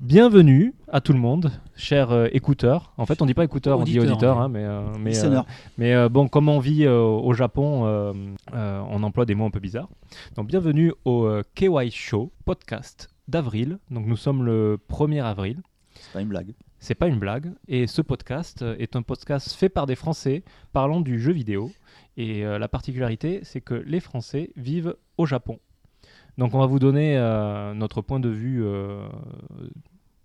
bienvenue à tout le monde, chers euh, écouteurs. En fait, on dit pas écouteurs, on dit Auditeurs, auditeurs, en fait. hein, mais, euh, mais, euh, Listener. mais euh, bon, comme on vit euh, au Japon, euh, euh, on emploie des mots un peu bizarres. Donc, bienvenue au euh, KY Show podcast d'avril. Donc, nous sommes le 1er avril. C'est pas une blague. C'est pas une blague. Et ce podcast euh, est un podcast fait par des Français parlant du jeu vidéo. Et euh, la particularité, c'est que les Français vivent au Japon. Donc on va vous donner euh, notre point de vue euh,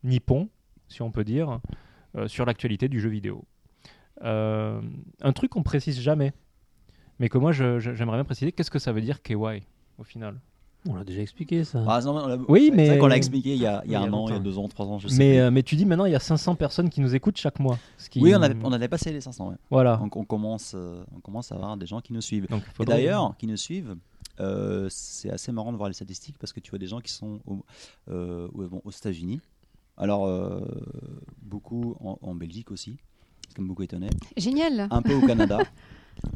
nippon, si on peut dire, euh, sur l'actualité du jeu vidéo. Euh, un truc qu'on précise jamais, mais que moi je- je- j'aimerais bien préciser, qu'est-ce que ça veut dire KY au final On l'a déjà expliqué ça. Ah, non, on l'a- Oui, c'est mais- vrai qu'on l'a expliqué il y a, il y a Oui, il y un a an, il y a longtemps. deux ans, trois ans, je sais mais, plus. euh, mais tu dis maintenant il y a 500 personnes qui nous écoutent chaque mois. ce qui- Oui, on avait, on avait passé les 500. ouais. Voilà. Donc on commence, euh, on commence à avoir des gens qui nous suivent. Donc, Et faudrait- d'ailleurs, qui nous suivent, euh, c'est assez marrant de voir les statistiques parce que tu vois des gens qui sont au- euh, ouais, bon, aux États-Unis. Alors, euh, beaucoup en, en Belgique aussi, ce qui m'a beaucoup étonné. Génial. Un peu au Canada. euh,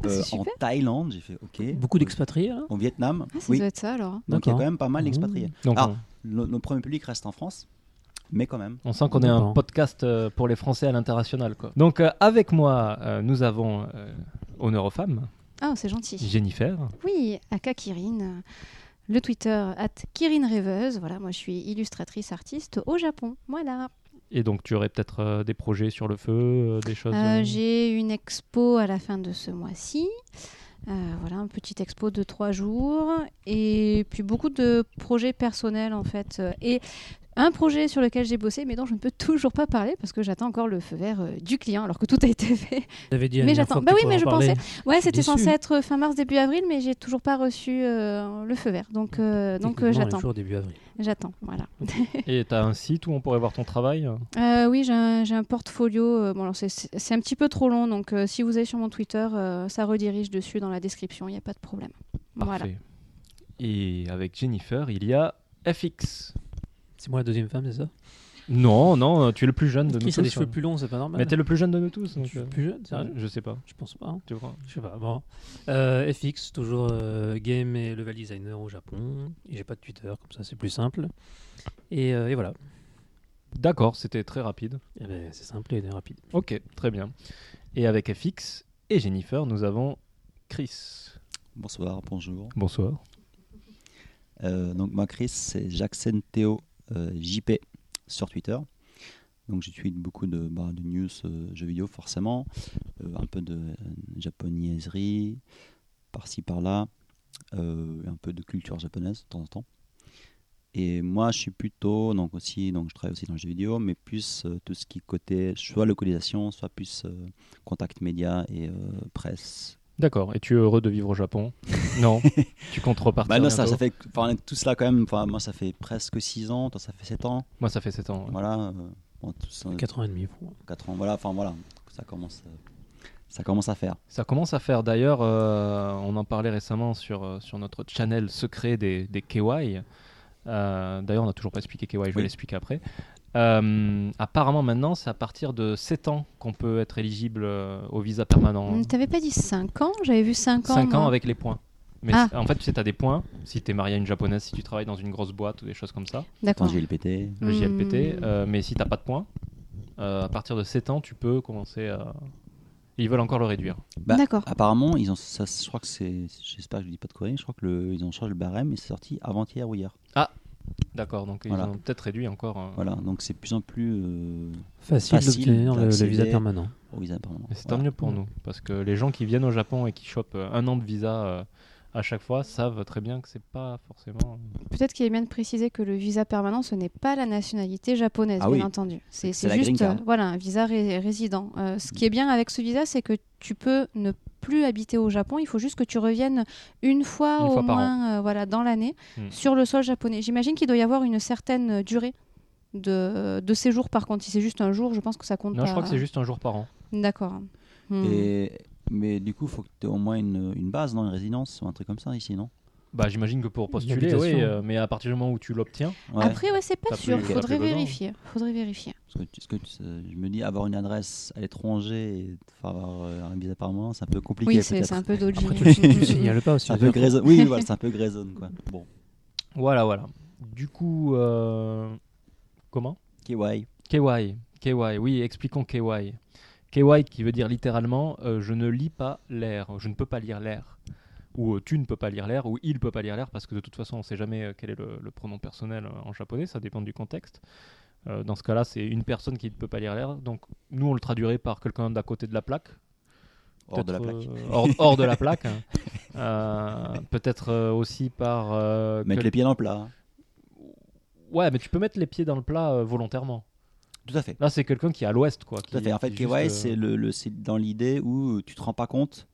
Ah. C'est en Thaïlande, j'ai fait OK. Beaucoup d'expatriés. hein Au Vietnam, Ah, ça oui. doit être ça alors. Donc il y a D'accord. quand même pas mal d'expatriés. Donc, Ah, on- Nos Notre premier public reste en France, mais quand même. On sent qu'on est un D'accord. podcast euh, pour les Français à l'international. quoi. Donc, euh, avec moi, euh, nous avons euh, Honneur aux femmes, Ah, c'est gentil. Jennifer. Oui, Aka Kirin. euh, Le Twitter, at Kirin Rêveuse. Voilà, moi je suis illustratrice artiste au Japon. Voilà. Et donc, tu aurais peut-être euh, des projets sur le feu, euh, des choses. euh, Euh, J'ai une expo à la fin de ce mois-ci. Euh, voilà, un petit expo de trois jours. Et puis beaucoup de projets personnels en fait. Euh, Et un projet sur lequel j'ai bossé, mais dont je ne peux toujours pas parler parce que j'attends encore le feu vert euh, du client alors que tout a été fait. Vous avez dit la Mais dernière j'attends. fois que Bah tu oui, pourrais mais en je parler. Ouais, c'était Déçu. censé être fin mars, début avril, mais j'ai toujours pas reçu euh, le feu vert. Donc, euh, donc Techniquement, euh, on est j'attends. toujours début avril. J'attends, voilà. Et tu as un site où on pourrait voir ton travail euh, Euh, oui, j'ai un, j'ai un portfolio. euh, bon, alors c'est- c'est c'est un petit peu trop long, donc euh, si vous allez sur mon Twitter, euh, ça redirige dessus dans la description, il n'y a pas de problème. Voilà. Parfait. Et avec Jennifer, il y a FX. C'est moi la deuxième femme, c'est ça Non, non, euh, tu es le plus jeune de nous Chris a tous. les cheveux plus longs, c'est pas Mais normal. hein. t'es le plus jeune de nous tous. Je donc, suis euh, plus jeune, sérieux je sais pas. Je pense pas. hein. Tu vois. Je sais pas. Bon. Euh, FX, toujours euh, game et level designer au Japon. Et J'ai pas de Twitter, comme ça c'est plus simple. Et, euh, et voilà. D'accord, c'était très rapide. Eh ben, c'est simple et rapide. Ok, très bien. Et avec FX et Jennifer, nous avons Chris. Bonsoir, bonjour. Bonsoir. Euh, donc moi, Chris, c'est Jacksenteo euh, JP sur Twitter. Donc je tweet beaucoup de, bah, de news euh, jeux vidéo forcément, Euh, un peu de euh, japonaiserie, par-ci par-là, Euh, un peu de culture japonaise de temps en temps. Et moi je suis plutôt, donc aussi, donc je travaille aussi dans le jeu vidéo, mais plus euh, tout ce qui est côté soit localisation, soit plus euh, contact média et euh, presse. D'accord, et tu es heureux de vivre au Japon Non, tu comptes repartir Bah non, ça, bientôt ça fait, enfin, tout cela quand même, enfin, moi ça fait presque 6 ans, toi ça fait 7 ans. Moi, ça fait 7 ans. ouais. Voilà, euh, bon, tout ça, 4 ans et demi pour moi. 4 ans, voilà, enfin voilà, ça commence, euh, ça commence à faire. Ça commence à faire, d'ailleurs, euh, on en parlait récemment sur, euh, sur notre channel secret des, des KY. Euh, d'ailleurs, on n'a toujours pas expliqué KY, je vais Oui. l'expliquer après. Euh, apparemment, maintenant, c'est à partir de 7 ans qu'on peut être éligible euh, au visa permanent. Hum, T'avais pas dit 5 ans J'avais vu 5 ans. 5 ans moi. avec les points. Mais Ah. c'est- en fait, tu sais, tu as des points si tu es marié à une japonaise, si tu travailles dans une grosse boîte ou des choses comme ça. Attends, D'accord. j'ai le pété. le Hmm. JLPT. euh, mais si t'as pas de points, euh, à partir de 7 ans, tu peux commencer à. Ils veulent encore le réduire. Bah, D'accord. Apparemment, ils ont, ça, je crois que c'est, j'espère que je dis pas de conneries, je crois que le, ils ont changé le barème et c'est sorti avant-hier ou hier. D'accord, donc Voilà. ils ont peut-être réduit encore. euh, Voilà, donc c'est de plus en plus euh, Facile, Facile d'obtenir le, le d'accéder. visa permanent. au visa permanent. Mais c'est tant Voilà. mieux pour nous, parce que les gens qui viennent au Japon et qui chopent euh, un an de visa euh, à chaque fois savent très bien que c'est pas forcément. euh. Peut-être qu'il est bien de préciser que le visa permanent, ce n'est pas la nationalité japonaise, Ah bien oui. entendu. C'est C'est c'est la green juste euh, card. voilà, un visa ré- résident. Euh, ce qui est bien avec ce visa, c'est que tu peux ne plus habiter au Japon. Il faut juste que tu reviennes une fois Une au fois par moins euh, voilà, dans l'année Hmm. sur le sol japonais. J'imagine qu'il doit y avoir une certaine euh, durée. De, de séjour par contre si c'est juste un jour je pense que ça compte Non, pas je crois que c'est juste un jour par an. d'accord Hmm. Et, mais du coup, faut que tu aies au moins une, une base, dans une résidence ou un truc comme ça ici, non Bah, j'imagine que pour postuler, L'habitation. oui, euh, mais à partir du moment où tu l'obtiens, Ouais. après ouais c'est pas T'as sûr plus- t'as faudrait plus besoin. vérifier faudrait vérifier Parce que, tu- parce que tu- euh, je me dis, avoir une adresse à l'étranger et enfin, avoir euh, un visa permanent, c'est un peu compliqué. oui c'est peut-être. c'est un peu dodgy Après, tu le, tu le signales pas aussi. C'est un peu grisonne. Oui, voilà, c'est un peu grisonne, quoi. Bon. voilà, voilà. Du coup, euh, comment KY. KY, KY, oui, expliquons KY. KY qui veut dire littéralement euh, je ne lis pas l'air, je ne peux pas lire l'air. Ou euh, tu ne peux pas lire l'air, ou il ne peut pas lire l'air, parce que de toute façon on ne sait jamais euh, quel est le, le pronom personnel euh, en japonais, ça dépend du contexte. Euh, dans ce cas-là, c'est une personne qui ne peut pas lire l'air, donc nous on le traduirait par quelqu'un d'à côté de la plaque, Hors de la plaque. Peut-être, euh, hors, hors de la plaque. hein. Euh, peut-être euh, aussi par. euh, Mettre quel- les pieds dans le plat. hein. Ouais, mais tu peux mettre les pieds dans le plat euh, volontairement. Tout à fait. Là, c'est quelqu'un qui est à l'ouest, quoi. Tout à qui- fait. En fait, qui KY, juste, euh, c'est le, le- c'est dans l'idée où tu te rends pas compte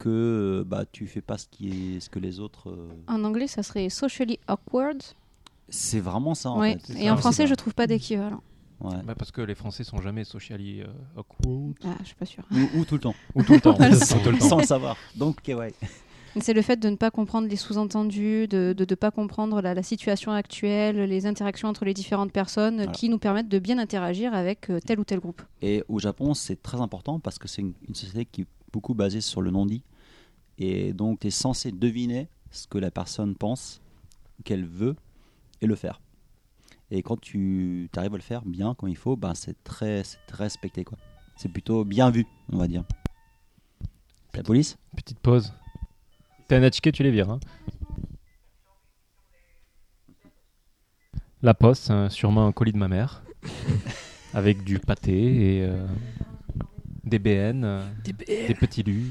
que euh, bah, tu fais pas ce, qui est, ce que les autres. euh, En anglais, ça serait socially awkward. C'est vraiment ça. En Ouais. fait. c'est Et ça, en c'est français, ça. je trouve pas d'équivalent. Ouais. bah, parce que les Français sont jamais socially euh, awkward. Ah, je suis pas sûre. Ou, ou tout le temps. Ou tout le temps. sans, tout le temps. le savoir. Donc KY. C'est le fait de ne pas comprendre les sous-entendus, de ne pas comprendre la, la situation actuelle, les interactions entre les différentes personnes Voilà. qui nous permettent de bien interagir avec euh, tel ou tel groupe. Et au Japon, c'est très important parce que c'est une, une société qui est beaucoup basée sur le non-dit. Et donc, tu es censé deviner ce que la personne pense, qu'elle veut, et le faire. Et quand tu arrives à le faire bien, comme il faut, ben c'est très, c'est très respecté. quoi. C'est plutôt bien vu, on va dire. La police Petite pause. T'es un atchiqué, tu les vires. hein. La poste, euh, sûrement un colis de ma mère. avec du pâté et euh, des BN. euh, des petits lus.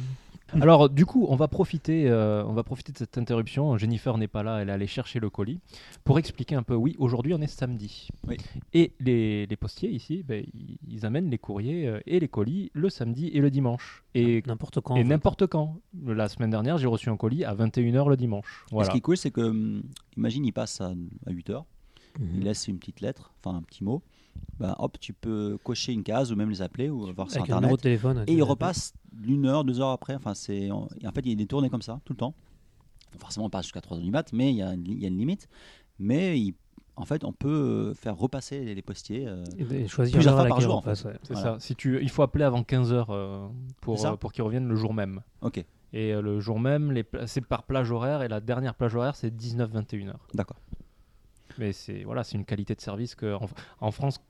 Alors du coup, on va profiter, euh, on va profiter de cette interruption. Jennifer n'est pas là, elle est allée chercher le colis pour expliquer un peu. Oui, aujourd'hui on est samedi. Oui. Et les, les postiers ici, ben, ils, ils amènent les courriers euh, et les colis le samedi et le dimanche et, N'importe quand. et en fait. n'importe quand. La semaine dernière, j'ai reçu un colis à 21h le dimanche. Et Ce Voilà. qui est cool, c'est que, hum, imagine, il passe à, 8 heures, il Mhm. laisse une petite lettre, enfin un petit mot. Ben, hop, tu peux cocher une case ou même les appeler ou voir sur Avec un numéro Internet. de téléphone. tu Et il les repasse d'une heure, deux heures après. Enfin, c'est en et en fait, il y a des tournées comme ça tout le temps. Bon, forcément, on passe jusqu'à 3 heures du mat, mais il y, a une li- il y a une limite. Mais il- en fait, on peut euh, faire repasser les, les postiers. euh, appelles. Et- et choisir plusieurs l'heure à fois par laquelle jour, on en fait. passe, ouais. C'est Voilà. ça. Si tu, il faut appeler avant 15h euh, C'est pour, ça euh, pour qu'ils reviennent le jour même. Ok, Et euh, le jour même, les pla- c'est par plage horaire et la dernière plage horaire c'est 19-21h. d'accord. Mais c'est voilà, c'est une qualité de service que en, en France.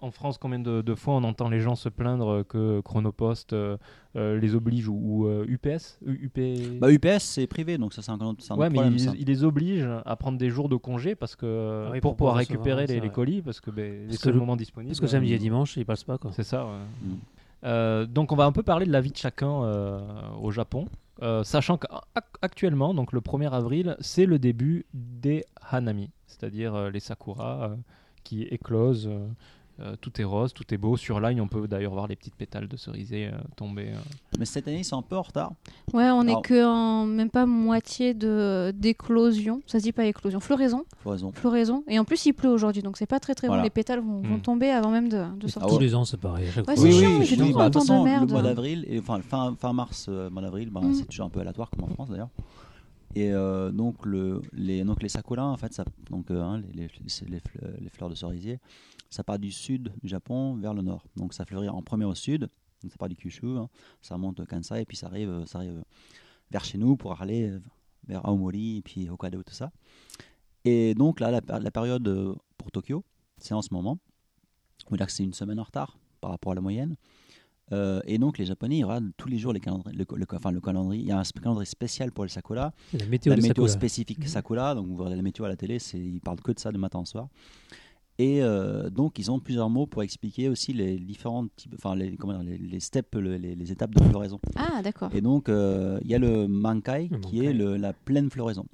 En France, combien de, de fois on entend les gens se plaindre euh, que Chronopost euh, euh, les oblige ou, ou, euh, UPS U- UP... Bah, UPS, c'est privé, donc ça, c'est un, grand- c'est un Ouais, autre mais problème. ils, ça. ils les obligent à prendre des jours de congé parce que Ah oui, pour, pour pouvoir pouvoir recevoir, récupérer c'est les, les vrai. colis parce que ben, les Parce seuls que- moments disponibles. euh, Parce que samedi euh, et dimanche, il passe pas quoi. C'est ça. ouais. Mm. Euh, donc on va un peu parler de la vie de chacun euh, au Japon, Euh, sachant qu'actuellement, donc le 1er avril, c'est le début des hanami, c'est-à-dire euh, les sakuras euh, qui éclosent. euh, euh, tout est rose, tout est beau. Sur Line, on peut d'ailleurs voir les petites pétales de cerisier euh, tomber. euh. Mais cette année, ils sont un peu en retard. Ouais, on Alors- est que en même pas moitié de d'éclosion. Ça se dit pas éclosion, floraison, Faut raison. floraison. Et en plus, il pleut aujourd'hui, donc c'est pas très très Voilà. bon. Les pétales vont, vont Hmm. tomber avant même de, de sortir. Ah Tous les ans, c'est pareil. à chaque Ouais, fois. Ah, c'est chiant, mais j'ai oui, toujours bah, de toute autant de façon, merde. Le mois d'avril, et, enfin fin, fin mars, euh, mois d'avril, bah, Mm. c'est toujours un peu aléatoire, comme en France d'ailleurs. Et euh, donc, le, les, donc les sakuras, en fait, ça, donc, euh, hein, les, les, c'est les fle- les fleurs de cerisier, ça part du sud du Japon vers le nord. Donc ça fleurit en premier au sud, donc ça part du Kyushu, hein, ça monte au Kansai, et puis ça arrive, euh, ça arrive vers chez nous pour aller euh, vers Aomori, et puis Hokkaido, tout ça. Et donc là, la, péri- la période euh, pour Tokyo, c'est en ce moment. On va dire que c'est une semaine en retard par rapport à la moyenne. Euh, et donc les Japonais, ils regardent tous les jours les calendriers, le, co- le co- enfin, le calendrier. Il y a un sp- calendrier spécial pour le Sakura, C'est La météo la de météo Sakura. spécifique Mhm. Sakura. Donc vous regardez la météo à la télé, c'est, ils parlent que de ça de matin au soir. Et euh, donc ils ont plusieurs mots pour expliquer aussi les différents types, enfin les, comment dire, les, les steps, le- les, les étapes de floraison. Ah d'accord. Et donc euh, il y a le mankai Le qui mankai. est le- la pleine floraison.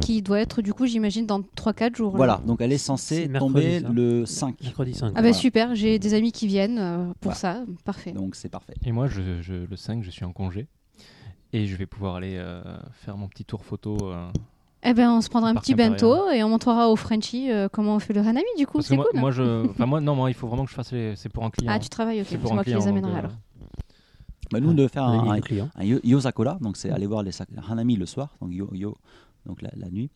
Qui doit être du coup, j'imagine, dans 3-4 jours. là. Voilà, donc elle est C'est censée tomber mercredi, ça. le 5. Mercredi 5. Ah bah Voilà. super, j'ai des amis qui viennent euh, pour ça, parfait. Donc c'est parfait. Et moi, je, je- le 5, je suis en congé et je vais pouvoir aller euh, faire mon petit tour photo. euh, Eh ben, on se prendra un Parc petit impérial. bento et on montrera aux Frenchies euh, comment on fait le hanami du coup, parce que c'est moi, cool. hein. moi, je, enfin moi, non, moi, il faut vraiment que je fasse les. C'est pour un client. Ah, tu travailles, ok, c'est c'est pour un moi qui client. les donc, amènerai euh, alors. Bah, nous on devait faire On a un, mis un- le client. un yo- Yosakola, donc c'est aller voir les sak- Hanami le soir, donc yo, yo- donc la, la nuit.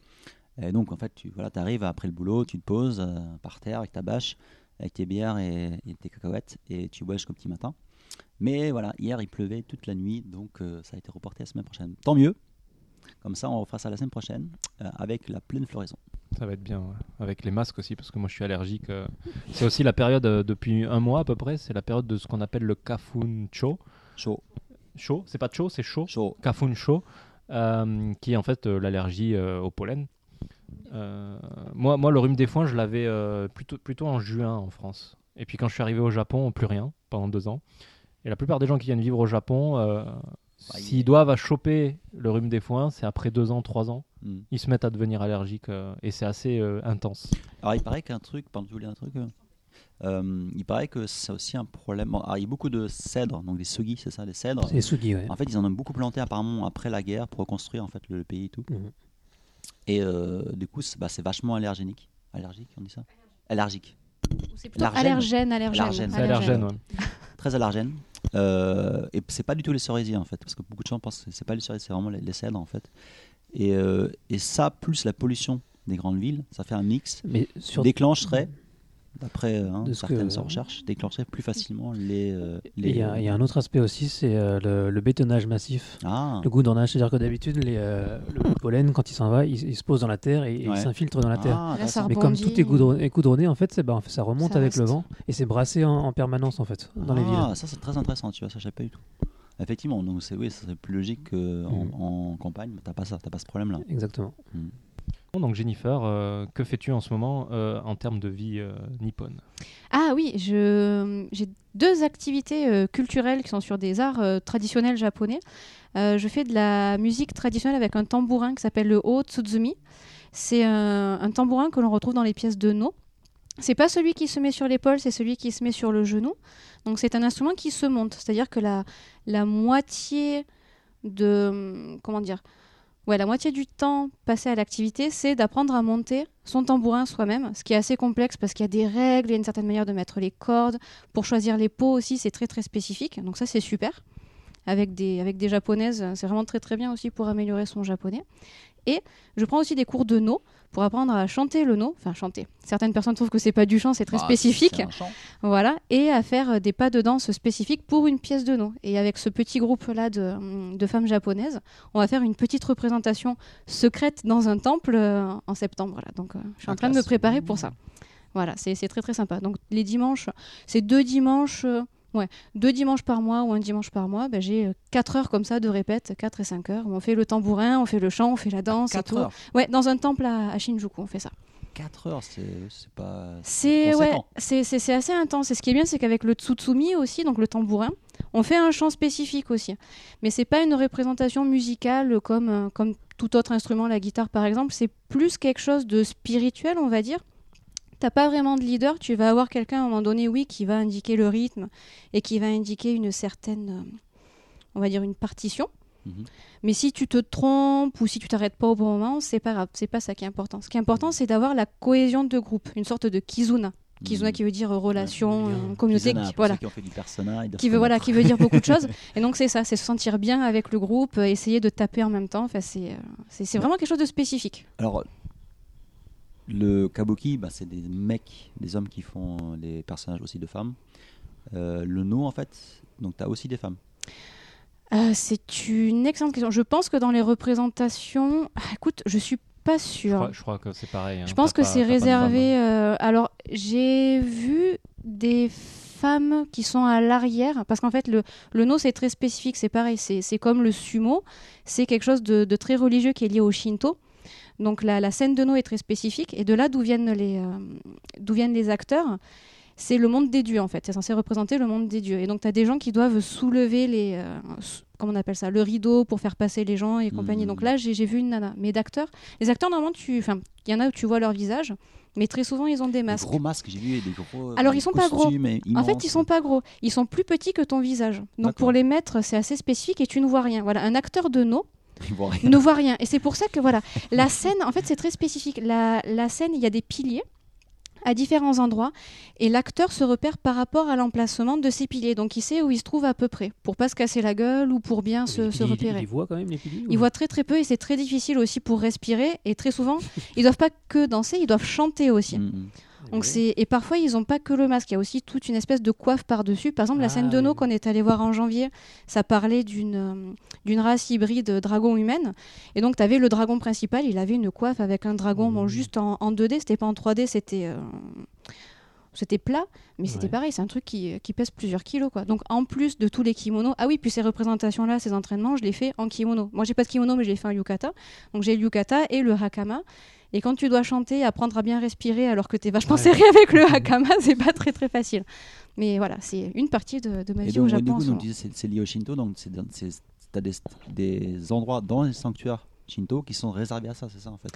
Et donc en fait, tu voilà, arrives après le boulot, tu te poses euh, par terre avec ta bâche, avec tes bières et, et tes cacahuètes, et tu bois jusqu'au petit matin. Mais voilà, hier il pleuvait toute la nuit, donc euh, ça a été reporté à la semaine prochaine. Tant mieux, comme ça on refera ça la semaine prochaine euh, avec la pleine floraison. Ça va être bien ouais. avec les masques aussi parce que moi je suis allergique. euh. C'est aussi la période euh, depuis un mois à peu près, c'est la période de ce qu'on appelle le kafun cho. Chaud, Cho, c'est pas cho, c'est chaud. chaud. Kafun cho, euh, qui est en fait euh, l'allergie euh, au pollen. Euh, moi, moi, le rhume des foins, je l'avais euh, plutôt, plutôt en juin en France. Et puis quand je suis arrivé au Japon, plus rien pendant deux ans. Et la plupart des gens qui viennent vivre au Japon, euh, s'ils doivent à choper le rhume des foins, c'est après deux ans, trois ans, Mm. ils se mettent à devenir allergiques euh, et c'est assez euh, intense. Alors, il paraît qu'un truc, pardon, tu voulais un truc euh, euh, Il paraît que c'est aussi un problème. bon, alors, il y a beaucoup de cèdres, donc des sugis, c'est ça, des cèdres. C'est Sugi, ouais. En fait, ils en ont beaucoup planté apparemment après la guerre pour reconstruire en fait le, le pays et tout. Mhm. Et euh, du coup, c'est bah, c'est vachement allergénique. Allergique, on dit ça Allergique. Ou C'est plutôt L'argène. allergène, allergène. L'argène. C'est allergène, ouais. Très allergène. Euh, et c'est pas du tout les cerisiers en fait, parce que beaucoup de gens pensent que c'est pas les cerisiers, c'est vraiment les, les cèdres en fait. Et, euh, et ça, plus la pollution des grandes villes, ça fait un mix, Mais sur Mhm. déclencherait, d'après euh, hein, De ce que- certaines recherches, déclencherait plus facilement les. euh, Et les- Il y, a il y a un autre aspect aussi, c'est euh, le, le bétonnage massif. Ah, Le goudronnage, c'est-à-dire que d'habitude, les, euh, le pollen, quand il s'en va, il, il se pose dans la terre et, et Ouais. il s'infiltre dans la terre. Ah, Là, ça intéressant. Mais comme rebondit. tout est goudronné, est goudronné, en fait, c'est- bah, ça remonte Ça avec le reste. vent et c'est brassé en, en permanence, en fait, dans les villes. Ah, ça c'est très intéressant, tu vois, ça je savais pas du tout. Effectivement, donc c'est oui, ça serait plus logique qu'en Mhm. en, campagne, t'as pas ça, t'as pas ce problème là. Exactement. Bon, Donc Jennifer, euh, que fais-tu en ce moment euh, en termes de vie euh, nippone Ah oui, je- j'ai deux activités euh, culturelles qui sont sur des arts euh, traditionnels japonais. Euh, je fais de la musique traditionnelle avec un tambourin qui s'appelle le Ho Tsuzumi. C'est un, un tambourin que l'on retrouve dans les pièces de No. C'est pas celui qui se met sur l'épaule, c'est celui qui se met sur le genou. Donc c'est un instrument qui se monte, c'est-à-dire que la, la moitié de comment dire Ouais, la moitié du temps passé à l'activité, c'est d'apprendre à monter son tambourin soi-même, ce qui est assez complexe parce qu'il y a des règles, il y a une certaine manière de mettre les cordes, pour choisir les pots aussi, c'est très très spécifique. Donc ça c'est super. Avec des avec des japonaises, c'est vraiment très très bien aussi pour améliorer son japonais. Et je prends aussi des cours de no pour apprendre à chanter le no, enfin chanter. Certaines personnes trouvent que c'est pas du chant, c'est très Ah, spécifique. c'est un champ. Voilà, et à faire euh, des pas de danse spécifiques pour une pièce de nos. Et avec ce petit groupe-là de, de femmes japonaises, on va faire une petite représentation secrète dans un temple euh, en septembre. Là. Donc euh, je suis Ah, en train de me classe. préparer pour ça. Voilà, c'est c'est très très sympa. Donc les dimanches, c'est deux dimanches, euh, ouais, deux dimanches par mois ou un dimanche par mois. ben, J'ai euh, quatre heures comme ça de répète, quatre et cinq heures. où on fait le tambourin, on fait le chant, on fait la danse. et Quatre tout. heures. Ouais, dans un temple à, à Shinjuku, on fait ça. 4 heures, c'est c'est pas. C'est ouais, conséquent. c'est c'est- c'est assez intense. Et ce qui est bien, c'est qu'avec le tsutsumi aussi, donc le tambourin, on fait un chant spécifique aussi. Mais c'est pas une représentation musicale comme euh, comme tout autre instrument, la guitare par exemple. C'est plus quelque chose de spirituel, on va dire. T'as pas vraiment de leader, tu vas avoir quelqu'un à un moment donné, oui, qui va indiquer le rythme et qui va indiquer une certaine, euh, on va dire, une partition. Mhm. Mais si tu te trompes ou si tu t'arrêtes pas au bon moment, c'est pas grave, c'est pas ça qui est important. Ce qui est important, c'est d'avoir la cohésion de groupe, une sorte de kizuna. Hmm. Kizuna Mhm. qui veut dire Ah, euh, relation, lien. euh, communauté, Kizuna, qui- pour voilà, ceux qui ont fait du persona, ils doivent qui veut voilà, connaître. qui veut dire beaucoup de choses. Et donc c'est ça, c'est se sentir bien avec le groupe, euh, essayer de taper en même temps. Enfin, c'est euh, c'est c'est vraiment quelque chose de spécifique. Alors, le kabuki, bah, c'est des mecs, des hommes qui font les personnages aussi de femmes. Euh, le no, en fait, donc t'as aussi des femmes. Euh, c'est une excellente question. Je pense que dans les représentations, Ah, écoute, je suis pas je sûre. crois, je crois que c'est pareil. hein. Je pense T'as que pas- c'est t'as pas de femme, réservé. hein. euh, alors, j'ai vu des femmes qui sont à l'arrière, parce qu'en fait, le, le no, c'est très spécifique, c'est pareil, c'est c'est comme le sumo, c'est quelque chose de, de très religieux qui est lié au Shinto. Donc, la, la scène de no est très spécifique, et de là d'où viennent, les, euh, d'où viennent les acteurs, c'est le monde des dieux, en fait. C'est censé représenter le monde des dieux. Et donc, tu as des gens qui doivent soulever les. euh, sou- comment on appelle ça Le rideau pour faire passer les gens et compagnie. Hmm. Mhm. Donc là, j'ai j'ai vu une nana. Mais d'acteurs, les acteurs, normalement, tu. Enfin, il y en a où tu vois leur visage, mais très souvent, ils ont des Des masques. gros masques, j'ai vu, et des gros. Alors, des ils sont pas gros. costumes En immenses. fait, ils sont pas gros. Ils sont plus petits que ton visage. Donc, D'accord. pour les mettre, c'est assez spécifique et tu ne vois rien. Voilà, un acteur de no Ils voient rien. ne voit rien. Et c'est pour ça que, voilà, la scène, en fait, c'est très spécifique. La, la scène, il y a des piliers à différents endroits et l'acteur se repère par rapport à l'emplacement de ces piliers. Donc, il sait où il se trouve à peu près pour pas se casser la gueule ou pour bien se, Il- se il- repérer. Il, voit quand même les piliers. Ils voient très très peu et c'est très difficile aussi pour respirer. Et très souvent, ils doivent pas que danser, ils doivent chanter aussi. Mm, mm. Donc c'est et parfois ils n'ont pas que le masque, il y a aussi toute une espèce de coiffe par-dessus. Par exemple, la Ah, scène de nos oui. qu'on est allé voir en janvier, ça parlait d'une euh, d'une race hybride dragon humaine. Et donc tu avais le dragon principal, il avait une coiffe avec un dragon bon Mhm. juste en, en 2D, c'était pas en 3D, c'était euh, c'était plat, mais c'était Ouais. pareil, c'est un truc qui, euh, qui pèse plusieurs kilos quoi. Donc en plus de tous les kimonos, ah oui, puis ces représentations là, ces entraînements, je les fais en kimono. Moi j'ai pas de kimono mais je les fais en yukata. Donc j'ai le yukata et le hakama. Et quand tu dois chanter, apprendre à bien respirer alors que t'es vachement Ouais. serré avec Mhm. le hakama, c'est pas très très facile. Mais voilà, c'est une partie de, de ma Et vie donc, au ouais, Japon. du en coup, ce donc, moment. tu disais, c'est c'est lié au Shinto, donc c'est dans- c'est- t'as des, des endroits dans les sanctuaires Shinto qui sont réservés à ça, c'est ça en fait.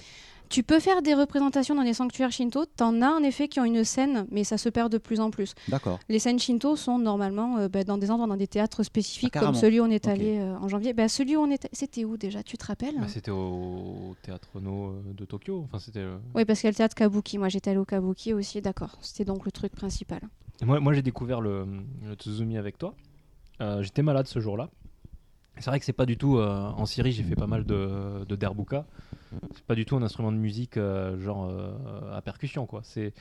Tu peux faire des représentations dans les sanctuaires shinto. T'en as en effet qui ont une scène, mais ça se perd de plus en plus. D'accord. Les scènes shinto sont normalement euh, bah, dans des endroits, dans des théâtres spécifiques, Ah, comme carrément. celui où on est Ok. allé euh, en janvier. Bah, celui où on était, c'était où déjà Tu te rappelles Bah, c'était au théâtre No euh, de Tokyo. Enfin, c'était. euh, Oui, parce qu'il y a le théâtre Kabuki. Moi, j'étais allée au Kabuki aussi, d'accord. C'était donc le truc principal. Et Moi, moi j'ai découvert le, le Tsuzumi avec toi. Euh, J'étais malade ce jour-là. C'est vrai que c'est pas du tout. euh, en Syrie, j'ai fait pas mal de, de derbuka. C'est pas du tout un instrument de musique euh, genre euh, à percussion, quoi. C'est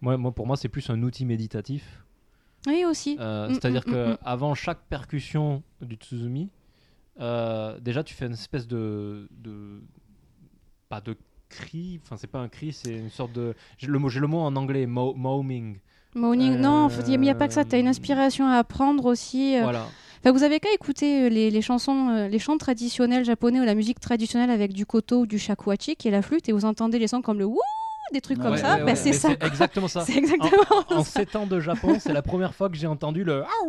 moi, moi, pour moi, c'est plus un outil méditatif. Oui, aussi. Euh, Mm, C'est-à-dire mm, que mm, mm. avant chaque percussion du Tsuzumi, euh, déjà tu fais une espèce de, de pas de cri. Enfin, c'est pas un cri, c'est une sorte de. J'ai le mot, j'ai le mot en anglais, mo- moaming. Moaning, Euh, non, il n'y a pas que ça. T'as une Euh, inspiration à apprendre aussi. euh, Voilà. Enfin, vous avez qu'à écouter euh, les, les chansons, euh, les chants traditionnels japonais ou la musique traditionnelle avec du koto ou du shakuhachi qui est la flûte et vous entendez les sons comme le wouh, des trucs comme Ouais, ça. ouais, bah, ouais. c'est Mais ça. quoi. exactement ça. C'est exactement En ça. 7 ans de Japon, c'est la première fois que j'ai entendu le. Ah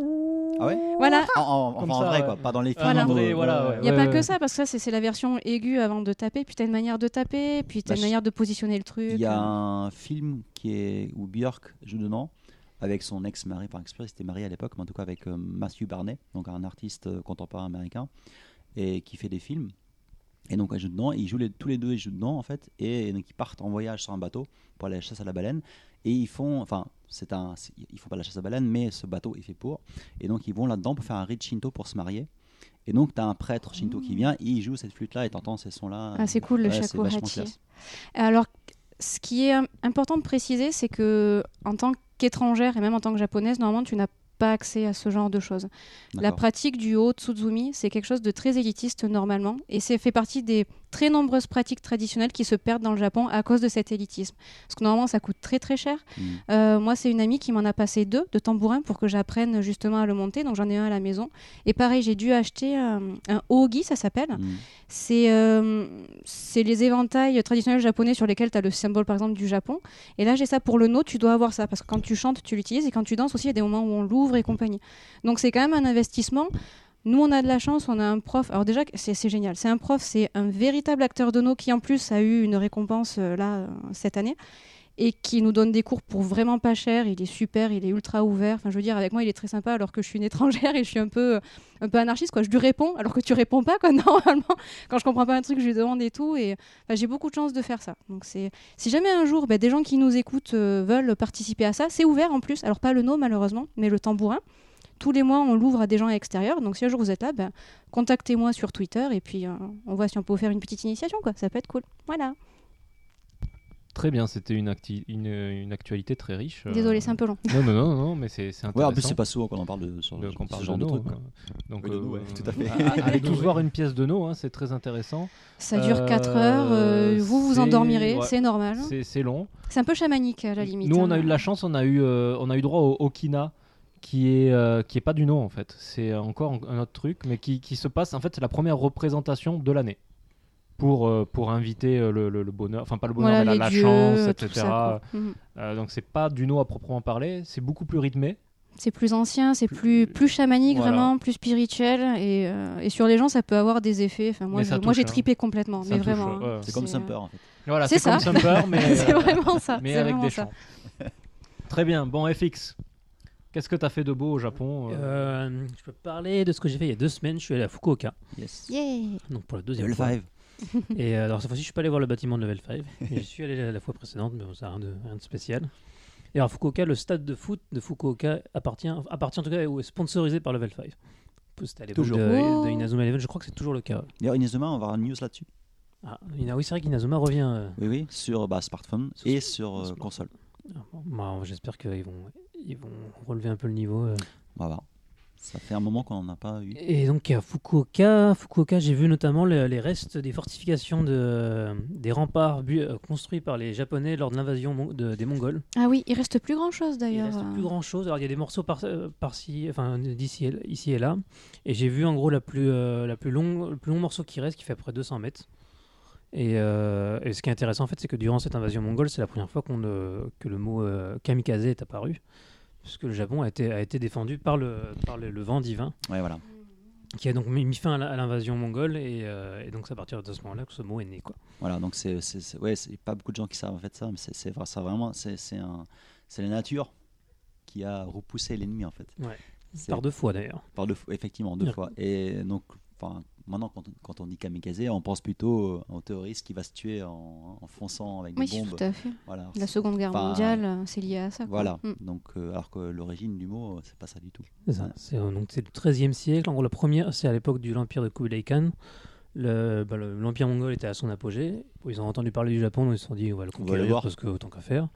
ouais Voilà. En- en, enfin, Comme en ça, vrai, ouais. quoi, pas dans les films. euh, Voilà. ou- En vrai, voilà, ouais. Il n'y a pas ouais. que ça, parce que ça, c'est c'est la version aiguë avant de taper, puis t'as une manière de taper, puis t'as Bah, une je- manière de positionner le truc. Il y a euh. un film qui est où Björk joue dedans avec son ex-mari, par exprès, c'était marié à l'époque, mais en tout cas avec euh, Matthew Barney, donc un artiste euh, contemporain américain, et qui fait des films. Et donc elle joue dedans, et ils jouent les- tous les deux ils jouent dedans en fait, et, et donc ils partent en voyage sur un bateau pour aller à la chasse à la baleine, et ils font, enfin c'est un, c'est- ils font pas la chasse à la baleine, mais ce bateau est fait pour, et donc ils vont là-dedans pour faire un rite shinto pour se marier, et donc tu as un prêtre shinto qui vient, et il joue cette flûte là, et t'entends ces sons là. Ah, c'est cool, le c'est vachement shakuhachi. classe. Alors, ce qui est im- important de préciser, c'est que en tant qu'étrangère et même en tant que japonaise, normalement, tu n'as pas accès à ce genre de choses. La D'accord. pratique du haut tsuzumi, c'est quelque chose de très élitiste normalement, et c'est fait partie des très nombreuses pratiques traditionnelles qui se perdent dans le Japon à cause de cet élitisme. Parce que normalement, ça coûte très très cher. Mm. Euh, moi, c'est une amie qui m'en a passé deux de tambourin pour que j'apprenne justement à le monter, donc j'en ai un à la maison. Et pareil, j'ai dû acheter euh, un ogi, ça s'appelle. Mm. C'est euh, c'est les éventails traditionnels japonais sur lesquels tu as le symbole par exemple du Japon. Et là j'ai ça pour le no, tu dois avoir ça parce que quand tu chantes, tu l'utilises et quand tu danses aussi, il y a des moments où on l'ouvre et compagnie. Donc c'est quand même un investissement. Nous on a de la chance, on a un prof. Alors déjà c'est c'est génial, c'est un prof, c'est un véritable acteur de no qui en plus a eu une récompense euh, là euh, cette année et qui nous donne des cours pour vraiment pas cher. Il est super, il est ultra ouvert. Enfin je veux dire avec moi il est très sympa alors que je suis une étrangère et je suis un peu euh, un peu anarchiste quoi. Je lui réponds alors que tu réponds pas quoi normalement quand je comprends pas un truc, je lui demande et tout. Et enfin, j'ai beaucoup de chance de faire ça. Donc c'est, si jamais un jour bah, des gens qui nous écoutent euh, veulent participer à ça, c'est ouvert en plus. Alors pas le no malheureusement, mais le tambourin. Tous les mois, on l'ouvre à des gens extérieurs. Donc si un jour vous êtes là, bah, contactez-moi sur Twitter et puis euh, on voit si on peut vous faire une petite initiation quoi. Ça peut être cool. Voilà. Très bien, c'était une, acti- une, une actualité très riche. euh. Désolé, c'est un peu long. Non, non, non, non, mais c'est c'est Ouais, intéressant. en plus, c'est pas souvent qu'on en parle de, sur, de- sur qu'on ce parle genre de hein. de nos. truc. quoi. Donc, Oui, de nous, ouais, tout à fait. a- Allez tous Ouais. voir une pièce de nos, hein, c'est très intéressant. Ça dure Euh, 4 heures. euh, vous vous c'est- endormirez, ouais. c'est normal. hein. C'est c'est long. C'est un peu chamanique à la limite. Nous, hein. on a eu de la chance, on a eu, euh, on a eu droit au Okina, qui est, euh, qui est pas du nom en fait. C'est encore un- un autre truc, mais qui, qui se passe. En fait, c'est la première représentation de l'année pour, euh, pour inviter euh, le, le- le bonheur, enfin pas le bonheur, Voilà, mais les la, la dieux, chance, tout etc. ça, quoi. Mhm. Euh, donc, c'est pas du nom à proprement parler, c'est beaucoup plus rythmé. C'est plus ancien, c'est Plus- plus, plus chamanique, Voilà. vraiment, plus spirituel. Et, euh, et sur les gens, ça peut avoir des effets. Enfin, moi, Mais ça je- moi, touche, j'ai hein. tripé complètement. Ça mais touche, vraiment. ouais. hein. C'est comme C'est, Simper, en fait. Voilà, C'est c'est comme ça. Sumper, mais, C'est euh, vraiment ça. mais c'est avec des vraiment ça. chants. Très bien. Bon, FX, qu'est-ce que t'as fait de beau au Japon euh Euh, je peux parler de ce que j'ai fait il y a deux semaines. Je suis allé à Fukuoka, Yes. Yeah. donc pour la deuxième Level fois. 5. Et euh, alors cette fois-ci, je suis pas allé voir le bâtiment de Level 5. mais je suis allé la, la fois précédente, mais bon, ça n'a rien de, rien de spécial. Et alors Fukuoka, le stade de foot de Fukuoka appartient, appartient en tout cas ou est sponsorisé par Level 5. C'était à l'époque de, Toujours. Oh. de Inazuma Eleven, je crois que c'est toujours le cas. D'ailleurs, Inezuma, on va avoir une news là-dessus. Ah, Ina- oui, c'est vrai qu'Inazuma revient. euh, Oui, oui, sur bah, smartphone Sur- et sur euh, sur- console. Ah, bon, bah, J'espère qu'ils vont, ils vont relever un peu le niveau. euh. On va voir. Ça fait un moment qu'on n'en a pas eu. Et donc à Fukuoka, Fukuoka j'ai vu notamment le- les restes des fortifications de, des remparts bu- euh, construits par les Japonais lors de l'invasion mon- de- des Mongols. Ah oui, il reste plus grand chose Il d'ailleurs. euh, reste plus grand chose. Alors il y a des morceaux par, euh, par-ci, enfin d'ici et, ici et là. Et j'ai vu en gros la plus, euh, la plus longue, le plus long morceau qui reste, qui fait à peu près 200 mètres. Et, euh, et ce qui est intéressant en fait, c'est que durant cette invasion mongole, c'est la première fois qu'on, euh, que le mot euh, kamikaze est apparu, puisque le Japon a été, a été défendu par le, par le- le vent divin Ouais, voilà. qui a donc mis mis fin à la- à l'invasion mongole et, euh, et donc c'est à partir de ce moment-là que ce mot est né quoi. Voilà, donc c'est, c'est, c'est- ouais, c'est pas beaucoup de gens qui savent en fait ça, mais c'est, c'est vrai, ça vraiment, c'est, c'est un, c'est la nature qui a repoussé l'ennemi en fait. Ouais. C'est Par deux fois d'ailleurs. par deux fois, effectivement, deux Ouais. fois. Et donc, enfin, maintenant, quand, on- quand on dit kamikaze, on pense plutôt euh, au terroriste qui va se tuer en, en fonçant avec des Oui, bombes. tout à fait. Voilà. La Seconde Guerre Enfin, mondiale, euh, c'est lié à ça. quoi. Voilà. Mm. Donc, euh, alors que l'origine du mot, euh, c'est pas ça du tout. C'est ça. C'est euh, donc c'est le 13e siècle. En gros la première c'est à l'époque de l'empire de Kublai Khan. Le- bah, le- l'empire mongol était à son apogée. Ils ont entendu parler du Japon, donc ils se sont dit on va le On va le conquérir voir. parce que autant qu'à faire.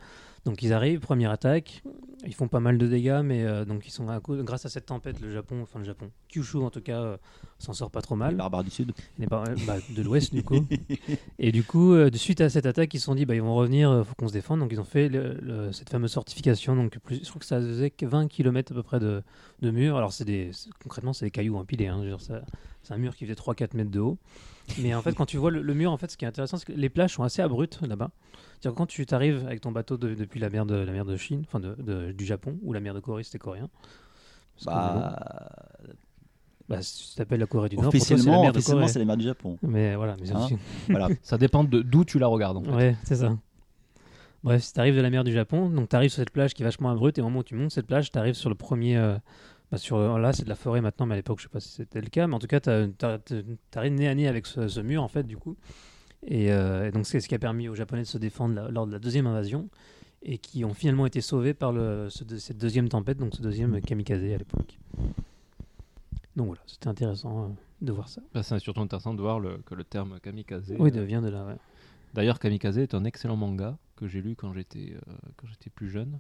Donc ils arrivent, première attaque, ils font pas mal de dégâts, mais euh, donc ils sont à cause- grâce à cette tempête le Japon, enfin le Japon, Kyushu en tout cas euh, s'en sort pas trop Les mal. barbares du Sud. Et par- bah, de l'Ouest du coup. Et du coup, euh, de suite à cette attaque, ils se sont dit, bah, ils vont revenir, euh, faut qu'on se défende. Donc ils ont fait le- le- cette fameuse fortification. Donc plus, je trouve que ça faisait que 20 km à peu près de, de murs. Alors c'est des, c'est- concrètement, c'est des cailloux empilés. hein. Je veux dire, ça- c'est un mur qui faisait 3-4 mètres de haut. Mais en fait, quand tu vois le, le mur, en fait, ce qui est intéressant, c'est que les plages sont assez abruptes là-bas. C'est-à-dire que quand tu t'arrives avec ton bateau de- depuis la mer de la mer de Chine, enfin de- de- du Japon ou la mer de Corée, c'était coréen. Parce que, bon, Bah, bah, si tu t'appelles la Corée du Nord, pour toi, c'est la officiellement, mer de officiellement, Corée. c'est les mers du Japon. Mais voilà, mais c'est- Hein voilà. Ça dépend de- d'où tu la regardes. en fait. Ouais, c'est ça. Bref, si t'arrives de la mer du Japon, donc t'arrives sur cette plage qui est vachement abrupte, et au moment où tu montes cette plage, t'arrives sur le premier. euh, bah, sur, euh, là, c'est de la forêt maintenant, mais à l'époque, je sais pas si c'était le cas, mais en tout cas, t'as- t'as- t'as- t'arrives nez à nez avec ce, ce mur, en fait, du coup. Et, euh, et donc, c'est ce qui a permis aux Japonais de se défendre la- lors de la deuxième invasion, et qui ont finalement été sauvés par le, ce deux- cette deuxième tempête, donc ce deuxième kamikaze à l'époque. Donc voilà, c'était intéressant euh, de voir ça. Bah, c'est surtout intéressant de voir le- que le terme kamikaze. Oui, euh, de, vient de là, ouais. D'ailleurs, Kamikaze est un excellent manga que j'ai lu quand j'étais euh, quand j'étais plus jeune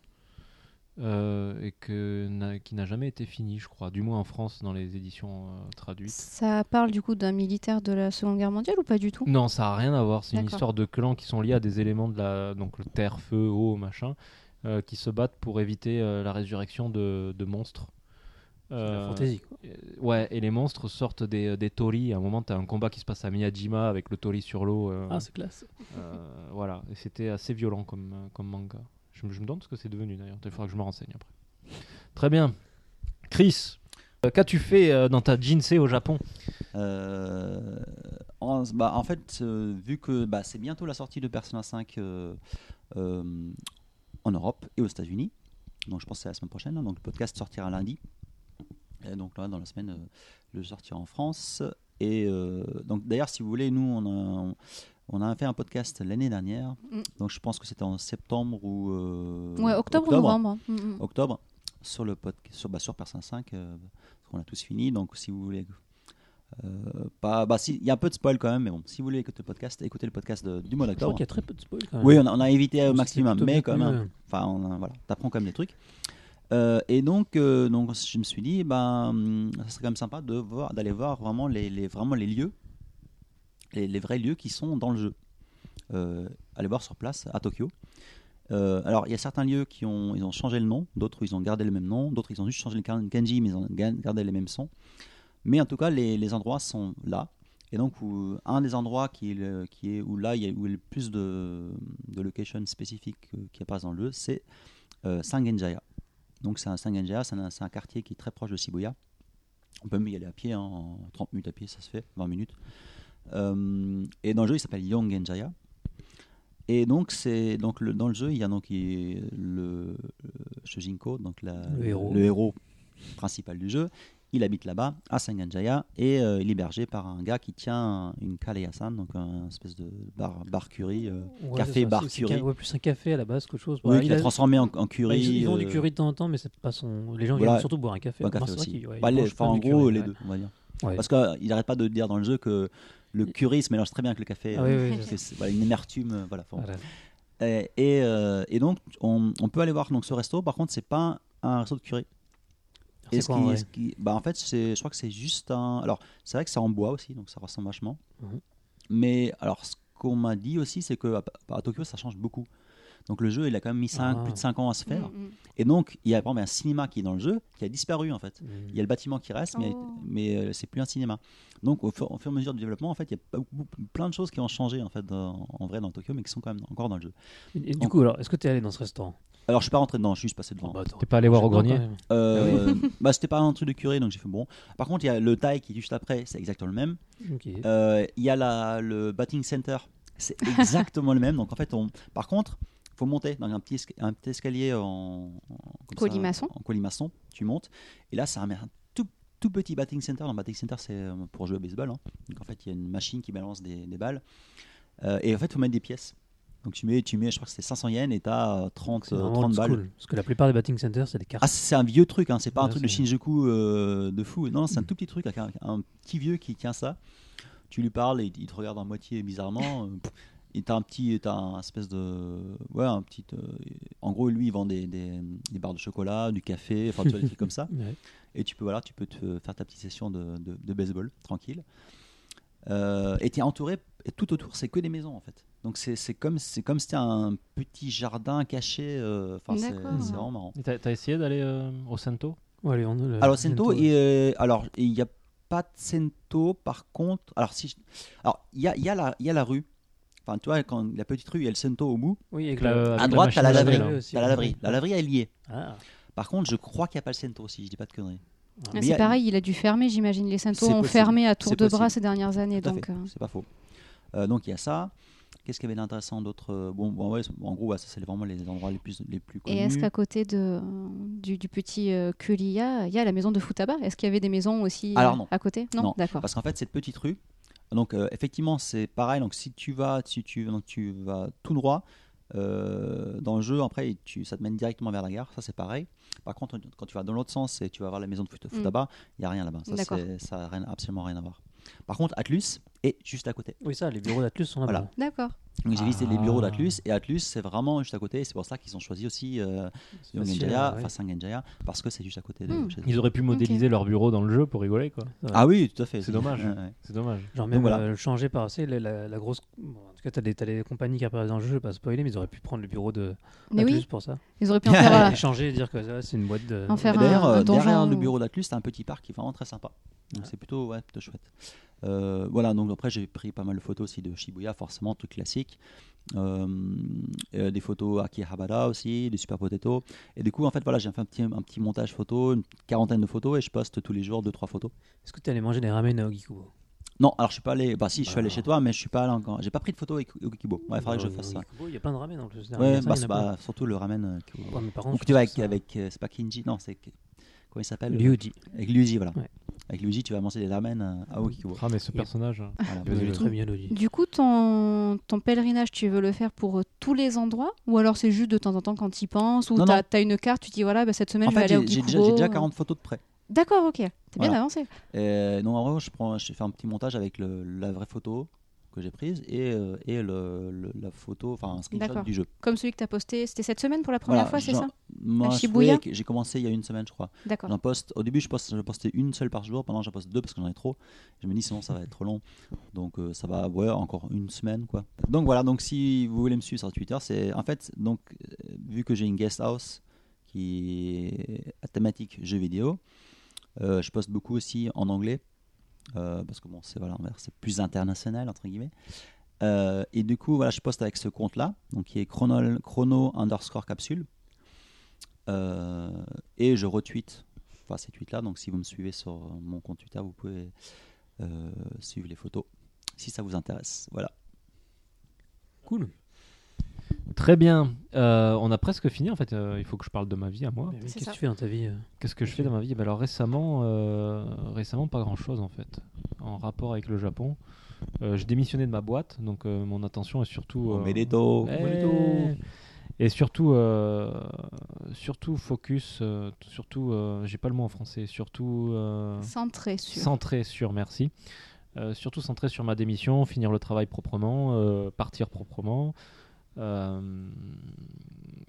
euh, et que n'a- qui n'a jamais été fini, je crois, du moins en France dans les éditions euh, traduites. Ça parle du coup d'un militaire de la Seconde Guerre mondiale ou pas du tout Non, ça n'a rien à voir. C'est une D'accord. histoire de clans qui sont liés à des éléments de la donc le terre, feu, eau, machin, euh, qui se battent pour éviter euh, la résurrection de, de monstres. La Euh, fantaisie, quoi. euh, ouais, et les monstres sortent des, des torii. À un moment, t'as un combat qui se passe à Miyajima avec le tori sur l'eau. euh, Ah, c'est classe. euh, voilà, et c'était assez violent comme, euh, comme manga. Je, me- je me demande ce que c'est devenu d'ailleurs, il faudra que je me renseigne après. Très bien. Chris, euh, qu'as-tu fait euh, dans ta Jinsei au Japon Euh, en, bah, en fait, euh, vu que bah, c'est bientôt la sortie de Persona 5 euh, euh, en Europe et aux États-Unis, donc je pense que c'est la semaine prochaine, hein, donc le podcast sortira lundi. Et donc là, dans la semaine, euh, le sortira en France. Et euh, donc d'ailleurs, si vous voulez, nous, on a, on a fait un podcast l'année dernière, Mm. donc je pense que c'était en septembre ou euh, Ouais, octobre, ou novembre. Mm, mm. octobre sur le pod, sur, bah, sur Persona 5 euh, parce qu'on a tous fini donc si vous voulez euh, pas bah si il y a un peu de spoil quand même mais bon si vous voulez écouter le podcast écoutez le podcast de- du mois Je crois d'octobre qu'il y a très peu de spoil quand même. oui on a, on a évité au C'était maximum plutôt mais bien quand tenu, même euh. enfin on a- voilà t'apprends quand même des trucs Euh, et donc, euh, donc je me suis dit ben hum, ça serait quand même sympa de voir d'aller voir vraiment les, les- vraiment les lieux les, les vrais lieux qui sont dans le jeu Euh, aller voir sur place à Tokyo Euh, alors il y a certains lieux qui ont ils ont changé le nom d'autres ils ont gardé le même nom d'autres ils ont juste changé le kan- kanji mais ils ont ga- gardé les mêmes sons mais en tout cas les, les endroits sont là et donc, où- un des endroits qui est, le- qui est où là, il y a, où il y a le plus de, de locations spécifiques euh, qui apparaissent dans le jeu, c'est euh, Sangenjaya. Donc, c'est un Sangenjaya, c'est un, c'est un quartier qui est très proche de Shibuya. On peut même y aller à pied, hein, en 30 minutes à pied, ça se fait, 20 minutes. Euh, et dans le jeu, il s'appelle Yongenjaya. Et donc, c'est donc le, dans le jeu, il y a donc il- le, le Shojinko, donc la- Le héros. le héros principal du jeu. Il habite là-bas, à Sanganjaya, et euh, il est hébergé par un gars qui tient une Kaleyasan, donc un espèce de bar, bar curry. euh. Ouais, Café, c'est ça, bar, c'est- c'est curry. ca- ouais, plus un café à la base qu'autre chose. Oui, Voilà, qu'il il a a- transformé en, en bah, curry. ils, ils vendent du euh, curry de temps en temps, mais c'est pas son. Les gens voilà. viennent surtout boire un café. un Enfin, café c'est vrai aussi. qu'il- ouais, Bah, il les- mange enfin, pas en du gros, curry, les ouais. deux, on va dire. Ouais. Parce qu'il n'arrête pas de dire dans le jeu que le curry se mélange très bien avec le café. Ah euh, oui, oui, parce c'est- que c'est- voilà, une amertume. euh, Voilà, faut- voilà. Et, et, euh, et donc, on, on peut aller voir donc, ce resto. Par contre, c'est pas un, un resto de curé. C'est Et ce quoi, qui- en vrai ce qui- bah, en fait, c'est, je crois que c'est juste un. Alors, c'est vrai que c'est en bois aussi, donc ça ressemble vachement. Mhm. Mais alors, ce qu'on m'a dit aussi, c'est que à, à Tokyo, ça change beaucoup. Donc, le jeu, il a quand même mis cinq- Ah. plus de 5 ans à se faire. Mm, mm. Et donc, il y a par exemple un cinéma qui est dans le jeu qui a disparu en fait. Il y a le bâtiment qui reste, mais, Oh. mais euh, c'est plus un cinéma. Donc, au fur, au fur et à mesure du développement, en fait, il y a pas beaucoup- plein de choses qui ont changé en fait dans- en vrai dans Tokyo, mais qui sont quand même encore dans le jeu. Mm. Et du coup, alors, est-ce que t'es allé dans ce restaurant Alors, je suis pas rentré dedans, je suis juste passé devant. Bah, attends. T'es pas allé voir au Non, quand grenier même. Euh, bah, c'était pas un truc de curé, donc j'ai fait bon. Par contre, il y a le taille qui est juste après, c'est exactement le même. Ok. Euh, Il y a la- le batting center, c'est exactement le même. Donc en fait, on, par contre, faut monter dans un petit, esca- un petit escalier en, en- comme ça, Colimaçon. en colimaçon. Tu montes et là, c'est un, un tout, tout petit batting center. Dans batting center, c'est euh, pour jouer au baseball. hein. Donc en fait, il y a une machine qui balance des, des balles Euh, et en fait, faut mettre des pièces. Donc tu mets, tu mets, je crois que c'est 500 yens et t'as euh, 30, C'est euh, vraiment 30 old balles. school, Parce que la plupart des batting centers, c'est des cartes. Ah, c'est un vieux truc, hein, c'est pas un Ouais, truc de c'est- Shinjuku euh, de fou. Non, c'est un tout petit truc avec un, un petit vieux qui tient ça. Tu lui parles et il te regarde à moitié bizarrement. euh, pff, Et t'as un petit, t'as un espèce de, ouais, un petit. euh, en gros, lui, il vend des, des, des barres de chocolat, du café, enfin, tu vois, des trucs comme ça. Ouais. Et tu peux, voilà, tu peux te faire ta petite session de, de, de baseball tranquille. Euh, et tu es entouré, et tout autour, c'est que des maisons en fait. Donc c'est c'est comme c'est comme si c'était un petit jardin caché. euh, Enfin, c'est D'accord. c'est vraiment marrant. Et T'as t'as essayé d'aller euh, au Santo Ouais, allez, on euh, a Euh, le- Alors, Sento, le- il est- euh, alors il n'y a pas de Sento, par contre. Alors, si je- alors il y a, il y, a la- il y a la rue. Enfin, tu vois, quand la petite rue, il y a le Sento au bout. Oui, avec Avec la- le- avec à droite, machine t'as la à laver, laverie. là. aussi, T'as la ouais. laverie. La laverie, elle y est. Ah. Par contre, je crois qu'il n'y a pas le Sento, si je dis pas de conneries. Ah, Mais il y c'est a- pareil, il a dû fermer, j'imagine. Les Santos C'est ont possible. fermé à tour C'est de bras possible. ces dernières années. Tout à Donc, fait, euh, c'est pas faux. Euh, donc, il y a ça. Qu'est-ce qu'il y avait d'intéressant d'autre Euh, Bon, bon, ouais, en gros, ouais, ça, c'est vraiment les endroits les plus, les plus connus. Et est-ce qu'à côté de, du, du petit euh, Kulia, il y a la maison de Futaba Est-ce qu'il y avait des maisons aussi euh, Alors non. à côté Non, Non, d'accord. Ah, Parce qu'en fait, cette petite rue, donc euh, effectivement, c'est pareil. Donc si tu vas, si tu, donc, tu vas tout droit euh, dans le jeu, après tu, ça te mène directement vers la gare. Ça c'est pareil. Par contre, quand tu vas dans l'autre sens et tu vas voir la maison de foot, Futaba, il n'y a rien là-bas. Ça, D'accord. c'est- ça a rien- absolument rien à voir. Par contre, Atlus est juste à côté. Oui, ça, les bureaux d'Atlus sont là-bas. Voilà. D'accord. Donc j'ai visité les Ah. bureaux d'Atlus et Atlus c'est vraiment juste à côté. Et c'est pour ça qu'ils ont choisi aussi euh, C'est Young facile, Enjaya, ouais. enfin Sangenjaya, parce que c'est juste à côté de Hmm. chez eux. Ils auraient pu modéliser leur bureau dans le jeu pour rigoler, quoi. Ah oui, tout à fait. C'est dommage. Ouais, ouais. C'est dommage. Genre même Donc voilà. euh, changer par assez la, la- la grosse. bon, en tout cas, t'as des, t'as des compagnies qui apparaissent dans le jeu, je vais pas spoiler, mais ils auraient pu prendre le bureau de Mais d'Atlus oui, pour ça. ils auraient pu en faire, euh, Et changer et dire que ça, c'est une boîte de. En faire Et D'ailleurs, un- un euh, derrière donjon le ou- bureau d'Atlus, c'est un petit parc qui est vraiment très sympa. Donc Ah. c'est plutôt, ouais, plutôt chouette. Euh, voilà, donc après j'ai pris pas mal de photos aussi de Shibuya, forcément, tout classique. Euh, et, euh, des photos Akihabara aussi, des Super Potato. Et du coup, en fait, voilà, j'ai fait un petit, un petit montage photo, une quarantaine de photos, et je poste tous les jours deux trois photos. Est-ce que t'es allé manger des ramen à Ogikubo Non, alors je suis pas allé, bah si, je suis allé Ah. chez toi, mais je suis pas allé encore. J'ai pas pris de photos avec Okibo. Ouais, il faudrait que je Dans fasse ça. euh, Ogikubo, Il y a plein de ramen en plus. Ouais, derrière Ah ça, bah, il y en c'est a plein. pas- surtout le ramen. euh, que- Ouais, mais par Donc contre, tu vas je avec, trouve ça- avec euh, c'est pas Kinji, non, c'est. Comment il s'appelle Liuji. Avec Luigi, voilà. Ouais. Avec Luigi, tu vas manger des ramen euh, à Okibo. Ah, mais ce Et- personnage. hein. Voilà. Vas-y, Il est vas-y. très bien, Liuji. Du coup, ton, ton pèlerinage, tu veux le faire pour euh, tous les endroits Ou alors c'est juste de temps en temps quand tu y penses Ou Non, t'as non. as une carte, tu dis voilà, bah, cette semaine En je vais fait, aller au j'ai- j'ai déjà, Gikubo, j'ai déjà euh. 40 photos de près. D'accord, ok. T'es bien Voilà. avancé. Et, donc, en gros, je, prends, je fais un petit montage avec le- la vraie photo que j'ai prise et, euh, et le- le- la photo, enfin un screenshot D'accord. du jeu. Comme celui que t'as posté, c'était cette semaine pour la première Voilà, fois, c'est j'en- ça moi, À je- Shibuya oui, que- j'ai commencé il y a une semaine, je crois. D'accord. J'en poste, au début, je, poste, je postais une seule par jour. Pendant, j'en poste deux parce que j'en ai trop. Je me dis, sinon, ça va être trop long. Donc, euh, ça va, ouais, encore une semaine, quoi. Donc, voilà. Donc, si vous voulez me suivre sur Twitter, c'est en fait, donc, euh, vu que j'ai une guest house qui est à thématique jeux vidéo, euh, je poste beaucoup aussi en anglais. euh, parce que bon, c'est voilà, on va dire, c'est plus international entre guillemets. Euh, et du coup, voilà, je poste avec ce compte-là, donc qui est chrono, chrono underscore capsule. Euh, et je retweet enfin, ces tweets-là. Donc si vous me suivez sur euh, mon compte Twitter, vous pouvez euh, suivre les photos si ça vous intéresse. Voilà. Cool. Très bien. Euh, on a presque fini, en fait. Euh, il faut que je parle de ma vie à moi. Mais Qu'est-ce que ça. tu fais dans ta vie euh Qu'est-ce que je fais dans ma vie Ben Alors récemment, euh, récemment pas grand-chose en fait, en rapport avec le Japon. Euh, je démissionnais de ma boîte, donc euh, mon attention est surtout. euh, Mais les dos. eh, Moledo. Et surtout, euh, surtout focus, euh, surtout, euh, j'ai pas le mot en français, surtout euh, Centré sur. centré sur, merci. Euh, surtout centré sur ma démission, finir le travail proprement, euh, partir proprement, euh,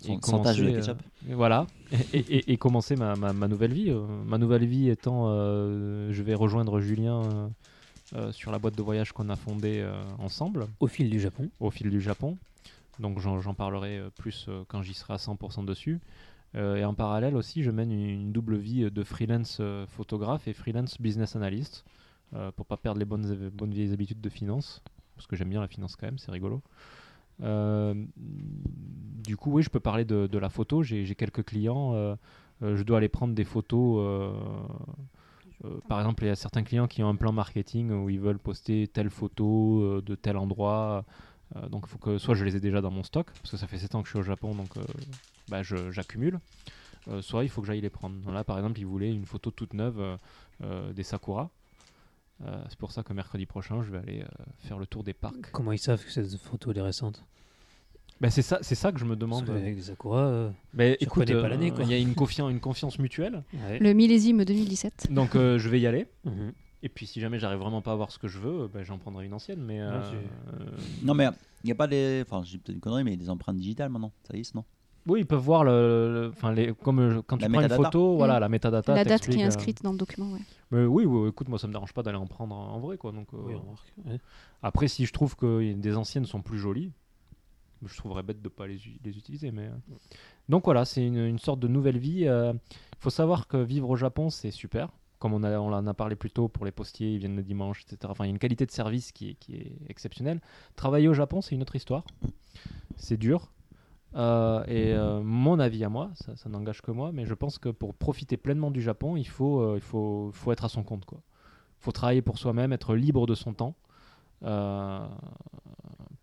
Sans- sans tâche de ketchup. euh, voilà, et, et- et commencer ma, ma- ma nouvelle vie. euh, ma nouvelle vie étant, euh, je vais rejoindre Julien euh, euh, sur la boîte de voyage qu'on a fondée euh, ensemble Au fil du Japon. au fil du Japon. Donc j'en j'en parlerai euh, plus euh, quand j'y serai à 100% dessus. Euh, et en parallèle aussi, je mène une, une double vie euh, de freelance euh, photographe et freelance business analyst euh, pour pas perdre les bonnes, bonnes vieilles habitudes de finance. Parce que j'aime bien la finance quand même, c'est rigolo. Euh, du coup, oui, je peux parler de, de la photo. J'ai j'ai quelques clients. euh, euh, je dois aller prendre des photos. euh, euh, par exemple, il y a certains clients qui ont un plan marketing où ils veulent poster telle photo euh, de tel endroit. Euh, donc, faut que soit je les ai déjà dans mon stock, parce que ça fait 7 ans que je suis au Japon, donc euh, bah, je- j'accumule. Euh, soit il faut que j'aille les prendre. Donc Là, par exemple, ils voulaient une photo toute neuve euh, euh, des Sakura. Euh, c'est pour ça que mercredi prochain, je vais aller euh, faire le tour des parcs. Comment ils savent que cette photo elle est récente Bah, c'est ça, c'est ça que je me demande. Parce que Avec des Sakura. euh, Bah, tu écoute, reconnais pas euh, l'année, quoi. il y a une, confiance, une confiance mutuelle, ouais. Le millésime 2017. donc euh, je vais y aller. Mhm. Et puis, si jamais j'arrive vraiment pas à voir ce que je veux, euh, bah, j'en prendrai une ancienne. Mais euh, euh, Non, mais il n'y a pas des. Enfin, j'ai peut-être une connerie, mais des empreintes digitales maintenant. Ça existe, non oui, ils peuvent voir le, le- enfin, les, comme euh, quand La tu prends une metadata. photo, voilà, Mm. la métadata. La date qui est t'explique, euh, inscrite dans le document, ouais. Mais oui, oui, écoute, moi ça me dérange pas d'aller en prendre en vrai. Quoi, donc, euh, Oui, remarque. Ouais. Après, si je trouve que des anciennes sont plus jolies, je trouverais bête de pas les, u- les utiliser. Mais... euh. Donc voilà, c'est une, une sorte de nouvelle vie. euh, Il faut savoir que vivre au Japon, c'est super. Comme on, a, on en a parlé plus tôt pour les postiers, ils viennent le dimanche, etc. Enfin, il y a une qualité de service qui est, qui est exceptionnelle. Travailler au Japon, c'est une autre histoire. C'est dur. Euh, et euh, mon avis à moi, ça, ça n'engage que moi, mais je pense que pour profiter pleinement du Japon, il faut, euh, il faut, faut être à son compte. Il faut travailler pour soi-même, être libre de son temps euh,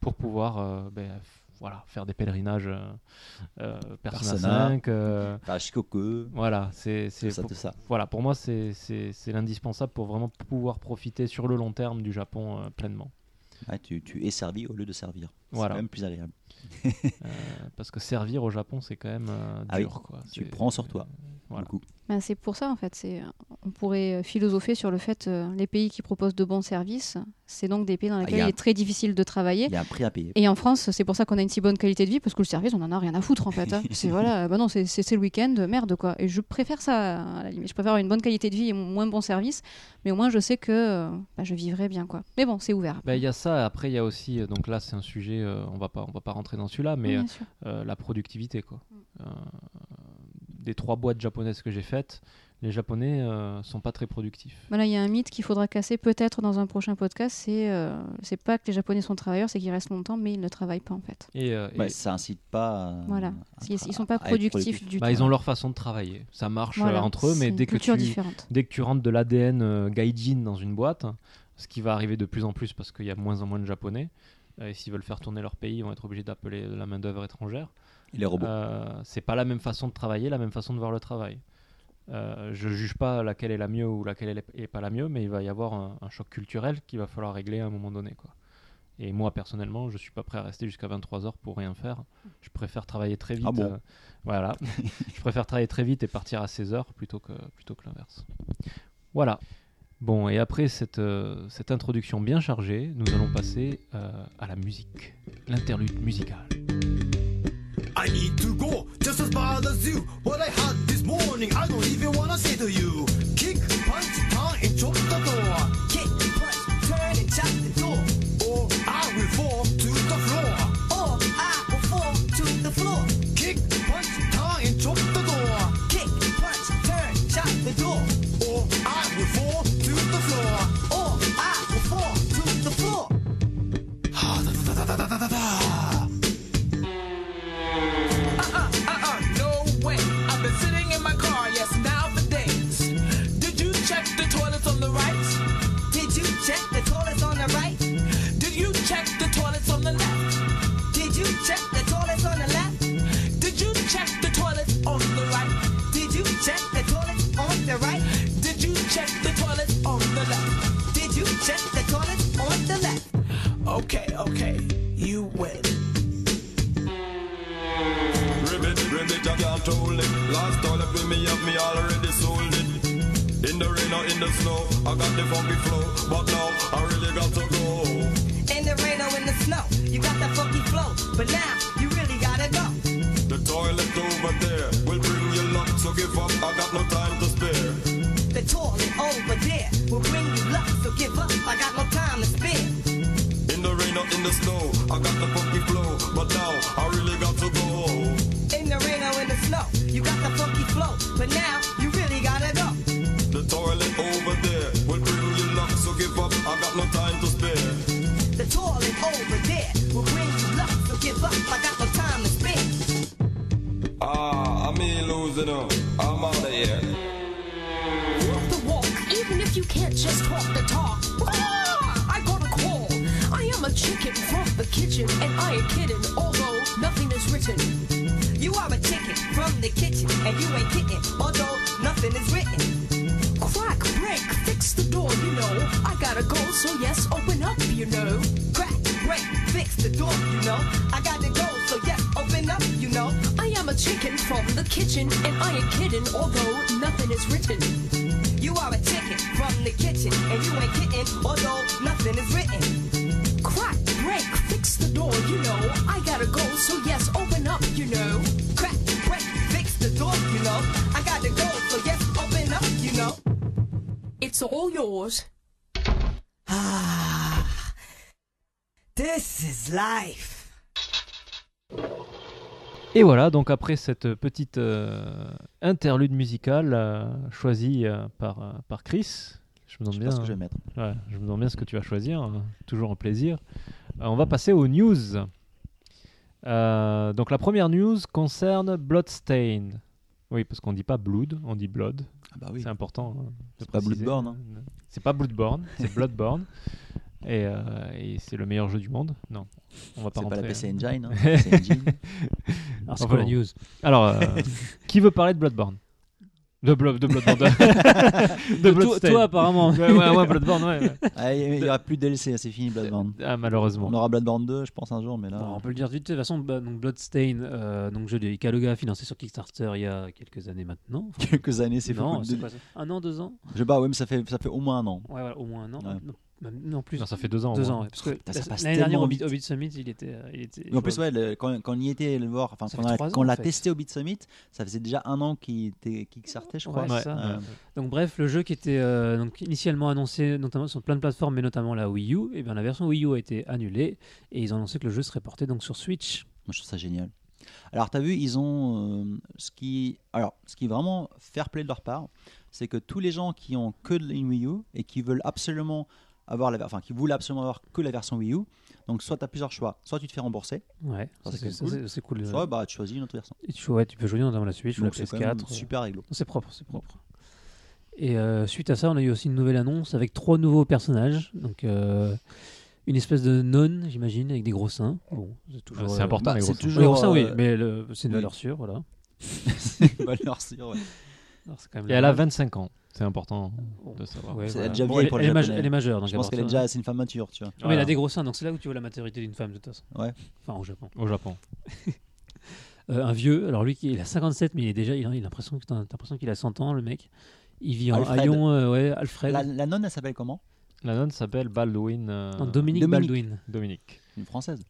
pour pouvoir euh, ben, f- voilà, faire des pèlerinages euh, euh, Persona, Persona. 5. euh, Enfin, Shikoku, voilà, c'est c'est- tout ça, pour- tout ça. voilà, pour moi, c'est- c'est c'est l'indispensable pour vraiment pouvoir profiter sur le long terme du Japon euh, pleinement. Ouais, tu, tu es servi au lieu de servir. C'est Voilà. quand même plus agréable. Euh, parce que servir au Japon, c'est quand même euh, Ah oui, dur. quoi. Tu C'est- euh, prends sur toi. Voilà. Du coup. Ben, c'est pour ça en fait. C'est on pourrait euh, philosopher sur le fait euh, les pays qui proposent de bons services, c'est donc des pays dans lesquels Ah, y a il un- est très difficile de travailler. Il y a un prix à payer. Et en France, c'est pour ça qu'on a une si bonne qualité de vie parce que le service, on en a rien à foutre en fait. hein. c'est voilà, bah non, c'est c'est- c'est le week-end, merde quoi. Et je préfère ça à la limite. Je préfère une bonne qualité de vie et moins bon service, mais au moins je sais que euh, bah, je vivrai bien quoi. Mais bon, c'est ouvert. Bah, Ben, il y a ça, après il y a aussi, euh, donc là c'est un sujet, euh, on va pas, on va pas rentrer dans celui-là, mais Bien sûr. euh, la productivité. Quoi. Mm. Euh, des trois boîtes japonaises que j'ai faites, les japonais euh, sont pas très productifs. Voilà, il y a un mythe qu'il faudra casser peut-être dans un prochain podcast. C'est euh, c'est pas que les Japonais sont travailleurs, c'est qu'ils restent longtemps, mais ils ne travaillent pas en fait. Et, euh, et- Ouais, ça incite pas. à- Voilà. à Ils, tra- ils sont pas à être productifs productif. du bah, tout. ils ont leur façon de travailler. Ça marche euh, Voilà, entre eux, c'est mais une dès que, culture tu, différente. dès que tu rentres de l'ADN euh, gaijin dans une boîte, ce qui va arriver de plus en plus parce qu'il y a de moins en moins de japonais, euh, et s'ils veulent faire tourner leur pays, ils vont être obligés d'appeler de la main-d'œuvre étrangère. Et les robots. Euh, c'est pas la même façon de travailler, la même façon de voir le travail. Euh, je juge pas laquelle est la mieux ou laquelle elle est- est pas la mieux, mais il va y avoir un, un choc culturel qu'il va falloir régler à un moment donné. Quoi. Et moi, personnellement, je suis pas prêt à rester jusqu'à 23 heures pour rien faire. Je préfère travailler très vite. euh, Ah bon voilà. je préfère travailler très vite et partir à 16 heures plutôt que, plutôt que l'inverse. Voilà. Bon, et après cette, euh, cette introduction bien chargée, nous allons passer euh, à la musique, l'interlude musicale. I need to go just as bad as you. What I had this morning, I don't even wanna say to you. Kick, punch, turn, and chop the door. Kick, punch, turn, and chop the door. Or I will fall to the floor. Or I will fall to the floor. Kick, punch, turn, and chop the door. Kick, punch, turn, chop the door. Or I will fall to the floor. Or I will fall to the floor. Uh-uh, no way. I've been sitting in my car, yes, now for days. Did you check the toilets on the right? Did you check the toilets on the right? Did you check the toilets on the left? Did you check the toilets on the left? Did you check the toilets on the right? Did you check the toilets on the right? Did you check the toilets on the left? Did you check the toilets on the left? Okay, okay, you win. Rim it, rim it, I can't hold it. Last all up with me, up me already sold it. In the rain or in the snow, I got the funky flow. But now, I really got to go. In the rain or in the the snow. You got that funky flow, but now you really gotta know. The toilet over there will bring you luck, so give up. I got no time to spare. The toilet over there will bring you luck, so give up. I got no time to spare. In the rain or in the snow, I got the funky flow, but now I really got to go. In the rain or in the snow, you got the funky flow, but now you really gotta know. The toilet over there will bring you luck, so give up. I got no time to spare. The toilet over there will bring you luck, so give up. I got no time to spare. Ah, I'm me losing up. I'm out of here. Walk the walk, even if you can't just talk the talk. Ah, I got a call. I am a chicken from the kitchen, and I ain't kidding, although nothing is written. You are a chicken from the kitchen, and you ain't kidding, although nothing is written. Crack, break, fix the door, you know. I gotta go, so yes, open up, you know. Crack, break, fix the door, you know. I gotta go, so yes, open up, you know. I am a chicken from the kitchen, and I ain't kidding, although nothing is written. You are a chicken from the kitchen, and you ain't kidding, although nothing is written. Crack, break, fix the door, you know. I gotta go, so yes, open up, you know. Crack, break, fix the door, you know. I gotta go, so yes, open up, you know. It's all yours. Ah, this is life. Et voilà, donc après cette petite euh, interlude musicale euh, choisie euh, par, euh, par Chris, je Je me demande sais bien, hein. pas ce que je vais mettre. ouais, je me demande bien ce que tu vas choisir, hein. toujours un plaisir. Euh, on va passer aux news. Euh, donc la première news concerne Bloodstain. Oui, parce qu'on dit pas Blood, on dit Blood. Ah bah oui. C'est important. hein, de C'est pas préciser. Bloodborne, hein. C'est pas Bloodborne, c'est Bloodborne. Et, euh, et c'est le meilleur jeu du monde. Non, on va pas C'est pas rentrer. la PC Engine. Hein. PC Engine. Alors, c'est Enfin quoi la bon. news Alors, euh, qui veut parler de Bloodborne De, Blo- de Bloodborne. de, de toi, Bloodstain. toi, apparemment. Ouais, ouais, ouais, Bloodborne, ouais. ouais. Ah, il il y aura plus de DLC, c'est fini Bloodborne. Ah, On malheureusement. aura Bloodborne 2, je pense, un jour, mais là. Bon, on peut le dire vite. De toute façon, bah, donc Bloodstain, euh, donc jeu de Ikaruga financé sur Kickstarter il y a quelques années maintenant. Quelques années, c'est non, beaucoup c'est de... pas ça. Un an, deux ans Je sais pas, ouais, mais ça fait, ça fait au moins un an. Ouais, voilà, au moins un an. Ouais. Oh, Non, même- non, plus. Non, ça fait deux ans. au deux moins. ans, ouais, parce que Putain, ça passe l'année dernière, tellement au Beat, vite. au Beat Summit, il était. euh, il était Mais en plus, ouais, le- quand, quand on y était le voir, enfin, Ça quand fait on trois l'a- ans, quand on en l'a fait. testé au Beat Summit, ça faisait déjà un an qu'il était Kickstarter, je crois. Ouais, Ouais, ça. ouais. Euh, Donc bref, le jeu qui était euh, donc initialement annoncé notamment sur plein de plateformes, mais notamment la Wii U, et bien la version Wii U a été annulée et ils ont annoncé que le jeu serait porté donc sur Switch. Moi, je trouve ça génial. Alors, tu as vu, ils ont euh, ce qui, alors, ce qui est vraiment fair play de leur part, c'est que tous les gens qui ont que de- une Wii U et qui veulent absolument avoir la, enfin, qui voulaient absolument avoir que la version Wii U, donc soit tu as plusieurs choix, soit tu te fais rembourser, Ouais, Ça, Ah, ça, c'est c'est ça, cool. c'est- c'est cool. euh, soit bah, tu choisis une autre version. Et tu, ouais, tu peux jouer notamment la Switch ou la Donc, c'est quand même PS4. euh, super réglo. Non, C'est propre, c'est propre. Et euh, suite à ça, on a eu aussi une nouvelle annonce avec trois nouveaux personnages. Donc, euh, une espèce de nonne, j'imagine, avec des gros seins. Bon, c'est toujours. Ah, c'est euh, important, bah, les gros c'est seins. toujours- Les gros seins, oui, euh, mais le- c'est une oui. valeur sûre, voilà. Valeur sûre, ouais. Alors, c'est quand même Et elle a la- 25 ans. C'est important Bon. de savoir. Ouais, C'est voilà. déjà Bon, vieille elle, pour elle les est maje- Japonais. elle est majeure, donc Je pense à qu'elle est partir- déjà, c'est une femme mature, tu vois. Non, mais elle Voilà. a des gros seins, donc c'est là où tu vois la maturité d'une femme, de toute façon. Ouais. Enfin, au Japon. Au Japon. Euh, un vieux, alors lui, qui- il a 57, mais il est déjà, il a il a l'impression que t'as t'as l'impression qu'il a 100 ans, le mec. Il vit en Alfred. haillon, euh, ouais, Alfred. La, la nonne, elle s'appelle comment La nonne s'appelle Baldwin. euh, Non, Dominique, Dominique. Baldwin. Dominique. Une française.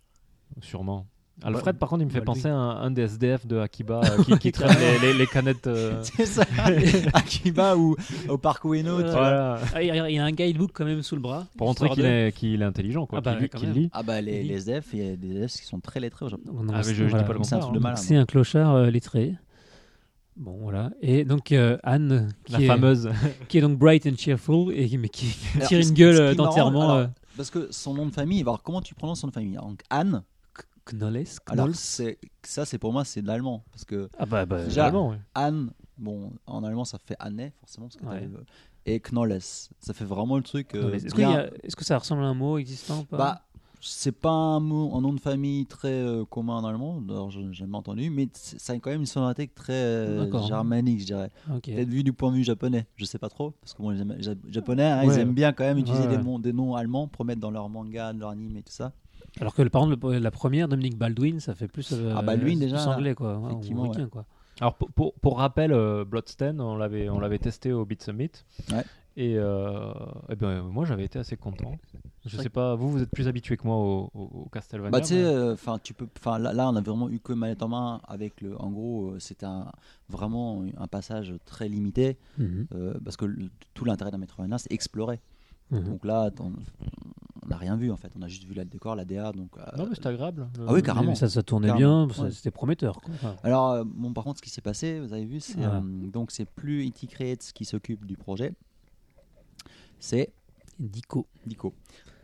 Sûrement. Alfred, par contre, il me fait Baldwin. penser à un, un des SDF de Akiba euh, qui, qui traîne les, les- les canettes. euh, C'est ça. Akiba ou au parc Ueno, tu vois. voilà. Ah, il y a- il y a un guidebook quand même sous le bras. Pour montrer histoire qu'il de- est, qu'il est intelligent, quoi. Ah bah qu'il- ouais, quand qu'il même. lit. Ah bah les, Il- les SDF, il y a des SDF qui sont très lettrés au Japon. Donc, non, Ah, mais je- je dis voilà. pas le C'est un contraire. truc de hein. mal. C'est un clochard euh, lettré. Bon, voilà. Et donc, euh, Anne, qui, La est, fameuse. qui est donc bright and cheerful, et qui, mais qui Alors, tire ce- ce une qui est gueule euh, marrant, d'enterrement. alors, euh, Parce que son nom de famille, alors comment tu prononces son nom de famille Donc Anne, Knolles, alors Knolles. c'est- ça c'est pour moi c'est de l'allemand. Parce que Ah bah, bah, Déjà, vraiment, ouais. Anne, bon en allemand ça fait Anne forcément. Parce que t'as Ouais. le- et Knolles, ça fait vraiment le truc. euh, Knolles. Est-ce qu'il y bien- a- est-ce que ça ressemble à un mot existant ou pas Bah, c'est pas un, mot, un nom de famille très euh, commun en allemand, alors je- j'ai jamais entendu, mais c'est- ça a quand même une sonorité très euh, D'accord. germanique, je dirais. Ok. Peut-être vu du point de vue japonais, je sais pas trop, parce que bon, les Ama- Ja- japonais, hein, Ouais. ils aiment bien quand même utiliser Ouais, des, ouais. noms, des noms allemands pour mettre dans leurs mangas, leurs animes et tout ça. Alors que par contre, le- la première, Dominique Baldwin, ça fait plus, euh, Ah, Baldwin, plus déjà, anglais quoi, ouais, ou effectivement, américain, quoi. Alors pour, pour, pour rappel, euh, Bloodstain, on l'avait on l'avait testé au Beat Summit. Ouais. Et, euh, eh ben, moi j'avais été assez content. Je vrai sais pas, vous, vous êtes plus habitué que moi au, au- au Castlevania. Bah, tu sais, mais- euh, 'fin, tu peux, 'fin, là, là, on a vraiment eu que manette en main. Avec le, en gros, euh, c'était un- vraiment un passage très limité Mhm. euh, parce que le- tout l'intérêt d'un Metroidvania, c'est explorer. Mhm. Donc là, t'en- on n'a rien vu en fait. On a juste vu là, le décor, la DA. Donc, euh, Non, mais c'est agréable. ah oui, carrément. Mais Euh, ça, ça tournait Carrément. bien, ça- Ouais. c'était prometteur. quoi. Enfin, Alors, euh, bon, par contre, ce qui s'est passé, vous avez vu, c'est Ah. euh, donc c'est plus IT Creates qui s'occupe du projet, c'est Dico. Dico.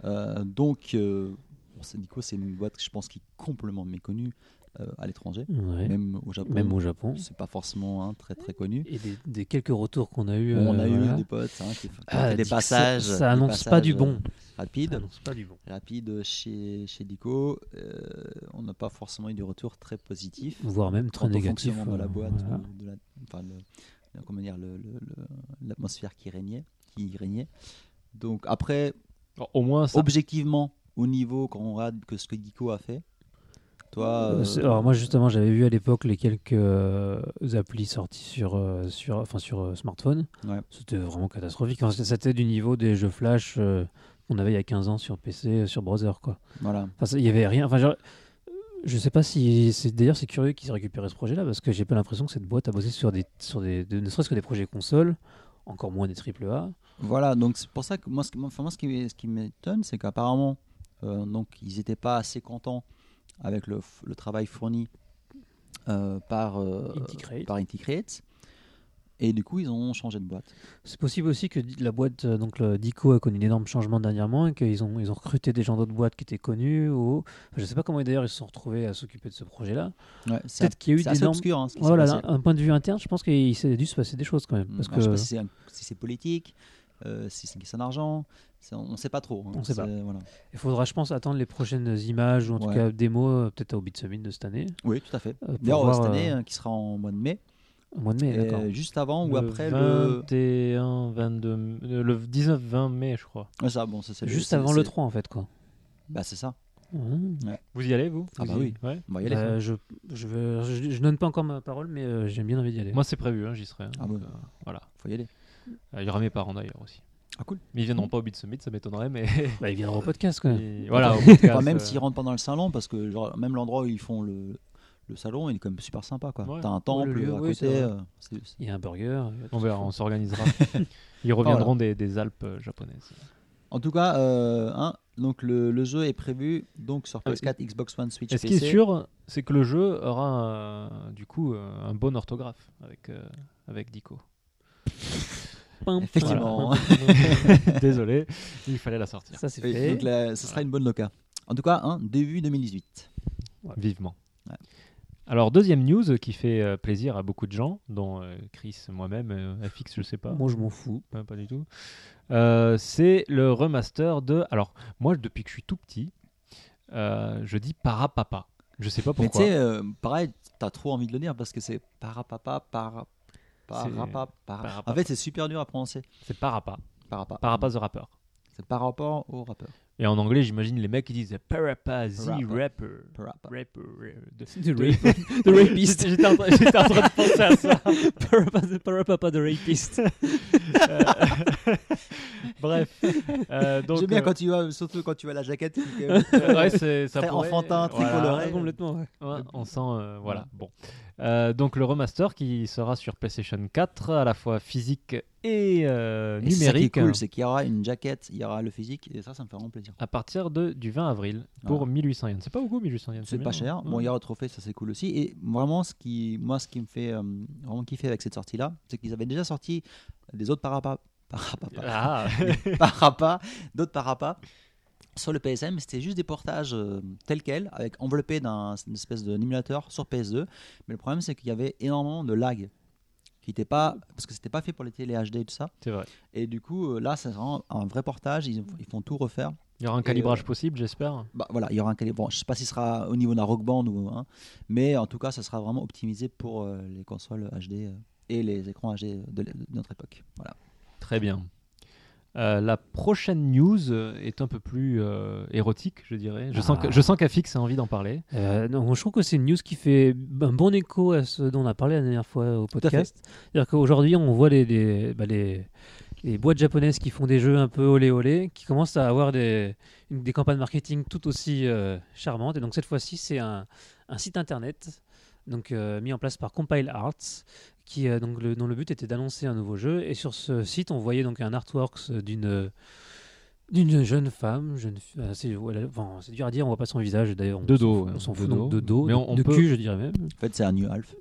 Euh, donc, euh, bon, c'est- Dico, c'est une boîte, je pense, qui est complètement méconnue euh, à l'étranger, Ouais. même Même, au Japon. au Japon. c'est pas forcément hein, très très connu. Et des, des quelques retours qu'on a eu. Bon, on a eu euh, voilà. des potes hein, qui, qui ont Ah, fait des dis que ça- passages, Ça des annonce pas du passages, bon. Ah euh, Ça rapides, annonce pas du bon. rapides chez chez Dico. Euh, on n'a pas forcément eu de retour très positif. Voire même très euh, quant au négatif. fonctionnement de la euh, boîte, voilà. ou de la- enfin, le- le- comment dire, le- le- le- l'atmosphère qui régnait, qui y régnait. Donc après, Alors, Au moins, ça. objectivement, au niveau quand on regarde que ce que Dico a fait, toi, Euh, euh, c'est- Alors moi justement j'avais vu à l'époque les quelques euh, applis sorties sur euh, sur enfin sur euh, smartphone. Ouais. C'était vraiment catastrophique. Enfin, C'était du niveau des jeux flash euh, qu'on avait il y a 15 ans sur PC euh, sur browser quoi. voilà. Enfin ça- il y avait rien. Enfin genre, euh, je sais pas si c'est d'ailleurs c'est curieux qu'ils aient récupéré ce projet là parce que j'ai pas l'impression que cette boîte a bossé sur des sur des de- ne serait-ce que des projets consoles encore moins des triple A. Voilà, donc c'est pour ça que moi, ce, qui- enfin, moi, ce qui, ce qui m'étonne, c'est qu'apparemment, euh, donc ils n'étaient pas assez contents avec le, f- le travail fourni euh, par euh, Indie Create. par Indie Create. et du coup ils ont changé de boîte. C'est possible aussi que la boîte, euh, donc le Dico, a connu d'énormes changements dernièrement et qu'ils ont, ils ont recruté des gens d'autres boîtes qui étaient connus. Ou... Enfin, je sais pas comment d'ailleurs ils se sont retrouvés à s'occuper de ce projet-là. Ouais, c'est Peut-être un- qu'il y a eu c'est assez d'énormes- obscur, hein, ce qui s'est Voilà, passé. d'un un point de vue interne, je pense qu'il s'est dû se passer des choses quand même. Parce Bah, Je sais que pas si c'est un- si c'est politique, euh, si c'est une question d'argent, c'est- on ne sait pas trop. hein. On sait pas. C'est- voilà. il faudra, je pense, attendre les prochaines images ou en tout Ouais. cas démos, euh, peut-être au Beat Summit de cette année, Oui, tout à fait. Euh, pour D'ailleurs, voir, cette année, euh, euh, hein, qui sera en mois de mai, au mois de mai. et D'accord. juste avant ou le après Eh, le. 21, 22, euh, le 19-20 mai, je crois. Ouais, Ah, ça, bon, ça, c'est Juste c'est- avant c'est- le 3 en fait quoi. Bah, c'est ça. Mmh. Vous y allez, vous Ah Vous bah y- oui. ouais. On va y aller. Euh, je, je, vais- je, je donne pas encore ma parole, mais euh, j'ai bien envie d'y aller. Moi, c'est prévu, hein, j'y serai. hein, Ah donc, bon. euh, voilà. Faut y aller. Euh, Il y aura mes parents d'ailleurs aussi. Ah, cool. Mais ils viendront pas au Beat Summit, ça m'étonnerait, mais. Bah, ils viendront au podcast quand même. Et voilà, au Enfin, podcast, même euh, s'ils rentrent pas dans le salon, parce que genre, même l'endroit où ils font le, le salon, il est quand même super sympa. quoi. Ouais. T'as un temple lieu, à oui, c'est côté. vrai. euh, c'est- c'est- Il y a un burger. il y a tout On ce verra, qu'il on faut. s'organisera. Ils reviendront des, des Alpes euh, japonaises. En tout cas, euh, hein, donc le, le jeu est prévu donc sur Ah, PS4, Xbox One, Switch, Et ce PC. qui est sûr, c'est que le jeu aura euh, du coup euh, un bon orthographe avec, euh, avec Dico. Pim, pim. Effectivement. Désolé, il fallait la sortir. Ça c'est Oui, fait. donc là, ce sera une bonne loca. En tout cas, hein, début 2018. Vivement. Ouais. Alors, deuxième news euh, qui fait euh, plaisir à beaucoup de gens, dont euh, Chris, moi-même, euh, FX, je sais pas. Moi je m'en fous. Pas, pas du tout. Euh, c'est le remaster de. Alors, moi, depuis que je suis tout petit, euh, je dis Parapapa. Je sais pas Mais tu pourquoi. sais, euh, pareil, t'as trop envie de le dire parce que c'est parapapa, para, parapa, para- Parapapa. En fait, c'est super dur à prononcer. C'est Parapa. Parapa. Parapa the Rapper. C'est par rapport au rappeur. Et en anglais, j'imagine les mecs qui disent Parapa the Rapper. Rapper. Parapa. Rapper. euh, de- The, de rapiste. J'étais en, train- j'étais en train de penser à ça. Parapapa de rapiste. Euh, Bref. Euh, donc, J'aime bien euh, quand tu vois, surtout quand tu vois la jaquette. c'est que- ouais, c'est ça Très pourrait- euh, enfantin, voilà. tricoloré. complètement. Ouais, on sent, euh, voilà. Bon, Euh, donc le remaster qui sera sur PlayStation 4, à la fois physique et euh, Et c'est ça qui est numérique, cool, c'est qu'il y aura une jaquette, il y aura le physique, et ça, ça me fait vraiment plaisir. à partir de, du 20 avril pour Voilà. 1800 yens. C'est pas beaucoup 1800 yens. C'est pas bien, cher. hein. Bon, il y aura le trophée, ça c'est cool aussi. Et vraiment, ce qui, moi, ce qui me fait euh, vraiment kiffer avec cette sortie-là, c'est qu'ils avaient déjà sorti des autres parapas, parapas, Ah, parapas, d'autres parapas sur le PSM. mais C'était juste des portages euh, tels quels, avec enveloppé d'un une espèce de émulateur sur PS2. Mais le problème, c'est qu'il y avait énormément de lag, qui n'était pas parce que c'était pas fait pour les télé HD et tout ça. c'est vrai. Et du coup, euh, là, c'est vraiment un vrai portage. Ils, ils font tout refaire. Il y aura un euh, calibrage possible, j'espère. Bah, voilà, il y aura un calibre. Bon, je sais pas si ce sera au niveau d'un rock band ou hein, mais en tout cas, ça sera vraiment optimisé pour euh, les consoles HD euh, et les écrans HD de, l'é- de notre époque. Voilà. Très bien. Euh, la prochaine news est un peu plus euh, érotique, je dirais. Je sens Ah. que je sens qu'Afix a envie d'en parler. non, Euh, je trouve que c'est une news qui fait un bon écho à ce dont on a parlé la dernière fois au à fait. podcast. C'est-à-dire qu'aujourd'hui, on voit les, les, bah, les, les boîtes japonaises qui font des jeux un peu olé olé, qui commencent à avoir des, une- des campagnes marketing tout aussi euh, charmantes. Et donc cette fois-ci, c'est un, un site internet donc euh, mis en place par Compile Arts, qui euh, donc le- dont le but était d'annoncer un nouveau jeu. Et sur ce site, on voyait donc un artworks d'une d'une jeune femme, jeune fi- euh, c'est voilà, enfin, c'est dur à dire, on voit pas son visage d'ailleurs. on De s'en dos, fout- ouais, on s'en de fout dos. donc de dos, Mais on- on de peut- cul, je dirais même. En fait, c'est un New Half.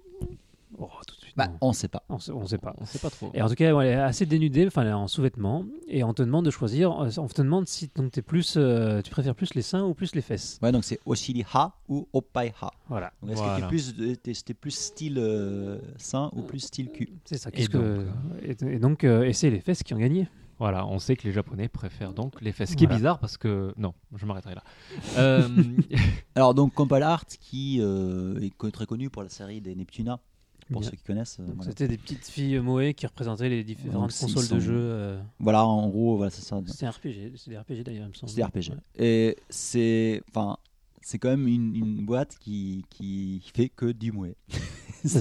Oh, tout de suite. Bah, non. on sait pas. On sait- on sait pas. On sait pas trop. Et en tout cas, ouais, elle est assez dénudée, enfin, elle est en sous-vêtements, et on te demande de choisir, euh, on te demande si donc, t'es plus, euh, tu préfères plus les seins ou plus les fesses. Ouais, donc c'est Oshiri Ha ou Oppai Ha. Voilà, Donc, Est-ce Voilà. que c'était plus, t'es- c'était plus style euh, sein ou plus style cul c'est ça. Et Qu'est-ce que... donc, et, et donc, euh, et c'est les fesses qui ont gagné. Voilà, on sait que les Japonais préfèrent donc les fesses. Ce qui Voilà. est bizarre parce que. Non, je m'arrêterai là. Euh, Alors donc Compal Art qui euh, est co- très connu pour la série des Neptuna, pour Bien. ceux qui connaissent. euh, Donc, voilà. C'était des petites filles euh, moé qui représentaient les différentes Donc, c'est- consoles ils sont- de jeux. euh, Voilà, en gros, voilà, c'est ça. c'est un RPG, c'est des RPG d'ailleurs, il me semble. C'est des RPG. Ouais. Et c'est, enfin, c'est quand même une, une boîte qui qui fait que du mouet. C'est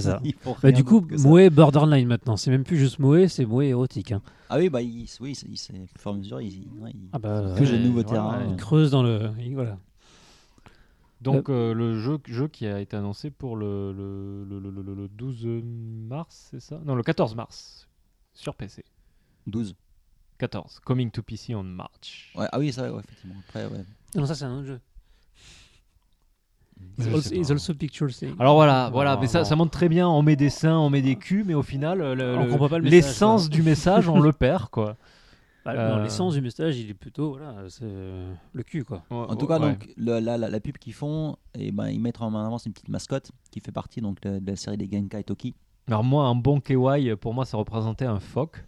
ça. Ils font Bah, rien du coup, d'autre que ça. moé borderline maintenant, c'est même plus juste moé, c'est moé érotique. hein. Ah oui, bah ils- oui, ils- ils- c'est- au fur et à mesure, ils, ils- ouais, ils- Ah bah, que j'ai ouais, de hein. nouveaux voilà, terrains. ouais. il creuse dans le. il- Voilà. donc, euh, le jeu, jeu qui a été annoncé pour le, le, le- le- le- le 12 mars, c'est ça Non, le 14 mars, sur PC. 12. 14, Coming to PC on March. Ouais, ah oui, ça, ouais, effectivement. Après, ouais. Non, ça c'est un autre jeu. Je It's also, sais pas. it's hein. also picture thing. Alors voilà, voilà, Non, mais ça, non. ça montre très bien, on met des seins, on met des culs, mais au final, euh, le- On le- comprend pas le message, l'essence quoi. du message, on le perd, quoi. Bah, Euh, non, l'essence du moustache, il est plutôt voilà, c'est, euh, le cul quoi. En tout cas, donc, le- la, la- la pub qu'ils font, et ben, ils mettent en avant une petite mascotte qui fait partie donc, de, de la série des Genkai Toki. Alors moi, un bon kawaii, pour moi, ça représentait un phoque.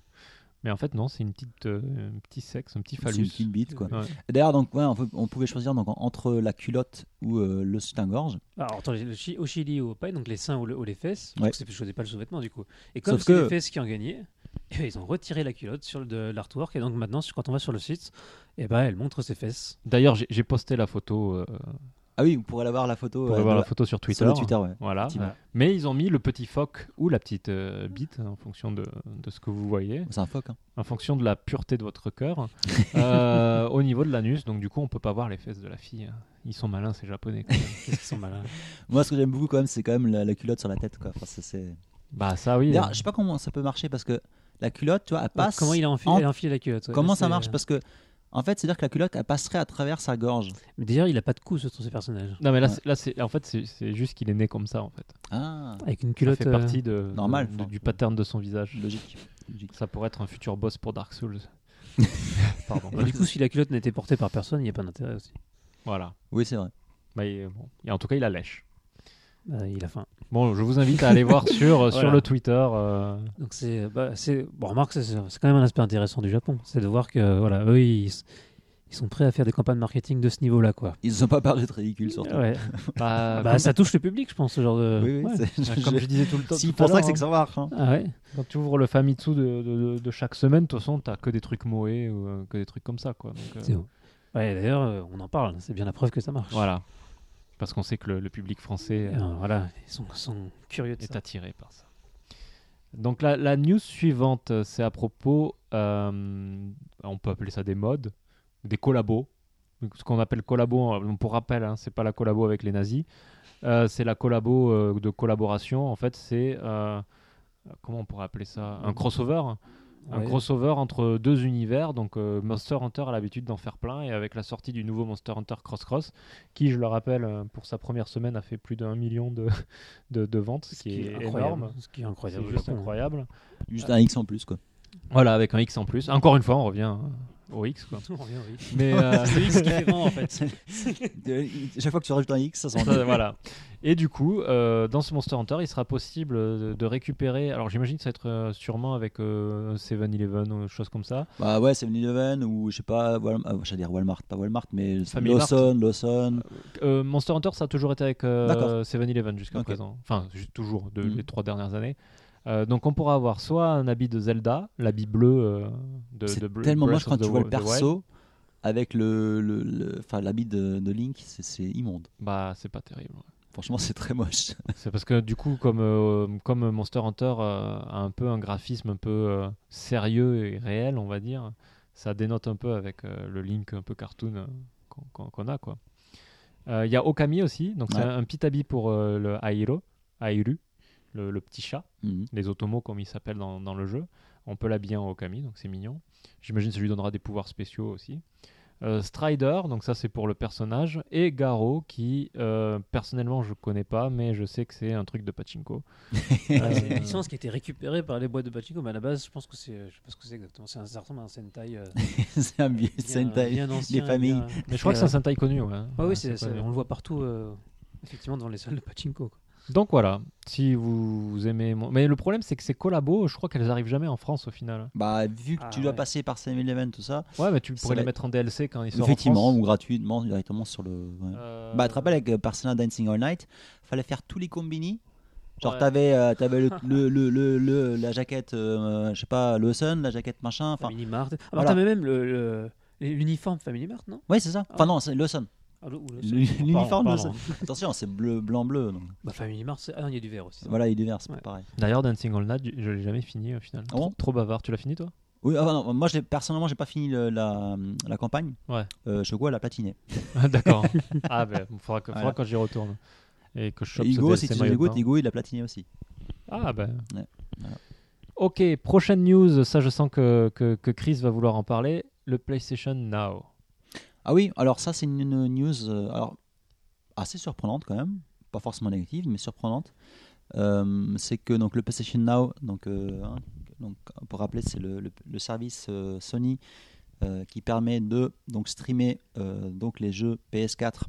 Mais en fait, non, c'est une petite, euh, un petit sexe, un petit C'est une phallus. petite bite, quoi. Ouais. Et D'ailleurs, donc, ouais, on, peut- on pouvait choisir donc, en- entre la culotte ou euh, le soutien-gorge. Alors attends, le chi- au Chili ou au paille, donc les seins ou, le- ou les fesses, parce Ouais. que c'est- je faisais pas le sous-vêtement du coup. Et comme Sauf c'est que- les fesses qui ont gagné, eh ben, ils ont retiré la culotte sur le, de l'artwork et donc maintenant sur- quand on va sur le site, eh ben elle montre ses fesses. D'ailleurs, j'ai- j'ai posté la photo, euh, Ah oui, vous pourrez la voir la photo. pour euh, voir de- la photo sur Twitter. hein. Sur le Twitter, ouais. Voilà. Effectivement. Mais ils ont mis le petit phoque ou la petite euh, bite, en fonction de, de ce que vous voyez, C'est un phoque. hein. en fonction de la pureté de votre cœur, euh, au niveau de l'anus. Donc du coup, on peut pas voir les fesses de la fille. hein. Ils sont malins, ces japonais. quand même. Qu'est-ce qu'ils sont malins. Euh, Moi, ce que j'aime beaucoup, quand même, c'est quand même la, la culotte sur la tête. Quoi. Enfin, ça, c'est... bah ça, oui. D'ailleurs, je sais pas comment ça peut marcher parce que la culotte, tu vois, elle passe. Comment il a enfilé, en- elle a enfilé la culotte ouais, Comment là, ça c'est- euh, marche Parce que, en fait, c'est-à-dire que la culotte, elle passerait à travers sa gorge. Mais D'ailleurs, il a pas de cou ce ce personnage. Non mais là, Ouais. c'est- là c'est en fait c'est- c'est juste qu'il est né comme ça en fait. Ah, Avec une Ça culotte. fait euh, partie de, normal, de- enfin. du pattern de son visage. logique. logique. Ça pourrait être un futur boss pour Dark Souls. Pardon. et du coup, si la culotte n'était portée par personne, il n'y a pas d'intérêt aussi. Voilà. Oui, c'est vrai. Bah, il- bon. Et en tout cas, il a lèche. Bah, il a faim. Bon, je vous invite à aller voir sur, euh, sur Voilà. le Twitter. euh, Donc c'est, bah, c'est, bon, remarque, c'est, c'est quand même un aspect intéressant du Japon, c'est de voir que voilà, eux ils, s- ils sont prêts à faire des campagnes marketing de ce niveau-là, quoi. Ils ne sont pas paru de ridicule, surtout. Ouais. bah, bah, comme, euh, ça touche le public, je pense, ce genre de. Oui, oui. Ouais. c'est- je- comme Ah, je- je disais tout le temps. S'ils tout à pensent ça, l'heure, c'est que ça marche. hein. Ah ouais. hein, Quand tu ouvres le Famitsu de, de, de- de chaque semaine, de toute façon, t'as que des trucs moé ou euh, que des trucs comme ça. Quoi. Donc, euh, C'est bon. Ouais, d'ailleurs, euh, on en parle. C'est bien la preuve que ça marche. voilà. Parce qu'on sait que le, le public français Et, euh, euh, voilà, ils sont, sont curieux de est ça. attiré par ça. Donc la, la news suivante, euh, c'est à propos, euh, on peut appeler ça des modes, des collabos. Donc, Ce qu'on appelle collabo, euh, pour rappel, hein, c'est pas la collabo avec les nazis, Euh, c'est la collabo euh, de collaboration. En fait, c'est euh, comment on pourrait appeler ça, un crossover, un Ouais. crossover entre deux univers. Donc euh, Monster Hunter a l'habitude d'en faire plein et avec la sortie du nouveau Monster Hunter Cross Cross, qui, je le rappelle, euh, pour sa première semaine a fait plus d'un million de, de, de ventes, ce qui, est incroyable. énorme. Ce qui est C'est incroyable. au juste Japon. hein. incroyable. Juste un X en plus, quoi. Voilà, avec un X en plus. Encore une fois, on revient euh, au X. Quoi. On revient au X. Mais euh, C'est le X qui fait vent, en fait. De- Chaque fois que tu rajoutes un X, ça s'en ça, voilà. Et du coup, euh, dans ce Monster Hunter, il sera possible euh, de récupérer. Alors, j'imagine que ça va être euh, sûrement avec euh, 7-Eleven ou choses comme ça. Bah ouais, 7-Eleven ou je sais pas, Wal- ah, j'allais dire Walmart, pas Walmart, mais Family Lawson, Lawson. Euh, Monster Hunter, ça a toujours été avec D'accord. euh, 7-Eleven jusqu'à Ok. présent. Enfin, ju- toujours, de, Mhm. les trois dernières années. Euh, donc, on pourra avoir soit un habit de Zelda, l'habit bleu euh, de, C'est de Bre- tellement moche Breath quand of the tu vois le Wi- the Wild. perso avec le, le, le- enfin l'habit de, de Link, c'est- c'est immonde. Bah, c'est pas terrible. ouais. Franchement, c'est très moche. C'est parce que du coup, comme, euh, comme Monster Hunter euh, a un peu un graphisme un peu euh, sérieux et réel, on va dire, ça dénote un peu avec euh, le Link un peu cartoon euh, qu'on- qu'on qu'on a. quoi. Euh, Il y a Okami aussi, donc c'est Ouais. un, un petit habit pour euh, le Airo, Airu, le, le petit chat, Mhm. les Otomos comme il s'appelle dans, dans le jeu. On peut l'habiller en Okami, donc c'est mignon. J'imagine que ça lui donnera des pouvoirs spéciaux aussi. Euh, Strider, donc ça c'est pour le personnage, et Garo, qui euh, personnellement je connais pas, mais je sais que c'est un truc de pachinko. Ah, c'est Euh, une licence qui a été récupérée par les boîtes de pachinko, mais à la base, je pense que c'est, je sais pas ce que c'est exactement. C'est un, ça ressemble à un Sentai. euh, c'est un vieux bien- Sentai bien ancien, des familles. bien- Mais je crois que c'est un Sentai connu. Ouais. Ouais, Ouais, Ah oui, c'est, connu. c'est- on le voit partout, euh, effectivement, devant les salles de pachinko. quoi. Donc voilà, si vous, vous aimez. mon- Mais le problème c'est que ces collabos, je crois qu'elles arrivent jamais en France au final. Bah, vu que Ah, tu dois ouais. passer par 5011, tout ça, Ouais, mais tu Ça pourrais les va- mettre en DLC quand ils sortent. effectivement, En ou France. gratuitement, directement sur le. ouais. Euh, Bah, tu te rappelles avec euh, Persona Dancing All Night, fallait faire tous les combini. Genre, Ouais. t'avais, euh, t'avais le, le- le- le- le- la jaquette, euh, je sais pas, le Sun, la jaquette machin. Enfin, Family Mart. Ah, bah, voilà. t'avais même le, le- l'uniforme Family Mart, non ouais, c'est ça. Enfin, non, c'est le Sun. Ah, le- ou le- L'uniforme, le pardon, Sun. Attention, c'est bleu, blanc, bleu. donc. Bah, Family Mart, c'est- ah non, il y a du vert aussi. Voilà, il est vert, c'est Ouais. pareil. D'ailleurs, Dancing All Night, je l'ai jamais fini au final. Ah bon trop, trop bavard. Tu l'as fini toi Oui, ah, non, moi, j'ai- personnellement, j'ai pas fini le- la, la campagne. Ouais. Euh, Shogo, elle a platiné. Ah, D'accord. ah, ben, il faudra, que, faudra Voilà. quand j'y retourne. Et que je chope Et ce Hugo, DLC si tu maillot de écoutes, bain. Hugo, il a platiné aussi. hein. Ah ben. Ouais, voilà. Ok, prochaine news, ça je sens que, que, que Chris va vouloir en parler, le PlayStation Now. Ah oui, alors ça, c'est une, une news euh, alors, assez surprenante quand même. Pas forcément négative, mais surprenante. Euh, c'est que donc, le PlayStation Now, donc, euh, hein, donc, pour rappeler, c'est le, le- le service euh, Sony euh, qui permet de donc, streamer euh, donc, les jeux PS4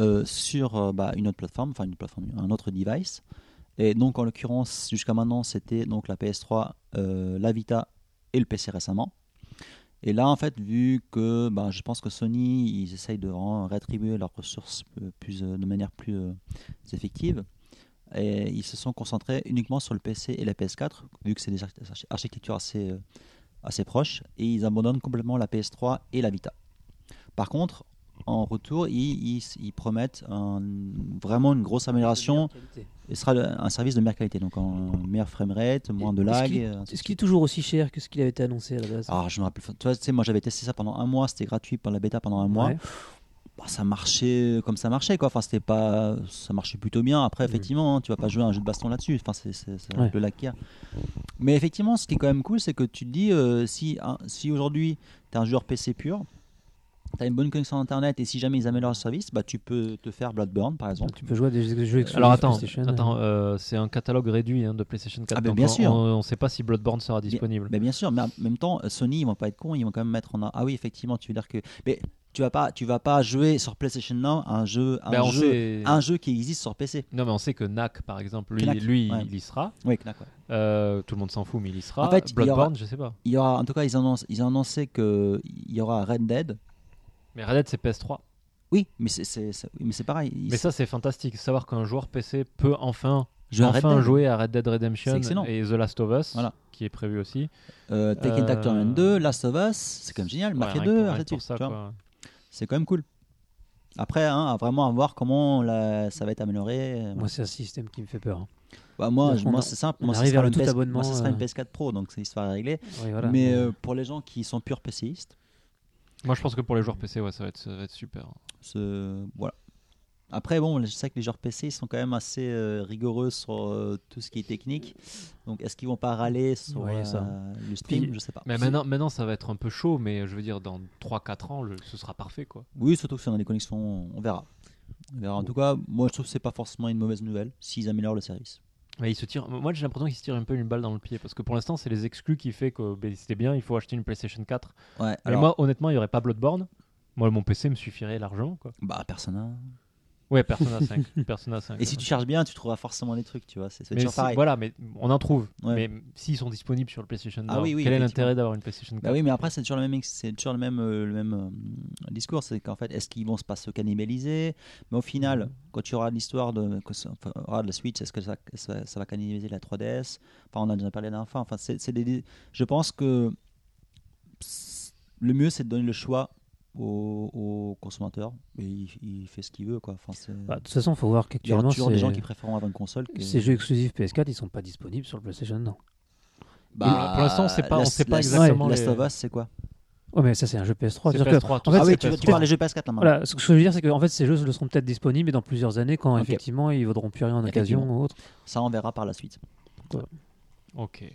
euh, sur euh, bah, une autre plateforme, enfin une plateforme, un autre device. Et donc en l'occurrence, jusqu'à maintenant, c'était donc la PS3, euh, la Vita et le PC récemment. Et là, en fait, vu que bah, je pense que Sony, ils essayent de vraiment réattribuer leurs ressources euh, plus, euh, de manière plus euh, effective, et ils se sont concentrés uniquement sur le PC et la PS4, vu que c'est des arch- architectures assez, euh, assez proches, et ils abandonnent complètement la PS3 et la Vita. Par contre, en retour, ils, ils- ils promettent un- vraiment une grosse amélioration. Il sera le- un service de meilleure qualité, donc en meilleur framerate, moins de Est-ce lag. qu'il- Ah, et euh, ainsi de Est-ce qu'il est toujours aussi cher que ce qu'il avait été annoncé à la base alors, je me rappelle, tu vois, tu sais, moi j'avais testé ça pendant un mois, c'était gratuit pendant la bêta pendant un mois. Ouais. Bah, ça marchait comme ça marchait, quoi. Enfin, c'était pas, ça marchait plutôt bien. Après, Mhm. effectivement, hein, tu vas pas jouer à un jeu de baston là-dessus. Enfin, c'est c'est- c'est Ouais. le lac qu'il y a. Mais effectivement, ce qui est quand même cool, c'est que tu te dis, euh, si, un- si aujourd'hui tu es un joueur PC pur, tu as une bonne connexion internet et si jamais ils améliorent le service, bah, tu peux te faire Bloodborne par exemple. Tu peux jouer à des jeux exclusifs Alors attends, PlayStation. hein. attends euh, c'est un catalogue réduit hein, de PlayStation 4. Ah, ben, donc bien on, sûr. On, on sait pas si Bloodborne sera disponible. Mais bien sûr, mais en même temps, euh, Sony, ils vont pas être cons, ils vont quand même mettre en un- ah oui, effectivement, tu veux dire que mais tu vas pas tu vas pas jouer sur PlayStation Now un jeu un Ben, on jeu sait- un jeu qui existe sur PC. Non mais on sait que Knack par exemple, lui, Knack, lui ouais. il y sera. Oui, Knack, ouais. Euh, tout le monde s'en fout mais il y sera. En fait, il y aura- Bloodborne, je sais pas. Il y aura en tout cas ils annoncent ils ont annoncé que il y aura Red Dead. Mais Red Dead c'est PS3. Oui, mais c'est c'est- c'est- oui, mais c'est pareil. Ils- Mais ça c'est fantastique, savoir qu'un joueur PC peut enfin, je vais à Red enfin Dead. jouer à Red Dead C'est Redemption excellent. et The Last of Us Voilà. qui est prévu aussi. Euh, Tekken Tag Tournament 2, Last of Us, c'est quand même génial, Ouais, Mafia rien que 2, pour- rien ainsi que de pour suite, ça, tu vois. quoi. c'est quand même cool. Après, hein, à vraiment à voir comment la- ça va être amélioré. euh, Moi, c'est un système qui me fait peur. hein. Bah, moi, Donc, je- on moi a- c'est simple. on Moi, ça arrive sera vers le une tout PS abonnement, moi, ça sera une euh. PS4 Pro, donc c'est histoire à régler. Ouais, voilà. mais euh, pour les gens qui sont purs PCistes, Moi je pense que pour les joueurs PC ouais, ça, va être, ça va être super. ce... voilà. Après, bon, je sais que les joueurs PC ils sont quand même assez euh, rigoureux sur euh, tout ce qui est technique. Donc, est-ce qu'ils vont pas râler sur Ouais, ça. euh, le stream Puis- Je sais pas. Mais maintenant, maintenant ça va être un peu chaud mais je veux dire dans 3-4 ans le- ce sera parfait quoi. Oui, surtout que si on a des connexions, on verra. On verra. En tout cas, moi, je trouve que c'est pas forcément une mauvaise nouvelle s'ils améliorent le service. Mais il se tire. Moi, j'ai l'impression qu'il se tire un peu une balle dans le pied parce que pour l'instant, c'est les exclus qui fait que ben, c'était bien. Il faut acheter une PlayStation 4. Ouais. Mais Alors, moi, honnêtement, il y aurait pas Bloodborne. Moi, mon PC me suffirait largement. Quoi. bah, Persona. Ouais, Persona 5. Persona 5. Et si tu charges bien, tu trouveras forcément des trucs, tu vois. C'est c'est mais toujours si- pareil. voilà, mais on en trouve. Ouais. Mais s'ils sont disponibles sur le PlayStation 4, Ah oui, oui, quel est effectivement. l'intérêt d'avoir une PlayStation 4 Bah oui, mais après, c'est toujours le même, ex- c'est toujours le même, euh, le même euh, discours. C'est qu'en fait, est-ce qu'ils vont se pas se cannibaliser Mais au Mhm. final, quand tu auras l'histoire de, quand ça- enfin, aura de la Switch, est-ce que ça, ça, ça va cannibaliser la 3DS Enfin, on en a déjà parlé la dernière fois. Enfin, c'est, c'est des- des- je pense que s- le mieux, c'est de donner le choix au, au consommateur et il, il fait ce qu'il veut. Quoi. Enfin, c'est- Bah, de toute façon, faut voir il y aura qu'actuellement, toujours des c'est- gens qui préfèrent avoir une console. Que... ces jeux exclusifs PS4, ils sont pas disponibles sur le PlayStation, non. Bah, pour l'instant, on sait pas- on Last- sait pas Last- exactement Last les- of Us, c'est quoi Ouais, mais ça, c'est un jeu PS3. C'est C'est-à-dire que- PS3, tout en fait, ça, Ah c'est oui, tu, tu PS3. parles des jeux PS4 là maintenant. Voilà, ce que je veux dire, c'est que en fait, ces jeux le seront peut-être disponibles, mais dans plusieurs années, quand Ok. effectivement, ils vaudront plus rien en occasion Effectivement. ou autre. Ça, on verra par la suite. Ok.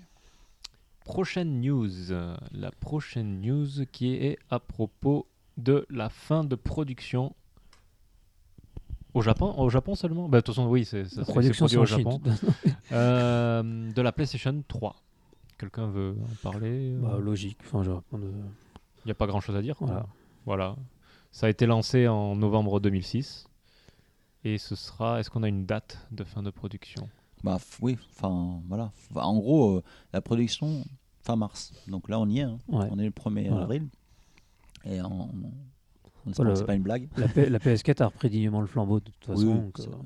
Prochaine news. Euh, La prochaine news qui est à propos de la fin de production au Japon. Au Japon seulement Bah, De toute façon, oui, c'est ça- c'est- La c'est production produit c'est au en Chine. Japon. Euh, de la PlayStation 3. Quelqu'un veut en parler Il n'y Bah, logique. Enfin, genre, on, euh, a pas grand-chose à dire. quoi. voilà. Voilà. Ça a été lancé en novembre 2006. Et ce sera. Est-ce qu'on a une date de fin de production Bah f- oui, enfin voilà. Enfin, En gros, euh, la production fin mars. Donc là, on y est. hein. Ouais. On est le 1er Voilà. avril. Et on, on, on espère Voilà. que c'est pas une blague. La, P- la PS4 a repris dignement le flambeau de toute façon, Oui, donc, c'est euh, vrai.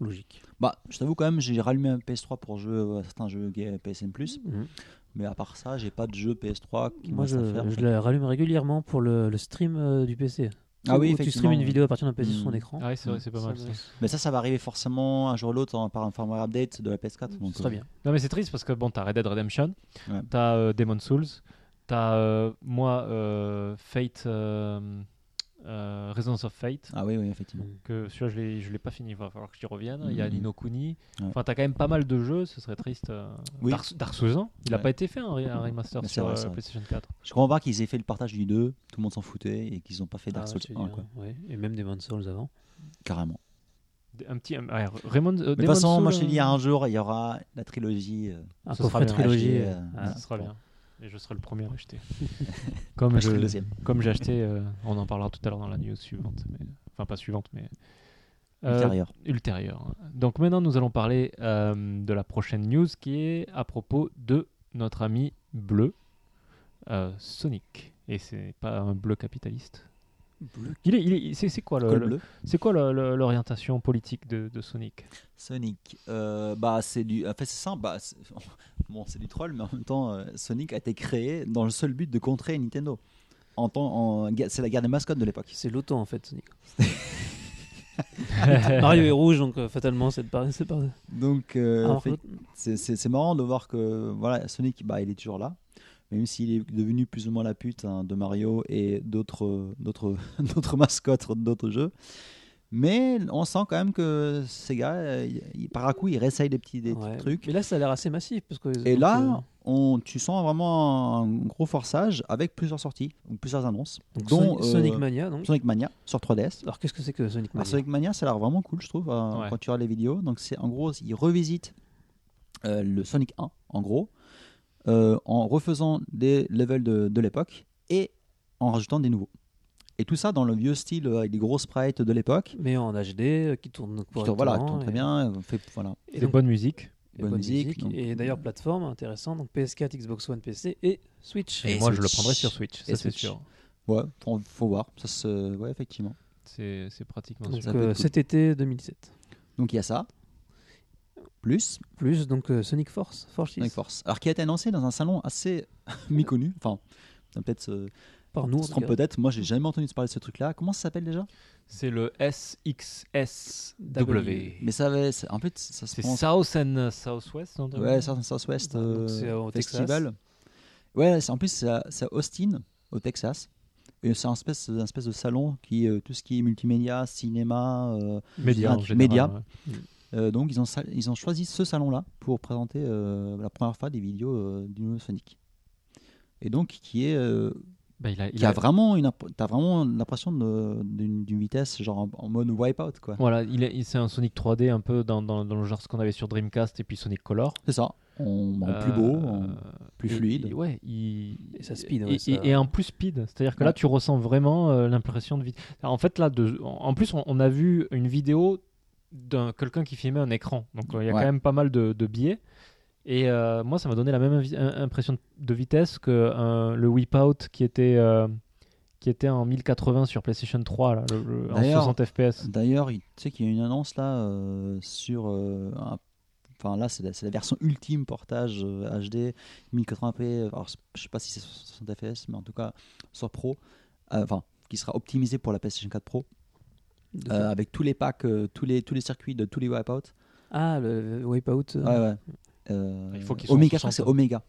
logique. Bah, je t'avoue quand même, j'ai rallumé un PS3 pour jouer à certains jeux gay- PSN+. Mhm. Mais à part ça, j'ai pas de jeu PS3 qui me Moi, reste je, à faire. je la rallume régulièrement pour le, le stream euh, du PC. Ah oui, Où tu streams effectivement. une vidéo à partir d'un PC sur son Mm. écran. Ah oui, c'est vrai, c'est pas mal. Ça ça. me- Mais ça, ça va arriver forcément un jour ou l'autre en- par un firmware update de la PS4. Donc, C'est très euh, bien. Non mais c'est triste parce que bon, t'as Red Dead Redemption, Ouais. t'as euh, Demon's Souls, t'as euh, moi euh, Fate, euh, euh, Resonance of Fate. Ah oui, oui, effectivement. Mm. Que celui-là je l'ai, je l'ai pas fini, il va falloir que j'y revienne. Il y a Mhm. Nino Kuni. Ouais. Enfin, t'as quand même pas mal de jeux. Ce serait triste. euh, Oui. Dark, Dark Souls 1, il a Ouais. pas été fait un, re- un remaster Mais c'est sur vrai, euh, c'est vrai. PlayStation 4. Je comprends pas qu'ils aient fait le partage du 2, tout le monde s'en foutait, et qu'ils ont pas fait Dark Ah, Souls tu 1, dis, quoi. ouais. Et même des Demon's Souls avant. Carrément. D- Un petit. un- ouais, Raymond. euh, Mais de toute Demon's façon, Souls, moi je te dis, euh, un jour, il y aura la trilogie. euh, Un Ce coffret sera bien. trilogie. HD, euh, Ah, Ce ouais. sera Bon. bien. Et je serai le premier à acheter. comme Moi, je, je serai le deuxième. comme j'ai acheté, euh, on en parlera tout à l'heure dans la news suivante, mais- enfin pas suivante, mais Euh, Ultérieure. ultérieure. Donc maintenant, nous allons parler euh, de la prochaine news qui est à propos de notre ami bleu euh, Sonic. Et c'est pas un bleu capitaliste. Il est, il est- c'est, c'est quoi Euh, le, Col le- bleu. c'est quoi le- le- l'orientation politique de, de Sonic Sonic. euh, bah, c'est du. En fait, c'est simple. Bah, c'est- bon, c'est du troll, mais en même temps, euh, Sonic a été créé dans le seul but de contrer Nintendo. En temps, en... ga- C'est la guerre des mascottes de l'époque. C'est l'auto en fait, Sonic. Mario est rouge, donc euh, fatalement, c'est pas. C'est pas... Donc, euh, Alors, fait- c'est- c'est c'est marrant de voir que voilà, Sonic, bah, il est toujours là. Même s'il est devenu plus ou moins la pute hein, de Mario et d'autres euh, d'autres d'autres mascottes d'autres jeux. Mais on sent quand même que ces gars, euh, ils- ils- par à coup, ils réessayent des petits, des petits ouais. trucs. Mais là, ça a l'air assez massif. Parce que, Et donc, euh, là, on, tu sens vraiment un gros forçage avec plusieurs sorties, ou plusieurs annonces, euh, donc, dont Sonic, Sonic euh, Mania. Donc. Sonic Mania sur 3DS. Alors qu'est-ce que c'est que Sonic Alors, Mania Bah, Sonic Mania, ça a l'air vraiment cool, je trouve, euh, Ouais. quand tu regardes les vidéos. Donc, c'est en gros, ils revisitent euh, le Sonic 1, en gros, euh, en refaisant des levels de, de l'époque et en rajoutant des nouveaux. Et tout ça dans le vieux style euh, avec des gros sprites de l'époque. Mais en HD, euh, qui tourne donc Qui tourne- Voilà, qui correctement, tourne et- très bien. euh, Fait, voilà. Et C'est donc, bonne musique. et bonne musique, donc- Et d'ailleurs, plateforme intéressante. Donc PS4, Xbox One, PC et Switch. Et, Et moi, je le Switch. prendrai sur Switch, ça Et c'est Switch. sûr. euh, Ouais, faut, faut voir. Ça, se- ouais, effectivement. C'est, c'est pratiquement donc sûr. ça peut euh, être cool. cet été 2017. Donc, il y a ça. Plus, Plus donc euh, Sonic Force. Force Sonic 6. Force. Alors qui a été annoncé dans un salon assez méconnu. Enfin, peut-être euh, Par nous. en se tout trompe cas. peut-être. Moi, j'ai jamais entendu parler de ce truc-là. Comment ça s'appelle déjà C'est le SXSW. Mais ça avait, c'est- en fait, ça se C'est prononce. South and euh, Southwest, non Ouais, South Southwest Donc, euh, c'est au Festival. Ouais, c'est- en plus, c'est à, c'est à Austin, au Texas. Et c'est un espèce, un espèce de salon qui euh, tout ce qui est multimédia, cinéma. euh, Média. en Média. général, Média. ouais. euh, donc, ils ont, sa- ils ont choisi ce salon-là pour présenter euh, la première fois des vidéos euh, du nouveau Sonic. Et donc, qui est euh, Bah, il a, il Il y a a- vraiment une, imp- t'as vraiment l'impression de- d'une d'une vitesse genre en, en mode wipeout quoi. Voilà, il est, il- c'est un Sonic 3D un peu dans, dans- dans le genre ce qu'on avait sur Dreamcast et puis Sonic Color. C'est ça. En, en plus Euh, beau, en plus et- fluide. et- ouais, il- Et ça speed, et- ouais, et, ça- et en plus speed. C'est-à-dire que là, Ouais. tu ressens vraiment euh, l'impression de vitesse. En fait, là, de, en- en plus, on, on a vu une vidéo d'un quelqu'un qui filmait un écran. Donc, euh, il y a Ouais. quand même pas mal de, de biais. Et euh, moi, ça m'a donné la même invi- im- impression de- de vitesse que euh, le Whip Out qui était, euh, qui était en 1080 sur PlayStation 3, là, le- le- en D'ailleurs- 60 FPS. D'ailleurs, il- tu sais qu'il y a une annonce là euh, sur. euh, un- Enfin là, c'est la, c'est la version ultime portage euh, HD 1080p. Alors, c'est- je sais pas si c'est 60 fps, mais en tout cas sur Pro. euh, Enfin, qui sera optimisé pour la PlayStation 4 Pro, euh, avec tous les packs, euh, tous, les, tous les circuits de tous les wipeouts. Ah, le Wipeout. euh, Ouais, ouais. Euh, Il faut qu'ils soient en Omega, je crois que 60. c'est Omega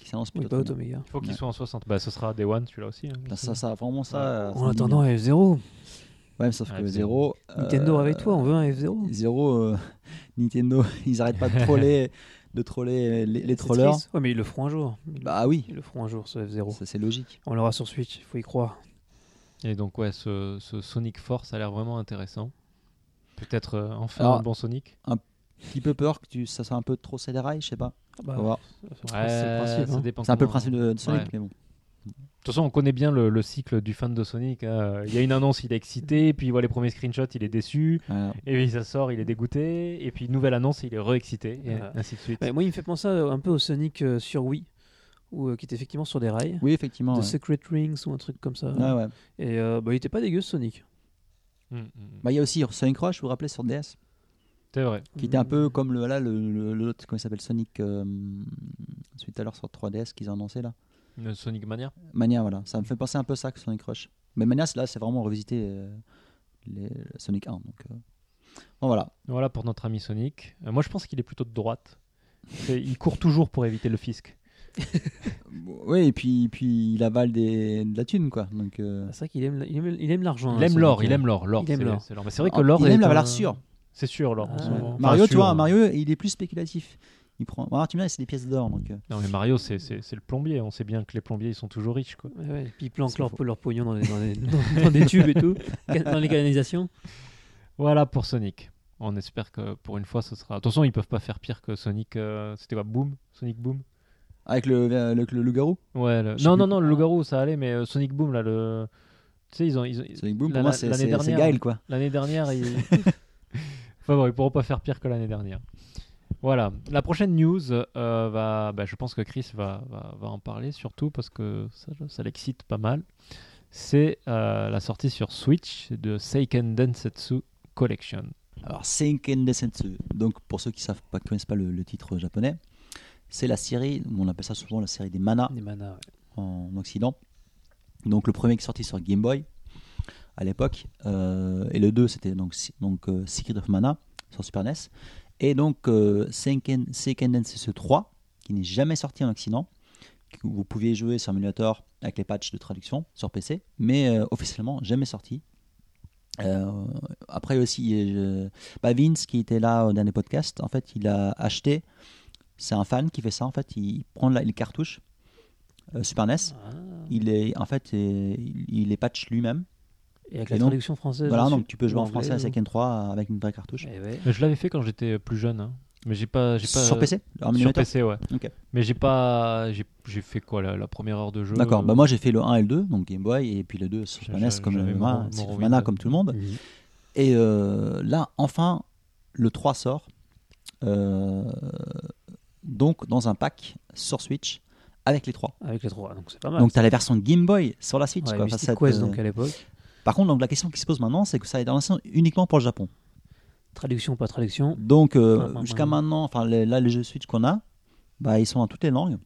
qui s'annonce plutôt. Wipeout très bien. Omega. Il faut qu'il Ouais. soit en 60. Bah, ce sera Day One, celui-là aussi. hein. Bah, ça, ça, vraiment ça. euh, En attendant, un F0. Ouais, mais sauf Ouais, que c'est- Zero. Nintendo, euh, réveille-toi, on veut un F0. Zero, euh, Nintendo, ils arrêtent pas de troller, de troller les, les trollers. Ouais, mais ils le feront un jour. Ils le- Bah oui, Ils le feront un jour, ce F0. ça c'est logique. On l'aura sur Switch, il faut y croire. Et donc, ouais, ce, ce Sonic Force a l'air vraiment intéressant. Peut-être euh, enfin Alors- un bon Sonic. Petit peu peur que tu, ça soit un peu trop cédérail, je sais pas. On va voir. Ouais, ça dépend hein. C'est un peu le comment- principe de, de Sonic, Ouais. mais bon. De toute façon, on connaît bien le, le cycle du fan de Sonic. hein. Il y a une annonce, il est excité, puis il voit les premiers screenshots, il est déçu, Euh, et puis ça sort, il est dégoûté, et puis nouvelle annonce, il est re-excité, et Voilà. ainsi de suite. Ouais, moi, il me fait penser euh, un peu au Sonic euh, sur Wii, ou euh, qui était effectivement sur des rails. Oui, effectivement. The Ouais. Ah Secret Rings ou un truc comme ça. Ouais, ouais. Et euh, bah, il était pas dégueu ce Sonic. Mm, mm. Bah, il y a aussi Sonic Rush, vous vous rappelez, sur DS, C'est vrai. qui était un peu comme le, là, le, le- l'autre, comment il s'appelle, Sonic, euh, celui tout à l'heure sur 3DS qu'ils ont annoncé là. Le Sonic Mania. Mania, voilà. Ça me fait penser un peu ça que Sonic Rush. Mais Mania, là, c'est vraiment revisiter euh, les, Sonic 1. Donc, euh. Bon, voilà. Voilà pour notre ami Sonic. Euh, moi, je pense qu'il est plutôt de droite. C'est- Il court toujours pour éviter le fisc. Oui, et puis, puis il avale des, de la thune, quoi. Donc, euh, Ah, C'est vrai qu'il aime, il aime, il aime l'argent. Il hein, aime Sonic, l'or, hein. il aime l'or. l'or, Il aime c'est- l'or. c'est l'or. Mais c'est vrai que ah, l'or. il aime est la un- valeur sûre. C'est sûr, l'or. en Ah, ce ouais. moment. Mario, Enfin, tu vois, sûr. Mario, il est plus spéculatif. Il prend. Mario, tu me dis, c'est des pièces d'or, donc. euh, Non, mais Mario, c'est- c'est c'est le plombier. On sait bien que les plombiers, ils sont toujours riches. Quoi. Ouais, ouais. Puis ils planquent C'est leur, faux. leur pognon dans, les- dans les- dans- dans des tubes et tout, ca- dans les canalisations. Voilà pour Sonic. On espère que pour une fois, ce sera. De toute façon, ils peuvent pas faire pire que Sonic. euh, C'était quoi Boom Sonic Boom Avec le, euh, le, le, loup-garou. Ouais. Je le- sais Non, plus. non, non, le loup-garou, ça allait, mais euh, Sonic Boom, là, le. Tu sais, ils ont. ils ont- Sonic Boom, La- pour moi, la- c'est l'année c'est- c'est dernière. hein. Gaël, quoi. L'année dernière, ils. enfin bon, ils pourront pas faire pire que l'année dernière. Voilà. La prochaine news euh, va. bah, je pense que Chris va, va, va en parler surtout parce que ça, ça l'excite pas mal. C'est euh, la sortie sur Switch de Seiken Densetsu Collection. Alors, Seiken Densetsu. Donc, pour ceux qui savent pas, qui connaissent pas le, le titre japonais, c'est la série, on appelle ça souvent la série des manas Des manas, ouais. en Occident. Donc, le premier qui est sorti sur Game Boy à l'époque, euh, et le 2, c'était donc, si- donc euh, Secret of Mana sur Super NES. Et donc, euh, Seiken, Seiken Densetsu 3, E qui n'est jamais sorti en Occident, que vous pouviez jouer sur émulateur avec les patchs de traduction sur PC, mais euh, officiellement jamais sorti. Euh, après aussi, euh, je- bah, Vince qui était là au dernier podcast, en fait, il a acheté. C'est un fan qui fait ça. En fait, il prend la- les cartouches euh, Super NES. Ah. Il est en fait, euh, il il les patch lui-même. Et avec Et la donc- traduction française. Voilà, dessus, donc tu peux jouer ou en français à anglaise, ou- Tekken 3 avec une vraie cartouche. Eh ouais. Mais Je l'avais fait quand j'étais plus jeune, hein. mais j'ai pas, j'ai pas. Sur PC, en Sur émulateur. PC, ouais. Ok. Mais j'ai pas, j'ai j'ai fait quoi la, la première heure de jeu. D'accord. euh, Bah moi j'ai fait le 1 et le 2, donc Game Boy et puis le 2 sur Super J'a- NES comme j'avais euh, Morrow- voilà, Secret of Morrowind. Mana comme tout le monde. Mmh. Et euh, là, enfin, le 3 sort. Euh, donc, dans un pack sur Switch avec les 3. Avec les trois, donc c'est pas mal. Donc, tu as la version Game Boy sur la Switch. quoi. Ouais, Enfin, euh, Mystic ça te- Quest, donc à l'époque. Par contre, donc, la question qui se pose maintenant, c'est que ça a été lancé uniquement pour le Japon. Traduction, pas traduction. Donc, euh, Ouais, ouais, jusqu'à ouais. maintenant, enfin, les- là, les jeux Switch qu'on a, bah, ils sont en toutes les langues.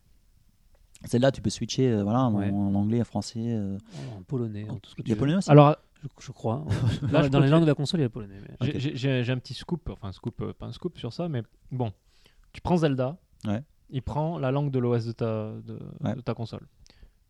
Celle-là, tu peux switcher euh, voilà, en- Ouais. en, anglais, en français, euh, En polonais, en tout ce que tu veux. japonais aussi. Alors Je, je crois. Là, je Dans, dans les continue. langues de la console, il y a le polonais. mais- J'ai- Ok. J'ai j'ai- j'ai un petit scoop, enfin un scoop, euh, pas un scoop sur ça, mais bon, tu prends Zelda, Ouais. il prend la langue de l'OS de ta, de, Ouais. de ta console.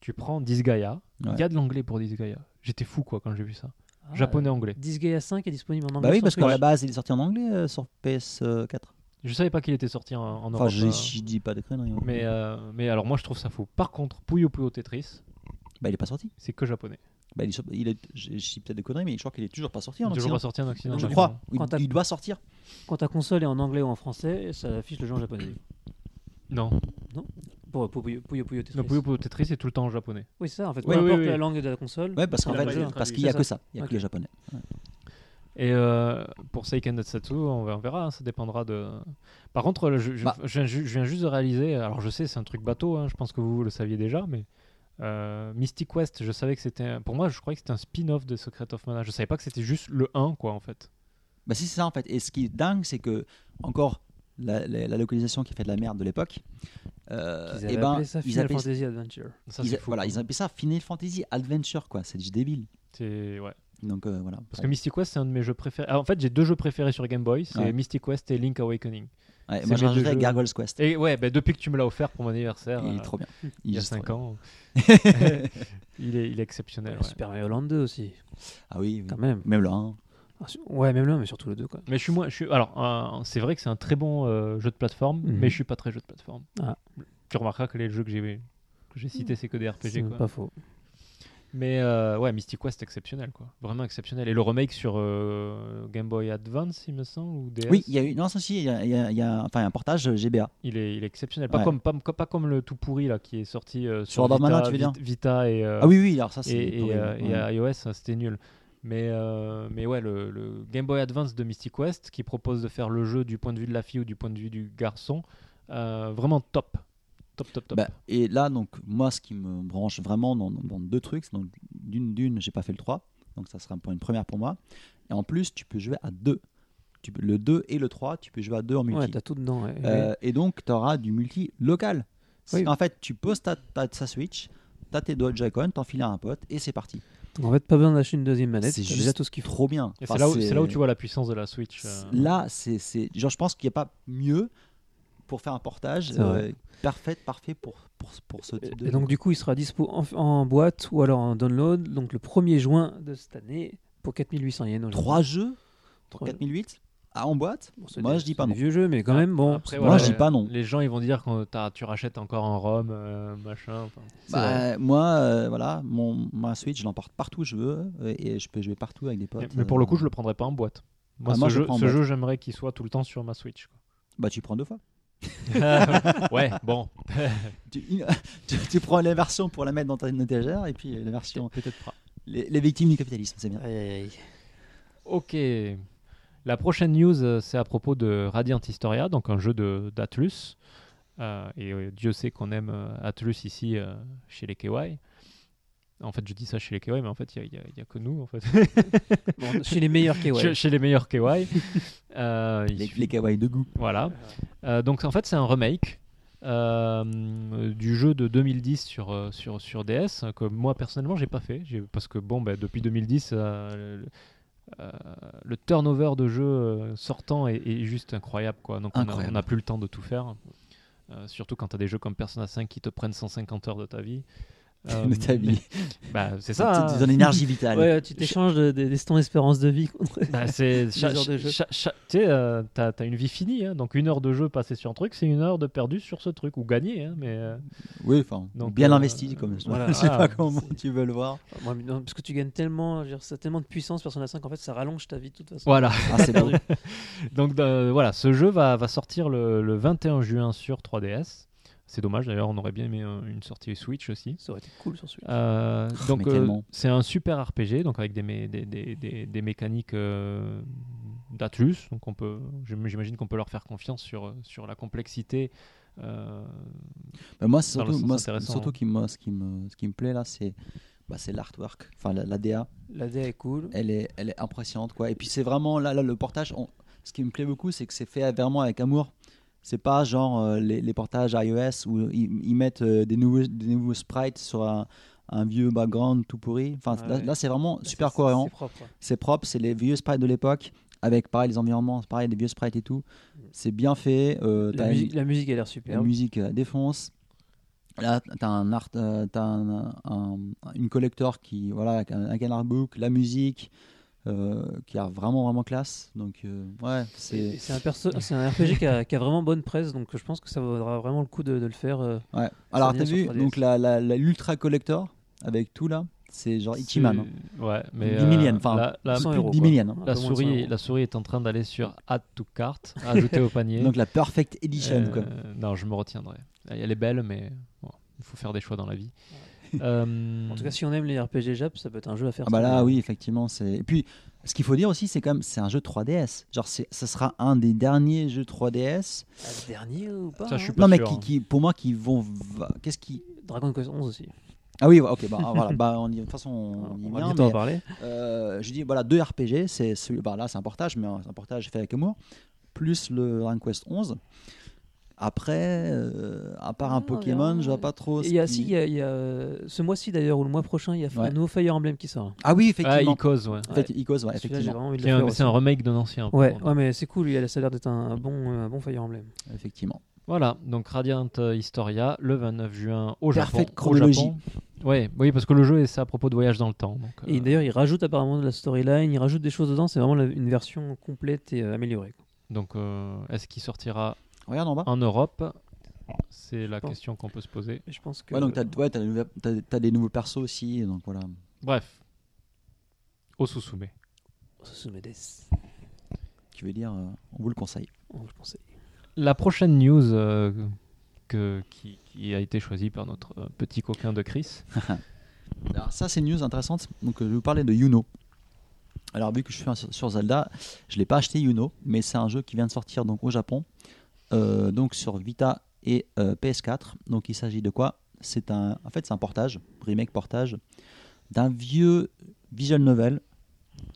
Tu prends Disgaea, il y Ouais. a de l'anglais pour Disgaea. J'étais fou quoi quand j'ai vu ça. Ah, Japonais-anglais. Disgaea 5 est disponible en anglais. bah oui, sur parce qu'à la Switch. base, il est sorti en anglais euh, sur PS4. Je savais pas qu'il était sorti en, en Enfin, Europe. je euh, je dis pas de conneries. hein. mais, euh, mais alors moi je trouve ça fou. Par contre, Puyo Puyo Tetris, Bah, il est pas sorti. c'est que japonais. Bah, il est, sur- il est- je je dis peut-être des conneries, mais je crois qu'il est toujours pas sorti en Toujours pas Occident. sorti en Occident. Je d'accord. crois. Il, Quand t'as- il doit sortir. Quand ta console est en anglais ou en français, ça affiche le jeu en japonais. Non, Pour pour Puyo Puyo Puyo Non, Tetris. Puyo Puyo Tetris c'est tout le temps en japonais. Oui, c'est ça, en fait. Oui, Peu oui, importe oui. la langue de la console. Ouais, parce qu'en Il a pas été fait, parce traduit. qu'il y a C'est que ça. ça. Il y a Ok. que les japonais. Et euh, pour Seiken Natsutu, on ver- on verra, hein, ça dépendra de. Par contre, je, je- Bah. je viens ju- je viens juste de réaliser, alors je sais, c'est un truc bateau, hein, je pense que vous le saviez déjà, mais euh, Mystic West, je savais que c'était. un- Pour moi, je croyais que c'était un spin-off de Secret of Mana. Je savais pas que c'était juste le 1, quoi, en fait. Bah, si, c'est ça en fait. Et ce qui est dingue, c'est que, encore, la, la- la localisation qui fait de la merde de l'époque, euh, Ils eh avaient ben, appelé ça ils Final appellent- Fantasy Adventure. Ça, ils c'est a- fou. voilà, ils appellent ça Final Fantasy Adventure, quoi. C'est juste débile. C'est- ouais. Donc euh, voilà. Parce Bon. que Mystic Quest, c'est un de mes jeux préférés. Ah, en fait, j'ai deux jeux préférés sur Game Boy c'est Ouais. Mystic Quest et Link Awakening. Ouais, moi, c'est je mes deux rajouterais jeux. Gargoyle's Quest. Et ouais, bah, depuis que tu me l'as offert pour mon anniversaire, Il euh, est trop bien. il y a est juste 5 trop ans, il, est, il est exceptionnel. ouais. Super Mario Land 2 aussi, bien. Ah oui, oui. quand même. Même là. hein. Ah, su- Ouais, même là, mais surtout le 2, quoi. Mais je suis moins. Je suis, alors, euh, c'est vrai que c'est un très bon euh, jeu de plateforme, Mhm. mais je suis pas très jeu de plateforme. Ah. Tu remarqueras que les jeux que j'ai que j'ai cités, c'est que des C'est RPG. Quoi. pas faux. Mais euh, ouais, Mystic Quest exceptionnel, quoi. Vraiment exceptionnel. Et le remake sur euh, Game Boy Advance, il me semble, ou DS. Oui, il y a eu. Non, ça, si, il y a, il y a- il y a- enfin, il y a un portage euh, GBA. Il est, il est exceptionnel. Pas, Ouais. comme, pas, pas comme le tout pourri là qui est sorti euh, Sur sur, Urban Vita, Mana, tu veux dire Vit- Vita et, euh, Ah oui, oui, alors ça, c'est. et, et, horrible. euh, et Ouais. à iOS, ça, c'était nul. Mais, euh, mais ouais, le, le Game Boy Advance de Mystic Quest qui propose de faire le jeu du point de vue de la fille ou du point de vue du garçon, euh, vraiment top. Top, top, top. Bah, et là, donc, moi, ce qui me branche vraiment dans, dans- dans deux trucs, c'est donc d'une, d'une, j'ai pas fait le 3, donc ça sera un point une première pour moi. Et en plus, tu peux jouer à deux. Tu peux- le 2 et le 3, tu peux jouer à deux en multi. Ouais, t'as tout dedans. ouais. Euh, Et donc, tu auras du multi local. C'est- Oui. En fait, tu poses ta, ta, ta Switch, t'as tes doigts Joy-Con, t'en files à un pote et c'est parti. En fait, pas besoin d'acheter une deuxième manette, C'est c'est juste déjà tout ce qu'il faut. Trop bien. Et Enfin, c'est là, où- c'est là où tu vois la puissance de la Switch. euh, c'est- Là, c'est, c'est- genre, je pense qu'il n'y a pas mieux pour faire un portage C'est vrai. euh, parfait, parfait pour, pour, pour ce type de. Et donc, du coup, il sera dispo en, en boîte ou alors en download, donc le 1er juin de cette année, pour 4800 yens. aujourd'hui. trois jeux pour Trois 4008 ah, en boîte Bon, c'est Moi, des- je dis c'est pas des non. vieux jeux, mais quand même, bon. après, c'est- moi, voilà, je dis les- pas non. Les gens, ils vont dire quand t'as- tu rachètes encore en ROM, euh, machin. enfin. c'est Bah, vrai. moi euh, voilà mon ma Switch je l'emporte partout où je veux euh, et je peux jouer partout avec des potes Mais pour le coup, euh, je le prendrais pas en boîte. Moi, Ah, ce, moi, je le jeu, prends en ce boîte. jeu, j'aimerais qu'il soit tout le temps sur ma Switch. quoi. bah tu prends deux fois ouais, bon, tu, une- tu- tu prends la version pour la mettre dans ta étagère et puis euh, la version peut-être pas. les, les victimes du capitalisme c'est bien Ok. La prochaine news, euh, c'est à propos de Radiant Historia, donc un jeu de- d'Atlus. Euh, et euh, Dieu sait qu'on aime euh, Atlus ici euh, chez les KY. En fait, je dis ça chez les KY, mais en fait, il n'y a, il y a que nous. En fait. Bon, chez les meilleurs KY. chez, chez les meilleurs KY. Euh, il les, suffit- les kawaii de goût Voilà. Euh, donc en fait, c'est un remake euh, du jeu de 2010 sur, euh, sur, sur DS que moi personnellement, j'ai pas fait J'ai- parce que bon, bah, depuis 2010, euh, le, euh, le turnover de jeux euh, sortant est, est juste incroyable. Quoi. Donc on a- Incroyable. on n'a plus le temps de tout faire. Euh, surtout quand tu as des jeux comme Persona 5 qui te prennent 150 heures de ta vie. Euh, de ta vie bah, c'est c'est ça. hein. ton énergie vitale Ouais, tu t'échanges de- de- des temps d'espérance de vie contre. Bah, c'est cha- heures cha- de jeu. cha- cha- tu sais, euh, t'as t'as une vie finie, hein. donc une heure de jeu passée sur un truc, c'est une heure de perdu sur ce truc ou gagné, hein, mais euh, oui enfin Donc, bien euh, investi comme je voilà. je sais Ah, pas comment tu veux le voir Moi, mais non, parce que tu gagnes tellement, je veux dire, ça a tellement de puissance, Persona 5, en fait, ça rallonge ta vie de toute façon. voilà. ah c'est beau Donc euh, voilà, ce jeu va, va sortir le, le 21 juin sur 3DS. C'est dommage d'ailleurs, on aurait bien aimé euh, une sortie Switch aussi. Ça aurait été cool sur celui-là. Euh, donc mais euh, tellement. c'est un super RPG, donc avec des, mé- des, des, des- des mécaniques euh, d'Atlus, donc on peut, j'im- j'imagine qu'on peut leur faire confiance sur, euh, sur la complexité. euh, Mais moi, c'est Dans le surtout, sens moi, c'est- intéressant, surtout hein. qui, me- ce, qui me, ce qui me plaît là, c'est bah, c'est l'artwork. Enfin, la, la DA, La DA est cool. elle est, elle est impressionnante. Quoi. Et puis, c'est vraiment là, là, le portage. on- ce qui me plaît beaucoup, c'est que c'est fait vraiment avec amour. C'est pas genre euh, les, les portages iOS où ils, ils mettent euh, des, nouveaux, des nouveaux sprites sur un, un vieux background tout pourri. Enfin, Ouais, là, ouais. là, c'est vraiment super C'est- cohérent. C'est propre. ouais. C'est propre, c'est les vieux sprites de l'époque. Avec pareil, les environnements, pareil, les vieux sprites et tout. C'est bien fait. euh, La t'as une- musique, la musique a l'air la superbe. musique euh, défonce. Là, t'as un art, euh, t'as un- un- une collector qui, voilà, avec un, avec un artbook, la musique, euh, qui a vraiment vraiment classe. Donc euh, ouais, Et- et c'est C'est un, perso- c'est un RPG qui a, qui a vraiment bonne presse, donc je pense que ça vaudra vraiment le coup de, de le faire. euh. ouais. Alors revient t'as sur vu 3DS. donc la la- la- l'ultra collector avec tout là, c'est genre Ichiman. hein. c'est- Ouais, mais euh, 10 millions, enfin, la- la- Plus cent de euros, 10 quoi. millions, hein. Un La peu moins de cent souris, euros. la souris est en train d'aller sur Add to Cart, ajouter au panier. Donc la perfect edition Euh, quoi. Non, je me retiendrai. Elle est belle, mais bon, il faut faire des choix dans la vie. Euh, En tout cas, si on aime les RPG Jap, ça peut être un jeu à faire. Ah bah ça. là oui effectivement c'est. Et puis ce qu'il faut dire aussi c'est quand même c'est un jeu 3DS. Genre c'est ça sera un des derniers jeux 3DS. Ah, le dernier ou pas Ça, je hein. suis pas Non mais sûr, qui, hein. qui pour moi qui vont va- qu'est-ce qui Dragon Quest 11 aussi. Ah oui, ok, bah, voilà, bah, on y- de toute façon, on y on va vient, bientôt en mais, parler. euh, je dis, voilà, deux RPG, c'est celui, bah, là c'est un portage, mais euh, c'est un portage fait avec amour. plus le Ranquest 11. Après, euh, à part un Ah, on Pokémon, verra. je vois pas trop. ce Il y a, qui- si, il y a, il y a, euh, ce mois-ci d'ailleurs, ou le mois prochain, il y a un Ouais. nouveau Fire Emblem qui sort. Ah oui, Ah, effectivement. Icos, ouais. En fait, Icos, ouais, Celui-là, j'ai effectivement. vraiment envie de C'est le faire un, c'est un aussi. remake d'un ancien. Ouais, apparemment. ouais, mais c'est cool, il a ça a l'air d'être un bon, euh, un bon Fire Emblem. effectivement. Voilà, donc Radiant euh, Historia, le 29 juin au Japon. Parfaite Au chronologie. Japon. Ouais, oui, parce que le jeu, c'est à propos de voyage dans le temps. donc, Et euh, d'ailleurs, il rajoute apparemment de la storyline, il rajoute des choses dedans, c'est vraiment la- une version complète et euh, améliorée. quoi. donc euh, est-ce qu'il sortira Regarde en bas. Ah, en Europe C'est la Bon. question qu'on peut se poser. Mais Je pense que Ouais, donc t'as ouais, t'as des nouvelles- t'as- t'as des nouveaux persos aussi. Donc voilà. Bref, Osusume. Susumedes, Qui veut dire, euh, on vous le conseille. on va le penser. La prochaine news euh, que, qui, qui a été choisie par notre euh, petit coquin de Chris. Alors ça, c'est une news intéressante. Donc euh, je vais vous parler de Yuno. Alors vu que je suis un- sur Zelda, je l'ai pas acheté Yuno, mais c'est un jeu qui vient de sortir donc au Japon, euh, donc sur Vita et euh, PS4. Donc il s'agit de quoi C'est un, en fait, c'est un portage, remake portage d'un vieux visual novel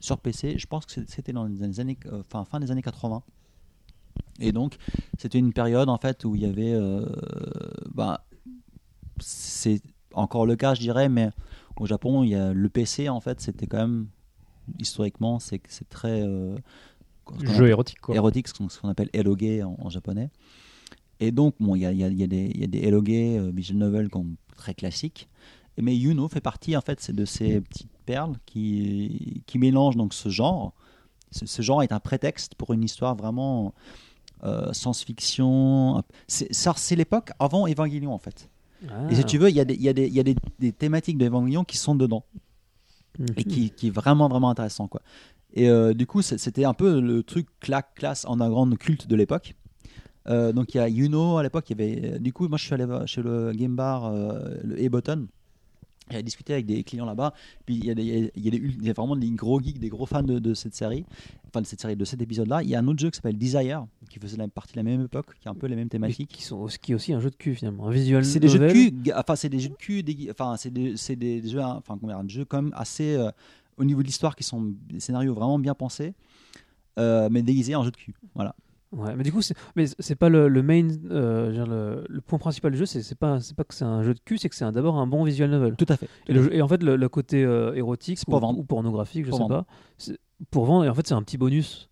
sur PC. Je pense que c'est- c'était dans les années, euh, fin, fin des années 80. Et donc c'était une période en fait où il y avait, euh, bah, c'est encore le cas, je dirais, mais au Japon, il y a le PC en fait, c'était quand même historiquement, c'est c'est très euh, ce qu'on Jeu érotique, quoi. érotique, ce qu'on- ce qu'on appelle eroge en, en japonais. Et donc, bon, il y a, il y a- il y a des, il y a des eroge, euh, visual novel comme très classiques. Mais Yuno fait partie en fait c'est de ces petites perles qui, qui mélangent donc ce genre. Ce, ce genre est un prétexte pour une histoire vraiment euh, science-fiction. C'est ça, c'est l'époque avant Evangelion en fait. Et Ah. si tu veux, il y a des, il y a des, il y a des, des thématiques d'Evangelion qui sont dedans Ah. et qui, qui est vraiment vraiment intéressant quoi. Et euh, du coup, c'est- c'était un peu le truc claque classe en un grand culte de l'époque. Euh, donc il y a Yuno à l'époque, il y avait. euh, Du coup, moi je suis allé voir chez le game bar, euh, le E-Button. J'ai discuté avec des clients là-bas. Puis il y, a des- il y a- il y a des- il y a vraiment des gros geeks, des gros fans de, de cette série, enfin de cette série, de cet épisode-là. Il y a un autre jeu qui s'appelle Desire, qui faisait la- partie de la même époque, qui a un peu les mêmes Mais thématiques. qui, sont, aussi- qui est aussi un jeu de cul finalement, un visual C'est des jeux de novel. cul, ga- enfin c'est des jeux de cul, dégui- enfin c'est des, c'est des jeux, hein, enfin comment dire, des jeux quand même assez euh, au niveau de l'histoire qui sont des scénarios vraiment bien pensés, euh, mais déguisés en jeu de cul. Voilà. Ouais, mais du coup, c'est, mais c'est pas le, le main, euh, je veux dire, le, le point principal du jeu, c'est, c'est pas, c'est pas que c'est un jeu de cul, c'est que c'est un- d'abord un bon visual novel. Tout à fait. Et, le jeu- et en fait, le, le côté euh, érotique C'est ou, pour vendre. ou pornographique, je Pour sais vendre. pas, c'est pour vendre. Et en fait, c'est un petit bonus.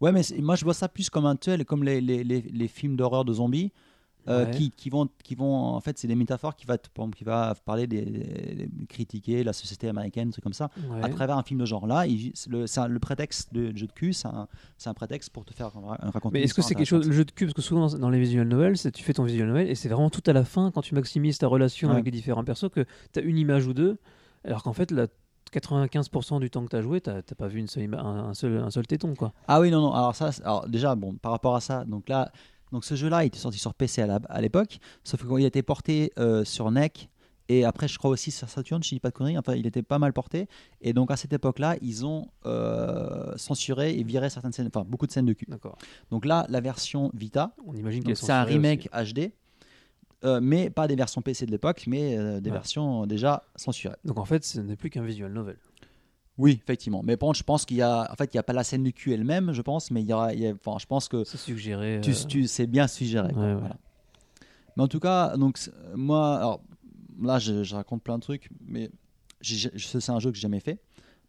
Ouais, mais c'est- moi je vois ça plus comme un tuel, comme les, les, les, les films d'horreur de zombies. euh, Ouais. qui, qui vont qui vont en fait c'est des métaphores qui va te- par exemple, qui va parler des, des- critiquer la société américaine trucs comme ça Ouais. à travers un film de genre là il- c'est le, c'est un- le prétexte de jeu de cul c'est un, c'est un prétexte pour te faire ra- raconter mais une est-ce que histoire c'est quelque chose, intéressante. le jeu de cul, parce que souvent dans les visual novels, c'est tu fais ton visual novel et c'est vraiment tout à la fin, quand tu maximises ta relation Ouais. avec les différents persos, que t'as une image ou deux, alors qu'en fait, la 95% du temps que t'as joué, t'as, t'as pas vu une seule ima- un, un seul, un seul téton, quoi. Ah oui, non, non. Alors, ça, c'est- alors déjà, bon, par rapport à ça, donc là, donc ce jeu-là, il était sorti sur PC à la- à l'époque, sauf qu'il a été porté euh, sur NEC. Et après, je crois aussi sur Saturn, je dis pas de conneries, enfin, il était pas mal porté. Et donc, à cette époque-là, ils ont euh, censuré et viré certaines scènes, enfin, beaucoup de scènes de cul. D'accord. Donc là, la version Vita, On imagine donc qu'elle c'est un remake HD, euh, mais pas des versions PC de l'époque, mais euh, des Ouais. versions déjà censurées. Donc en fait, ce n'est plus qu'un visual novel. Oui, effectivement. Mais bon, je pense qu'il y a, en fait, il y a pas la scène du cul elle-même, je pense, mais il y aura, il y a- enfin, je pense que C'est suggéré. tu, euh, tu- c'est bien suggéré. quoi, Ouais, ouais. voilà. Mais en tout cas, donc c'est- euh, moi, alors, là, je, je raconte plein de trucs, mais j'ai- j'ai- ce- c'est un jeu que j'ai jamais fait.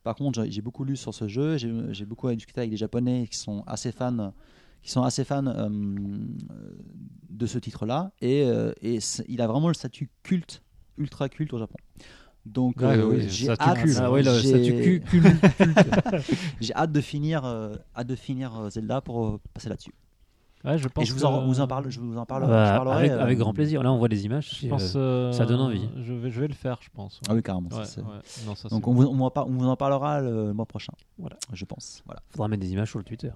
Par contre, j'ai- j'ai beaucoup lu sur ce jeu, j'ai j'ai beaucoup discuté avec des Japonais qui sont assez fans, qui sont assez fans euh, de ce titre-là, et, euh, et c'est- il a vraiment le statut culte, ultra culte au Japon. Donc, Ouais, euh, oui, j'ai statut hâte, culte. Ah ouais, le j'ai- statut cul, cul, culte. j'ai hâte de finir, euh, hâte de finir euh, Zelda pour euh, passer là-dessus. Ouais, je Et pense je vous en, que- euh, vous en parle, je vous en parle, Bah, je parlerai, avec, euh, avec grand plaisir. Là, on voit des images. Je et, pense, euh, euh, ça donne envie. Je vais, je vais le faire, je pense. Ah oui, carrément. ça, Ouais, c'est- ouais. Non, ça, Donc c'est on vous, on, vous en par- on vous en parlera le mois prochain. Voilà. Je pense. Voilà. faudra mettre des images sur le Twitter.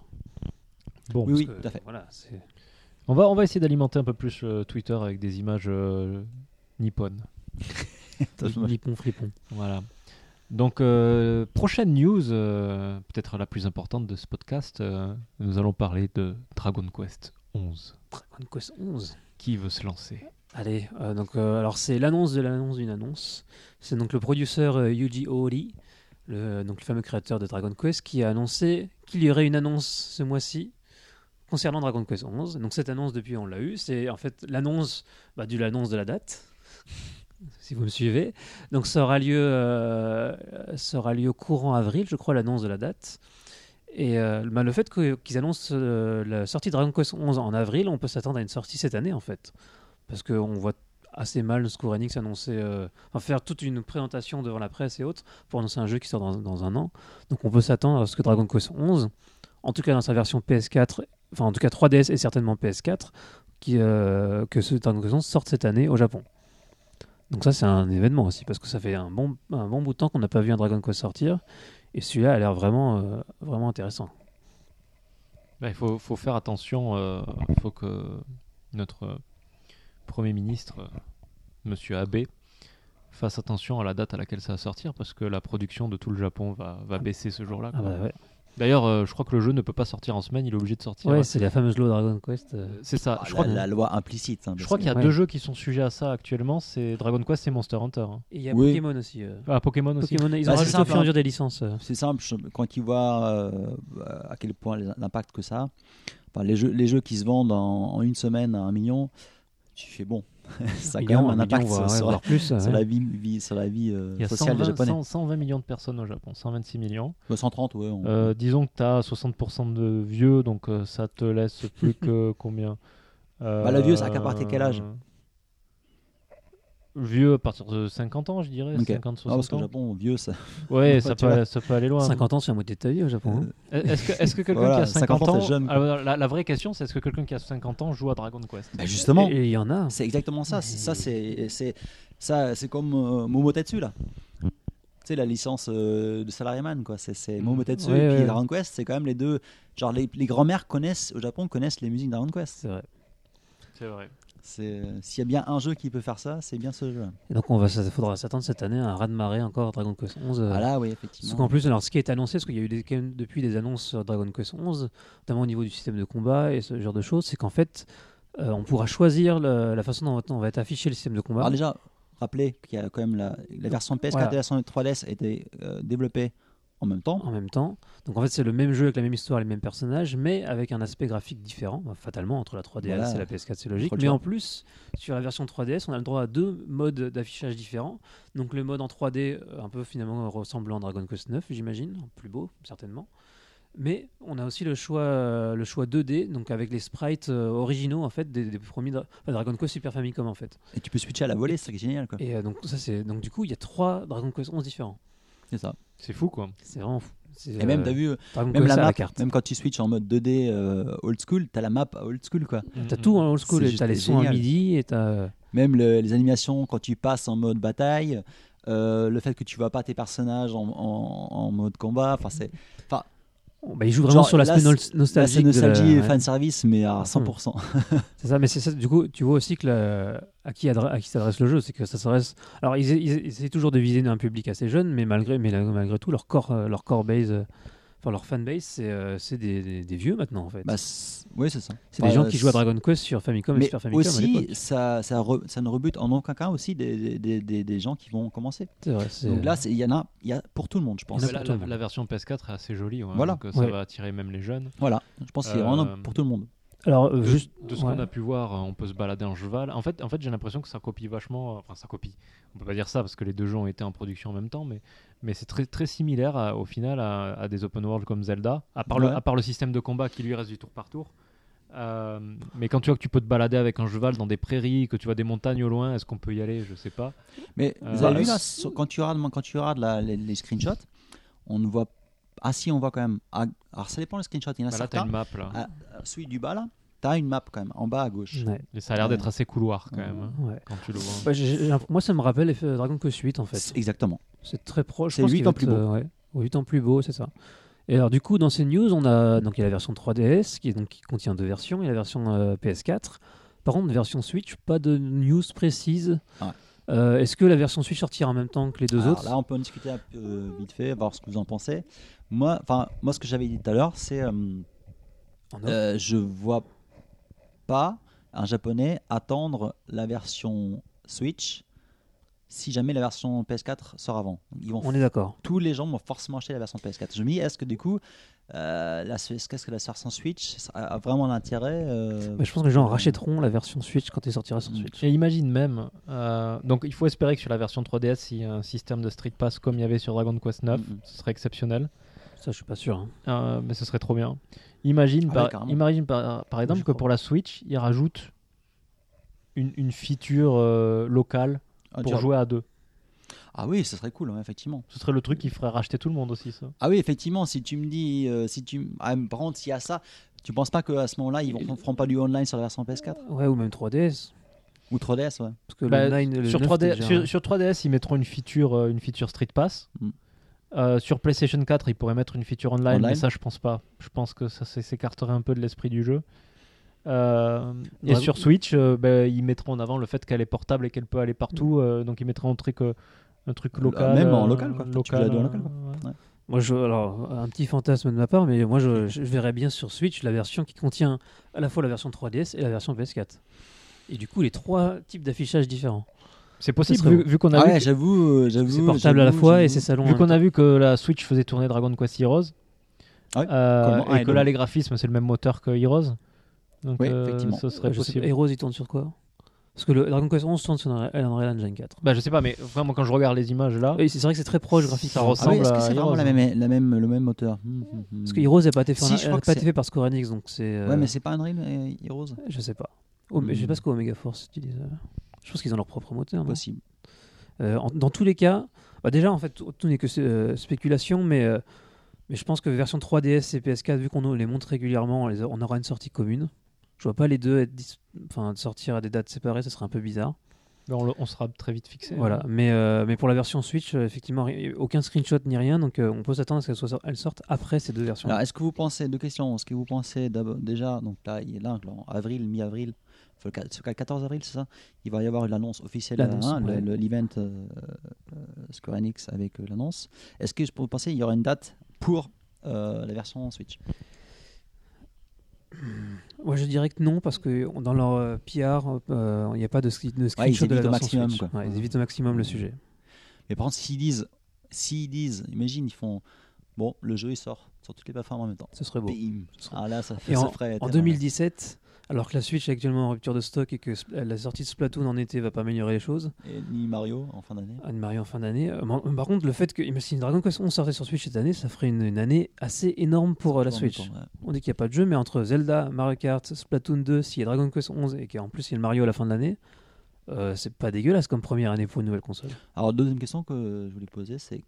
bon. oui, oui, Parce que, tout à fait. Voilà, c'est- On va, on va essayer d'alimenter un peu plus euh, Twitter avec des images euh, nippones. Nippon, flippon. Voilà. Donc, euh, prochaine news, euh, peut-être la plus importante de ce podcast, euh, nous allons parler de Dragon Quest 11. Dragon Quest 11. Qui veut se lancer Allez, euh, donc euh, alors c'est l'annonce de l'annonce d'une annonce. C'est donc le producteur euh, Yuji Ori, le, donc le fameux créateur de Dragon Quest, qui a annoncé qu'il y aurait une annonce ce mois-ci concernant Dragon Quest 11. Donc cette annonce depuis on l'a eu, c'est en fait l'annonce bah, du l'annonce de la date. si vous me suivez. Donc ça aura lieu euh, ça aura lieu courant avril, je crois l'annonce de la date. Et euh, bah, le fait que- qu'ils annoncent euh, la sortie de Dragon Quest 11 en avril, on peut s'attendre à une sortie cette année en fait. Parce qu'on voit assez mal Square Enix annoncer, euh, enfin, faire toute une présentation devant la presse et autres pour annoncer un jeu qui sort dans, dans un an. Donc on peut s'attendre à ce que Dragon Quest 11, en tout cas dans sa version PS4, enfin en tout cas 3DS et certainement PS4, qui, euh, que ce Dragon Quest 11 sorte cette année au Japon. Donc ça c'est un événement aussi parce que ça fait un bon, un bon bout de temps qu'on n'a pas vu un Dragon Quest sortir et celui-là a l'air vraiment, euh, vraiment intéressant. Bah, il faut, faut faire attention. euh, Il faut que notre euh, Premier ministre, euh, Monsieur Abe, fasse attention à la date à laquelle ça va sortir parce que la production de tout le Japon va, va baisser ce jour-là. Ah quoi. bah ouais, D'ailleurs, euh, je crois que le jeu ne peut pas sortir en semaine, il est obligé de sortir. Ouais, c'est la fameuse loi Dragon Quest. euh, Euh, C'est ça. Ah, je crois, la, la loi implicite. hein, je parce crois qu'il y a Ouais. deux jeux qui sont sujets à ça actuellement c'est Dragon Quest et Monster Hunter. hein. Et il y a Oui. Pokémon aussi. euh. Ah, Pokémon aussi. Pokémon, ils Bah, ont c'est rajouté au sympa. fur et à mesure des licences. euh. C'est simple, je- quand ils voient euh, à quel point les- l'impact que ça a, enfin, les, jeux, les jeux qui se vendent en, en une semaine à un million, tu fais bon, ça a quand Million, même un impact million, voire- sur, ouais, sur- voire plus. sur ouais. la vie, vie- sur la vie euh, Il y a sociale des 120, Japonais. 100 120 millions de personnes au Japon, 126 millions. Ouais, 130, ouais. on- Ah, Euh, disons que tu as 60% de vieux, donc euh, ça te laisse plus que combien Euh, Bah, le vieux, ça a qu'à partir de quel âge Vieux à partir de 50 ans, je dirais, Ok. Ah, 50-60 parce qu'au ans. Japon, vieux, ça. Ouais, Ouais, ça, tu peut, vois. aller- ça peut aller loin. Euh, 50 ans, c'est la moitié de ta vie au Japon. hein. Est-ce que, est-ce que quelqu'un Voilà, qui a 50, 50 ans, ans. c'est jeune, quoi. Alors, la, la vraie question, c'est est-ce que quelqu'un qui a 50 ans joue à Dragon Quest Bah, justement, Et et il y en a. hein. c'est exactement ça. C'est- Ça, c'est c'est- ça, c'est comme euh, Momotetsu là. Tu sais, la licence euh, de Salaryman, quoi. C'est- C'est Momotetsu Mm. Ouais, et puis ouais. Dragon Quest, c'est quand même les deux. Genre, les, les grands-mères connaissent, au Japon, connaissent les musiques de Dragon Quest. C'est vrai. C'est vrai. C'est s'il y a bien un jeu qui peut faire ça, c'est bien ce jeu. Et donc, il faudra s'attendre cette année à un raz-de-marée encore Dragon Quest 11. euh, Ah là, oui, Parce effectivement. qu'en plus, alors, ce qui est annoncé, parce qu'il y a eu des- quand même depuis des annonces sur Dragon Quest 11, notamment au niveau du système de combat et ce genre de choses, c'est qu'en fait, euh, on pourra choisir le- la façon dont on va être affiché le système de combat. Alors déjà, rappelez qu'il y a quand même la, la version PS4 Voilà. et la version 3DS a été euh, développée en même temps. en même temps. Donc en fait, c'est le même jeu avec la même histoire, les mêmes personnages, mais avec un aspect graphique différent, bah, fatalement, entre la 3DS Voilà. et la PS4, c'est logique. Faut le Mais choix. en plus, sur la version 3DS, on a le droit à deux modes d'affichage différents. Donc le mode en 3D, euh, un peu finalement ressemblant à Dragon Quest 9, j'imagine, en plus beau, certainement. Mais on a aussi le choix, euh, le choix 2D, donc avec les sprites euh, originaux en fait des, des premiers Dra- enfin, Dragon Quest Super Famicom en fait. Et tu peux switcher à la volée, c'est ça qui est génial, quoi. Et euh, donc ça c'est donc du coup il y a trois Dragon Quest 11 différents. C'est ça. C'est fou, quoi. C'est vraiment fou. C'est, Et même, euh, t'as vu, euh, Dragon même Quest la à map, la carte. même quand tu switches en mode 2D euh, old school, t'as la map à old school, quoi. Mm, T'as tout en old school, C'est et t'as les juste sons à génial. midi, et t'as. euh, Même le- les animations quand tu passes en mode bataille, euh, le fait que tu vois pas tes personnages en, en- en mode combat, enfin c'est Bon, bah, ils jouent vraiment Genre, sur l'aspect là, nol- là, nostalgique. c'est de la- nostalgie et ouais. Mm. fan service mais à 100%. C'est ça, mais c'est ça. Du coup, tu vois aussi que la- à qui, adre- à qui s'adresse le jeu, c'est que ça s'adresse. Alors, ils, ils- ils essaient toujours de viser un public assez jeune, mais malgré, mais la- malgré tout, leur corps, euh, leur core base, euh, enfin leur fan base, c'est euh, c'est des, des- des vieux maintenant en fait. Bah, c'est- oui c'est ça. c'est des Enfin, gens qui euh, jouent à Dragon Quest sur Famicom et mais Super Famicom. à l'époque. aussi ça, ça, re- ça ne rebute en aucun cas aussi des, des- des, des, des gens qui vont commencer. C'est vrai, c'est- euh, Donc là c'est- il y en a, il y a pour tout le monde je pense. Il y en a Ah, Mais la, pour tout le la- monde. la version PS4 est assez jolie, ouais, Voilà. donc euh, ça Ouais. va attirer même les jeunes. Voilà, je pense qu'il y a Euh, vraiment pour tout le monde. alors euh, De, juste de ce ouais. qu'on a pu voir, euh, on peut se balader en cheval. En fait, en fait j'ai l'impression que ça copie vachement. euh, Enfin, ça copie. On peut pas dire ça parce que les deux jeux ont été en production en même temps, mais, mais c'est très, très similaire à- au final à, à des open world comme Zelda, à part, Ouais. le, à part le système de combat qui lui reste du tour par tour. Euh, mais quand tu vois que tu peux te balader avec un cheval dans des prairies, que tu vois des montagnes au loin, est-ce qu'on peut y aller Je sais pas. Mais Euh, vous avez bah, vu là, c'est- sur- quand tu regardes, quand tu regardes la- les, les screenshots, on ne voit ah si on voit quand même. Ah, alors ça dépend les screenshots, il y en a Bah, là, t'as certains. une map là. Ah, celui du bas là, t'as une map quand même en bas à gauche. Ouais, Et ça a l'air d'être assez couloir quand même hein, ouais. quand tu le vois. Ouais, j'ai- j'ai- moi, ça me rappelle les faits Dragon Quest 8 en fait. C'est- Exactement. C'est très proche. C'est Je pense huit qu'il va ans plus être, beau. euh, ouais. Ouais, huit ans plus beau, c'est ça. Et alors du coup, dans ces news, on a donc il y a la version 3DS qui, est donc, qui contient deux versions, il y a la version euh, PS4. Par contre, version Switch, pas de news précise. Ah ouais. Euh, Est-ce que la version Switch sortira en même temps que les deux Alors, autres Là on peut en discuter un peu euh, vite fait, voir ce que vous en pensez. Moi, enfin moi ce que j'avais dit tout à l'heure, c'est euh, En off euh, je vois pas un japonais attendre la version Switch si jamais la version PS4 sort avant. Ils vont On est d'accord. tous les gens vont forcément acheter la version PS4. Je me dis, est-ce que du coup, euh, la, est-ce que la version Switch a a vraiment l'intérêt euh, Mais Bah, je pense que les gens rachèteront la version Switch quand elle sortira sur Mm. Switch. Et imagine même, euh, donc il faut espérer que sur la version 3DS, il y a un système de Street Pass comme il y avait sur Dragon Quest 9, Mhm. ce serait exceptionnel, Ça, je suis pas sûr. hein. Euh, mais ce serait trop bien. Imagine, Ah par, ouais, carrément. imagine par, par exemple je que crois. pour la Switch, ils rajoutent une, une feature euh, locale ah, pour déjà- jouer à deux. Ah oui, ce serait cool, ouais, effectivement. Ce serait le truc qui ferait racheter tout le monde aussi, ça. Ah oui, effectivement, si tu me dis, euh, si tu, m- ah, par contre, s'il y a ça, tu penses pas qu'à ce moment-là, ils ne feront pas du online sur la version PS4 Ouais, ou même 3DS. ou 3DS, ouais. Parce que Bah, le 9, le sur, 9, 3D, déjà- sur, sur 3DS, ils mettront une feature, euh, une feature Street Pass. Mm. Euh, sur PlayStation 4, ils pourraient mettre une feature online, Online. mais ça, je pense pas. Je pense que ça s'é- s'écarterait un peu de l'esprit du jeu. Euh, et Ouais, sur Switch, euh, bah, ils mettront en avant le fait qu'elle est portable et qu'elle peut aller partout. euh, donc, ils mettront un truc, euh, un truc local. Mm. même en euh, local, quoi. Tu peux la jouer en local, quoi. euh, ouais. Moi, je, alors, un petit fantasme de ma part, mais moi, je, je verrais bien sur Switch la version qui contient à la fois la version 3DS et la version PS4. Et du coup, les trois types d'affichage différents. C'est serait possible, vu, bon. vu qu'on a, Ah ouais, vu, j'avoue, euh, Parce j'avoue. que C'est portable à la j'avoue, fois et j'avoue. c'est salon. hein. vu en qu'on a même vu que la Switch faisait tourner Dragon Quest Heroes. Ah ouais, euh, comme un et et que là, deux. les graphismes, c'est le même moteur que Heroes. Donc, Oui, euh, effectivement. ce temps. serait Je sais pas, possible. Heroes, il tourne sur quoi Parce que le Dragon Quest 11 tourne sur Unreal Unreal Engine 4. Bah, je sais pas, mais vraiment, quand je regarde les images là, Et c'est vrai que c'est très proche graphiquement. Ça Ah oui, est-ce ressemble que à c'est vraiment Heroes, la même, la même, le même moteur Hum, hum, hum. Parce que Heroes n'a pas été fait, en- Si, je crois a que pas été c'est- fait par Square Enix, donc c'est. euh, Ouais, mais c'est pas Unreal euh, Heroes Je sais pas. Oh, mais Je sais pas ce que Omega Force utilise. euh. Je pense qu'ils ont leur propre moteur. non Possible. Euh, en- dans tous les cas, bah déjà, en fait, tout, tout n'est que euh, spéculation, mais, euh, mais je pense que version 3DS et PS4, vu qu'on nous les montre régulièrement, on, les a- on aura une sortie commune. Je vois pas les deux être dis- enfin, sortir à des dates séparées, ça serait un peu bizarre. ben, on, le- on sera très vite fixé. Voilà. Mais, euh, mais pour la version Switch, euh, effectivement, ri- aucun screenshot ni rien, donc euh, on peut s'attendre à ce qu'elle soit sor- elle sorte après ces deux versions. Alors, est-ce que vous pensez, deux questions, est-ce que vous pensez d'ab- déjà, donc là, il est là, en avril, mi-avril, faut le quat- c'est le 14 avril, c'est ça Il va y avoir l'annonce officielle, L'annonce, hein, le- ouais. le- l'event euh, euh, Square Enix avec euh, l'annonce. Est-ce que je peux penser qu'il y aura une date pour euh, la version Switch Moi, je dirais que non, parce que on- dans leur euh, PR, euh, il n'y a pas de, sc- de Ouais, ils screenshot de la évitent au version maximum, Switch. quoi. Ouais, ils évitent au maximum le sujet. Mais par contre, s'ils disent, s'ils disent, imagine, ils font, bon, le jeu il sort sur toutes les plateformes en même temps. Ce serait beau. Bim Ah là, ça, Et fait, ça ferait En tellement- 2017, alors que la Switch est actuellement en rupture de stock et que Spl- la sortie de Splatoon en été va pas améliorer les choses, Et ni Mario en fin d'année. Anne-Marie en fin d'année. euh, man- par contre, le fait que imagine, si Dragon Quest 11 sortait sur Switch cette année, ça ferait une, une année assez énorme pour euh, la En même Switch. temps, ouais. On dit qu'il n'y a pas de jeu, mais entre Zelda, Mario Kart, Splatoon 2, s'il y a Dragon Quest 11 et qu'en plus il y a le Mario à la fin de l'année, euh, c'est pas dégueulasse comme première année pour une nouvelle console. Alors deuxième question que je voulais poser, c'est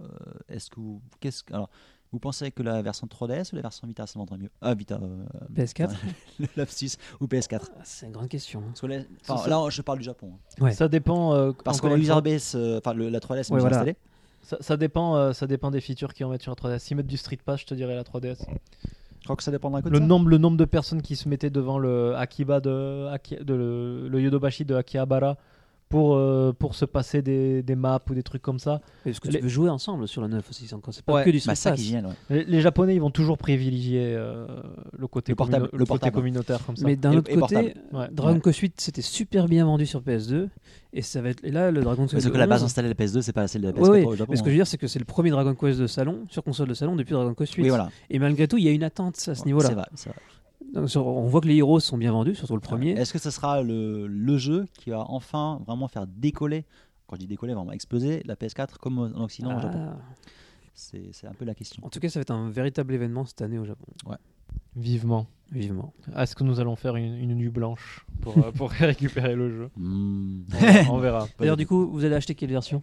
euh, est-ce que vous qu'est-ce que- alors vous pensez que la version 3DS ou la version Vita se vendrait mieux Ah Vita, euh, PS4 le lapsus ou PS4 Ah, C'est une grande question. hein. Parce que là- enfin, Ça, ça- là, je parle du Japon. hein. Ouais. Ça dépend. euh, Parce que encore la une fois, user base, euh, enfin le- la 3DS, Ouais, est voilà. installée. ça, ça dépend, euh, ça dépend des features qui en mettent sur la 3DS. S'ils mettent du Street Pass, je te dirais la 3DS. Je crois que ça dépendra que de Le ça. nombre, le nombre de personnes qui se mettaient devant le Akiba de, Aki- de le, le Yodobashi de Akihabara pour, euh, pour se passer des, des maps ou des trucs comme ça. Est-ce que Les- tu peux jouer ensemble sur le 9 aussi c'est encore- C'est pas Ouais, que du Bah, Switch ça qui vient. ouais. Les, les Japonais, ils vont toujours privilégier euh, le côté, Le portable, communo- le le côté portable. communautaire comme ça. Mais d'un Et- autre et côté, portable. Ouais. Dragon Quest 8 c'était super bien vendu sur PS2 et ça va être et là le Dragon Quest Parce que la 11, base installée de la PS2, c'est pas celle de la Ouais, PS4 ouais. au Japon. mais ce que hein. je veux dire c'est que c'est le premier Dragon Quest de salon sur console de salon depuis Dragon Quest 8 Oui, voilà. et malgré tout il y a une attente à ce C'est niveau-là vrai, c'est vrai. Donc, sur- on voit que les héros sont bien vendus surtout le premier Est-ce que ce sera le, le jeu qui va enfin vraiment faire décoller, quand je dis décoller, vraiment exploser la PS4 comme en Occident au Ah. Japon C'est c'est un peu la question. en tout cas ça va être un véritable événement cette année au Japon Vivement. vivement Est-ce que nous allons faire une, une nuit blanche pour, euh, pour récupérer le jeu Hmm. On verra. d'ailleurs du coup vous allez acheter quelle version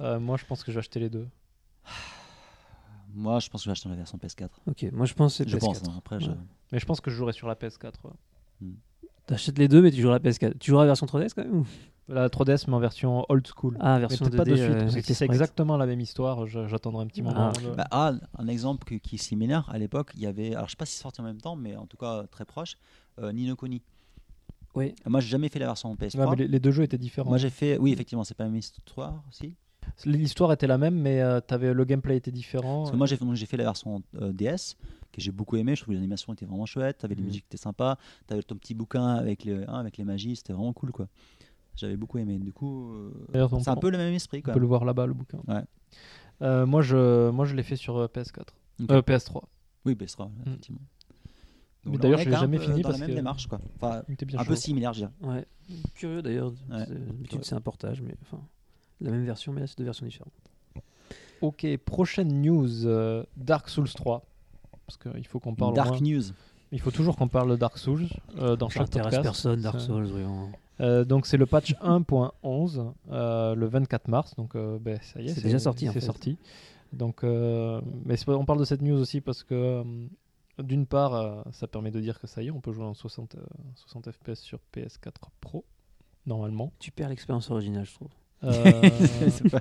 Euh, moi, je pense que j'ai acheté les deux. Moi, je pense que je vais acheter la version PS4. ok moi je pense que c'est Je PS4 pense. hein. Après, je... Ouais. Mais je pense que je jouerai sur la PS4. ouais. t'achètes les deux mais tu joueras la PS4 tu joueras la version 3DS quand même ou La 3DS, mais en version old school. ah Mais version peut-être 2D pas de suite, euh, parce que avec si les c'est sprites. exactement la même histoire, je- j'attendrai un petit moment. avant de- Bah, ah, un exemple que- qui est similaire. À l'époque, il y avait. Alors, je sais pas si c'est sorti en même temps, mais en tout cas très proche. euh, Nino Kuni. Oui. Moi, j'ai jamais fait la version PS3. Ouais, mais les, les deux jeux étaient différents. Moi, j'ai fait. Oui, effectivement, c'est pas la même histoire aussi. L'histoire était la même, mais euh, t'avais- le gameplay était différent. Parce que moi, j'ai fait, donc, j'ai fait la version euh, DS que j'ai beaucoup aimé. Je trouve que l'animation était Mm-hmm. vraiment chouette. T'avais les Mhm. musiques qui étaient sympas. T'avais ton petit bouquin avec les, hein, avec les magies. C'était vraiment cool, quoi. J'avais beaucoup aimé. Du coup, euh, D'ailleurs, on c'est un prend- peu le même esprit On quand peut le même. voir là-bas, le bouquin. Ouais. Euh, moi, je, moi, je l'ai fait sur euh, PS4. Ok. Euh, PS3. Oui, Bestra, effectivement. Mm. Mais Donc là, d'ailleurs, on est je l'ai quand même, jamais euh, fini dans parce la que- même démarche, quoi. Enfin, Il était bien un chaud. peu similaire, je dirais. Ouais. Curieux d'ailleurs. Ouais. c'est- D'habitude, Curieux. c'est un portage, mais enfin, la même version, mais là, c'est deux versions différentes. Ok, prochaine news euh, Dark Souls 3. Parce qu'il faut qu'on parle. au Dark moins- News. Il faut toujours qu'on parle de Dark Souls euh, dans Ça chaque intéresse podcast. personne, Dark Ça- Souls, voyons. Euh, donc c'est le patch 1.11 euh, le 24 mars. Donc euh, ben, ça y est, C'est déjà sorti, en C'est fait. sorti. Donc, euh, mais c'est- on parle de cette news aussi parce que euh, d'une part, euh, ça permet de dire que ça y est, on peut jouer en 60, euh, 60 FPS sur PS4 Pro normalement. Tu perds l'expérience originale, je trouve. Euh, C'est pas-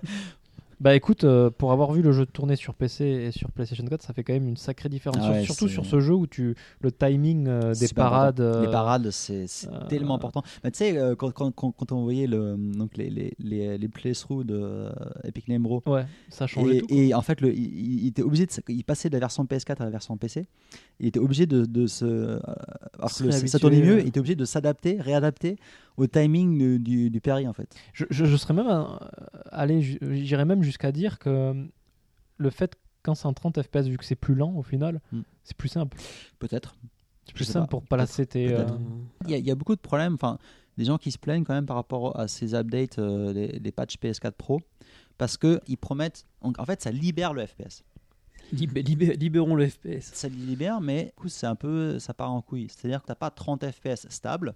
bah écoute, euh, pour avoir vu le jeu tourner sur PC et sur PlayStation 4, ça fait quand même une sacrée différence. Ah Sur- ouais, surtout c'est- sur ce jeu où tu le timing euh, des C'est super important. parades. euh, Les parades, c'est c'est euh, tellement important. Bah, tu sais, euh, quand, quand, quand, quand on voyait le, donc les, les, les, les playthroughs de euh, Epic Name Bro, Ouais, ça change et, tout. et en fait, le, il- il, il était obligé de, se- il passait de la version PS4 à la version PC. Il était obligé de, de se, euh, alors que Se le- ça- réhabituer, ça tournait mieux, euh. il était obligé de s'adapter, réadapter au timing du, du, du pari en fait. Je, je, je serais même un- allé, ju- j'irais même jusqu'à dire que euh, le fait quand c'est en 30 FPS, vu que c'est plus lent au final, Mm. c'est plus simple. Peut-être. C'est plus sais simple pas, pour peut-être, placer tes. peut-être. euh, Il y, a- il y a beaucoup de problèmes, enfin, des gens qui se plaignent quand même par rapport à ces updates, euh, les, les patchs PS4 Pro, parce que ils promettent, en- en fait, ça libère le FPS. Libé- libé- libérons le FPS. ça le libère, mais du coup, c'est un peu, ça part en couille. C'est-à-dire que t'as pas 30 FPS stable,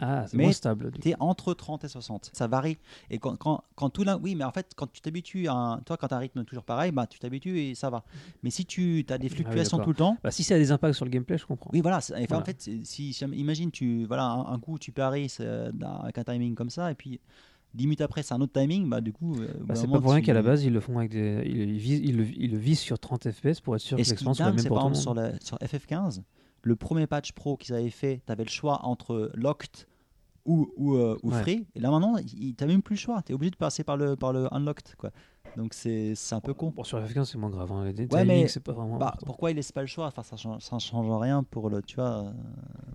Ah, c'est Mais moins stable. du coup. tu es entre 30 et 60. Ça varie. Et quand, quand, quand tout l'un, oui, mais en fait, quand tu t'habitues à un, toi, quand t'as un rythme toujours pareil, bah, tu t'habitues et ça va. Mais si tu as des fluctuations d'accord. tout le temps, Bah, si ça a des impacts sur le gameplay, je comprends. oui, voilà. c'est- enfin, Voilà. En fait, c'est- si, si- imagine, tu, voilà, un, un coup, tu paries euh, d'un- avec un timing comme ça, et puis 10 minutes après, c'est un autre timing, bah, du coup. euh, au bout d'un Bah, c'est pas moment, pour rien tu- qu'à la base, ils le font avec des. Ils, ils visent, ils le, ils le visent sur 30 FPS pour être sûr que Et ce qui est l'expérience soit la dingue, même c'est pour par tout le exemple monde. sur, la- sur FF15, le premier patch pro qu'ils avaient fait, tu avais le choix entre locked ou, ou, euh, ou Ouais. free. Et là maintenant, tu n'as même plus le choix. Tu es obligé de passer par le, par le unlocked. Quoi. Donc c'est c'est un peu con. Bon, sur FF15, c'est moins grave. hein. Les ouais, Ouais, mais- c'est pas vraiment. Bah, important. pourquoi ils laissent pas le choix enfin, Ça ne change, ça ne change rien pour, le, tu vois, euh,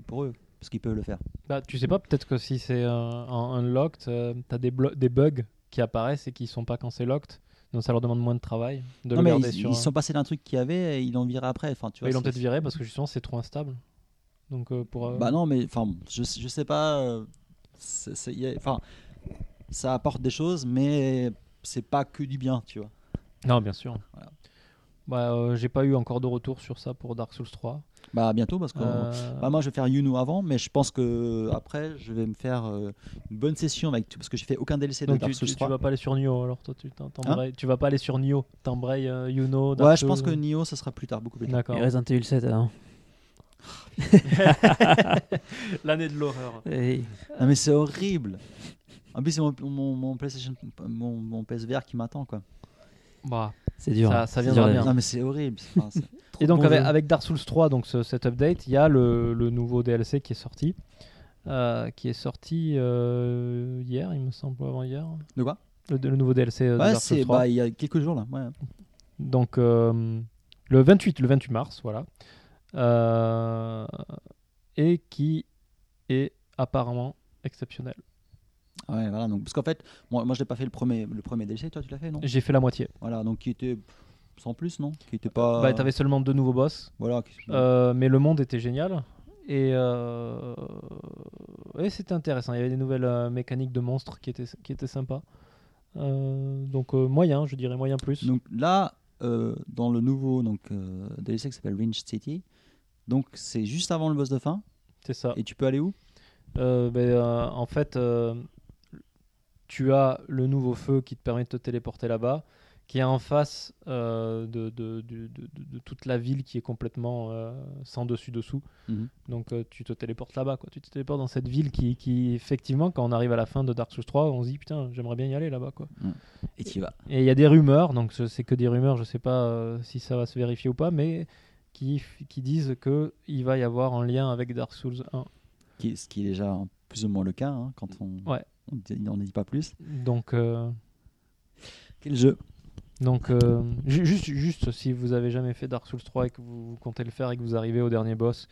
pour eux. Parce qu'ils peuvent le faire. bah, tu sais pas, peut-être que si c'est euh, en unlocked, euh, t'as des, blo- des bugs qui apparaissent et qui sont pas quand c'est locked. Donc ça leur demande moins de travail de Non, le mais garder ils, sur. ils un- sont passés d'un truc qu'il y avait et ils l'ont viré après. Enfin, tu vois, ils l'ont c'est- peut-être viré parce que justement c'est trop instable. Donc euh, pour. euh, Bah non, mais enfin, bon, je, je sais pas. euh, c'est- c'est- y a- Enfin, ça apporte des choses, mais c'est pas que du bien, tu vois. Non, bien sûr. Voilà. Bah, euh, j'ai pas eu encore de retour sur ça pour Dark Souls 3. Bah bientôt parce que Euh, bah, moi je vais faire Yuno avant, mais je pense que après je vais me faire euh, une bonne session avec parce que j'ai fait aucun DLC de Donc Dark tu, Souls tu- tu 3. vas pas aller sur Nioh alors toi tu t'en- t'embrayes- tu vas pas aller sur Nioh t'embrayes euh, Yuno Dark ouais, je Souls. pense que Nioh ça sera plus tard, beaucoup plus tard. d'accord Et Resident Evil 7, alors. l'année de l'horreur Et- Non mais c'est horrible. En plus c'est mon, mon, mon PlayStation, mon, mon PSVR qui m'attend quoi. bah. C'est dur. Ça- hein. ça C'est viendra dur, bien. la vie. Non mais c'est horrible. Enfin, c'est- et donc bon avec, jeu. avec Dark Souls 3 donc ce- cet update il y a le, le nouveau DLC qui est sorti euh, qui est sorti euh, hier il me semble avant hier De quoi le, le nouveau DLC euh, de Ouais, Dark Souls c'est 3 bah, il y a quelques jours là. Ouais. Donc euh, le 28, le 28 mars, voilà. Euh, et qui est apparemment exceptionnel. Ouais, voilà, donc, parce qu'en fait, moi, moi je l'ai pas fait le premier, le premier DLC, toi tu l'as fait non J'ai fait la moitié. Voilà, donc qui était sans plus non Qui était pas. Mm. Bah, t'avais seulement deux nouveaux boss, Voilà. qui- euh, mais le monde était génial. Et, euh, et c'était intéressant. Il y avait des nouvelles euh, mécaniques de monstres qui étaient, qui étaient sympas. Euh, donc euh, moyen, je dirais moyen plus. Donc là, euh, dans le nouveau donc, euh, DLC qui s'appelle Ringed City, donc c'est juste avant le boss de fin. C'est ça. Et tu peux aller où Euh, ben, euh, en fait, euh, tu as le nouveau feu qui te permet de te téléporter là-bas, qui est en face euh, de, de- du- de- de- de toute la ville qui est complètement euh, sans dessus-dessous. Mhm. Donc euh, tu te téléportes là-bas, quoi. tu te téléportes dans cette ville qui, qui, effectivement, quand on arrive à la fin de Dark Souls 3, on se dit putain, j'aimerais bien y aller là-bas. quoi. Et tu y vas. Et il y a des rumeurs, donc je- c'est que des rumeurs, je sais pas euh, si ça va se vérifier ou pas, mais qui, f- qui disent que il va y avoir un lien avec Dark Souls 1. Qui- ce qui est déjà en plus ou moins le cas hein, quand on Ouais. on dit- on ne dit pas plus. Donc. euh, Quel jeu Donc, euh, ju- juste, juste si vous avez jamais fait Dark Souls 3 et que vous, vous comptez le faire et que vous arrivez au dernier boss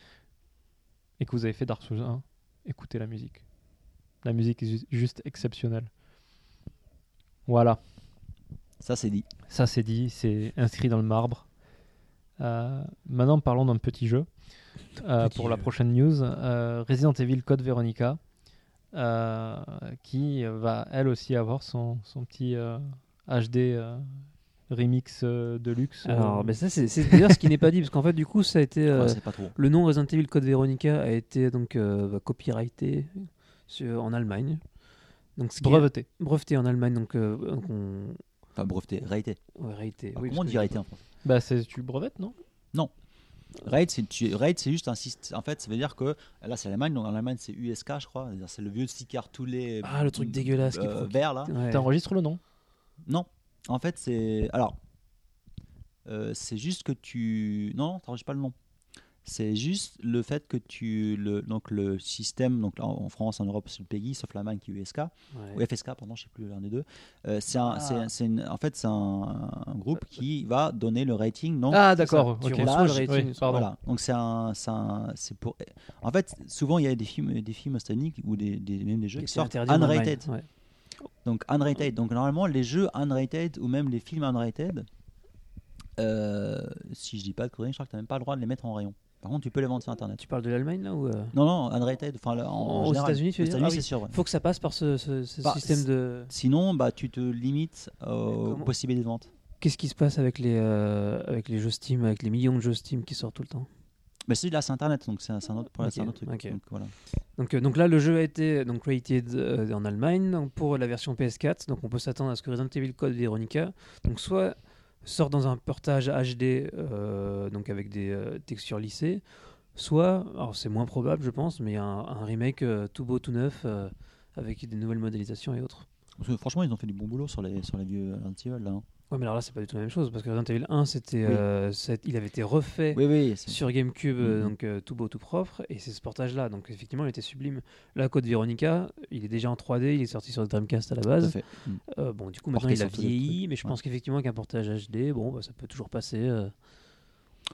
et que vous avez fait Dark Souls 1, écoutez la musique. La musique est ju- juste exceptionnelle. Voilà. Ça, c'est dit. Ça, c'est dit, c'est inscrit dans le marbre. Euh, maintenant, parlons d'un petit jeu. Euh, Petit pour la jeu. prochaine news, euh, Resident Evil Code Veronica, euh, qui va elle aussi avoir son, son petit euh, HD euh, remix euh, de luxe. Alors, Euh, mais ça, c'est c'est d'ailleurs ce qui n'est pas dit, parce qu'en fait, du coup, ça a été. euh, Ouais, c'est pas trop. le nom Resident Evil Code Veronica a été donc euh, bah, copyrighté sur- en Allemagne. Donc, ce qui est- breveté. breveté en Allemagne, donc, euh, donc on. Enfin, breveté. Rated. ouais, raté. Ah, oui, comment on parce dit que- rated en français Bah, c'est tu brevettes, non Raid, c'est tu- raid, c'est juste un système. En fait, ça veut dire que là, c'est l'Allemagne. Donc, en Allemagne, c'est USK, je crois. C'est-à-dire, C'est le vieux cigare tous les. Ah, le truc dégueulasse qui euh, provoque- vert, là. Ouais. T'enregistres le nom. Non, en fait, c'est. Alors, euh, c'est juste que tu. Non, non, t'enregistres pas le nom. C'est juste le fait que tu. Le, donc, le système, donc là, en France, en Europe, c'est le PEGI, sauf l'Allemagne qui est USK, Ouais. ou FSK, pardon, je sais plus l'un des deux. Euh, c'est un, Ah. c'est- c'est une- en fait, c'est un, un groupe qui va donner le rating. Donc, Ah, Euh, d'accord, Tu ok. reçois le L'âge, rating, oui, pardon. voilà. Donc c'est un, c'est un- c'est pour. En fait, souvent il y a des films, des films océaniques ou des, des- même des jeux Et qui c'est sortent interdit en Allemagne, unrated. ouais. Donc unrated. Donc normalement les jeux unrated ou même les films unrated, euh, si je dis pas de conneries, je crois que t'as même pas le droit de les mettre en rayon. Par contre, tu peux les vendre sur internet. Tu parles de l'Allemagne là ou euh, Non non unrated. Enfin le- en, en Aux général. États-Unis, tu veux Aux dire États-Unis, Ah oui. c'est sûr. ouais. Faut que ça passe par ce, ce- ce Bah, système c'est- de. Sinon bah tu te limites aux comment- possibilités de vente. Qu'est-ce qui se passe avec les euh, avec les jeux Steam, avec les millions de jeux Steam qui sortent tout le temps Mais celui là c'est internet donc c'est un, c'est un autre problème, Ok, c'est un autre truc. ok. Donc, voilà. Donc, euh, donc là, le jeu a été donc rated euh, en Allemagne donc pour la version PS4. Donc on peut s'attendre à ce que Resident Evil Code Veronica, donc soit sort dans un portage HD, euh, donc avec des euh, textures lissées, soit, alors c'est moins probable, je pense, mais un, un remake euh, tout beau, tout neuf, euh, avec des nouvelles modélisations et autres. Parce que, franchement ils ont fait du bon boulot sur les sur les vieux Resident Evil, là. hein. Ouais, mais alors là, c'est pas du tout la même chose parce que Resident Evil 1, c'était, Oui. euh, c'est- il avait été refait. Oui oui. c'est- sur GameCube, euh, Mhm. donc euh, tout beau, tout propre, et c'est ce portage-là. Donc effectivement, il était sublime. Là, Code Veronica, il est déjà en 3D, il est sorti sur le Dreamcast à la Tout à base. fait. Mm. Euh, bon, du coup, maintenant Porté il a sur tous les vieilli, mais je ouais. pense qu'effectivement, qu'un portage HD, bon, bah, ça peut toujours passer. euh,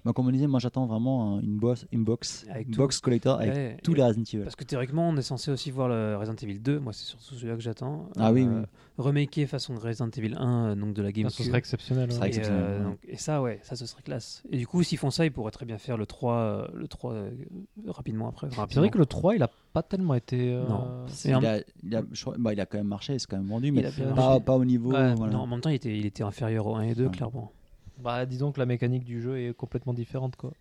Bah, comme on disait, moi j'attends vraiment un- une, box, une box, Avec une tout. box collector avec ouais, tous et- les Resident Evil. Parce que théoriquement, on est censé aussi voir le Resident Evil 2. Moi, c'est surtout celui-là que j'attends. Ah oui, oui. Remaké façon Resident Evil 1, euh, donc de la Ah, GameCube. ce serait exceptionnel. Ce ouais. serait- Et, exceptionnel, euh, ouais. donc- et ça, ouais, ça, ce serait classe. Et du coup, s'ils font ça, ils pourraient très bien faire le 3, euh, le 3 euh, rapidement après. Enfin, C'est vrai rapidement. que le 3, il a pas tellement été. euh, Non. Il, Et en- a, il, a, je crois- bah, il a quand même marché, il s'est quand même vendu, Il mais a bien pas, marché. pas au niveau. Ouais, voilà. Non, en même temps, il était, il était inférieur au 1 et 2, Ouais. clairement. Bah, disons que la mécanique du jeu est complètement différente, quoi.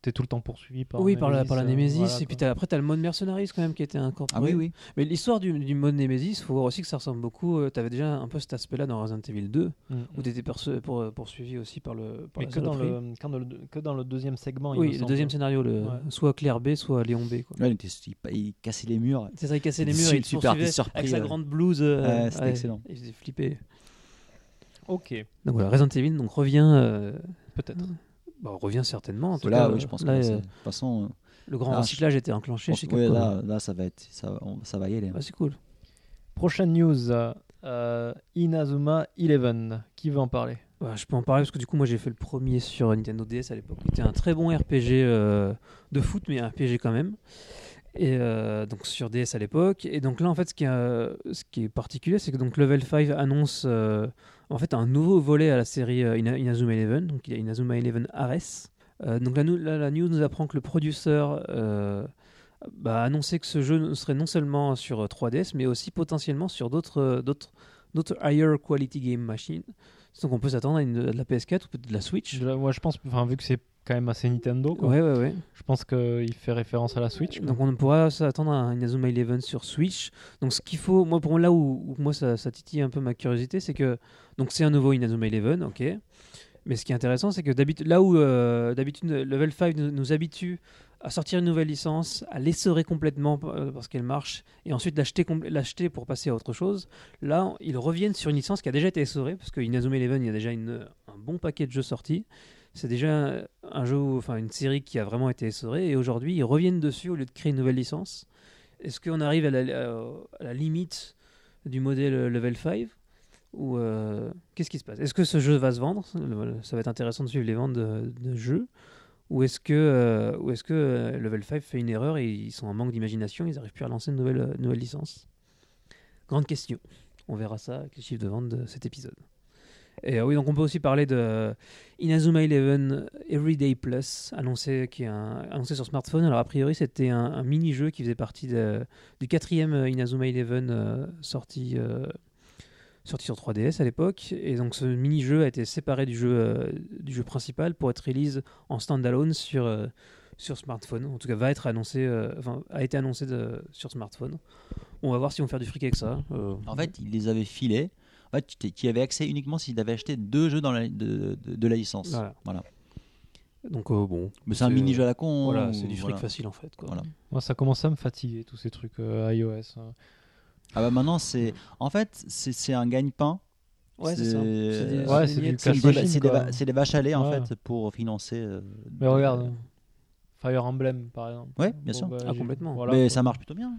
T'es tout le temps poursuivi par. oui, par la, par la euh, Nemesis. voilà, et quoi. puis t'as- après, t'as le mode mercenariste quand même qui était Ah oui, incorporé. oui. Mais l'histoire du, du mode Nemesis, faut voir aussi que ça ressemble beaucoup. euh, T'avais déjà un peu cet aspect-là dans Resident Evil 2, Mm. où t'étais perçu- pour, euh, poursuivi aussi par le. Par Mais la que dans, saloperie. le, quand dans le- que dans le deuxième segment. il me Oui, le semble. deuxième scénario, le, Ouais. soit Claire B, soit Léon B. Quoi. Ouais, il, était- il- il cassait les murs. C'est ça, il cassait les Des murs et il te super- des poursuivait surprises, avec sa ouais. grande blouse. euh, Ouais, c'était excellent. Il faisait flipper. Ok, Donc voilà, Resident Evil donc, revient. euh, peut-être. bah, revient certainement. En tout Là, cas, oui, je pense que là, là, c'est- euh, de toute façon, le grand là, recyclage était je enclenché pense- chez ouais, Capcom. là, là, ça va être, ça, va- on- ça va y aller. Ah, c'est cool. Prochaine news euh, Inazuma Eleven. Qui veut en parler Bah, je peux en parler parce que du coup, moi j'ai fait le premier sur Nintendo DS à l'époque. C'était un très bon RPG euh, de foot, mais un RPG quand même. Et euh, donc sur DS à l'époque. Et donc là, en fait, ce qui est, euh, ce qui est particulier, c'est que donc Level 5 annonce euh, en fait un nouveau volet à la série euh, Ina- Inazuma Eleven. Donc il y a Inazuma Eleven Ares. Euh, donc la, nou- la- la news nous apprend que le producteur euh, bah, a annoncé que ce jeu ne- serait non seulement sur euh, 3DS, mais aussi potentiellement sur d'autres euh, d'autres d'autres higher quality game machines. Donc on peut s'attendre à, une- à de la PS4 ou peut-être de la Switch. Je- Moi, je pense, enfin, vu que c'est quand même assez Nintendo, quoi, Ouais, ouais, ouais. je pense qu'il fait référence à la Switch. quoi. Donc on pourra s'attendre à un Inazuma Eleven sur Switch. Donc ce qu'il faut, moi pour moi, là où, où moi ça, ça titille un peu ma curiosité, c'est que donc c'est un nouveau Inazuma Eleven, ok. Mais ce qui est intéressant, c'est que d'habitude, là où euh, d'habitude Level 5 nous, nous habitue à sortir une nouvelle licence, à l'essorer complètement euh, parce qu'elle marche, et ensuite l'acheter compl- l'acheter pour passer à autre chose, là on- ils reviennent sur une licence qui a déjà été essorée, parce que Inazuma Eleven, il y a déjà une- un bon paquet de jeux sortis. C'est déjà un- un jeu, où- enfin une série qui a vraiment été essorée, et aujourd'hui ils reviennent dessus au lieu de créer une nouvelle licence. Est-ce qu'on arrive à la, à- à la limite du modèle euh, level 5 ou euh, qu'est-ce qui se passe Est-ce que ce jeu va se vendre Ça va être intéressant de suivre les ventes de, de jeux. Ou est-ce que, euh, ou est-ce que euh, Level 5 fait une erreur et ils sont en manque d'imagination, ils n'arrivent plus à lancer une nouvelle, euh, nouvelle licence Grande question. On verra ça avec les chiffres de vente de cet épisode. Et euh, oui, donc on peut aussi parler de Inazuma Eleven euh, Everyday Plus, annoncé, qui est un- annoncé sur smartphone. Alors a priori, c'était un, un mini-jeu qui faisait partie de- du quatrième euh, Inazuma Eleven euh, sorti, euh, sorti sur 3DS à l'époque. Et donc ce mini-jeu a été séparé du jeu, euh, du jeu principal pour être release en standalone sur, euh, sur smartphone. En tout cas, va être annoncé, euh, enfin, a été annoncé de- sur smartphone. On va voir si on fait du fric avec ça. euh. En fait, ils les avaient filés. En fait, tu y avais accès uniquement s'ils avaient acheté deux jeux dans la, de, de- de la licence. Voilà. Voilà. donc euh, bon, Mais c'est un mini-jeu à la con. Voilà, ou- c'est du fric voilà. facile en fait. Quoi. Voilà. Moi, ça commence à me fatiguer, tous ces trucs euh, iOS. hein. Ah bah maintenant, c'est. En fait, c'est c'est un gagne-pain. Ouais, c'est ça. C'est- C'est des- Ouais, des c'est du miettes. C'est Cash des, machine, c'est des quoi. va- c'est des vaches à lait, en Ouais. fait, pour financer. euh, Mais de- regarde, Fire Emblem, par exemple. Ouais, bien sûr. bah, Ah, j'ai- complètement. voilà, mais quoi. ça marche plutôt bien.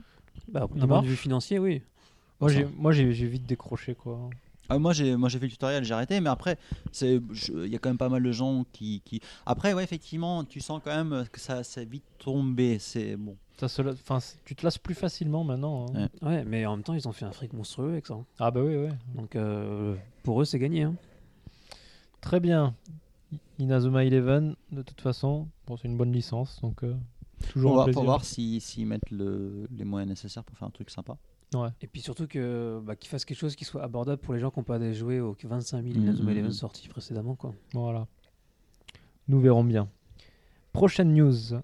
Bah, Ça d'un point marche de vue financier, oui. Moi, j'ai- Moi, j'ai j'ai vite décroché, quoi. Ah, moi, j'ai moi, j'ai fait le tutoriel, j'ai arrêté. Mais après, c'est- je- il y a quand même pas mal de gens qui. qui- Après, ouais, effectivement, tu sens quand même que ça s'est vite tombé. C'est bon. Ça se la- enfin, c- tu te lasses plus facilement maintenant. hein. Ouais. Ouais, mais en même temps, ils ont fait un fric monstrueux avec ça. hein. Ah bah oui, ouais. Donc euh, pour eux, c'est gagné. hein. Très bien. I- Inazuma Eleven, de toute façon, bon, c'est une bonne licence, donc euh, Pour toujours un voir, plaisir. pour voir si- s'ils mettent le- les moyens nécessaires pour faire un truc sympa. Et puis surtout que bah, qu'ils fassent quelque chose qui soit abordable pour les gens qui n'ont pas déjà joué aux 25 000 Mhm. Inazuma Eleven sortis précédemment. Quoi. Voilà. Nous verrons bien. Prochaine news.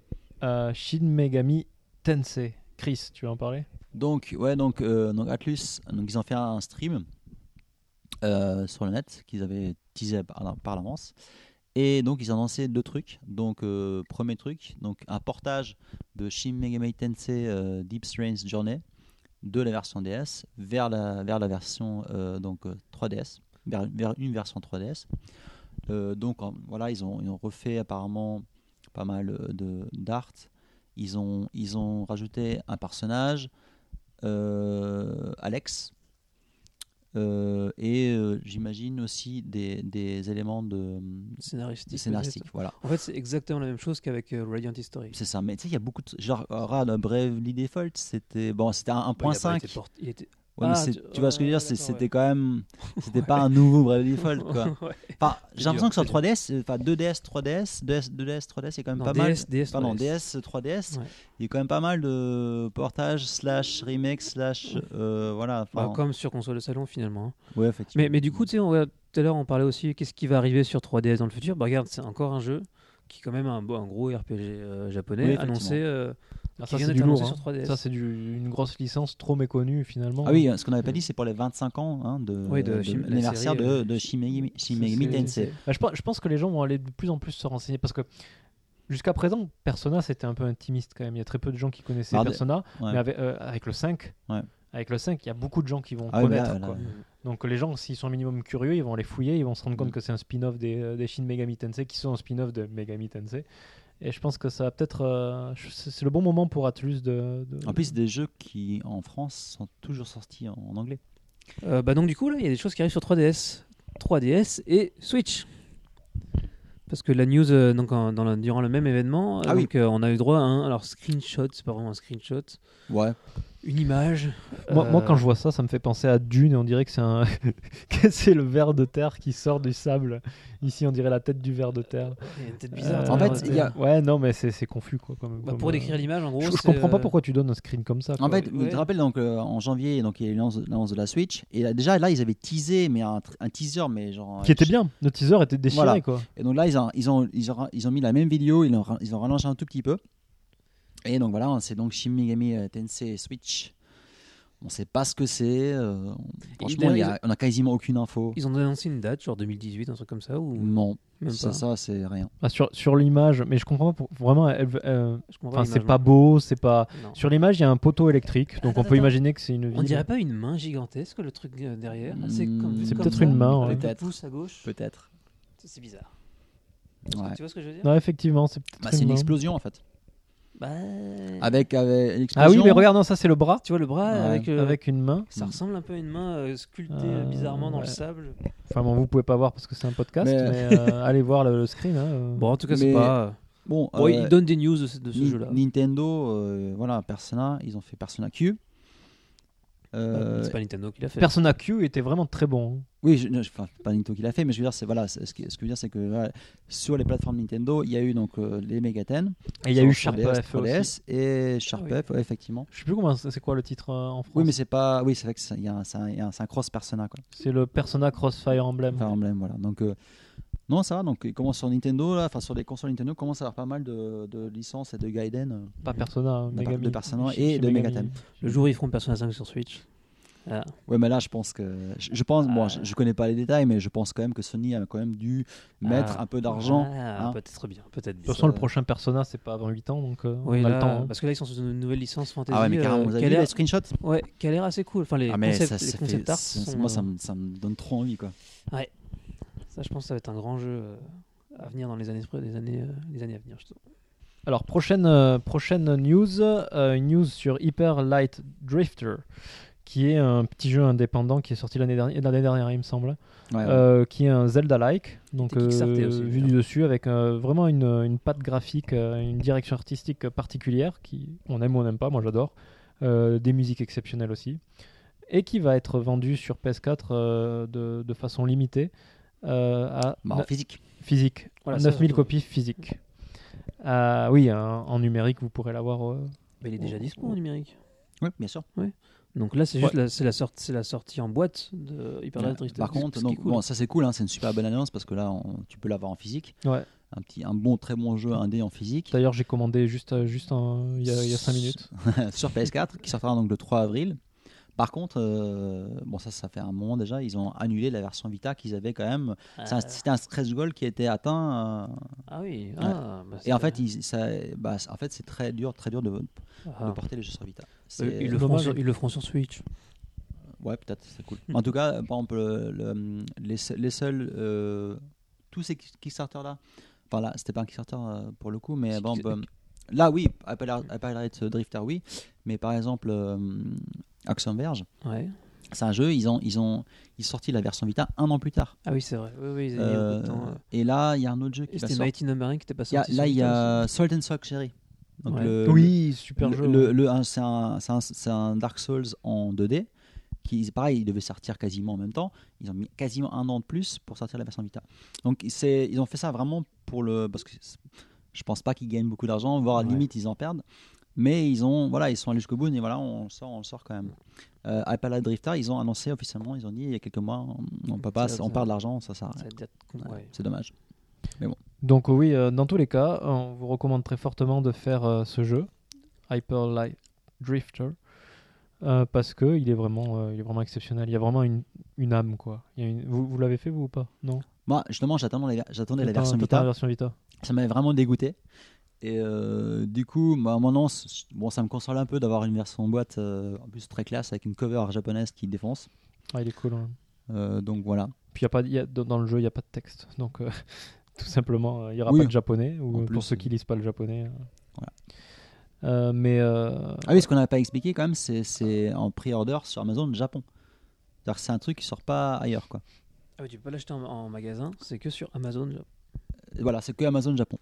Euh, Shin Megami Tensei. Chris, tu veux en parler Donc, ouais, donc, euh, donc Atlus, donc ils ont fait un stream euh, sur le net qu'ils avaient teasé par, par l'avance. Et donc, ils ont lancé deux trucs. Donc, euh, premier truc, donc un portage de Shin Megami Tensei euh, Deep Strange Journey de la version DS vers la, vers la version euh, donc, euh, 3DS, vers, vers une version 3DS. Euh, donc, en- voilà, ils ont, ils ont refait apparemment pas mal euh, de d'art. Ils ont, ils ont rajouté un personnage euh, Alex. Euh, et euh, j'imagine aussi des, des éléments de, de Scénaristique. scénaristique. peut-être. Voilà, En fait, c'est exactement la même chose qu'avec euh, Radiant History. c'est ça. Mais tu sais, il y a beaucoup de. Genre, Rad, Brave Lee Fault, c'était. Bon, c'était un Bah, il a pas été 1.5. porté- il était- Ouais, mais Ah, c'est- tu- tu, vois ce que je veux ouais, dire c'est- d'accord, C'était ouais. quand même. C'était pas un nouveau Brave Default, quoi. Ouais. Enfin, j'ai dur, l'impression que sur c'est 3DS, euh, enfin 2DS, 3DS, 2DS, 2DS, 3DS, il y a quand même Non, pas DS, mal. DS, Pardon, 3DS. DS, 3DS, Ouais. il y a quand même pas mal de portages, slash, remake, slash, euh, voilà. Bah, enfin, comme sur console de salon finalement. hein. ouais, effectivement. Mais, mais du coup, tu sais, on va- tout à l'heure, on parlait aussi qu'est-ce qui va arriver sur 3DS dans le futur. Bah, regarde, c'est encore un jeu qui est quand même un, beau- un gros RPG euh, Oui, japonais effectivement. annoncé. euh, Ah, qui Ça, vient c'est d'être du lourd. annoncé hein. sur 3DS. Ça, c'est du- une grosse licence trop méconnue, finalement. Ah oui, ce qu'on n'avait pas dit, c'est pour les 25 ans hein, de, hein. Oui, de Shim- la l'anniversaire série, de, euh, de Shin Megami- Shin Ça, Megami c'est- Tensei. Bah, je, pense, je pense que les gens vont aller de plus en plus se renseigner parce que jusqu'à présent, Persona c'était un peu intimiste quand même. Il y a très peu de gens qui connaissaient Bah, de- Persona, ouais. mais avec, euh, avec le 5, Ouais. avec le 5, il y a beaucoup de gens qui vont Ah ouais, mais connaître. là, là, quoi. là. Donc les gens, s'ils sont un minimum curieux, ils vont aller fouiller, ils vont se rendre Mm. compte que c'est un spin-off des, euh, des Shin Megami Tensei qui sont un spin-off de Megami Tensei. Et je pense que ça va peut-être. euh, je- c'est c'est le bon moment pour Atlus de. de- En plus, des jeux qui, en France, sont toujours sortis en, en anglais. Euh, bah donc du coup là, il y a des choses qui arrivent sur 3DS, 3DS et Switch. Parce que la news euh, donc en- dans la- durant le même événement, euh, Ah oui. donc, euh, on a eu droit à un alors screenshot, c'est pas vraiment un screenshot, Ouais. une image. Moi, euh, moi, quand je vois ça, ça me fait penser à Dune et on dirait que c'est un... que c'est le ver de terre qui sort du sable. Ici, on dirait la tête du ver de terre. il y a une tête bizarre, Euh, t'as en fait, l'air de- il y a- Ouais, non, mais c'est c'est confus, quoi. Comme, Bah, comme, pour euh, décrire l'image en gros. Je, je c'est, comprends pas euh, pourquoi tu donnes un screen comme ça. En quoi. fait, vous Ouais. te rappelez, donc, euh, en janvier, donc, il y a eu l'annonce- l'annonce de la Switch. Et là, déjà, là, ils avaient teasé, mais un, tr- un teaser, mais genre. qui euh, était bien. Le teaser était déchiré, Voilà. quoi. Et donc là, ils ont, ils ont, ils ont, ils ont mis la même vidéo, ils ont, ils ont rallongé un tout petit peu. Et donc voilà, c'est donc Shin Megami euh, Tensei Switch. On ne sait pas ce que c'est. euh, franchement, d'ailleurs, il y a- on n'a quasiment aucune info. Ils ont annoncé une date, genre 2018, un truc comme ça, ou Non, même ça, pas. ça c'est rien. Ah, sur sur l'image, mais je comprends pas. pour- vraiment, elle- euh, Je comprends enfin, c'est l'image, pas beau, c'est pas. non. Non. Sur l'image, il y a un poteau électrique, donc Ah, Attends, on peut attends. imaginer que c'est une ville. On dirait pas une main gigantesque le truc euh, derrière. C'est comme- C'est comme peut-être ça, une main, Avec ouais. le pouce à gauche. Hmm, Peut-être. C'est bizarre. Ouais. Tu vois ce que je veux dire Non, effectivement, c'est peut-être Bah, c'est une main. explosion en fait. Bah, Avec, avec l'explosion. Ah oui, mais regarde, non, ça c'est le bras Tu vois le bras Ouais. avec, euh, avec une main. Ça Mm. ressemble un peu à une main euh, sculptée Euh, euh, bizarrement dans ouais. le sable. Enfin bon, vous pouvez pas voir parce que c'est un podcast, mais, Mais- euh, allez voir le, le screen. hein, euh. Bon, en tout cas, Mais- c'est pas. Bon, Bon, euh, il donne des news de ce, de ce Ni- jeu-là. Nintendo, euh, voilà, Persona, ils ont fait Persona Q. Bah, Euh, C'est pas Nintendo qui l'a fait. Persona Q était vraiment très bon. hein. Oui, je, ne- je- enfin, pas Nintendo qui l'a fait, mais je veux dire, c'est voilà, c'est- ce, qui- ce que je veux dire, c'est que voilà, sur les plateformes Nintendo, il y a eu donc euh, les Megaten, Et il y a eu sur Sharp 3DS, F E aussi. 3DS, et Sharp Ah oui. F, ouais, effectivement. Je sais plus comment c'est c'est quoi le titre euh, en Oui, mais français. c'est pas, oui, c'est vrai que c'est il y a un, c'est un- il y a un- c'est un cross persona quoi. c'est le Persona Crossfire Emblem. Fire Emblem, voilà. Donc euh, non, ça va. Donc ils commencent sur Nintendo, là, enfin sur les consoles Nintendo, ils commencent à avoir pas mal de, de licences et de Gaiden, euh, pas Persona, hein, de par- Megami. de Persona Shin- et Shin de Megami. Megaten. Le jour où ils feront Persona 5 sur Switch. Ah. Ouais, mais là, je pense que, je, je pense, bon, je, je connais pas les détails, mais je pense quand même que Sony a quand même dû mettre Ah. un peu d'argent. Ah, hein. Peut-être bien, peut-être De toute bien. façon, le prochain Persona, c'est pas avant 8 ans, donc euh, Oui, on a là, bah- le temps. hein. Parce que là, ils sont sur une nouvelle licence fantasy. Ah ouais, mais carrément, euh, vous avez qui a vu l'air- les screenshots Ouais, qui a l'air assez cool. Enfin, les Ah mais concepts, ça, les ça fait- concept art ça- sont, moi euh, ça me, ça me donne trop envie quoi. ça, je pense que ça va être un grand jeu euh, à venir dans les années, les années, euh, les années à venir. je trouve. Alors, prochaine, euh, prochaine news, euh, une news sur Hyper Light Drifter, qui est un petit jeu indépendant qui est sorti l'année dernière, l'année dernière, il me semble, Ouais, ouais. euh, qui est un Zelda-like, donc C'était Kickstarter euh, aussi, vu d'ailleurs. du dessus, avec euh, vraiment une, une patte graphique, euh, une direction artistique particulière, qui on aime ou on n'aime pas, moi j'adore, euh, des musiques exceptionnelles aussi, et qui va être vendu sur PS4 euh, de, de façon limitée euh, à Bah, en physique. physique. Voilà, ça, 9000 surtout. copies physiques. Euh, oui, hein, en numérique, vous pourrez l'avoir. euh, Mais il est déjà Oh, dispo oh. en numérique. Oui, bien sûr. Donc là, c'est juste la, c'est la, sortie- c'est la sortie en boîte de Hyper Light Drifter. Ah, Par ce- contre, ce qui est donc, cool. bon, ça c'est cool, hein, c'est une super bonne annonce parce que là on- tu peux l'avoir en physique. Ouais. Un petit, un bon, très bon jeu indé en physique D'ailleurs, j'ai commandé juste, euh, juste un- il y a, il y a 5 minutes. sur PS4 qui sortira donc le 3 avril. Par contre, euh, bon ça ça fait un moment déjà, ils ont annulé la version Vita qu'ils avaient quand même. C'est un- Ah, C'était un stress goal qui était atteint. euh, ah oui. Ah, bah, et en c'est- fait, ils- ça, bah, en fait c'est très dur, très dur de, de ah. porter les jeux sur Vita. Euh, C'est- ils, le feront dommage. sur, ils le feront sur Switch. Ouais, peut-être, c'est cool. en tout cas, par exemple, le- le- les, se- les seuls. euh, tous ces kick- Kickstarter-là. Enfin, là, c'était pas un Kickstarter euh, pour le coup, mais Si, bon. tu- là, oui, Apple Ar- Apple Arcade Drifter, oui. Mais par exemple, euh, Action Verge, Ouais. c'est un jeu, ils ont, ils ont ils ont sorti la version Vita un an plus tard. Ah oui, c'est vrai. Oui, oui, ils ont mis un peu de Euh, temps, euh. Et là, il y a un autre jeu Et qui va c'était sortir. Mighty Number 1 qui était pas Il y a- sorti. sur Là, il y Vita a Salt and Sock, chérie. Donc Ouais. Euh, le- oui, super le- jeu. le- le- un- c'est un, c'est un- c'est un Dark Souls en 2D qui, pareil, il devait sortir quasiment en même temps. Ils ont mis quasiment un an de plus pour sortir la version Vita. Donc c'est, ils ont fait ça vraiment pour le, parce que c'est- je pense pas qu'ils gagnent beaucoup d'argent, voire à la Ouais. limite ils en perdent. Mais ils ont, voilà, ils sont allés jusqu'au bout et voilà, on le sort, on le sort quand même. Euh, Appalachian Drifter, ils ont annoncé officiellement, ils ont dit il y a quelques mois, on- on peut pas, Ça, on ça- perd de l'argent, ça sert. à aussi. rien. Ça date- Ouais, ouais. C'est dommage. Donc, oui, euh, dans tous les cas, on vous recommande très fortement de faire euh, ce jeu, Hyper Light Drifter, euh, parce que il est, vraiment, euh, il est vraiment exceptionnel. Il y a vraiment une, une âme, quoi. Il y a une- Vous, vous l'avez fait, vous ou pas Non Moi, justement, j'attendais la, j'attendais la T'attends- version t'attends Vita. la version Vita. ça m'avait vraiment dégoûté. Et euh, du coup, bah, maintenant, c- bon, ça me console un peu d'avoir une version en boîte, euh, en plus très classe, avec une cover japonaise qui défonce. Ah, il est cool. hein. Euh, donc voilà. Puis y a pas, y a- dans dans le jeu, il n'y a pas de texte. Donc, euh, tout simplement, euh, il n'y aura Oui. pas de japonais. Ou En euh, plus, pour ceux qui lisent pas le japonais. euh. Voilà. Euh, mais euh, Ah oui, ce qu'on n'a pas expliqué quand même, c'est- c'est en pre-order sur Amazon Japon. C'est-à-dire que c'est un truc qui sort pas ailleurs. Quoi. Ah oui, tu peux pas l'acheter en, en magasin, c'est que sur Amazon. là. Et Voilà, c'est que Amazon Japon.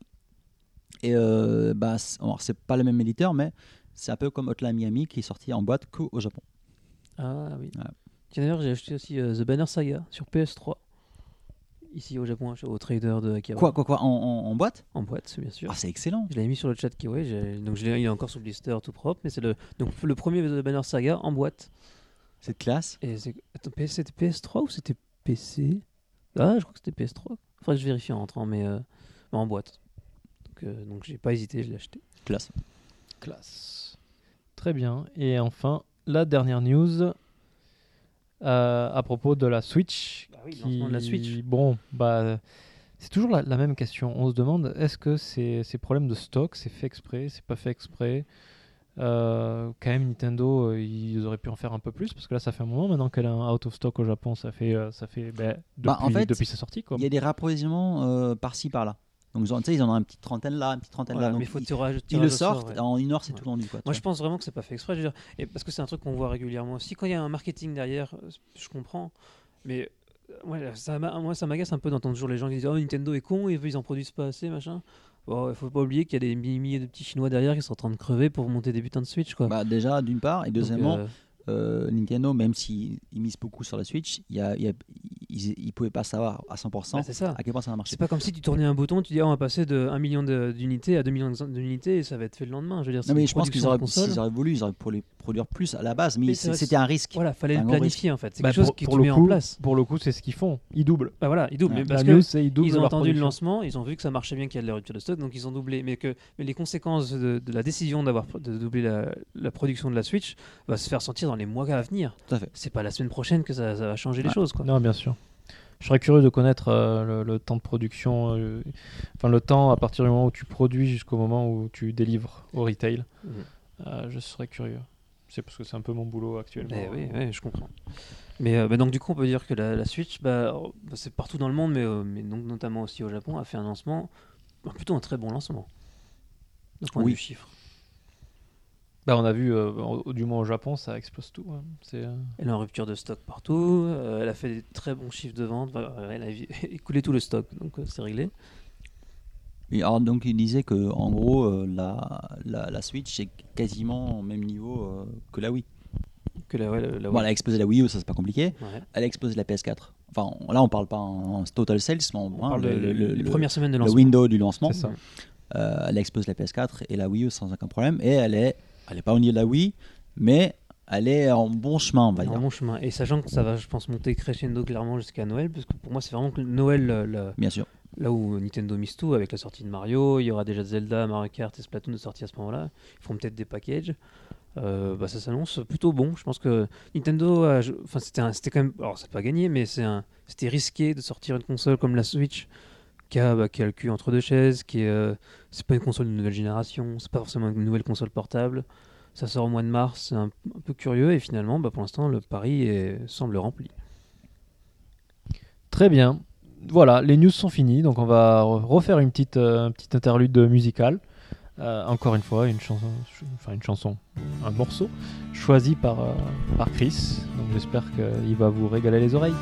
Et euh, bah, c'est- alors, c'est pas le même éditeur, mais c'est un peu comme Hotline Miami qui est sorti en boîte qu'au au Japon. Ah oui. Ouais. Tiens, d'ailleurs, j'ai acheté aussi euh, The Banner Saga sur PS3. Ici au Japon, au trader de Akihabara. Quoi, quoi, quoi, en, en- en boîte En boîte, c'est bien sûr. Ah, c'est excellent Je l'avais mis sur le chat Kiwi, j'ai- donc je l'ai- il est encore sous blister tout propre, mais c'est le, donc, le premier The Banner Saga en boîte. C'est de classe. Et c'est- attends, PS c'était PS3 ou c'était PC Ah, je crois que c'était PS3. Faudrait que je vérifie en rentrant, mais euh, bah, en boîte. Donc, euh, donc j'ai pas hésité, je l'ai acheté. Classe. Classe. Très bien. Et enfin, la dernière news euh, à propos de la Switch. Bah oui, le lancement de la Switch. Bon, bah, c'est toujours la, la même question. On se demande est-ce que c'est- ces problèmes de stock, c'est fait exprès, c'est pas fait exprès Euh, Quand même, Nintendo, euh, ils auraient pu en faire un peu plus parce que là, ça fait un moment maintenant qu'elle est en out of stock au Japon. Ça fait, euh, ça fait bah, depuis, Bah, en fait, depuis sa sortie. Quoi. Il y a des rapprovisionnements euh, par-ci par-là. Donc ils ont- tu sais, ils en ont une petite trentaine là, une petite trentaine Voilà, là. mais Donc, faut ils, tirage, ils tirage le au sort, sortent ouais. et en une heure c'est Ouais. tout vendu. Quoi, tu vois. Moi, je pense vraiment que c'est pas fait exprès. Je veux dire, et parce que c'est un truc qu'on voit régulièrement aussi. Quand il y a un marketing derrière, euh, je comprends. Mais euh, ouais, ça m'a- moi, ça m'agace un peu d'entendre toujours les gens qui disent Oh, Nintendo est con, ils, ils en produisent pas assez, machin. Bon, il faut pas oublier qu'il y a des milliers de petits Chinois derrière qui sont en train de crever pour monter des putains de Switch, quoi. Bah, déjà d'une part et Donc, deuxièmement, euh, euh, Nintendo, même s'ils ils misent beaucoup sur la Switch, il y a- il y a- ils ils pouvaient pas savoir à 100% Ah, c'est ça. à quel point ça va marcher. C'est pas comme si tu tournais un bouton, tu dis ah, on va passer de 1 million de- d'unités à 2 millions d'unités et ça va être fait le lendemain. Je veux dire, c'est Non, mais une je pense qu'ils production de auraient, console. s'ils auraient voulu, ils auraient pu les produire plus à la base, mais Mais c'est c'est- vrai, c'était un risque. Voilà, fallait un le gros planifier en fait. C'est Bah, quelque chose pour- qui pour est le met en coup, place. Pour le coup, c'est ce qu'ils font. Ils doublent. Bah voilà, ils doublent. Ouais. mais parce la que news, c'est ils doublent ils ont leur entendu le production. lancement, ils ont vu que ça marchait bien, qu'il y a de la rupture de stock, donc ils ont doublé. Mais que mais les conséquences de, de la décision d'avoir de doubler la, la production de la Switch va se faire sentir dans les mois à venir. Tout à fait. C'est pas la semaine prochaine que ça, ça va changer les Ouais. choses. Quoi. Non, bien sûr. Je serais curieux de connaître euh, le, le temps de production, euh, enfin le temps à partir du moment où tu produis jusqu'au moment où tu délivres au retail. Mhm. Euh, je serais curieux. C'est parce que c'est un peu mon boulot actuellement. Eh oui, oui, je comprends. Mais euh, bah, donc du coup, on peut dire que la, la Switch, bah, alors, bah, c'est partout dans le monde, mais, euh, mais donc, notamment aussi au Japon, a fait un lancement, bah, plutôt un très bon lancement. Du point Oui. du chiffre. Bah, on a vu, euh, au- du moins au Japon, ça explose tout. hein. C'est, euh, Elle est en rupture de stock partout, euh, elle a fait des très bons chiffres de vente, bah, euh, elle a vi- écoulé tout le stock, donc euh, c'est réglé. Et alors, donc, il disait que, en gros, euh, la, la, la Switch est quasiment au même niveau euh, que la Wii. Que la, Bah, ouais, la- la- Bon, elle a explosé la Wii U, ça c'est pas compliqué. ouais. Elle a explosé la PS4. Enfin, on- là, on parle pas en, en total sales, mais on, On parle de- les premières semaines de le lancement. window du lancement. c'est ça. Euh, elle explose la PS4 et la Wii U sans aucun problème. Et elle est, elle est pas au niveau de la Wii, mais elle est en bon chemin, on va Elle est dire. en bon chemin. Et sachant que ça va, je pense, monter crescendo clairement jusqu'à Noël, parce que pour moi, c'est vraiment que Noël, euh, la, Bien sûr. Là où Nintendo mise tout avec la sortie de Mario, il y aura déjà Zelda, Mario Kart et Splatoon de sortie à ce moment-là. Ils feront peut-être des packages. Euh, bah, ça s'annonce plutôt bon. Je pense que Nintendo, a- je- enfin c'était un- c'était quand même, alors c'est pas gagné, mais c'est un, c'était risqué de sortir une console comme la Switch qui a, bah, qui a le cul entre deux chaises, qui est, euh, c'est pas une console de nouvelle génération, c'est pas forcément une nouvelle console portable. Ça sort au mois de mars, c'est un, un peu curieux et finalement, bah, pour l'instant, le pari est- semble rempli. Très bien. Voilà, les news sont finies, donc on va re- refaire une petite, euh, un petit interlude musicale. Euh, encore une fois, une chanson, ch- enfin une chanson, un morceau choisi par, euh, par Chris. Donc j'espère qu'il va vous régaler les oreilles.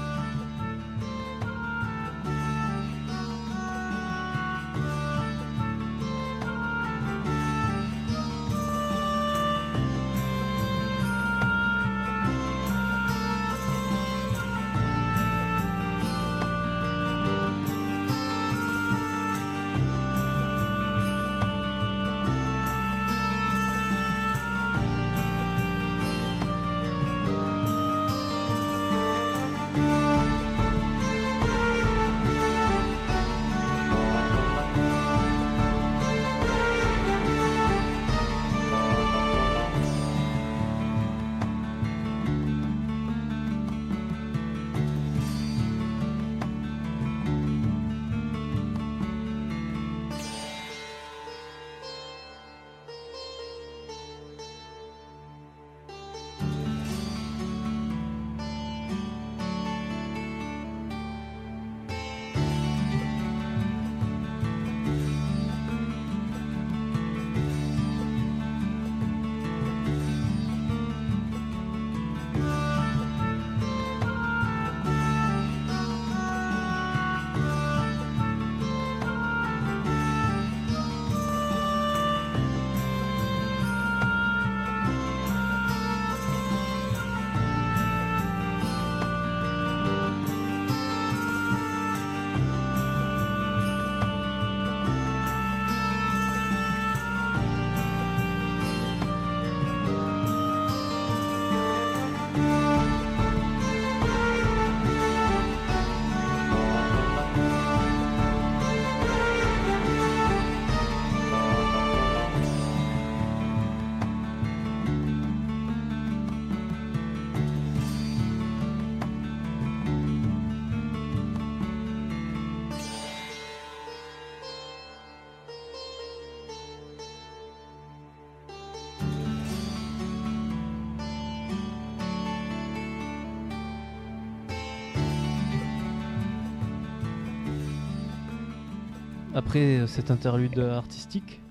Après euh, cet interlude artistique,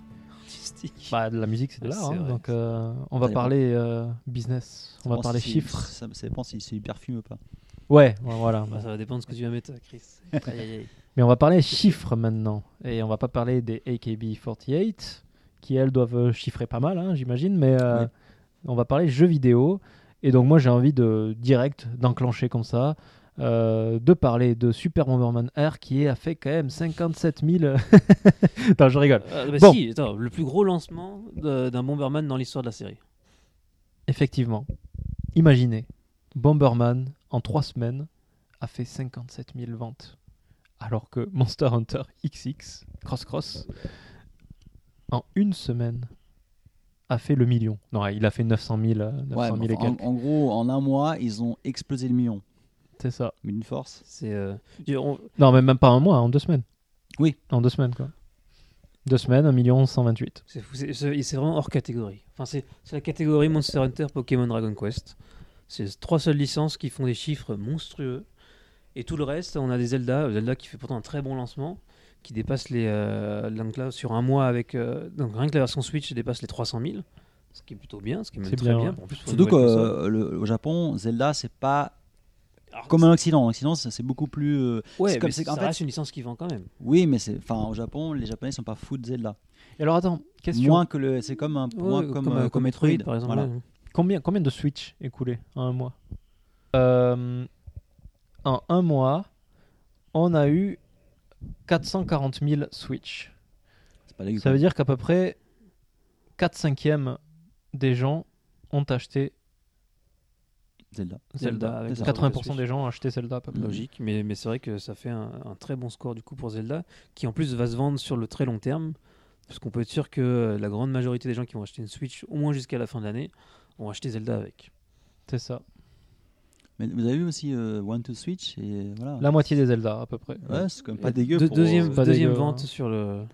bah, de la musique c'est de Ouais, l'art, c'est hein, vrai. donc euh, on va Ça dépend. parler euh, business, on va Bon, parler si- chiffres. Ça, ça dépend si c'est du perfume ou pas. Ouais, ouais, voilà. Bah, ça va dépendre de ce que tu vas mettre, Chris. Aïe, aïe, aïe. Mais on va parler chiffres maintenant. Et on va pas parler des AKB48, qui elles doivent euh, chiffrer pas mal, hein, j'imagine, mais euh, Oui. on va parler jeux vidéo. Et donc moi j'ai envie de direct d'enclencher comme ça, euh, de parler de Super Bomberman Air qui a fait quand même 57 000... Attends, je rigole. Euh, bah Bon. si, attends, le plus gros lancement de- d'un Bomberman dans l'histoire de la série. Effectivement, imaginez, Bomberman en 3 semaines a fait 57 000 ventes, alors que Monster Hunter XX, Cross Cross, en une semaine a fait le million. Non, il a fait 900 000, euh, 900 Ouais, 000 mais et en, quelques. en gros, en un mois, ils ont explosé le million. C'est ça. Mais d'une force. C'est euh, je- on- Non, mais même pas un mois, en deux semaines. Oui. En deux semaines, quoi. Deux semaines, 1 million 128. c'est fou, c'est- c'est c'est vraiment hors catégorie. Enfin, c'est c'est la catégorie Monster Hunter, Pokémon, Dragon Quest. C'est trois seules licences qui font des chiffres monstrueux. Et tout le reste, on a des Zelda, euh, Zelda qui fait pourtant un très bon lancement, qui dépasse les euh, donc là, sur un mois avec euh, donc rien que la version Switch dépasse les 300 000, ce qui est plutôt bien, ce qui est même C'est très bien, bien. ouais. En plus, pour une Surtout qu'au nouvelle console. Japon, Zelda, c'est pas Alors, comme en Occident. En Occident, ça, c'est beaucoup plus. euh, ouais, c'est comme- mais c'est ça qu'en fait- reste une licence qui vend quand même. Oui, mais c'est. Enfin, au Japon, les Japonais sont pas fous de Zelda. Et alors attends, question. Moins que le. C'est comme un. moins Ouais, comme, euh, comme Metroid, par exemple. Voilà. ouais. Combien, combien de Switch écoulés en un mois Euh, En un mois, on a eu 440 000 Switch. C'est pas dégueu, Ça quoi. veut dire qu'à peu près 4 cinquièmes des gens ont acheté Zelda. Zelda avec c'est ça. la- 80% des gens ont acheté Zelda à peu Mm. près. Logique, mais, mais c'est vrai que ça fait un, un très bon score du coup pour Zelda, qui en plus va se vendre sur le très long terme, parce qu'on peut être sûr que euh, la grande majorité des gens qui vont acheter une Switch, au moins jusqu'à la fin de l'année, vont acheter Zelda avec. C'est ça. Mais vous avez vu aussi euh, One to Switch et voilà. La moitié des Zelda à peu près. Ouais, c'est quand même pas dégueu. Deux- pour, euh, deuxième c'est pas deuxième dégueu, vente hein. sur le.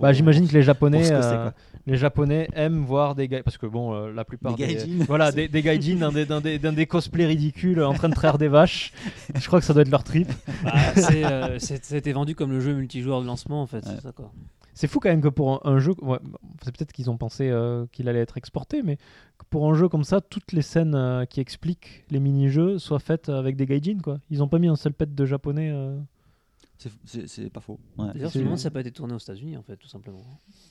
Bah, J'imagine que les Japonais, pour ce que c'est, euh, quoi. les Japonais aiment voir des gars parce que bon, euh, la plupart Des des, gaijins. voilà des, des gaijins dans des, dans des dans des cosplays ridicules en train de traire des vaches. Je crois que ça doit être leur trip. Bah, c'est, euh, c'est- C'était vendu comme le jeu multijoueur de lancement en fait, Ouais. c'est ça quoi. C'est fou quand même que pour un, un jeu, ouais, bon, c'est peut-être qu'ils ont pensé euh, qu'il allait être exporté, mais que pour un jeu comme ça, toutes les scènes euh, qui expliquent les mini-jeux soient faites avec des gaijins quoi. Ils ont pas mis un seul pet de japonais. euh. C'est- C'est c'est pas faux. Ouais. D'ailleurs, C'est- tout le monde ça n'a pas été tourné aux États-Unis en fait, tout simplement.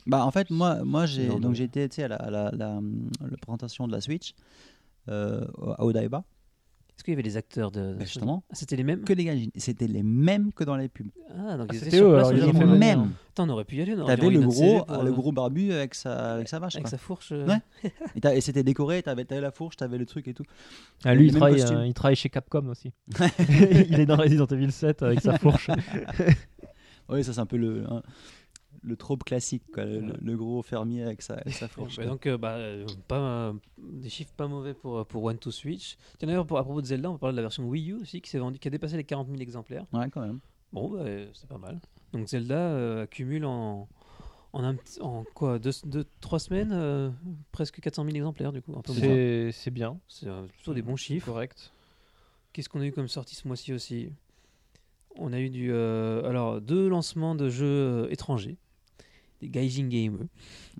Bah en fait moi moi j'ai genre de- donc j'étais tu sais, à la, à la, la, hum, la présentation de la Switch euh, à Odaiba Est-ce qu'il y avait des acteurs de. Bah, justement. Ah, c'était les mêmes que les gaijins Et c'était les mêmes que dans les pubs Ah, donc Ah, ils étaient c'était sur eux, place alors, au ils les ont Japon. fait le même. mêmes Attends, on aurait pu y aller. on aurait t'avais envoyé le notre CV gros pour, le euh, gros barbu avec sa avec sa vache Avec quoi. sa fourche. euh, Ouais. Et t'as- et c'était décoré t'avais t'avais la fourche t'avais le truc et tout Ah, lui, Les il mêmes travaille, costumes. euh, il travaille chez Capcom aussi. il est dans Resident Evil 7 avec sa fourche. oui ça c'est un peu le hein, le trope classique quoi, le, le- le gros fermier avec sa, avec sa Bon, fourche bah quoi. donc, euh, bah, euh, pas, euh, des chiffres pas mauvais pour, euh, pour One to Switch. Tiens, d'ailleurs, pour- à propos de Zelda, on va parler de la version Wii U aussi qui, s'est vendue- qui a dépassé les 40 000 exemplaires. ouais quand même Bon, bah, euh, c'est pas mal. Donc, Zelda euh, accumule en, en, un petit- en quoi 3 semaines euh, presque 400 000 exemplaires, du coup. Un peu moins. C'est c'est bien, C'est euh, plutôt des bons chiffres. correct. Qu'est-ce qu'on a eu comme sortie ce mois-ci aussi On a eu du, euh, alors, deux lancements de jeux euh, étrangers, des Gaijin Games.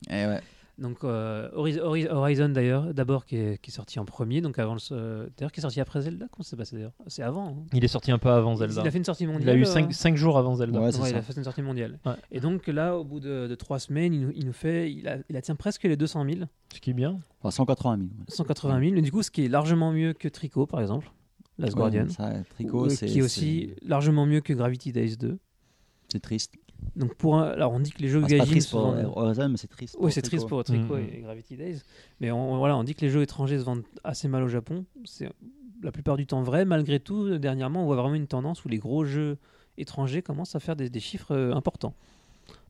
Eh et ouais Donc euh, Horiz- Horiz- Horizon d'ailleurs, d'abord qui, est- qui est sorti en premier, donc avant le, euh, d'ailleurs qui est sorti après Zelda, comment ça s'est passé d'ailleurs C'est avant. hein. Il est sorti un peu avant Zelda. Il a fait une sortie mondiale. Il a eu euh, 5 jours avant Zelda. Ouais, ouais, c'est il ça. a fait une sortie mondiale. Ouais. Et donc là, au bout de, de trois semaines, il nous, il nous fait, il, a- il atteint presque les 200 000, Ce qui est bien. Enfin, 180 000 ouais. 180 000. Mais du coup, ce qui est largement mieux que Tricot par exemple, Last Ouais, Guardian, ça, tricot ou- c'est qui est aussi largement mieux que Gravity Days 2. c'est- c'est triste Donc pour, un- alors on dit que les jeux Enfin, Ah, c'est pas Gaijin triste se pour vendent- Horizon, mais c'est triste. Oui, c'est triste pour Tricot Mm. et Gravity Days. Mais on, voilà, on dit que les jeux étrangers se vendent assez mal au Japon. C'est la plupart du temps vrai. Malgré tout, euh, dernièrement, on voit vraiment une tendance où les gros jeux étrangers commencent à faire des, des chiffres euh, importants.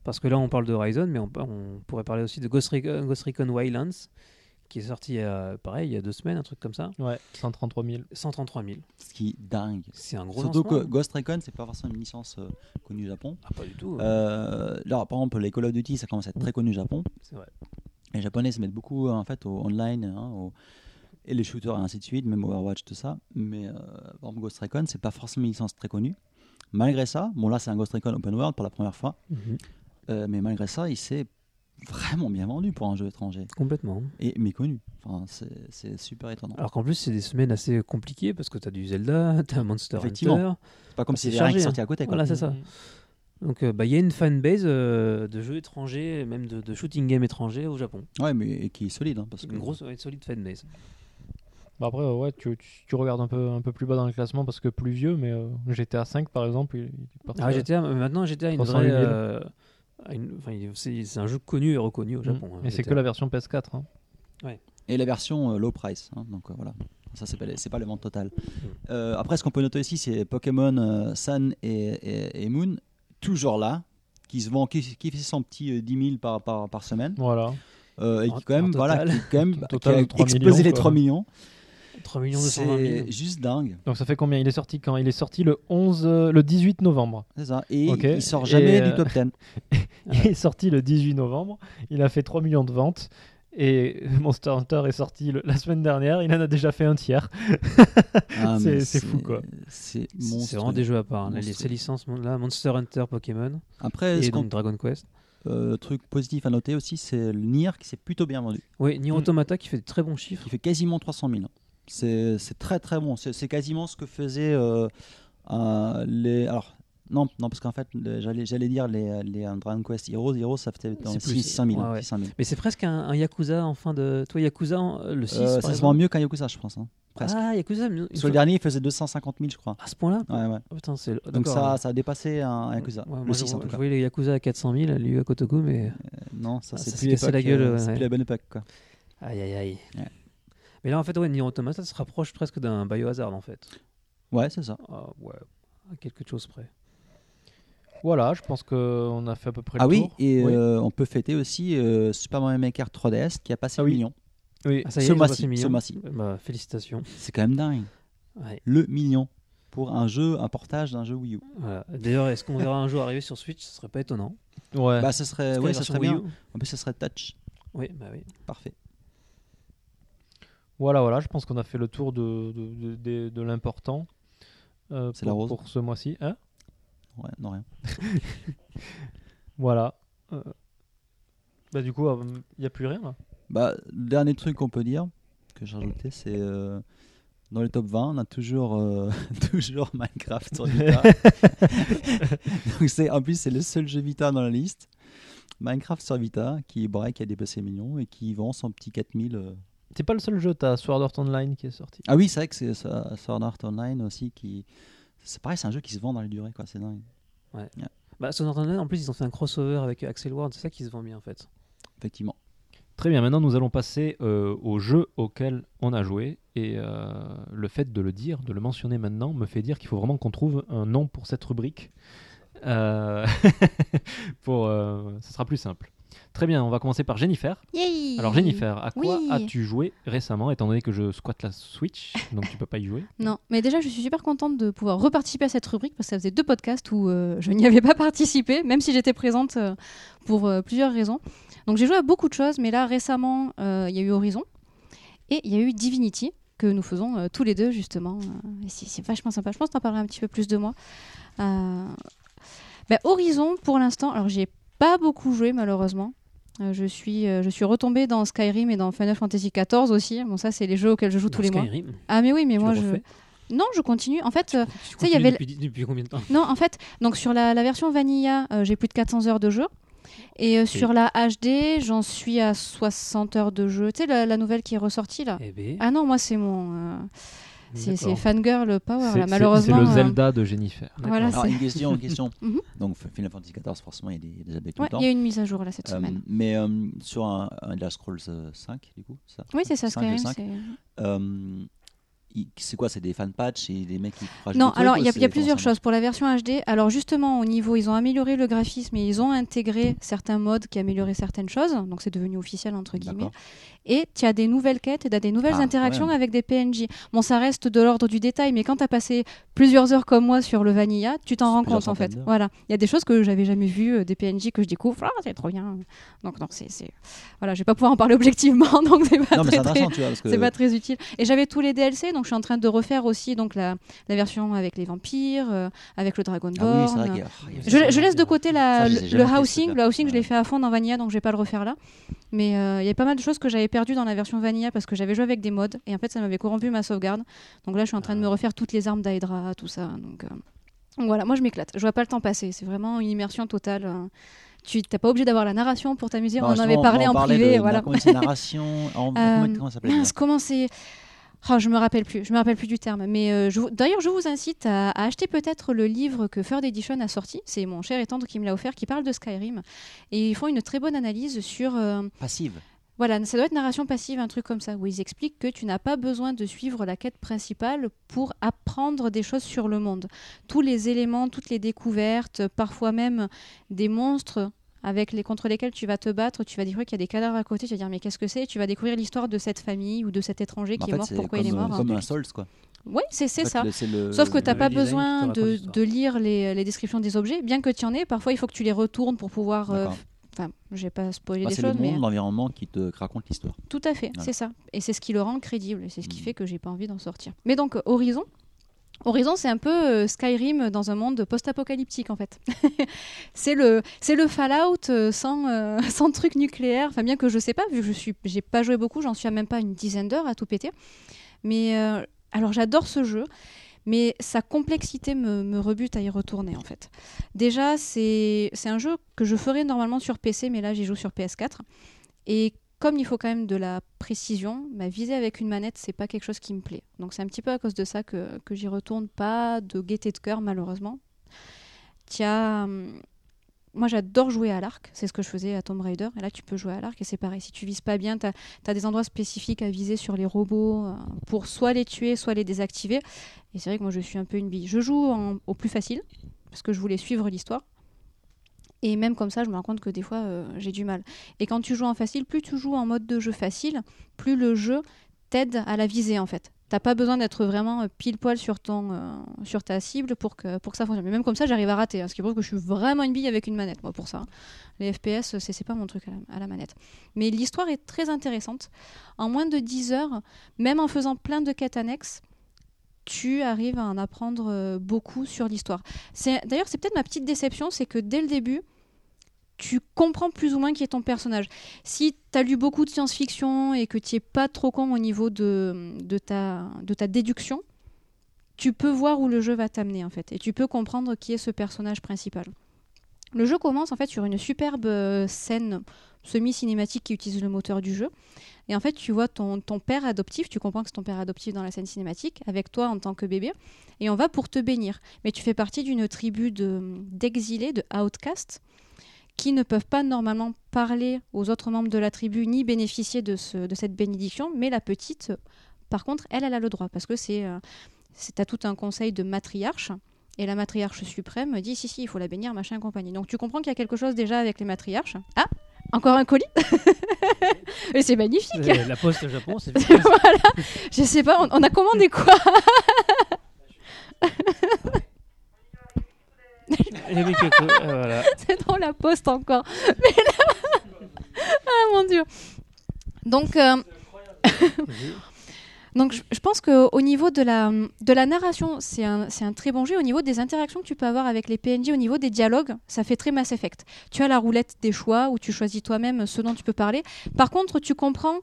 Parce que là, on parle de Horizon, mais on, on pourrait parler aussi de Ghost Recon, Ghost Recon Wildlands, qui est sorti, il y a, pareil, il y a deux semaines, un truc comme ça. Ouais, 133 000. 133 000. Ce qui est dingue. C'est hein. un gros Surtout que lancement. Ghost Recon, c'est pas forcément une licence euh, connue au Japon. Ah, pas du tout. Euh, là, par exemple, les Call of Duty, ça commence à être très connu au Japon. C'est vrai. Les Japonais se mettent beaucoup euh, en fait au online hein, au- et les shooters et ainsi de suite, même Overwatch, tout ça. Mais euh, par exemple, Ghost Recon, c'est pas forcément une licence très connue. Malgré ça, bon là, c'est un Ghost Recon open world pour la première fois, euh, mais malgré ça, il s'est vraiment bien vendu pour un jeu étranger Complètement. et méconnu. Enfin, c'est- c'est super étonnant. Alors qu'en plus, c'est des semaines assez compliquées parce que tu as du Zelda, tu as Monster Effectivement. Hunter. C'est pas comme si c'est rien qui chargé, hein. sortait à côté. Quoi. Voilà, c'est ça. Mhm. Donc euh, bah, il y a une fanbase euh, de jeux étrangers, même de, de shooting game étrangers au Japon. Mmh. Ouais, mais qui est solide. hein, parce que Une grosse, une solide fanbase. Bah après, euh, ouais, tu, tu- tu regardes un peu, un peu plus bas dans le classement parce que plus vieux, mais euh, GTA 5 par exemple, il, il est parti Ah, à- GTA, euh, maintenant GTA, a une 308 vraie, 000. euh, a une- enfin, il- c'est c'est un jeu connu et reconnu au Mm. Japon. hein, Mais c'est GTA. que la version PS4. hein. Et la version euh, low price. hein, donc euh, voilà. Ça, c'est pas, les- c'est pas les ventes totales. Mm. Euh, après, ce qu'on peut noter aussi, c'est Pokémon euh, Sun et, et- et Moon, toujours là, qui se vend, qui, qui fait son petit euh, 10 000 par, par, par semaine. Voilà. Euh, et En- qui, quand même, en voilà, total. qui, quand même, En total, qui a 3 explosé millions, les quoi. 3 millions. 3 millions 220 000. C'est juste dingue. Donc ça fait combien Il est sorti quand Il est sorti le 11, euh, le 18 novembre. C'est ça. Et Ok. il sort Et, jamais euh, du top 10. Ah Il est sorti le 18 novembre. Il a fait 3 millions de ventes. Et euh, Monster Hunter est sorti le- la semaine dernière. Il en a déjà fait un tiers. Ah, mais c'est fou, quoi. C'est C'est- C'est monstrueux. vraiment des jeux à part. là, les- Monstre. ces licences, mon- là, Monster Hunter, Pokémon Après, ce et qu'on- donc Dragon Quest. euh, truc positif à noter aussi, c'est le Nier qui s'est plutôt bien vendu. Oui, Nier Mm. Automata qui fait de très bons chiffres. qui fait quasiment 300 000. C'est c'est très très bon. C'est c'est quasiment ce que faisaient euh, euh, les. Alors, non, non parce qu'en fait, le- j'allais j'allais dire les, les euh, Dragon Quest Heroes. Heroes, ça faisait dans C'est les plus, 600 000. ouais, ouais. 600 000. Mais c'est presque un, un Yakuza en fin de. Toi, Yakuza, en- le 6. Euh, par ça se exemple. vend mieux qu'un Yakuza, je pense. hein. presque. Ah, Yakuza, une- une Parce que le fois- dernier, il faisait 250 000, je crois. à ce point-là Ouais, ouais. Oh, Putain, c'est. Donc d'accord, ça, ouais. ça a dépassé un Hein, Yakuza. Ouais, moi, le je- 6 en tout Je cas. voyais les Yakuza à 400 000, lui à Kotoku, mais. Non, ça, Ah, c'est ça plus, s'est cassé la l'époque, gueule, euh, ouais, c'est ouais. plus la bonne époque. Quoi. Aïe aïe aïe. Ouais. Mais là, en fait, ouais, Nier Automata se rapproche presque d'un Biohazard, en fait. Ouais, c'est ça. Ah, ouais, à quelque chose près. Voilà, je pense qu'on a fait à peu près Ah le oui, tour. et Oui. euh, on peut fêter aussi euh, Super Mario Maker 3DS qui a passé Ah le oui. million. Oui. Ah, ça y est, ce ils ont mois-ci, passé le million. ce mois-ci. Bah, félicitations. C'est quand même dingue. Ouais, le million pour un jeu, un portage d'un jeu Wii U. voilà. D'ailleurs, est-ce qu'on verra un jour arriver sur Switch Ce serait pas étonnant. Ouais. Bah, ce serait, Parce que ouais, la ça version serait Wii bien. U- En plus, ce serait touch. Oui, bah oui. Parfait. Voilà, voilà, je pense qu'on a fait le tour de, de, de- de- de l'important. euh, C'est pour, la rose. pour ce mois-ci. Hein Ouais, non, rien. voilà. Euh, Bah, du coup, il n'y a plus rien là. Bah, le dernier truc qu'on peut dire, que j'ai rajouté, c'est euh, dans les top 20, on a toujours, euh, toujours Minecraft sur Vita. Donc, c'est- en plus, c'est le seul jeu Vita dans la liste. Minecraft sur Vita qui break a dépassé le million et qui vend son petit 4000. euh. C'est pas le seul jeu, t'as Sword Art Online qui est sorti. Ah oui, c'est vrai que c'est ça- Sword Art Online aussi qui. C'est pareil, c'est un jeu qui se vend dans la durée, quoi. C'est dingue. Bah, Sword Art Online, en plus, ils ont fait un crossover avec Axel Ward, c'est ça qui se vend bien, en fait. Effectivement. Très bien, maintenant nous allons passer euh, au jeu auquel on a joué. Et euh, le fait de le dire, de le mentionner maintenant, me fait dire qu'il faut vraiment qu'on trouve un nom pour cette rubrique. Euh, pour, euh, ça sera plus simple. Très bien, on va commencer par Jennifer. Yay Alors Jennifer, à quoi Oui. as-tu joué récemment, étant donné que je squatte la Switch, donc tu peux pas y jouer Non, mais déjà, je suis super contente de pouvoir reparticiper à cette rubrique parce que ça faisait deux podcasts où euh, je n'y avais pas participé, même si j'étais présente euh, pour euh, plusieurs raisons. Donc j'ai joué à beaucoup de choses, mais là récemment, euh, il y a eu Horizon et il y a eu Divinity que nous faisons euh, tous les deux justement. Euh, et c'est- c'est vachement sympa. Je pense que t'en parleras un petit peu plus de moi. Euh, bah, Horizon, pour l'instant, alors j'ai pas beaucoup joué malheureusement. Euh, je suis, euh, je suis retombée dans Skyrim et dans Final Fantasy XIV aussi. Bon, ça, c'est les jeux auxquels je joue tous les mois. Skyrim. Ah mais oui, mais Tu moi l'as je refait non, je continue. En fait, Tu euh, sais, il y continues avait le- depuis, depuis combien de temps non, en fait, donc sur la, la version vanilla, euh, j'ai plus de 400 heures de jeu. Et euh, sur la HD, j'en suis à 60 heures de jeu. Tu sais, la, la nouvelle qui est ressortie là. Eh ben, Ah non, moi c'est mon. euh, c'est c'est d'accord. Fangirl Power C'est- là, c'est- Oh, malheureusement. C'est le euh, Zelda de Jennifer. voilà, Alors, Ah, c'est- une question, une question. Mhm. Donc, Final Fantasy XIV, forcément, il y a des, des updates tout ouais, le temps. il y a une mise à jour là cette Euh, semaine. mais euh, sur un, un Elder Scrolls 5, du coup, ça. Oui, c'est ça, cinq de Skyrim. cinq. c'est- Euh, il- c'est quoi C'est des fan patch et des mecs qui rajoutent Non, des trucs, alors il y a, ou il y a c'est- plusieurs comment ça choses. Pour la version HD, alors justement, au niveau, ils ont amélioré le graphisme et ils ont intégré certains modes qui amélioraient certaines choses. Donc c'est devenu officiel, entre marche guillemets. D'accord. et tu as des nouvelles quêtes et tu as des nouvelles Ah, interactions quand même. avec des PNJ. Bon, ça reste de l'ordre du détail, mais quand tu as passé plusieurs heures comme moi sur le Vanilla, tu t'en C'est rends plusieurs compte en fait. centaines d'heures. Voilà, il y a des choses que j'avais jamais vues, euh, des PNJ que je découvre, ah, c'est trop bien. Donc non, c'est c'est- voilà, je vais pas pouvoir en parler objectivement, donc c'est pas Non, mais c'est très, très- intéressant, tu vois, parce que c'est pas très utile. Et j'avais tous les DLC, donc je suis en train de refaire aussi donc la, la version avec les vampires, euh, avec le Ah oui, Dragonborn. c'est vrai qu'il y a- oh, il y a- Je, la- je laisse de côté la- Ça, je les ai le, jamais le fait, ce housing. truc-là. Le housing, je l'ai Ouais. fait à fond dans Vanilla, donc je vais pas le refaire là. Mais euh, il y a pas mal de choses que j'avais perdues dans la version Vanilla parce que j'avais joué avec des mods et en fait ça m'avait corrompu ma sauvegarde. Donc là, je suis en train Ah. de me refaire toutes les armes d'Hydra, tout ça. Donc, euh, donc voilà, moi je m'éclate. Je vois pas le temps passer. C'est vraiment une immersion totale. euh. Tu t'es pas obligé d'avoir la narration pour t'amuser. Non, On en justement, avait parlé on en parlait privé. de- voilà. Comment c'est narration en- comment- Euh, Comment ça s'appelle Mince, comment c'est Oh, je me rappelle plus, je me rappelle plus du terme. Mais euh, je vous- d'ailleurs, je vous incite à, à acheter peut-être le livre que Third Edition a sorti. C'est mon cher et tendre qui me l'a offert, qui parle de Skyrim. Et ils font une très bonne analyse sur euh, Passive. voilà, ça doit être narration passive, un truc comme ça, où ils expliquent que tu n'as pas besoin de suivre la quête principale pour apprendre des choses sur le monde. Tous les éléments, toutes les découvertes, parfois même des monstres avec les, contre lesquels tu vas te battre, tu vas découvrir qu'il y a des cadavres à côté, tu vas dire mais qu'est-ce que c'est Tu vas découvrir l'histoire de cette famille ou de cet étranger Bah, en qui fait, est mort, c'est pourquoi comme, il est mort. euh, Comme un Souls, quoi. Oui, c'est c'est En fait, ça. le- c'est le- Sauf que le- tu n'as pas le design qui te besoin raconte de, l'histoire. de lire les, les descriptions des objets, bien que tu en aies. Parfois, il faut que tu les retournes pour pouvoir. euh, D'accord. Enfin, je vais pas spoiler bah, des c'est le choses, monde, mais. l'environnement qui te raconte l'histoire. Tout à fait, Voilà. c'est ça. Et c'est ce qui le rend crédible, et c'est ce qui Mm. fait que j'ai pas envie d'en sortir. Mais donc, euh, Horizon. Horizon, c'est un peu euh, Skyrim dans un monde post-apocalyptique en fait. c'est le c'est le Fallout euh, sans euh, sans truc nucléaire. Enfin bien que je sais pas, vu que je suis j'ai pas joué beaucoup, j'en suis à même pas une dizaine d'heures à tout péter. Mais euh, alors j'adore ce jeu, mais sa complexité me, me rebute à y retourner en fait. Déjà c'est c'est un jeu que je ferais normalement sur PC, mais là j'y joue sur PS4 et comme il faut quand même de la précision, ma visée avec une manette, c'est pas quelque chose qui me plaît. Donc c'est un petit peu à cause de ça que, que j'y retourne pas de gaieté de cœur, malheureusement. Tiens, hum, moi j'adore jouer à l'arc, c'est ce que je faisais à Tomb Raider, et là tu peux jouer à l'arc, et c'est pareil. Si tu vises pas bien, t'as as des endroits spécifiques à viser sur les robots euh, pour soit les tuer, soit les désactiver. Et c'est vrai que moi je suis un peu une bille. Je joue en- au plus facile, parce que je voulais suivre l'histoire. Et même comme ça, je me rends compte que des fois, euh, j'ai du mal. Et quand tu joues en facile, plus tu joues en mode de jeu facile, plus le jeu t'aide à la viser en fait. T'as pas besoin d'être vraiment euh, pile poil sur, ton, euh, sur ta cible pour que, pour que ça fonctionne. Mais même comme ça, j'arrive à rater, hein, ce qui prouve que je suis vraiment une bille avec une manette, moi, pour ça. hein. Les FPS, euh, c'est c'est pas mon truc à la, à la manette. Mais l'histoire est très intéressante. En moins de 10 heures, même en faisant plein de quêtes annexes, tu arrives à en apprendre euh, beaucoup sur l'histoire. C'est- D'ailleurs, c'est peut-être ma petite déception, c'est que dès le début, tu comprends plus ou moins qui est ton personnage si tu as lu beaucoup de science-fiction et que tu es pas trop con au niveau de, de, ta, de ta déduction, tu peux voir où le jeu va t'amener en fait et tu peux comprendre qui est ce personnage principal. Le jeu commence en fait sur une superbe euh, scène semi-cinématique qui utilise le moteur du jeu. Et en fait, tu vois ton, ton père adoptif, tu comprends que c'est ton père adoptif dans la scène cinématique, avec toi en tant que bébé, et on va pour te bénir. Mais tu fais partie d'une tribu de- d'exilés, de, outcasts, qui ne peuvent pas normalement parler aux autres membres de la tribu ni bénéficier de, ce- de cette bénédiction, mais la petite, euh, par contre, elle, elle a le droit, parce que c'est euh, c'est à tout un conseil de matriarche. Et la matriarche suprême dit si, si, il faut la bénir, machin, et compagnie. Donc tu comprends qu'il y a quelque chose déjà avec les matriarches. Ah Encore un colis Et c'est magnifique Euh, La poste au Japon, c'est voilà, je sais pas, on, on a commandé quoi Eh Et oui, quelque- euh, voilà. C'est dans la poste encore. Mais là- ah mon dieu. Donc, euh, donc je, je pense qu'au niveau de la, de la narration, c'est un, c'est un très bon jeu. Au niveau des interactions que tu peux avoir avec les PNJ, au niveau des dialogues, ça fait très Mass Effect. Tu as la roulette des choix où tu choisis toi-même ce dont tu peux parler. Par contre, tu comprends,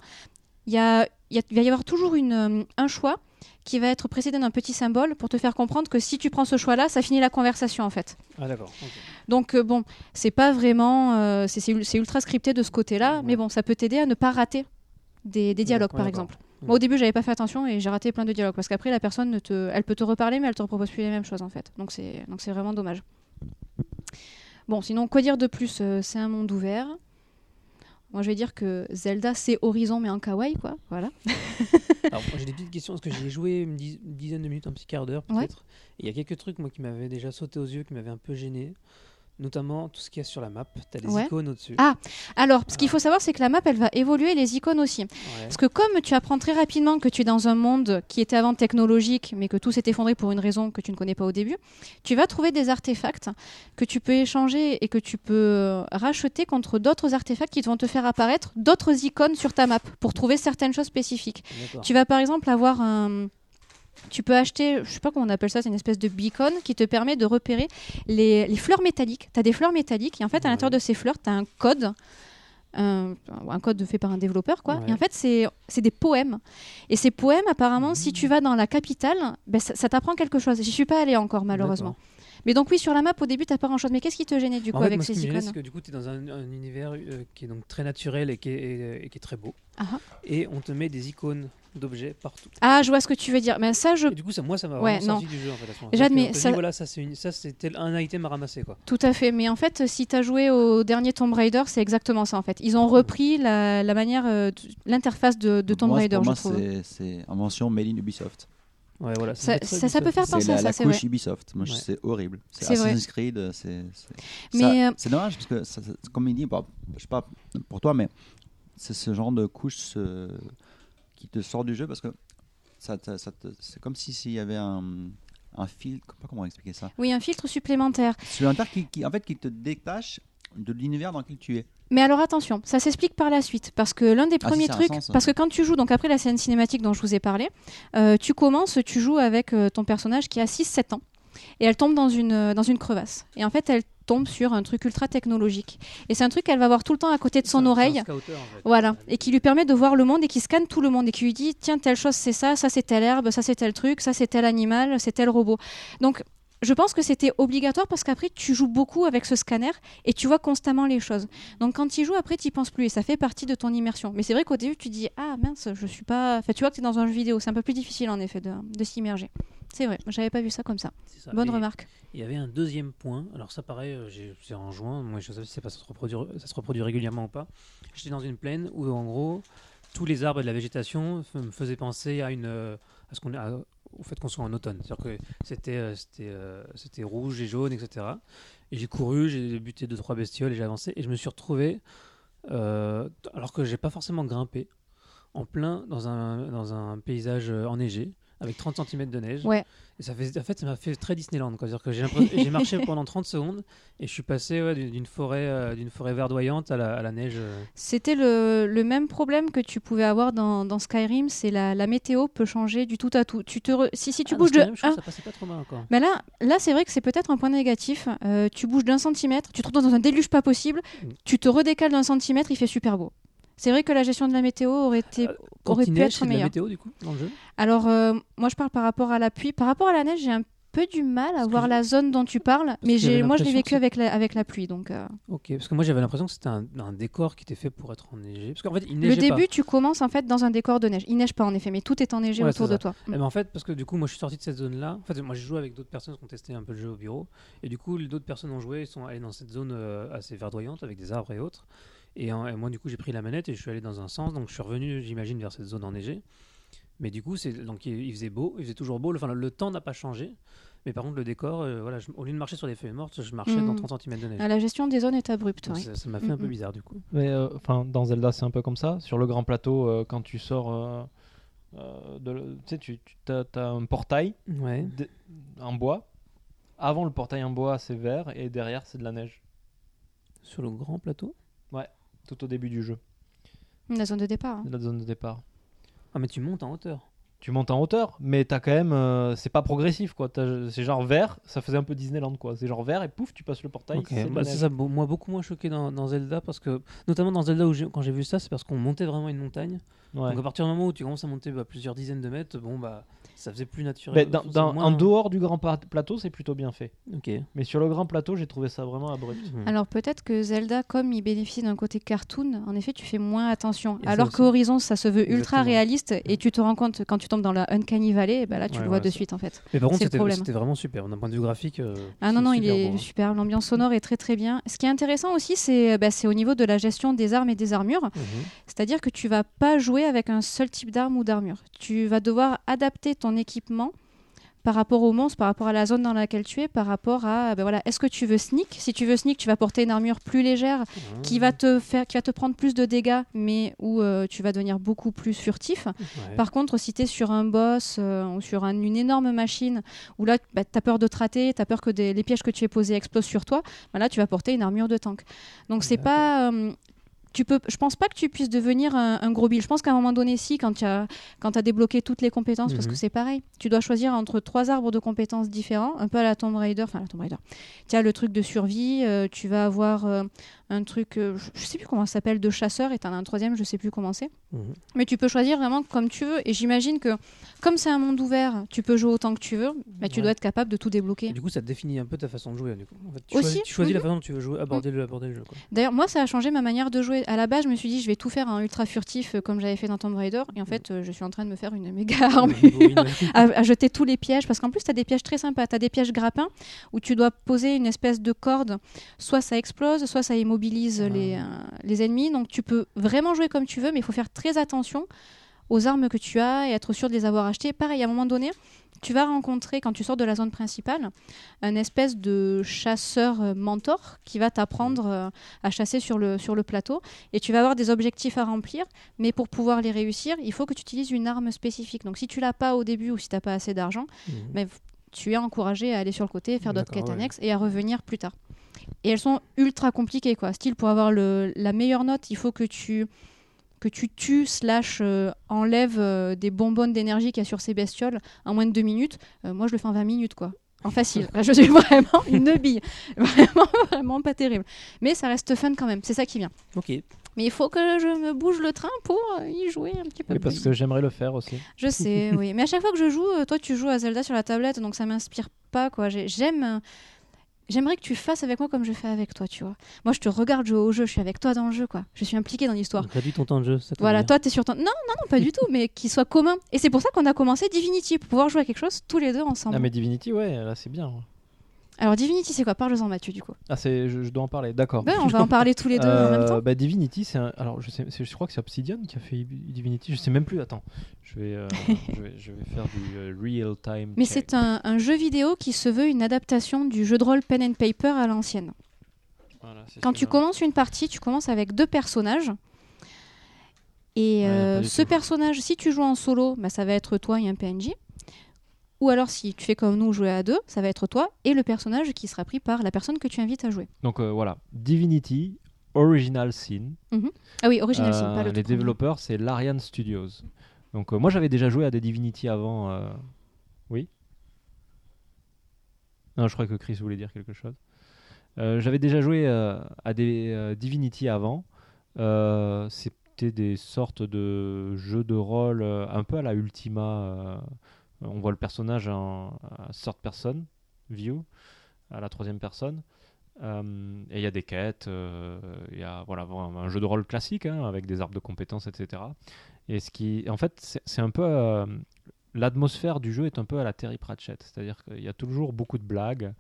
il y a- il y a- il va y avoir toujours une, euh, un choix qui va être précédé d'un petit symbole pour te faire comprendre que si tu prends ce choix-là, ça finit la conversation en fait. Ah, d'accord. ok. Donc euh, bon, c'est pas vraiment, euh, c'est- c'est ul- c'est ultra scripté de ce côté-là, mais bon, ça peut t'aider à ne pas rater des, des dialogues, Ouais, par d'accord. exemple. Moi, au début, j'avais pas fait attention et j'ai raté plein de dialogues parce qu'après, la personne, ne te, elle peut te reparler, mais elle te propose plus les mêmes choses en fait. Donc c'est, donc c'est vraiment dommage. Bon, sinon, quoi dire de plus Euh, C'est un monde ouvert. Moi, je vais dire que Zelda, c'est Horizon, mais en kawaii, quoi. Voilà. Alors, moi, j'ai des petites questions parce que j'ai joué une dix- une dizaine de minutes, un petit quart d'heure Ouais. peut-être. Et Il y a quelques trucs moi qui m'avaient déjà sauté aux yeux, qui m'avaient un peu gêné. Notamment tout ce qu'il y a sur la map. T'as les Ouais. icônes au-dessus. Ah, Alors, ce qu'il faut savoir, c'est que la map, elle va évoluer, les icônes aussi. Ouais. Parce que comme tu apprends très rapidement que tu es dans un monde qui était avant technologique, mais que tout s'est effondré pour une raison que tu ne connais pas au début, tu vas trouver des artefacts que tu peux échanger et que tu peux euh, racheter contre d'autres artefacts qui vont te faire apparaître d'autres icônes sur ta map pour trouver certaines choses spécifiques. D'accord. Tu vas par exemple avoir un... Tu peux acheter, je sais pas comment on appelle ça, c'est une espèce de beacon qui te permet de repérer les, les fleurs métalliques. Tu as des fleurs métalliques et en fait, à Ouais. l'intérieur de ces fleurs, tu as un code. Un, un code fait par un développeur, quoi. Ouais. Et en fait, c'est c'est des poèmes. Et ces poèmes, apparemment, si Mmh. tu vas dans la capitale, ben, ça, ça t'apprend quelque chose. J'y suis pas allée encore, malheureusement. D'accord. Mais donc, oui, sur la map, au début, t'as pas grand chose. Mais qu'est-ce qui te gênait, du coup, En fait, avec moi, ce qui ces me gênait, icônes c'est que du coup, tu es dans un, un euh, univers euh, qui est donc très naturel et qui est, et qui est très beau. Ah ah. Et on te met des icônes d'objets partout. Ah, je vois ce que tu veux dire. Mais ça, je Et du coup, ça, moi, ça m'a Ouais, vraiment non. sorti du jeu en fait. à ce moment. J'admets, Parce que on te ça- dit, voilà, ça c'est une... ça, c'est tel- un item à ramasser quoi. Tout à fait, mais en fait, si tu as joué au dernier Tomb Raider, c'est exactement ça en fait. Ils ont repris la, la manière, euh, d- l'interface de, de Tomb Moi, Raider, pour moi, je trouve. c'est- c'est invention made in Ubisoft. Ouais, voilà. me Ça, fait très ça- ça bizarre. peut faire C'est penser la, à ça, la c'est couche vrai. Ubisoft. Moi, je- Ouais. c'est horrible. C'est C'est vrai. Assassin's Creed. euh, C'est c'est- Mais, ça- euh, c'est dommage parce que, ça- ça- comme il dit, bah, je sais pas pour toi, mais c'est ce genre de couche euh, qui te sort du jeu parce que ça, te- ça te- c'est comme si- s'il y avait un, un fil. Je sais pas comment expliquer ça. Oui, un filtre supplémentaire. C'est un terme qui, qui- en fait, qui te détache de l'univers dans lequel tu es. Mais alors attention, ça s'explique par la suite, parce que l'un des Ah, si, premiers ça a un trucs, sens. parce que quand tu joues, donc après la scène cinématique dont je vous ai parlé, euh, tu commences, tu joues avec euh, ton personnage qui a 6-7 ans, et elle tombe dans une, euh, dans une crevasse. Et en fait, elle tombe sur un truc ultra technologique. Et c'est un truc qu'elle va avoir tout le temps à côté de C'est un- son c'est un oreille. scouter, en fait. Voilà, et qui lui permet de voir le monde et qui scanne tout le monde et qui lui dit tiens telle chose c'est ça, ça c'est telle herbe, ça c'est tel truc, ça c'est tel animal, c'est tel robot. Donc je pense que c'était obligatoire parce qu'après tu joues beaucoup avec ce scanner et tu vois constamment les choses. Donc quand tu joues après tu penses plus et ça fait partie de ton immersion. Mais c'est vrai qu'au début tu dis ah mince je suis pas, enfin tu vois que t'es dans un jeu vidéo, c'est un peu plus difficile en effet de, de s'immerger. C'est vrai, j'avais pas vu ça comme ça. C'est ça. Bonne Et- remarque. Il y avait un deuxième point. Alors ça pareil, euh, j'ai- c'est en juin. Moi je sais pas si c'est pas- ça se reproduit, ça se reproduit régulièrement ou pas. J'étais dans une plaine où en gros tous les arbres et de la végétation f- me faisaient penser à une euh, à ce qu'on a- au fait qu'on soit en automne. C'est-à-dire que c'était euh, c'était euh, c'était rouge et jaune etc. Et j'ai couru, j'ai buté deux trois bestioles et j'ai avancé et je me suis retrouvé euh, t- alors que j'ai pas forcément grimpé en plein dans un dans un paysage euh, enneigé avec 30 cm de neige. Ouais. Et ça fait, en fait, ça m'a fait très Disneyland. Quoi. C'est-à-dire que j'ai, l'impression- j'ai marché pendant 30 secondes et je suis passé ouais, d'une, d'une forêt, euh, d'une forêt verdoyante à la, à la neige. euh. C'était le, le même problème que tu pouvais avoir dans, dans Skyrim, c'est la, la météo peut changer du tout à tout. Tu te re- si, si tu Ah, dans bouges de Skyrim, je trouve un- que ça passait pas trop mal encore. Mais là, là c'est vrai que c'est peut-être un point négatif. Euh, tu bouges d'un centimètre, tu te retrouves dans un déluge pas possible, Mm. tu te redécales d'un centimètre, il fait super beau. C'est vrai que la gestion de la météo aurait été. Euh, quand aurait il pu neige, être c'est de la meilleur. météo du coup dans le jeu. Alors, euh, moi, je parle par rapport à la pluie. Par rapport à la neige, j'ai un peu du mal à Parce que voir j'ai- la zone dont tu parles, mais que j'avais j'ai, moi, je l'ai l'impression que vécu avec la, avec la pluie. Donc, euh, Ok, parce que moi j'avais l'impression que c'était un, un décor qui était fait pour être enneigé. Parce qu'en fait, il le neigeait pas. début, tu commences en fait dans un décor de neige. Il neige pas en effet, mais tout est enneigé Ouais, autour c'est de toi. Eh ben, en fait, parce que du coup, moi je suis sorti de cette zone-là. En fait, moi j'ai joué avec d'autres personnes qui ont testé un peu le jeu au bureau. Et du coup, les- d'autres personnes ont joué, ils sont allés dans cette zone euh, assez verdoyante avec des arbres et autres. Et, en- et moi, du coup, j'ai pris la manette et je suis allé dans un sens. Donc je suis revenu, j'imagine, vers cette zone enneigée. Mais du coup, c'est donc il, il faisait beau, il faisait toujours beau. Enfin, le, le temps n'a pas changé. Mais par contre, le décor, euh, voilà, je- au lieu de marcher sur des feuilles mortes, je marchais Mm. dans 30 cm de neige. Ah, La gestion des zones est abrupte. Donc, oui. ça- ça m'a fait un peu Mm-mm. bizarre du coup. Mais euh, enfin, dans Zelda, c'est un peu comme ça. Sur le grand plateau, euh, quand tu sors, euh, euh, de le- tu sais, tu as, un portail Ouais. de- en bois. Avant le portail en bois, c'est vert et derrière, c'est de la neige. Sur le grand plateau. Tout au début du jeu, La zone de départ. hein. de la zone de départ. Ah, mais tu montes en hauteur. Tu montes en hauteur, mais t'as quand même, euh, c'est pas progressif quoi. T'as- C'est genre vert, ça faisait un peu Disneyland quoi. C'est genre vert et pouf, tu passes le portail. Ok, c'est de la bah, c'est neige. ça, beau- moi beaucoup moins choqué dans, dans Zelda parce que notamment dans Zelda où j'ai- quand j'ai vu ça c'est parce qu'on montait vraiment une montagne Ouais. donc à partir du moment où tu commences à monter bah, plusieurs dizaines de mètres bon bah ça faisait plus naturel Mais dans- Enfin, dans- c'est moins- en dehors du grand pa- plateau, c'est plutôt bien fait. ok Mais sur le grand plateau, j'ai trouvé ça vraiment abrupt. Hmm. Alors peut-être que Zelda, comme il bénéficie d'un côté cartoon, en effet, tu fais moins attention. Et ça Alors aussi. qu'Horizon, ça se veut ultra Exactement. réaliste et tu te rends compte quand tu tombes dans la Uncanny Valley, eh ben là, tu Ouais, le vois ouais, de ça- suite en fait. mais par contre c'est le c'était problème. c'était vraiment super d'un point de vue graphique euh, Ah non, c'est non, il super est beau, hein. superbe. L'ambiance sonore est très très bien. Ce qui est intéressant aussi, c'est bah, c'est au niveau de la gestion des armes et des armures. Mhm. C'est-à-dire que tu vas pas jouer avec un seul type d'arme ou d'armure. Tu vas devoir adapter ton équipement par rapport au monstre, par rapport à la zone dans laquelle tu es, par rapport à ben voilà, est-ce que tu veux sneak Si tu veux sneak, tu vas porter une armure plus légère Ah, qui va te faire qui va te prendre plus de dégâts mais où euh, tu vas devenir beaucoup plus furtif. ouais. Par contre, si tu es sur un boss euh, ou sur un- une énorme machine où là bah, tu as peur de te rater, tu as peur que des- les pièges que tu es posés explosent sur toi, bah là tu vas porter une armure de tank. Donc c'est pas euh, tu peux, je pense pas que tu puisses devenir un, un gros build. Je pense qu'à un moment donné, si, quand tu as, quand as débloqué toutes les compétences, parce Mhm. que c'est pareil, tu dois choisir entre trois arbres de compétences différents, un peu à la Tomb Raider, enfin à la Tomb Raider. Tu as le truc de survie, euh, tu vas avoir euh, un truc, euh, je- je sais plus comment ça s'appelle, de chasseur, et t'en as un troisième, je sais plus comment c'est. Mhm. Mais tu peux choisir vraiment comme tu veux. Et j'imagine que, comme c'est un monde ouvert, tu peux jouer autant que tu veux, mais tu Ouais. dois être capable de tout Et débloquer. Du coup, ça définit un peu ta façon de jouer. Du coup. En fait, tu, Aussi, choisis, tu choisis la mhm. façon dont tu veux jouer, aborder, le, aborder le jeu. Quoi. D'ailleurs, moi, ça a changé ma manière de jouer. À la base, je me suis dit, je vais tout faire en ultra furtif, euh, comme j'avais fait dans Tomb Raider. Et en fait, euh, je suis en train de me faire une méga armure. à, à jeter tous les pièges parce qu'en plus tu as des pièges très sympas, tu as des pièges grappins où tu dois poser une espèce de corde, soit ça explose, soit ça immobilise Ah. les, euh, les ennemis, donc tu peux vraiment jouer comme tu veux mais il faut faire très attention aux armes que tu as et être sûr de les avoir achetées. Pareil, à un moment donné, tu vas rencontrer quand tu sors de la zone principale un espèce de chasseur euh, mentor qui va t'apprendre euh, à chasser sur le, sur le plateau et tu vas avoir des objectifs à remplir mais pour pouvoir les réussir, il faut que tu utilises une arme spécifique. Donc si tu l'as pas au début ou si tu n'as pas assez d'argent, Mhm. mais f- tu es encouragé à aller sur le côté, faire d'autres D'accord, quêtes ouais. annexes et à revenir plus tard. Et elles sont ultra compliquées, quoi. Style, pour avoir le- la meilleure note, il faut que tu, que tu tues, slash, euh, enlèves euh, des bonbonnes d'énergie qu'il y a sur ces bestioles en moins de deux minutes. Euh, moi, je le fais en 20 minutes, quoi. En facile. je suis vraiment une bille. Vraiment, vraiment pas terrible. Mais ça reste fun quand même. C'est ça qui vient. Ok. Mais il faut que je me bouge le train pour euh, y jouer un petit peu Oui, plus. parce que j'aimerais le faire aussi. Je sais, oui. Mais à chaque fois que je joue, euh, toi tu joues à Zelda sur la tablette, donc ça m'inspire pas, quoi. J'ai- J'aime. euh, J'aimerais que tu fasses avec moi comme je fais avec toi, tu vois. Moi, je te regarde jouer au jeu, je suis avec toi dans le jeu, quoi. Je suis impliquée dans l'histoire. Donc, Réduis ton temps de jeu. Ça te Voilà, convient. toi, t'es sur ton. Non, non, non, pas du tout, mais qu'il soit commun. Et c'est pour ça qu'on a commencé Divinity, pour pouvoir jouer à quelque chose tous les deux ensemble. Ah, mais Divinity, ouais, là c'est bien. Alors, Divinity, c'est quoi Parle-en, Mathieu, du coup. Ah, c'est, je, je dois en parler, d'accord. Ouais, Ben, on va en parler tous les deux en même Euh, temps. bah, Divinity, c'est un- alors je, sais, c'est- je crois que c'est Obsidian qui a fait Divinity, je sais même plus. Attends, je vais, euh, je vais, je vais faire du euh, real time. Mais check. c'est un, un jeu vidéo qui se veut une adaptation du jeu de rôle pen and paper à l'ancienne. Voilà, c'est Quand celui-là. tu commences une partie, tu commences avec deux personnages. Et Ouais, euh, pas du ce tout. personnage, si tu joues en solo, bah, ça va être toi et un PNJ. Ou alors si tu fais comme nous, jouer à deux, ça va être toi et le personnage qui sera pris par la personne que tu invites à jouer. Donc euh, voilà, Divinity Original Sin. Ah oui, original, c'est Euh, pas le les tout premier. développeurs, c'est Larian Studios. Donc euh, moi, j'avais déjà joué à des Divinity avant. euh, Oui. Non, je crois que Chris voulait dire quelque chose. Euh, j'avais déjà joué euh, à des euh, Divinity avant. Euh, C'était des sortes de jeux de rôle euh, un peu à la Ultima. euh, on voit le personnage en à third person view, à la troisième personne. Euh, et il y a des quêtes, euh, il y a voilà, vraiment un jeu de rôle classique hein, avec des arbres de compétences, etc. Et ce qui, en fait, c'est c'est un peu. euh, L'atmosphère du jeu est un peu à la Terry Pratchett, c'est-à-dire qu'il y a toujours beaucoup de blagues.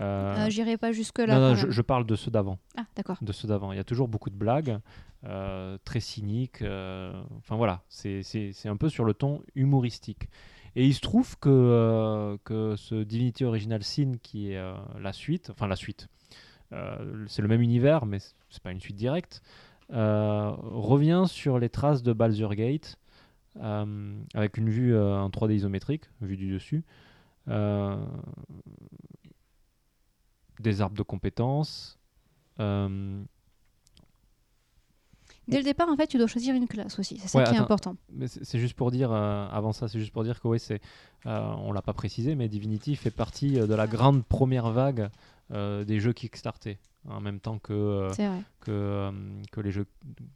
euh, Euh, J'irai pas jusque là. non, non, je, je parle de ceux d'avant. Ah d'accord. De ceux d'avant. Il y a toujours beaucoup de blagues, euh, très cyniques. euh, enfin voilà, c'est- c'est c'est un peu sur le ton humoristique. Et il se trouve que, euh, que ce Divinity Original Sin, qui est euh, la suite, enfin la suite, euh, c'est le même univers, mais c'est- c'est pas une suite directe, euh, revient sur les traces de Baldur Gate, euh, avec une vue euh, en 3D isométrique, vue du dessus. Euh, des arbres de compétences. euh, Dès le départ, en fait, tu dois choisir une classe aussi. C'est ça Ouais, qui attends. est important. mais c'est c'est juste pour dire, euh, avant ça, c'est juste pour dire que oui, c'est, euh, on l'a pas précisé, mais Divinity fait partie euh, de la grande première vague euh, des jeux Kickstarter, en même temps que euh, C'est vrai. que, euh, que les jeux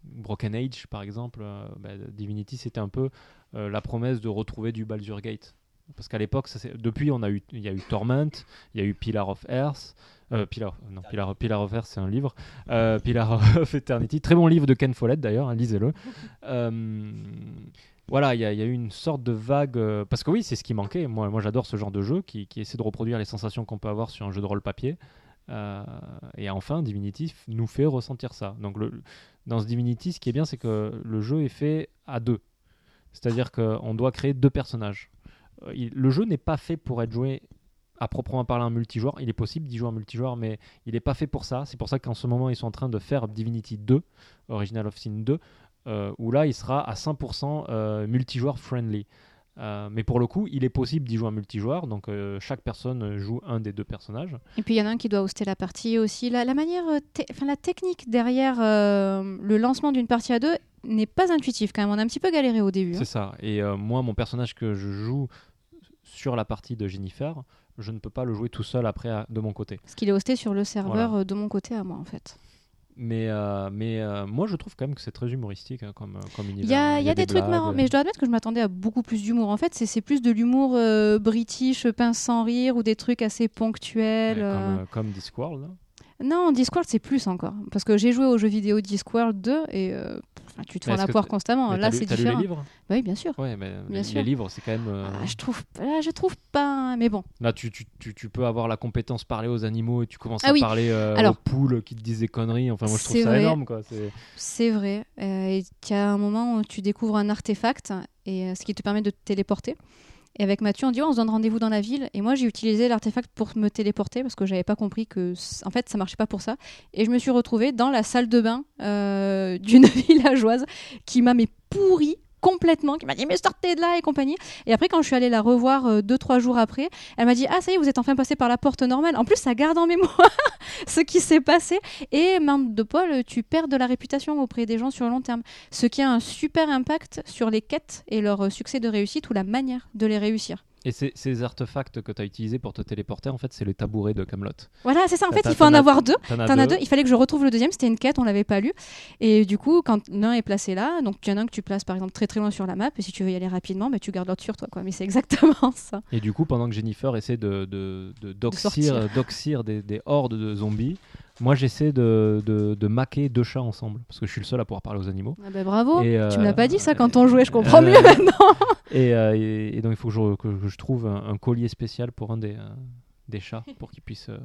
Broken Age, par exemple, euh, bah, Divinity, c'était un peu euh, la promesse de retrouver du Baldur's Gate. Parce qu'à l'époque, ça, c'est- depuis, on a eu, il y a eu Torment, il y a eu Pillar of Earth, euh, Pillar, non, Pillar, Pillar of Earth, c'est un livre, euh, Pillar of Eternity, très bon livre de Ken Follett d'ailleurs, hein, lisez-le. Euh, voilà, il y, a- il y a eu une sorte de vague, euh, parce que oui, c'est ce qui manquait. Moi, moi j'adore ce genre de jeu qui, qui essaie de reproduire les sensations qu'on peut avoir sur un jeu de rôle papier. Euh, et enfin, Divinity f- nous fait ressentir ça. Donc, le, dans ce Divinity, ce qui est bien, c'est que le jeu est fait à deux. C'est-à-dire qu'on doit créer deux personnages. Euh, il- le jeu n'est pas fait pour être joué à proprement parler en multijoueur. Il est possible d'y jouer en multijoueur, mais il n'est pas fait pour ça. C'est pour ça qu'en ce moment, ils sont en train de faire Divinity 2, Original of Sin 2, euh, où là, il sera à 100% euh, multijoueur friendly. Euh, mais pour le coup, il est possible d'y jouer en multijoueur, donc euh, chaque personne joue un des deux personnages. Et puis il y en a un qui doit hoster la partie aussi. La, la manière, euh, te- enfin la technique derrière euh, le lancement d'une partie à deux n'est pas intuitive quand même. On a un petit peu galéré au début. hein. C'est ça. Et euh, moi, mon personnage que je joue sur la partie de Jennifer, je ne peux pas le jouer tout seul après à- de mon côté. Parce qu'il est hosté sur le serveur Voilà. euh, de mon côté à moi en fait. Mais, euh, mais euh, moi, je trouve quand même que c'est très humoristique hein, comme, comme univers. Il y a, il y a des, trucs blagues. marrants, mais je dois admettre que je m'attendais à beaucoup plus d'humour. En fait, c'est- c'est plus de l'humour euh, british, pince sans rire, ou des trucs assez Ouais, ponctuels. Comme, euh. euh, comme Discworld. là. Non, Discworld, c'est plus encore. Parce que j'ai joué aux jeux vidéo Discworld 2 et euh, enfin, tu te Mais fais en est-ce la que poire t- constamment. hein. Mais Oh, Là, t'as lu- c'est t'as lu différent. les livres Bah oui, bien sûr. Ouais, mais les- Bien les sûr. livres, c'est quand même. euh, Ah, je trouve, là, je trouve pas. hein. Mais bon. Là, tu, tu, tu, tu peux avoir la compétence parler aux animaux et tu commences Ah oui. à parler euh, Alors- aux poules qui te disent des conneries. Enfin, moi, je trouve C'est ça vrai. énorme. Quoi. C'est- C'est vrai. Euh, et qu'il y a un moment où tu découvres un artefact, et euh, ce qui te permet de te téléporter. Et avec Mathieu, on dit oh, on se donne rendez-vous dans la ville. Et moi, j'ai utilisé l'artefact pour me téléporter parce que j'avais pas compris que, c- en fait, ça marchait pas pour ça. Et je me suis retrouvée dans la salle de bain euh, d'une villageoise qui m'a mais pourri complètement, qui m'a dit mais sortez de là et compagnie. Et après, quand je suis allée la revoir euh, deux trois jours après, elle m'a dit ah ça y est, vous êtes enfin passé par la porte normale. En plus, ça garde en mémoire ce qui s'est passé. Et Marne de Paul, tu perds de la réputation auprès des gens sur le long terme, ce qui a un super impact sur les quêtes et leur euh, succès de réussite ou la manière de les réussir. Et ces, ces artefacts que tu as utilisés pour te téléporter, en fait, c'est les tabourets de Camelot. Voilà, c'est ça. En fait, il faut en avoir deux. T'en as deux. Il fallait que je retrouve le deuxième. C'était une quête, on l'avait pas lu. Et du coup, quand l'un est placé là, donc il y en a un que tu places par exemple très très loin sur la map. Et si tu veux y aller rapidement, bah, tu gardes l'autre sur toi. Quoi. Mais c'est exactement ça. Et du coup, pendant que Jennifer essaie de, de, de- d'oxyre, sortir. d'oxyre des, des hordes de zombies, moi j'essaie de, de, de maquer deux chats ensemble, parce que je suis le seul à pouvoir parler aux animaux. Ah bah, bravo. Et, euh, Tu me l'as pas dit ça quand euh, on jouait. Je comprends euh, mieux maintenant. Et, euh, et- et donc il faut que je, que- que je trouve un, un collier spécial pour un des, euh, des chats, pour qu'il puisse... euh,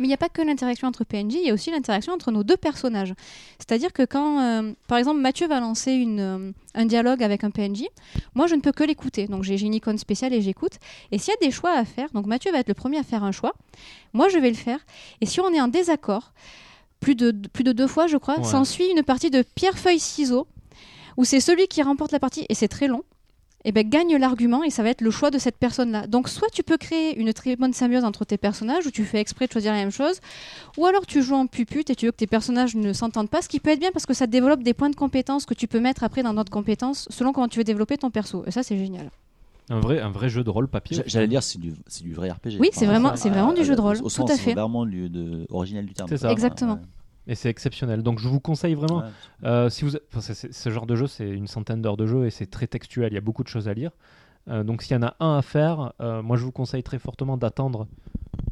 Mais il n'y a pas que l'interaction entre PNJ, il y a aussi l'interaction entre nos deux personnages. C'est-à-dire que quand, euh, par exemple, Mathieu va lancer une, euh, un dialogue avec un PNJ, moi je ne peux que l'écouter. Donc j'ai j'ai une icône spéciale et j'écoute. Et s'il y a des choix à faire, donc Mathieu va être le premier à faire un choix, moi je vais le faire. Et si on est en désaccord, plus de, plus de deux fois je crois, Ouais. s'ensuit une partie de pierre-feuille-ciseaux, où c'est celui qui remporte la partie, et c'est très long, et ben, gagne l'argument et ça va être le choix de cette personne-là. Donc soit tu peux créer une très bonne symbiose entre tes personnages où tu fais exprès de choisir la même chose, ou alors tu joues en pupute et tu veux que tes personnages ne s'entendent pas, ce qui peut être bien parce que ça développe des points de compétences que tu peux mettre après dans d'autres compétences selon comment tu veux développer ton perso. Et ça c'est génial. un, vrai, un vrai jeu de rôle papier. J'a- J'allais dire, c'est du, c'est du vrai RPG. Oui, c'est vraiment- à- c'est vraiment du à- jeu de au- rôle, euh, Au tout sens à fait. vraiment du, de- original du terme. C'est quoi. ça. Ouais, Exactement. Et c'est exceptionnel. Donc je vous conseille ouais. vraiment... Ouais. Euh, si vous, enfin, c'est- c'est- ce genre de jeu, c'est une centaine d'heures de jeu et c'est très textuel. Il y a beaucoup de choses à lire. Euh, donc s'il y en a un à faire, euh, moi je vous conseille très fortement d'attendre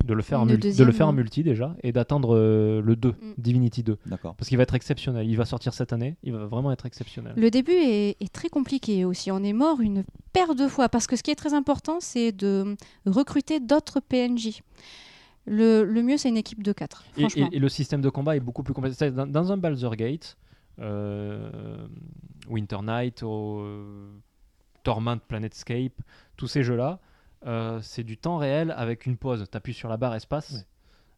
de le faire, en Le multi, de deuxième, le faire en ouais. multi déjà et d'attendre euh, le 2, Mm. Divinity 2, D'accord. parce qu'il va être exceptionnel. Il va sortir cette année. Il va vraiment être exceptionnel. Le début est, est très compliqué aussi. On est mort une paire de fois parce que ce qui est très important c'est de recruter d'autres PNJ. Le, le mieux c'est une équipe de 4. Et, Franchement. et- et le système de combat est beaucoup plus complexe. C'est-à-dire, Dans, dans un Baldur's Gate, euh, Winter Night, au, euh, Torment, Planetscape, tous ces jeux-là, euh, c'est du temps réel avec une pause. Tu appuies sur la barre espace,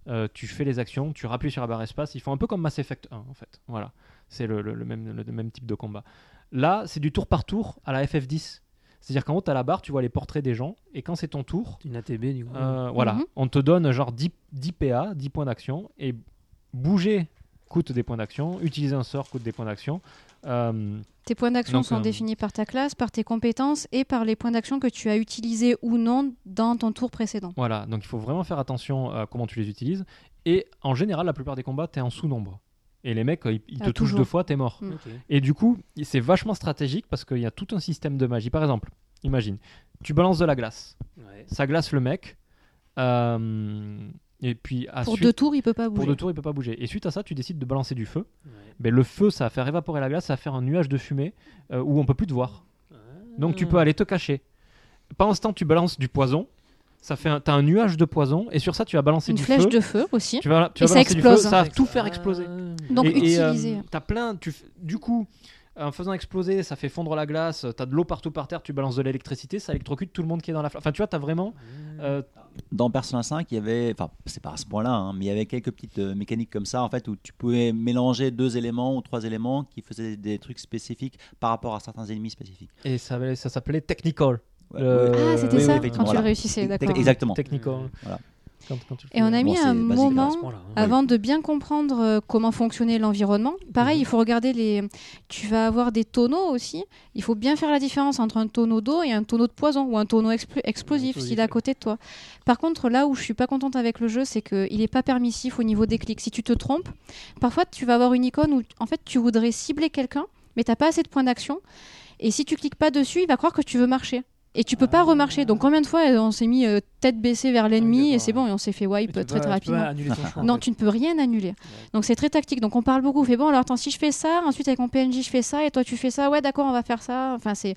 euh, tu fais les actions, tu rappuies sur la barre espace. Ils font un peu comme Mass Effect 1, en fait. Voilà. C'est le, le- le même, le même type de combat. Là, c'est du tour par tour à la FF10. C'est-à-dire qu'en haut, à la barre, tu vois les portraits des gens, et quand c'est ton tour, Une ATB, du coup. euh, voilà, Mhm. on te donne genre 10, 10 PA, 10 points d'action, et bouger coûte des points d'action, utiliser un sort coûte des points d'action. Euh, Tes points d'action Donc, sont euh, définis par ta classe, par tes compétences et par les points d'action que tu as utilisés ou non dans ton tour précédent. voilà, donc il faut vraiment faire attention euh, à comment tu les utilises. Et en général, la plupart des combats, t'es en sous-nombre. Et les mecs, euh, ils, ils te Ah, touchent toujours. deux fois, t'es mort. Mm. Ok. Et du coup, c'est vachement stratégique parce qu'il y a tout un système de magie. Par exemple, imagine, tu balances de la glace, Ouais. ça glace le mec, euh, et puis à Pour suite- deux tours, il peut pas bouger. pour deux tours, il peut pas bouger. Et suite à ça, tu décides de balancer du feu. Ouais. Ben, le feu, ça va faire évaporer la glace, ça va faire un nuage de fumée euh, où on peut plus te voir. Donc tu peux Hmm. aller te cacher. Pendant ce temps, tu balances du poison. Ça fait, un, t'as un nuage de poison et sur ça, tu vas balancer Une du flèche feu. de feu aussi. Tu vas, tu Et vas ça balancer du feu, explose. hein. ça va tout faire exploser. Donc Et- et, euh, utiliser. t'as plein, tu, f- du coup, en faisant exploser, ça fait fondre la glace. T'as de l'eau partout par terre. Tu balances de l'électricité, ça électrocute tout le monde qui est dans la. fla- Enfin, tu vois, t'as vraiment. euh, Dans Persona 5, il y avait, enfin, c'est pas à ce point-là, hein, mais il y avait quelques petites euh, mécaniques comme ça, en fait, où tu pouvais mélanger deux éléments ou trois éléments qui faisaient des trucs spécifiques par rapport à certains ennemis spécifiques. et ça, va- ça s'appelait technical. Ouais, Euh, ouais. Ah, c'était oui, oui, ça quand tu effectivement, le voilà. réussissais, d'accord. Exactement. Technical. Voilà. Quand, quand tu le Et on a fais, mis c'est un basique, c'est moment à ce point-là, hein. avant de bien comprendre euh, comment fonctionnait l'environnement. Pareil, Mhm. il faut regarder les. Tu vas avoir des tonneaux aussi. Il faut bien faire la différence entre un tonneau d'eau et un tonneau de poison ou un tonneau explo- explosif Explosif, s'il est à ouais. côté de toi. Par contre, là où je suis pas contente avec le jeu, c'est qu'il n'est pas permissif au niveau des clics. Si tu te trompes, parfois tu vas avoir une icône où en fait tu voudrais cibler quelqu'un, mais t'as pas assez de points d'action. Et si tu cliques pas dessus, il va croire que tu veux marcher. Et tu peux pas Ah. remarcher. Donc combien de fois euh, on s'est mis euh, tête baissée vers l'ennemi et d'accord, c'est bon et on s'est fait Mais wipe tu très peux très pas- tu peux pas rapidement. annuler ton choix, en Non, fait. tu ne peux rien annuler. Donc c'est très tactique. Donc on parle beaucoup. On fait bon, alors attends, si je fais ça, ensuite avec mon PNJ je fais ça, et toi tu fais ça, ouais d'accord, on va faire ça. Enfin c'est.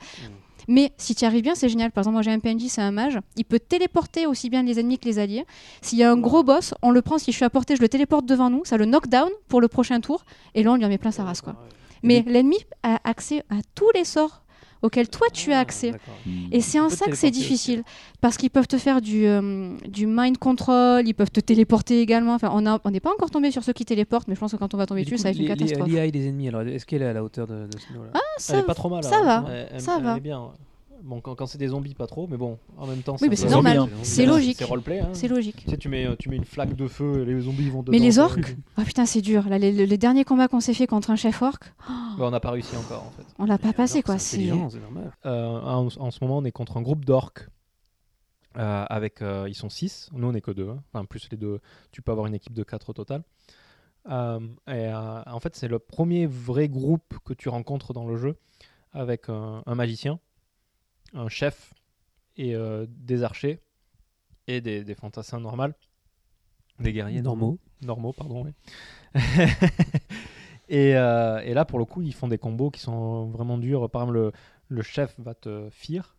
Mais si tu arrives bien, c'est génial. Par exemple, moi j'ai un PNJ, c'est un mage. Il peut téléporter aussi bien les ennemis que les alliés. S'il y a un gros boss, on le prend. Si je suis à portée, je le téléporte devant nous. Ça le knockdown pour le prochain tour. Et là, on lui en met plein sa race. Quoi. Mais l'ennemi a accès à tous les sorts auxquels toi tu Ah, as accès. D'accord. Hmm. Et c'est en peut ça que te c'est téléporter difficile, parce qu'ils peuvent te faire du, euh, du mind control, ils peuvent te téléporter également. Enfin, on a- on n'est pas encore tombé sur ceux qui téléportent, mais je pense que quand on va tomber Et du dessus, coup, ça va être une les- les- catastrophe. Ah, L'IA des ennemis, alors est-ce qu'elle est à la hauteur de, de ce niveau-là Elle Ça- est pas trop mal. ça hein. va, Elle- elle- ça elle va. est bien. Bon, quand, quand c'est des zombies, pas trop, mais bon, en même temps. Oui, mais ça c'est peut- normal. C'est hein, logique. C'est roleplay. Hein. C'est Tu logique. sais, tu mets, euh, tu mets une flaque de feu, et les zombies vont dedans. Mais les quoi. orques Ah putain, c'est dur. Là, les, les derniers combats qu'on s'est fait contre un chef orc, Bah, on n'a pas réussi encore, en fait. on l'a pas passé Alors, quoi. C'est C'est- intelligent, c'est normal. Euh, en, en ce moment, on est contre un groupe d'orques. euh, avec, euh, ils sont 6. Nous, on est que 2. Enfin, plus les deux. Tu peux avoir une équipe de 4 au total. Euh, et, euh, en fait, c'est le premier vrai groupe que tu rencontres dans le jeu avec euh, un, un magicien, un chef et euh, des archers et des, des fantassins normaux. Des guerriers normaux. normaux, pardon. oui. et, euh, et là, pour le coup, ils font des combos qui sont vraiment durs. Par exemple, le, le chef va te fear.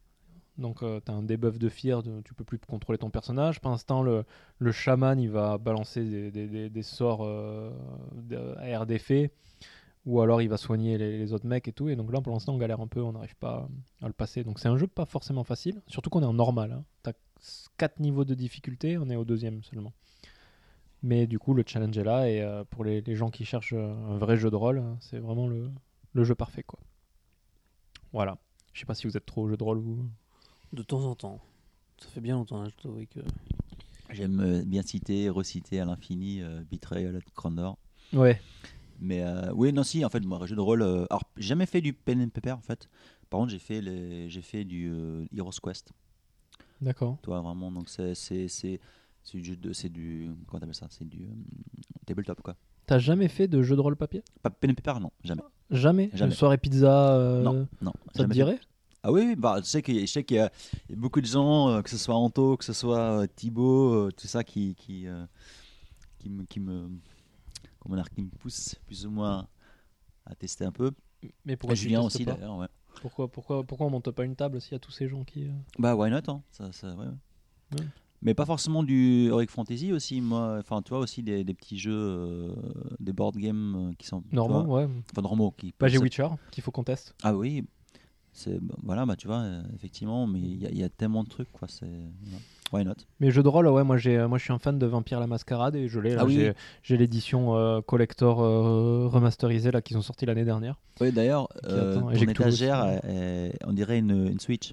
Donc, tu as un debuff de fear, de- tu peux plus contrôler ton personnage. Pendant ce temps, le, le chaman, il va balancer des, des- des- des sorts euh, de- à air d'effet. Ou alors, il va soigner les, les autres mecs et tout. Et donc là, pour l'instant, on galère un peu, on n'arrive pas à le passer. Donc, c'est un jeu pas forcément facile. Surtout qu'on est en normal. Hein. Tu as 4 niveaux de difficulté, on est au deuxième seulement. Mais du coup, le challenge est là. Et euh, pour les, les gens qui cherchent euh, un vrai jeu de rôle, euh, c'est vraiment le, le jeu parfait. quoi. Voilà. Je sais pas si vous êtes trop au jeu de rôle ou. De temps en temps. Ça fait bien longtemps, hein, je t'avoue que. J'aime euh, bien citer, reciter à l'infini euh, Betrayal at Condor. Ouais. Mais euh, oui, non, si, en fait, moi, jeu de rôle. euh, alors, j'ai jamais fait du Pen and Paper, en fait. Par contre, j'ai fait, les, j'ai fait du euh, Heroes Quest. D'accord. Toi, vraiment, donc c'est, c'est, c'est, c'est du jeu de. C'est du. Comment t'appelles ça C'est du euh, tabletop, quoi. T'as jamais fait de jeu de rôle papier Pas Pen and Paper, non, jamais. Jamais. Jamais. Une soirée pizza. euh, non, non. Ça te jamais fait. dirait Ah oui, oui, bah, je sais qu'il y a- je sais qu'il y, a il y a beaucoup de gens, euh, que ce soit Anto, que ce soit euh, Thibaut, euh, tout ça, qui, qui, euh, qui, me, qui, me, comment dire, qui me pousse plus ou moins à tester un peu. Mais pourquoi tu Julien testes aussi, pas d'ailleurs. ouais. Pourquoi, pourquoi, pourquoi on monte pas une table s'il y a tous ces gens qui. euh, Bah, why not hein, ça, ça, ouais, ouais. Ouais. Mais pas forcément du Heroic Fantasy aussi, moi. Enfin, tu vois, aussi des, des petits jeux, euh, des board games euh, qui sont. tu vois, Normaux, ouais. Enfin, normaux. Qui Bah, j'ai poussent- Witcher qu'il faut qu'on teste. Ah oui, c'est bah, voilà, bah tu vois, euh, effectivement, mais il y, a- il y a tellement de trucs, quoi. C'est voilà. why not. Mais jeu de rôle, ouais, moi, j'ai, euh, moi je suis un fan de Vampire la Mascarade et je l'ai. là, Ah oui, j'ai, oui. j'ai l'édition euh, collector euh, remasterisée là, qu'ils ont sorti l'année dernière. Oui, d'ailleurs, Qui euh, attend, ton éjecte tout le étagère, reste. euh, est- on dirait une, une Switch.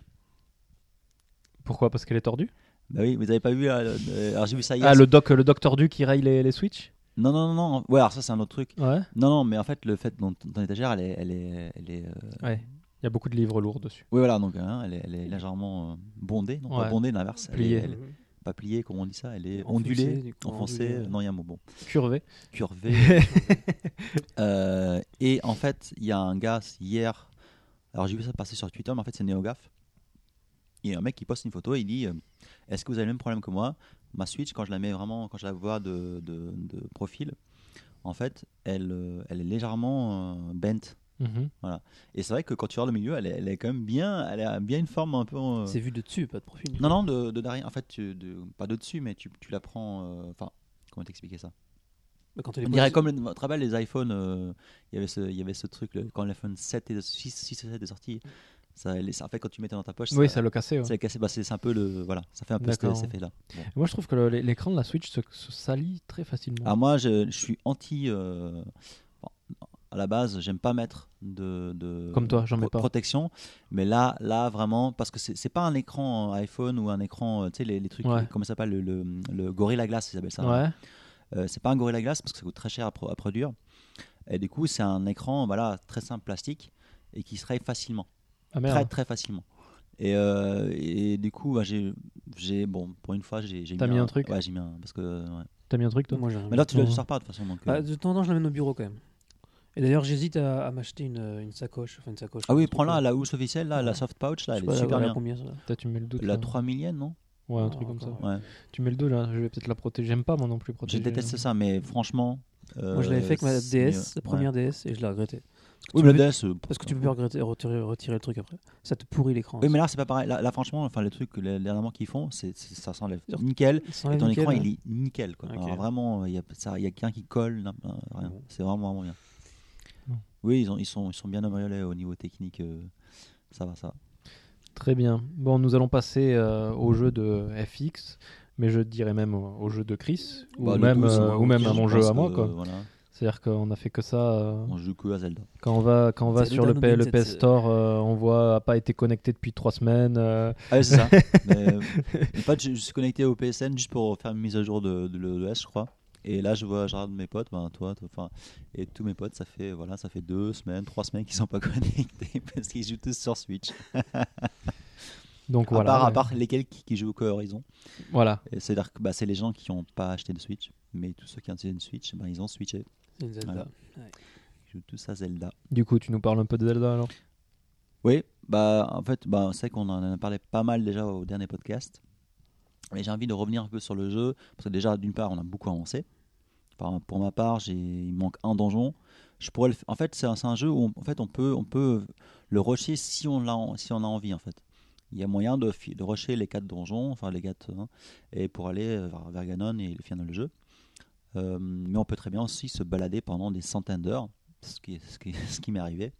Pourquoi Parce qu'elle est tordue Bah oui, vous avez pas vu là, le- euh, Alors j'ai vu ça hier. Ah, le doc, le doc tordu qui raye les, les Switch Non, non, non, non. Ouais, alors ça c'est un autre truc. Ouais. Non, non, mais en fait le fait dont ton ton étagère, elle est, elle est, elle est. euh, Ouais. Il y a beaucoup de livres lourds dessus. Oui, voilà, donc hein, elle, est, elle est légèrement euh, bondée, non Ouais. pas bondée, l'inverse. Elle est- Pliée. Elle est, pas pliée, comme on dit ça. Elle est Enfoncée, ondulée, du coup, enfoncée. ondulée, ouais. euh, Non, il y a un mot bon. Curvé. curvé. Euh, et en fait, il y a un gars hier. Alors j'ai vu ça passer sur Twitter, mais en fait c'est NeoGaf. Il y a un mec qui poste une photo et il dit euh, Est-ce que vous avez le même problème que moi Ma Switch, quand je la mets vraiment, quand je la vois de, de- de profil, en fait, elle, euh, elle est légèrement euh, bent. Mhm. Et c'est vrai que quand tu regardes le milieu, elle est, elle est quand même bien, elle a bien une forme un peu. euh, C'est vu de dessus, pas de profil. Non, non, de, de derrière. En fait, tu- de- pas de dessus, mais tu, tu la prends. euh, Enfin, comment t'expliquer ça Bah, Quand elle est on dirait posée- comme, le- tu te rappelles, les iPhones, euh, il y avait ce- il y avait ce truc, le- quand l'iPhone 7 et 6, 6 et 7 est sorti, ça, les- ça- en fait, quand tu mettais dans ta poche, Oui, ça le cassait. ouais. ça cassé, bah, c'est c'est un peu le, voilà, ça fait un peu D'accord. cet effet là. Moi, je trouve que le- Ah, l'écran de la Switch se, se salit très facilement. Alors moi, je, je suis anti, euh, bon, à la base, j'aime pas mettre de, de- Comme toi, j'en mets pro- pas. protection. Mais là, là vraiment, parce que c'est c'est pas un écran iPhone ou un écran, euh, tu sais, les, les trucs, Ouais. les- comment ça s'appelle, le, le, le Gorilla Glass, ils appellent ça. Ouais. Euh, c'est pas un Gorilla Glass parce que ça coûte très cher à, pro- à produire. Et du coup, c'est un écran voilà, très simple plastique et qui se raye facilement. Ah Très, merde. très facilement. Et, euh, et du coup, bah, j'ai, j'ai- bon, pour une fois, j'ai, j'ai T'as mis un truc Ouais, j'ai mis un. Parce que, ouais. T'as mis un truc toi Moi, j'ai un Mais là, tu ne le bouton- sors pas de toute façon. Donc, euh. Bah, de temps en temps, je l'amène au bureau quand même. Et d'ailleurs, j'hésite à, à m'acheter une, euh, une sacoche. Enfin, une sacoche ah oui, un truc, prends-la, euh, la housse officielle, là, la Ouais. soft pouch, je là, sais elle pas, est super elle a bien. Euh, combien, ça va Toi, tu mets le doute. La là. 3 millièmes, non Ouais, un Ah, truc comme ça. encore. Ouais. Tu mets le dos là, je vais peut-être la protéger. J'aime pas moi non plus Je protéger. déteste ça, mais franchement. euh, Moi, je l'avais fait avec ma c'est mieux. DS, la première DS, et je l'ai regretté. Ouais. Oui, tu mais peux- la DS. euh, Parce que tu peux pas regretter, retirer, retirer le truc après. Ça te pourrit l'écran. Oui, mais là, c'est pas pareil. Là, là, franchement, enfin, les trucs les- dernièrement qu'ils font, c'est, c'est- ça s'enlève nickel. Sans Et ton nickel, écran, hein. il est nickel. Quoi. Ok. Alors, vraiment, il n'y a, ça- il y a qu'un qui colle. non, non, rien. Bon. C'est vraiment, vraiment bien. Bon. Oui, ils, ont, ils, sont, ils sont bien améliorés au niveau technique. euh, ça va, ça va. Très bien. Bon, nous allons passer euh, au jeu de FX, mais je dirais même au, au jeu de Chris, ou Bah, le même, tout, c'est euh, moi, ou même je à mon pense, jeu à moi. euh, quoi. Hein voilà. C'est-à-dire qu'on a fait que ça. euh, On joue que à Zelda. Quand on va, quand on va C'est sur le, le P- le download, PS c'est- Store, euh, on voit a pas été connecté depuis trois semaines. euh, Ah, oui, c'est ça. Mais, euh, en fait, je, je suis connecté au PSN juste pour faire une mise à jour de, de l'OS, je crois. Et là, je vois Gérard, mes potes, ben, toi, toi, enfin, et tous mes potes, ça fait, voilà, ça fait deux semaines, trois semaines qu'ils sont pas connectés parce qu'ils jouent tous sur Switch. donc À, voilà. part, à ouais. part lesquels qui, qui jouent au Horizon. Voilà. Et C'est-à-dire que bah, c'est les gens qui n'ont pas acheté de Switch, mais tous ceux qui ont acheté une Switch, ben, ils ont switché. C'est une Zelda. Voilà. Ils jouent tous à Zelda. Du coup, tu nous parles un peu de Zelda alors Oui, bah en fait, bah, c'est vrai qu'on en a parlé pas mal déjà au dernier podcast. Mais j'ai envie de revenir un peu sur le jeu, parce que déjà, d'une part, on a beaucoup avancé. Par- pour ma part, j'ai, il me manque un donjon. Je pourrais le f- En fait, c'est un, c'est un jeu où on, en fait, on, peut, on peut le rusher si on, l'a, en- si on a envie. En fait. Il y a moyen de, fi- de rusher les quatre donjons, enfin les quatre, hein, et pour aller euh, vers, vers Ganon et le final du jeu. Euh, mais on peut très bien aussi se balader pendant des centaines d'heures, ce qui, ce qui, ce qui m'est arrivé.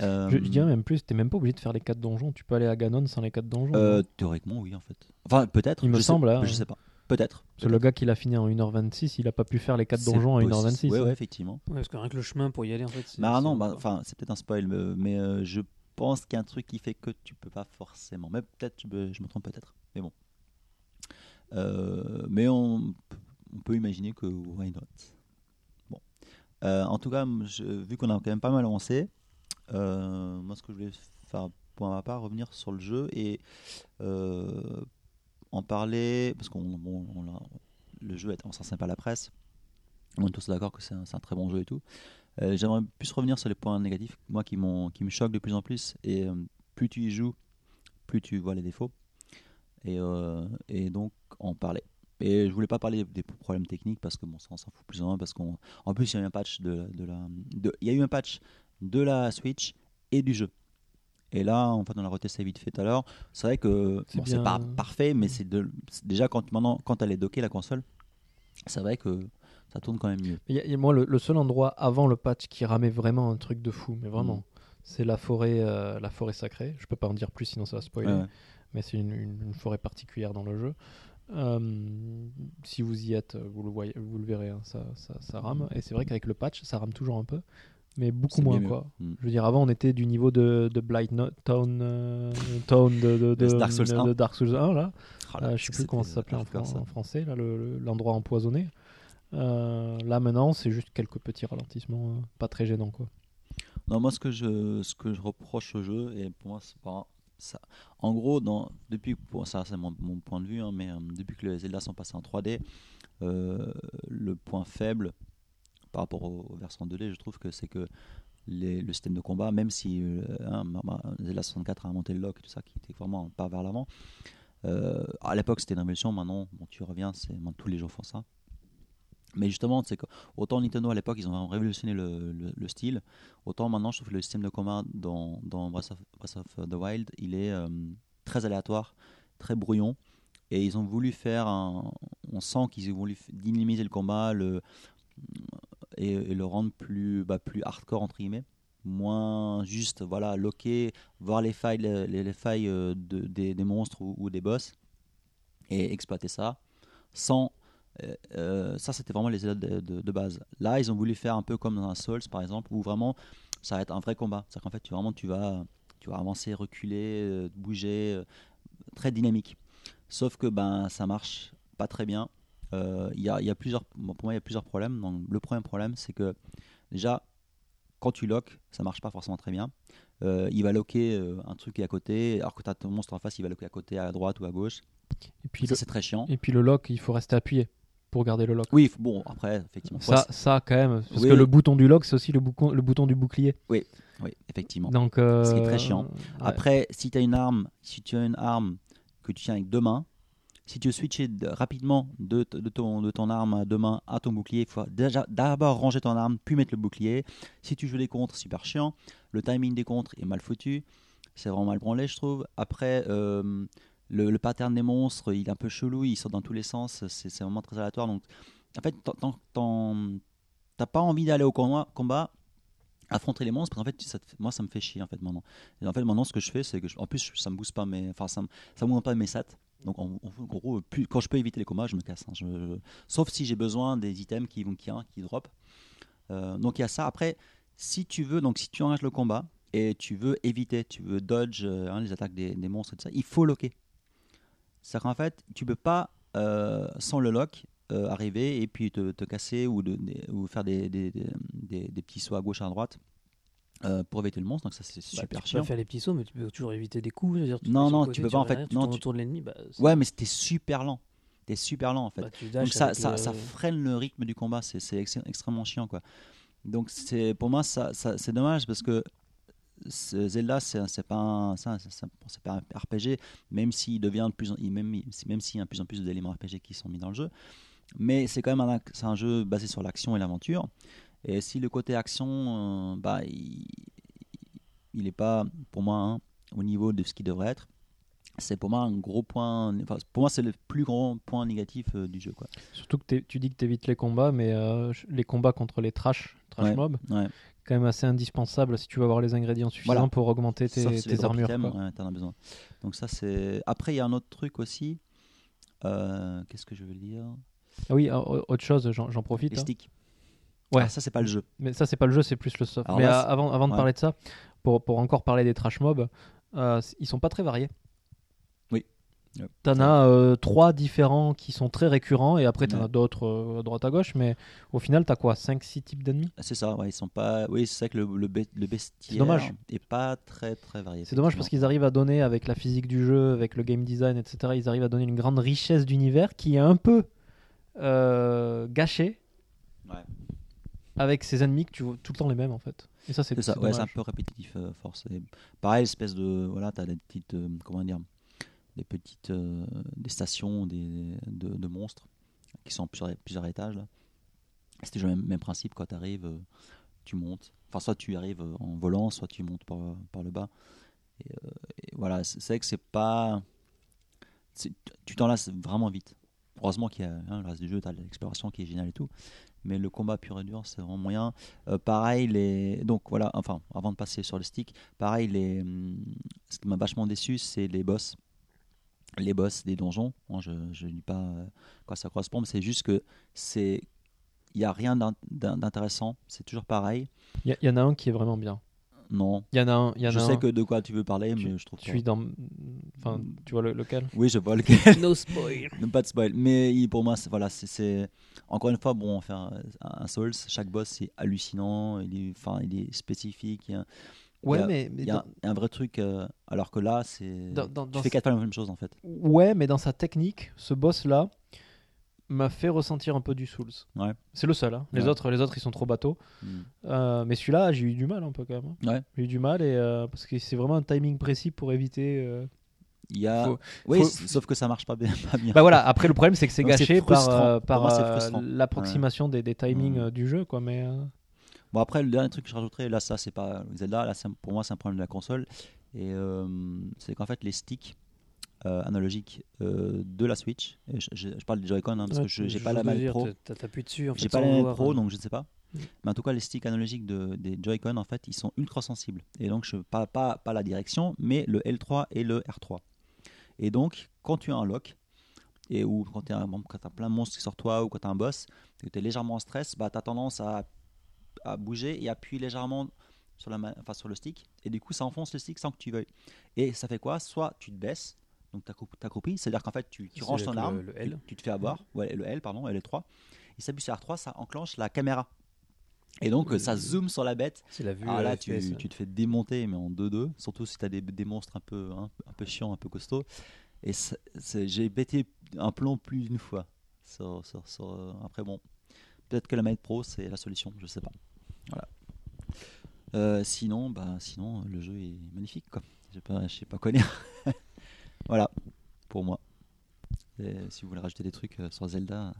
Euh, je, je dirais même plus, t'es même pas obligé de faire les quatre donjons. Tu peux aller à Ganon sans les quatre donjons. euh, hein. théoriquement, oui, en fait. Enfin, peut-être. Il me je sais- semble, hein. Je sais pas. Peut-être. Parce que le gars qui l'a fini en 1h26, il a pas pu faire les quatre C'est donjons en possible. 1h26. Ouais, hein. ouais, effectivement. Ouais, parce que rien que le chemin pour y aller, en fait. c'est- Bah c'est non, long, bah, quoi. enfin, c'est peut-être un spoil, mais, mais, euh, je pense qu'il y a un truc qui fait que tu peux pas forcément. Mais peut-être, je, me- je me trompe peut-être. Mais bon. Euh, mais on, on peut imaginer que why not. Bon. Euh, en tout cas, m- je- vu qu'on a quand même pas mal avancé, euh, moi ce que je voulais faire pour ma part, revenir sur le jeu et euh, en parler, parce qu'on bon, on l'a- le jeu est- on s'en sympa à la presse. On est tous d'accord que c'est un, c'est un très bon jeu et tout. Euh, J'aimerais plus revenir sur les points négatifs, moi qui, m'ont- qui me choquent de plus en plus. Et euh, plus tu y joues, plus tu vois les défauts. Et, euh, et donc en parler. Et je voulais pas parler des problèmes techniques parce que bon, ça on s'en fout plus ou moins parce qu'on. En plus, il y a eu un patch de, la- de la. de- Il y a eu un patch de la Switch et du jeu. Et là, en fait, on l'a retesté vite fait tout à l'heure. C'est vrai que C'est bon, c'est pas bien. parfait, mais c'est de- c'est déjà quand maintenant quand elle est dockée la console, c'est vrai que ça tourne quand même mieux. Il y a- il y a- moi, le, le seul endroit avant le patch qui ramait vraiment un truc de fou, mais vraiment, Mm. c'est la forêt, euh, la forêt sacrée. Je peux pas en dire plus, sinon ça va spoiler. Ouais, ouais. Mais c'est une, une- une forêt particulière dans le jeu. Euh, si vous y êtes, vous le, voyez, vous le verrez, hein, ça, ça- ça rame. Et c'est vrai qu'avec le patch, ça rame toujours un peu, mais beaucoup C'est moins. bien Quoi. mieux. Mm. Je veux dire, avant, on était du niveau de, de Blight No- Town, euh, Town de, de- De de- Dark Souls de 1. Dark Souls 1, là. Oh là, Euh, je sais plus c'était comment ça s'appelait en, hein. hardcore, fran- ça. en français, là, le- le- l'endroit empoisonné. Euh, là maintenant, c'est juste quelques petits ralentissements, euh, pas très gênants quoi. Non, moi ce que je ce que je reproche au jeu et pour moi c'est pas ça. En gros, dans, depuis pour ça c'est mon, mon point de vue, hein, mais euh, depuis que les Zelda sont passés en 3D, euh, le point faible par rapport aux au versions 2D, je trouve que c'est que les- le système de combat, même si euh, hein, ma- ma- Zelda 64 a monté le lock et tout ça, qui était vraiment pas vers l'avant. euh, à l'époque c'était une révolution, maintenant bon, tu reviens, c'est maintenant, tous les jours font ça. Mais justement, c'est que autant Nintendo à l'époque ils ont vraiment révolutionné le- le- le style. Autant maintenant, je trouve que le système de combat dans, dans Breath, of, Breath of the Wild, il est euh, très aléatoire, très brouillon. Et ils ont voulu faire un. On sent qu'ils ont voulu f- dynamiser le combat le, et, et le rendre plus, bah, plus hardcore, entre guillemets. Moins juste, voilà, loquer, voir les failles, les, les- les failles euh, de- des, des monstres ou, ou des boss et exploiter ça sans Euh, euh, ça, c'était vraiment les élèves de, de- de base. Là, ils ont voulu faire un peu comme dans un Souls, par exemple, où vraiment, ça va être un vrai combat. C'est-à-dire qu'en fait, tu, vraiment, tu vas, tu vas avancer, reculer, euh, bouger, euh, très dynamique. Sauf que ben, ça marche pas très bien. Euh, Il y, a, il y a plusieurs, bon, pour moi, il y a plusieurs problèmes. Donc, le premier problème, c'est que déjà, quand tu loques, ça marche pas forcément très bien. Euh, il va loquer euh, un truc qui est à côté, alors que tu as ton monstre en face, il va loquer à côté, à droite ou à gauche. Et puis, ça, le, c'est très chiant. et puis le lock, il faut rester appuyé pour garder le lock. Oui, f- bon, après, effectivement. Ça, ouais, ça quand même, parce Oui, que le oui. bouton du lock, c'est aussi le, boucon- le bouton du bouclier. c'est- oui, effectivement. Donc, euh, qui est très chiant. ouais. Après, si tu as une arme, si tu as une arme que tu tiens avec deux mains, si tu veux switcher de- rapidement de, t- de ton, de ton arme à deux mains à ton bouclier, il faut déjà d'abord ranger ton arme, puis mettre le bouclier. Si tu joues des contres, super chiant. Le timing des contres est mal foutu. C'est vraiment mal branlé, je trouve. Après, euh, le, le pattern des monstres, il est un peu chelou, il sort dans tous les sens. C'est c'est vraiment très aléatoire. Donc, en fait, t'en- t'en- t'en- t'as pas envie d'aller au combat, combat, affronter les monstres, parce qu'en fait, ça te fait- moi, ça me fait chier, en fait, maintenant. Et en fait, maintenant, ce que je fais, c'est que je- en plus, ça me booste pas mes, enfin, ça, me- ça m'augmente pas mes sats. Donc, en, en gros, plus- quand je peux éviter les combats, je me casse. hein. Je- je- sauf si j'ai besoin des items qui vont qui, hein, qui drop. Euh, donc, il y a ça. Après, si tu veux, donc si tu engages le combat et tu veux éviter, tu veux dodge euh, hein, les attaques des, des monstres et tout ça, il faut locker. C'est-à-dire qu'en fait, tu peux pas euh, sans le lock. euh, arriver et puis te, te casser ou, de, des- ou faire des, des, des- des- des petits sauts à gauche à droite euh, pour éviter le monstre donc ça c'est Bah, super tu peux chiant faire les petits sauts, mais tu peux toujours éviter des coups. je veux dire, tu Non, fais sur le non, côté, tu peux pas, en reviens fait, derrière, Tu non, tournes tu- autour de l'ennemi. Bah, c'est- Ouais, mais c'était super lent. C'était super lent en fait. bah, tu Donc dashes ça, avec ça, le- ça freine le rythme du combat. C'est c'est ex- extrêmement chiant quoi. Donc c'est pour moi ça, ça- c'est dommage parce que ce Zelda c'est un- c'est pas un ça- ça- ça- c'est pas un RPG même s'il devient de plus en, il- même il- même s'il y a de plus en plus d'éléments RPG qui sont mis dans le jeu mais c'est quand même un, ac- c'est un jeu basé sur l'action et l'aventure et si le côté action euh, bah il, il est pas pour moi hein, au niveau de ce qui devrait être c'est pour moi un gros point enfin, pour moi c'est le plus grand point négatif euh, du jeu quoi Surtout que t'es- tu dis que tu évites les combats, mais euh, ch- les combats contre les trash, trash Ouais. mobs, ouais. quand même assez indispensable si tu veux avoir les ingrédients suffisants Voilà. pour augmenter tes, Sauf si les tes drops armures. t'aiment, hein. quoi. ouais, t'en as besoin. Donc ça c'est. Après il y a un autre truc aussi. Euh, Qu'est-ce que je veux dire Ah oui, ah, au- autre chose, j'en j'en profite. Les hein. sticks. Ouais. Ah, ça c'est pas le jeu. Mais ça, c'est pas le jeu, c'est plus le soft. Alors Mais là, a- c'est- avant, avant de ouais. parler de ça, pour, pour encore parler des trash mobs, euh, c- ils sont pas très variés. Oui. Yep. T'en as euh, trois différents qui sont très récurrents et après t'en Ouais. as d'autres euh, à droite à gauche, mais au final t'as quoi 5-6 types d'ennemis Ah, C'est ça. Ouais, ils sont pas. Oui c'est vrai que le, le, be- le bestiaire dommage. est pas très très varié. C'est dommage parce qu'ils arrivent à donner, avec la physique du jeu, avec le game design, etc., ils arrivent à donner une grande richesse d'univers qui est un peu euh, gâchée Ouais. avec ces ennemis que tu vois tout le temps les mêmes en fait. Et ça, c'est C'est ça, c'est ouais, c'est un dommage. peu répétitif, euh, force. Et pareil, espèce de. Voilà, t'as des petites. euh, comment dire Des petites. euh, des stations des, de, de monstres qui sont en plusieurs, plusieurs étages. là. C'est toujours le même, même principe, quand t'arrives, euh, tu montes. Enfin, soit tu arrives euh, en volant, soit tu montes par, par le bas. Et, euh, et voilà, c'est c'est vrai que c'est pas. c'est- Tu t'en lasses vraiment vite. Heureusement qu'il y a hein, le reste du jeu, t'as l'exploration qui est géniale et tout. Mais le combat pur et dur, c'est vraiment moyen. Euh, pareil, les... donc voilà, enfin, avant de passer sur le stick, pareil, les... hum, ce qui m'a vachement déçu, c'est les boss. Les boss des donjons. Moi, je ne dis pas euh, quoi ça correspond, mais c'est juste que c'est. Il n'y a rien d'in- d'in- d'intéressant, c'est toujours pareil. Il y, a- il y en a un qui est vraiment bien. Non. Il y en a un. il Y en a je un. sais que de quoi tu veux parler, Tu- mais je trouve Je suis pas. dans. Enfin, tu vois le- lequel Oui, je vois lequel. No spoil. Non, pas de spoil. Mais il- pour moi, c'est- voilà, c'est- c'est encore une fois bon. Enfin, euh, un un Souls, chaque boss c'est hallucinant. Il est, enfin, il est spécifique. il y a- il y Ouais, a- mais, mais Il y a dans, un- un vrai truc, euh, alors que là, c'est. dans- dans- Tu dans fais sa- quatre fois la même chose en fait. ouais, mais dans sa technique, ce boss-là m'a fait ressentir un peu du Souls. Ouais. C'est le seul. hein. Les, Ouais. autres, les autres, ils sont trop bateaux. Hmm. Euh, mais celui-là, j'ai eu du mal un peu quand même. hein. Ouais. J'ai eu du mal et, euh, parce que c'est vraiment un timing précis pour éviter. euh, Il y a. Faut- oui, faut- s- sauf que ça marche pas bien. Pas bien. Bah voilà, après le problème c'est que c'est Donc, c'est gâché par, frustrant. euh, Pour par moi, c'est euh, frustrant. l'approximation des, des timings Mm. euh, du jeu quoi mais euh, Bon, après, le dernier truc que je rajouterais, là, ça, c'est pas Zelda. Là, c'est- pour moi, c'est un problème de la console. Et euh, c'est qu'en fait, les sticks euh, analogiques euh, de la Switch, et je, je- je parle des Joy-Con hein, parce que je- j'ai pas la Mac Pro. T'appuies dessus. en fait, J'ai pas sans la Mac vouloir, Pro, hein. donc je ne sais pas. Mm. Mais en tout cas, les sticks analogiques de, des Joy-Con, en fait, ils sont ultra sensibles. Et donc, je parle pas, pas la direction, mais le L3 et le R3. Et donc, quand tu as un lock, et où quand tu as, plein de monstres qui sortent toi ou quand tu as un boss, et que tu es légèrement en stress, bah, tu as tendance à, à bouger et appuyer légèrement sur, la, ma- enfin, sur le stick, et du coup ça enfonce le stick sans que tu veuilles. Et ça fait quoi Soit tu te baisses, donc t'accou- t'accroupis, c'est-à-dire qu'en fait tu, tu C'est ranges avec ton le- arme, le L. Mm. Tu, tu te fais avoir, ouais, le L, pardon, L3, et ça appuie sur R3, ça enclenche la caméra. Et donc euh, ça zoome sur la bête C'est la vue. ah à là, la tu, FPS, ouais. tu te fais démonter, mais en 2-2, surtout si tu as des, des monstres un peu, un, un peu chiants, un peu costauds. Et c'est- c'est- j'ai bêté un plomb plus d'une fois. sur- sur- sur, euh, après, bon, peut-être que la manette pro, c'est la solution, je sais pas. Voilà. Euh, sinon, bah, sinon, le jeu est magnifique, quoi. Je sais pas, je sais pas quoi dire. voilà, pour moi. Et si vous voulez rajouter des trucs euh, sur Zelda,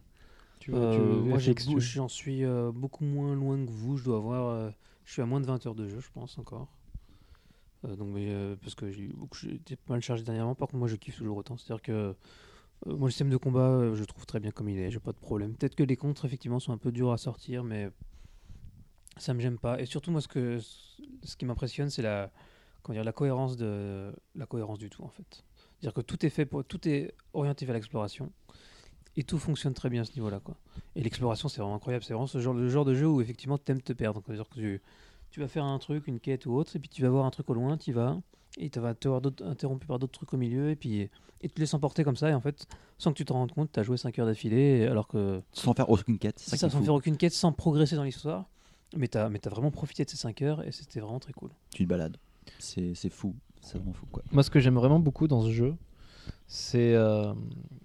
Tu Euh, moi, j'ai Alex, tu beau- veux- j'en suis euh, beaucoup moins loin que vous. Je dois avoir. euh, je suis à moins de 20 heures de jeu, je pense, encore. Euh, donc, mais, euh, parce que j'ai eu beaucoup- j'ai été pas mal chargé dernièrement. Par contre, moi, je kiffe toujours autant. C'est-à-dire que. euh, moi, le système de combat, euh, je le trouve très bien comme il est, j'ai pas de problème. Peut-être que les contres, effectivement, sont un peu durs à sortir, mais ça me gêne pas. Et surtout, moi, ce, que, ce qui m'impressionne, c'est la, comment dire, la, cohérence de, la cohérence du tout, en fait. C'est-à-dire que tout est, fait pour, tout est orienté vers l'exploration, et tout fonctionne très bien à ce niveau-là. quoi. Et l'exploration, c'est vraiment incroyable. C'est vraiment ce genre, le genre de jeu où effectivement, t'aimes te perdre. C'est-à-dire que tu, tu vas faire un truc, une quête ou autre, et puis tu vas voir un truc au loin, tu vas, et tu vas te voir d'autres- interrompu par d'autres trucs au milieu, et puis et tu te laisses emporter comme ça, et en fait, sans que tu te rendes compte, t'as joué 5 heures d'affilée, et alors que sans faire aucune quête, c'est ça, c'est ça, qui est sans fou. faire aucune quête, sans progresser dans l'histoire. Mais t'as mais t'as vraiment profité de ces 5 heures, et c'était vraiment très cool. tu te balades. C'est c'est fou, c'est vraiment fou, quoi. Moi, ce que j'aime vraiment beaucoup dans ce jeu, c'est euh,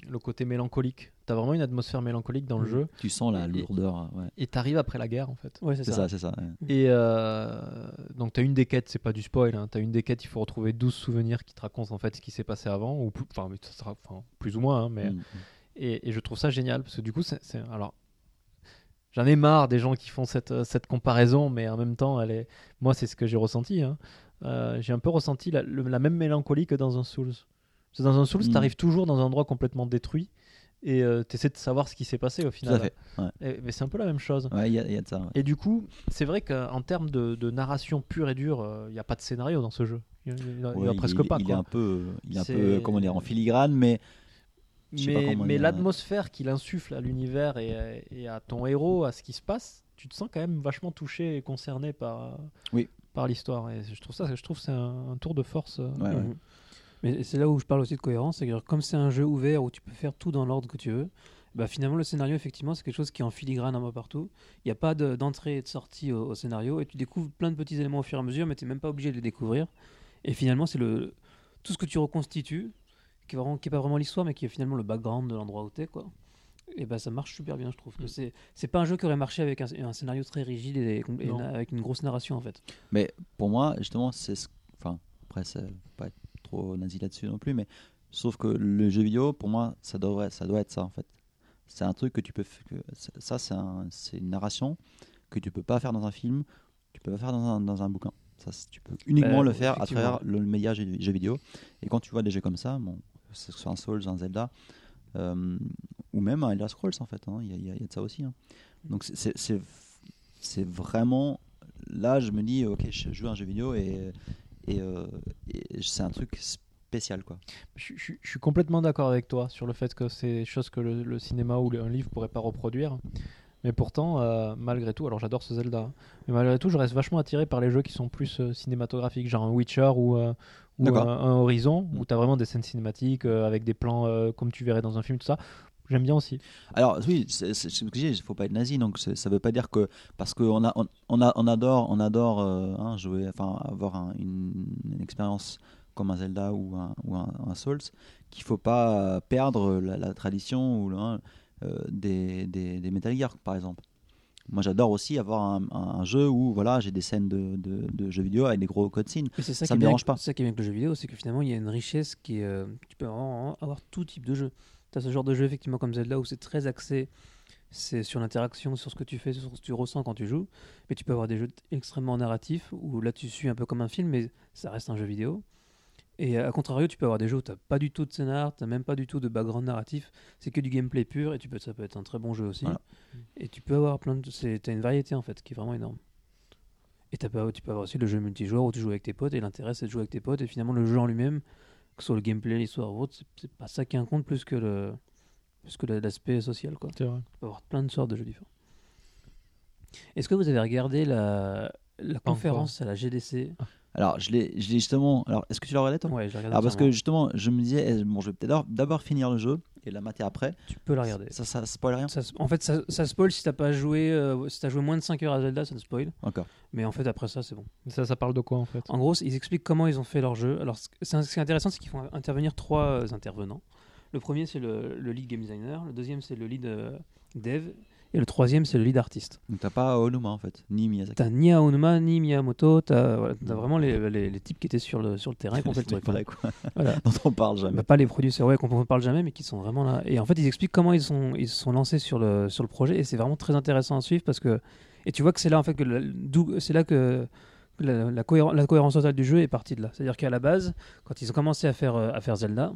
le côté mélancolique. T'as vraiment une atmosphère mélancolique dans le Mhm. jeu, Tu sens la Et- lourdeur, hein, ouais. et t'arrives après la guerre, en fait. Ouais, c'est C'est ça. ça, c'est ça. ouais. Et euh, donc, tu as une des quêtes, c'est pas du spoil, hein, tu as une des quêtes, il faut retrouver 12 souvenirs qui te racontent en fait ce qui s'est passé avant, ou plus, enfin, mais ça sera- enfin, plus ou moins, hein, mais. Mm. Et, et je trouve ça génial, parce que du coup, c'est. c'est- Alors. J'en ai marre des gens qui font cette, euh, cette comparaison, mais en même temps, elle est... moi, c'est ce que j'ai ressenti. hein. Euh, j'ai un peu ressenti la, le- la même mélancolie que dans un Souls. Parce que dans un Souls, Mm. t'arrives toujours dans un endroit complètement détruit et tu t'essaies de savoir ce qui s'est passé Tout au à final. fait. Et- mais c'est un peu la même chose. Ouais, il y, a- il y a de ça. ouais. Et du coup, c'est vrai qu'en termes de, de narration pure et dure, euh, il n'y a pas de scénario dans ce jeu. Il n'y en Ouais, a presque il, pas. Il quoi. est un peu, il est un C'est- peu, comment dire, en filigrane, mais je sais pas mais comment mais dire. l'atmosphère qu'il insuffle à l'univers et, et à ton héros, à ce qui se passe, tu te sens quand même vachement touché et concerné par, Oui. par l'histoire. Et je trouve ça, je trouve que c'est un, un tour de force. euh. Ouais, ouais. Mhm. Mais c'est là où je parle aussi de cohérence, c'est que comme c'est un jeu ouvert où tu peux faire tout dans l'ordre que tu veux, bah finalement le scénario effectivement c'est quelque chose qui est en filigrane un peu partout. Il n'y a pas de- d'entrée et de sortie au, au scénario et tu découvres plein de petits éléments au fur et à mesure, mais tu n'es même pas obligé de les découvrir. Et finalement c'est le tout ce que tu reconstitues qui n'est qui est pas vraiment l'histoire, mais qui est finalement le background de l'endroit où t'es quoi. Et bah ça marche super bien, je Mm. trouve. que C'est c'est pas un jeu qui aurait marché avec un, un scénario très rigide et, et Non. na- avec une grosse narration en fait. Pour moi, justement, c'est, ce- enfin, après, ça va pas être trop nazi là-dessus non plus, mais sauf que le jeu vidéo, pour moi, ça devrait, ça doit être ça en fait. C'est un truc que tu peux, f- que, ça, c'est un- c'est une narration que tu peux pas faire dans un film, tu peux pas faire dans un, dans un bouquin. Ça, c'est- tu peux uniquement Bah, le faire à effectivement. travers le média jeu, jeu vidéo. Et quand tu vois des jeux comme ça, bon, que ce soit un Souls, un Zelda, euh, ou même un Elder Scrolls en fait, hein, il y, a- il y a- il y a de ça aussi. hein. Donc c'est- c'est- c'est c'est vraiment là, je me dis, ok, je joue à un jeu vidéo et, et, euh, et c'est un truc spécial quoi. Je, je- je suis complètement d'accord avec toi sur le fait que c'est des choses que le, le cinéma ou le- un livre pourrait pas reproduire. Mais pourtant, euh, malgré tout, alors j'adore ce Zelda, hein, mais malgré tout, je reste vachement attiré par les jeux qui sont plus euh, cinématographiques, genre un Witcher ou, euh, ou un, D'accord. un Horizon, Mm. où tu as vraiment des scènes cinématiques euh, avec des plans euh, comme tu verrais dans un film, tout ça. J'aime bien aussi. Alors oui, c'est c'est- c'est ce que j'ai, il faut pas être nazi, donc c'est- ça veut pas dire que parce qu'on a on, on a on adore on adore euh, hein, jouer, enfin avoir un- une, une expérience comme un Zelda ou un, ou un, un Souls, qu'il faut pas euh, perdre la, la tradition ou le- hein, euh, des, des, des Metal Gear par exemple. Moi j'adore aussi avoir un, un- un jeu où voilà j'ai des scènes de, de, de jeux vidéo avec des gros cutscenes. Mais c'est Ça ça, qui est me bien dérange avec- pas. c'est ça qui est bien avec le jeu vidéo, c'est que finalement il y a une richesse qui est. euh, tu peux vraiment avoir tout type de jeu. Tu as ce genre de jeu effectivement comme Zelda où c'est très axé c'est sur l'interaction, sur ce que tu fais, sur ce que tu ressens quand tu joues. Mais tu peux avoir des jeux extrêmement narratifs où là tu suis un peu comme un film, mais ça reste un jeu vidéo. Et euh, à contrario, tu peux avoir des jeux où tu pas du tout de scénar, tu même pas du tout de background narratif, c'est que du gameplay pur et tu peux, ça peut être un très bon jeu aussi. Voilà. Et tu peux avoir plein de. c'est- T'as une variété en fait qui est vraiment énorme. Et t'as pas- tu peux avoir aussi le jeu multijoueur où tu joues avec tes potes et l'intérêt c'est de jouer avec tes potes et finalement le jeu en lui-même, que ce soit le gameplay, l'histoire ou autre, c'est- c'est pas ça qui compte plus que le, plus que la- l'aspect social. Quoi. C'est vrai. On peut avoir plein de sortes de jeux différents. Est-ce que vous avez regardé la, la Pas conférence à la GDC Alors, je l'ai je l'ai justement. Alors, est-ce que tu l'as regardé toi Ouais, j'ai regardé. Alors, Ah, parce que entièrement. justement, je me disais, eh, bon, je vais peut-être d'abord- d'abord finir le jeu et la mater après. tu peux la regarder. Ça, ça spoil rien Ça- en fait, ça, ça spoil si t'as pas joué, euh, si t'as joué moins de 5 heures à Zelda, ça te spoil. Encore. Mais en fait, après ça, c'est bon. Ça, ça parle de quoi en fait En gros, ils expliquent comment ils ont fait leur jeu. Alors, ce c'est- ce qui est intéressant, c'est qu'ils font intervenir trois euh, intervenants. Le premier, c'est le, le lead game designer. Le deuxième, c'est le lead euh, dev. Et le troisième, c'est le lead artiste. Donc, t'as pas euh, Onuma en fait, ni Miyazaki. T'as ni Aonuma, ni Miyamoto. T'as voilà, t'as vraiment les, les- les types qui étaient sur le, sur le terrain. qui ont fait le truc, Voilà, voilà. quoi. Voilà. Dont on parle jamais. Bah, pas les producteurs ouais, qu'on ne parle jamais, mais qui sont vraiment là. Et en fait, ils expliquent comment ils sont, ils se sont lancés sur le, sur le projet. Et c'est vraiment très intéressant à suivre parce que. Et tu vois que c'est là, en fait, que la- d'où- c'est là que la, la cohéren- la cohérence totale du jeu est partie de là. C'est-à-dire qu'à la base, quand ils ont commencé à faire, euh, à faire Zelda,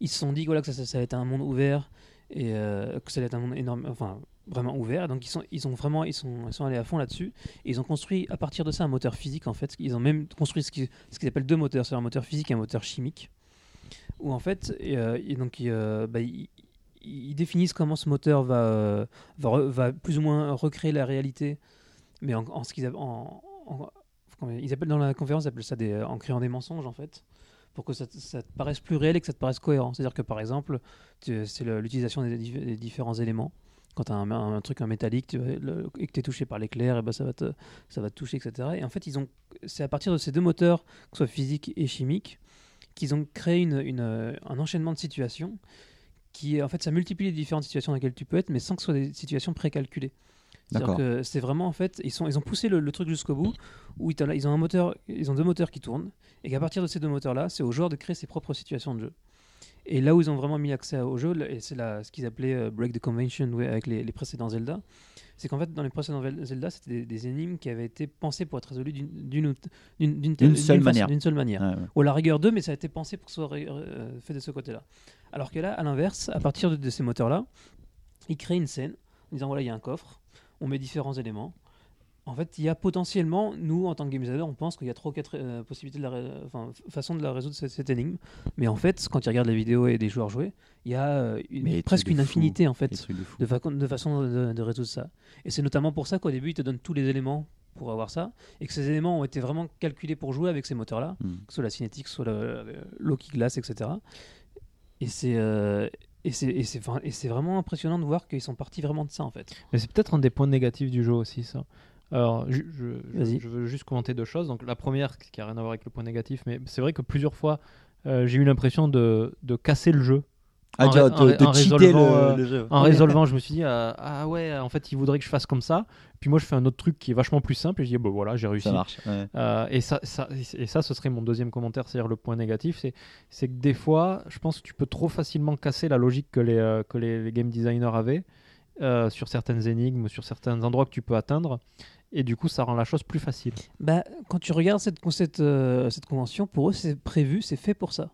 ils se sont dit voilà, que ça, ça, ça allait être un monde ouvert et euh, que ça allait être un monde énorme. Enfin, vraiment ouvert. Donc, ils sont, ils sont vraiment ils sont, ils sont allés à fond là-dessus. Et ils ont construit à partir de ça un moteur physique, en fait. Ils ont même construit ce qu'ils ce qu'ils appellent deux moteurs c'est un moteur physique et un moteur chimique où en fait, et, euh, et donc, ils, euh, bah, ils- ils définissent comment ce moteur va, euh, va, re- va plus ou moins recréer la réalité, mais en, en ce qu'ils app- en- en- comment ils appellent dans la conférence, ils appellent ça des, euh, en créant des mensonges en fait, pour que ça, te- ça te paraisse plus réel et que ça te paraisse cohérent. C'est-à-dire que par exemple, tu- c'est le- l'utilisation des, diff- des différents éléments. Quand tu as un, un- un truc en métallique tu vas- le- et que tu es touché par l'éclair, et ben ça, va te, ça va te toucher, etc. Et en fait, ils ont- c'est à partir de ces deux moteurs, que ce soit physique et chimique, qu'ils ont créé une, une, euh, un enchaînement de situations qui, en fait, ça multiplie les différentes situations dans lesquelles tu peux être, mais sans que ce soit des situations précalculées. C'est-à-dire D'accord. que c'est vraiment, en fait, ils, sont, ils ont poussé le, le truc jusqu'au bout, où ils, t'en- ils ont un moteur, ils ont deux moteurs qui tournent, et qu'à partir de ces deux moteurs-là, c'est au joueur de créer ses propres situations de jeu. Et là où ils ont vraiment mis accès au jeu, là, et c'est là ce qu'ils appelaient euh, Break the Convention ouais, avec les, les précédents Zelda, c'est qu'en fait, dans les précédents Vel- Zelda, c'était des, des énigmes qui avaient été pensées pour être résolues d'une- d'une ou t- d'une- d'une- D'une d'une seule façon- manière. D'une seule manière Ouais, ouais. ou à la rigueur 2, mais ça a été pensé pour que ce soit ré- euh, fait de ce côté-là. Alors que là, à l'inverse, à partir de, de ces moteurs-là, ils créent une scène en disant voilà, il y a un coffre, on met différents éléments. En fait, il y a potentiellement, nous, en tant que game designer, on pense qu'il y a trois ou quatre euh, possibilités de la ré- enfin, f- façons de la résoudre cette, cette énigme. Mais en fait, quand tu regardes les vidéos et des joueurs jouer, il y a euh, une- Mais des presque trucs de une fou. infinité en fait Des trucs de fou. de, fa- de façon de, de résoudre ça. Et c'est notamment pour ça qu'au début, ils te donnent tous les éléments pour avoir ça, et que ces éléments ont été vraiment calculés pour jouer avec ces moteurs-là, Mm. que ce soit la cinétique, que ce soit le- le- l'eau qui glace, etc. Et c'est euh, et c'est- et c'est enfin, et c'est vraiment impressionnant de voir qu'ils sont partis vraiment de ça, en fait. Mais c'est peut-être un des points négatifs du jeu aussi, ça. Alors, ju- je, je- Vas-y. je veux juste commenter deux choses. Donc, la première, qui n'a rien à voir avec le point négatif, mais c'est vrai que plusieurs fois, euh, j'ai eu l'impression de, de casser le jeu. Ah, en tu vois, ré- en de, ré- de en cheater résolvant, le, euh, le jeu. En résolvant, je me suis dit, euh, ah ouais, en fait, il voudrait que je fasse comme ça. Puis moi, je fais un autre truc qui est vachement plus simple. Et je dis, bah voilà, j'ai réussi. Ça marche. ouais. Euh, et, ça, ça- et ça, ce serait mon deuxième commentaire, c'est-à-dire le point négatif, c'est- c'est que des fois, je pense que tu peux trop facilement casser la logique que les, euh, que les, les game designers avaient euh, sur certaines énigmes, sur certains endroits que tu peux atteindre, et du coup, ça rend la chose plus facile. Bah, quand tu regardes cette, con- cette, euh, cette convention, pour eux, c'est prévu, c'est fait pour ça.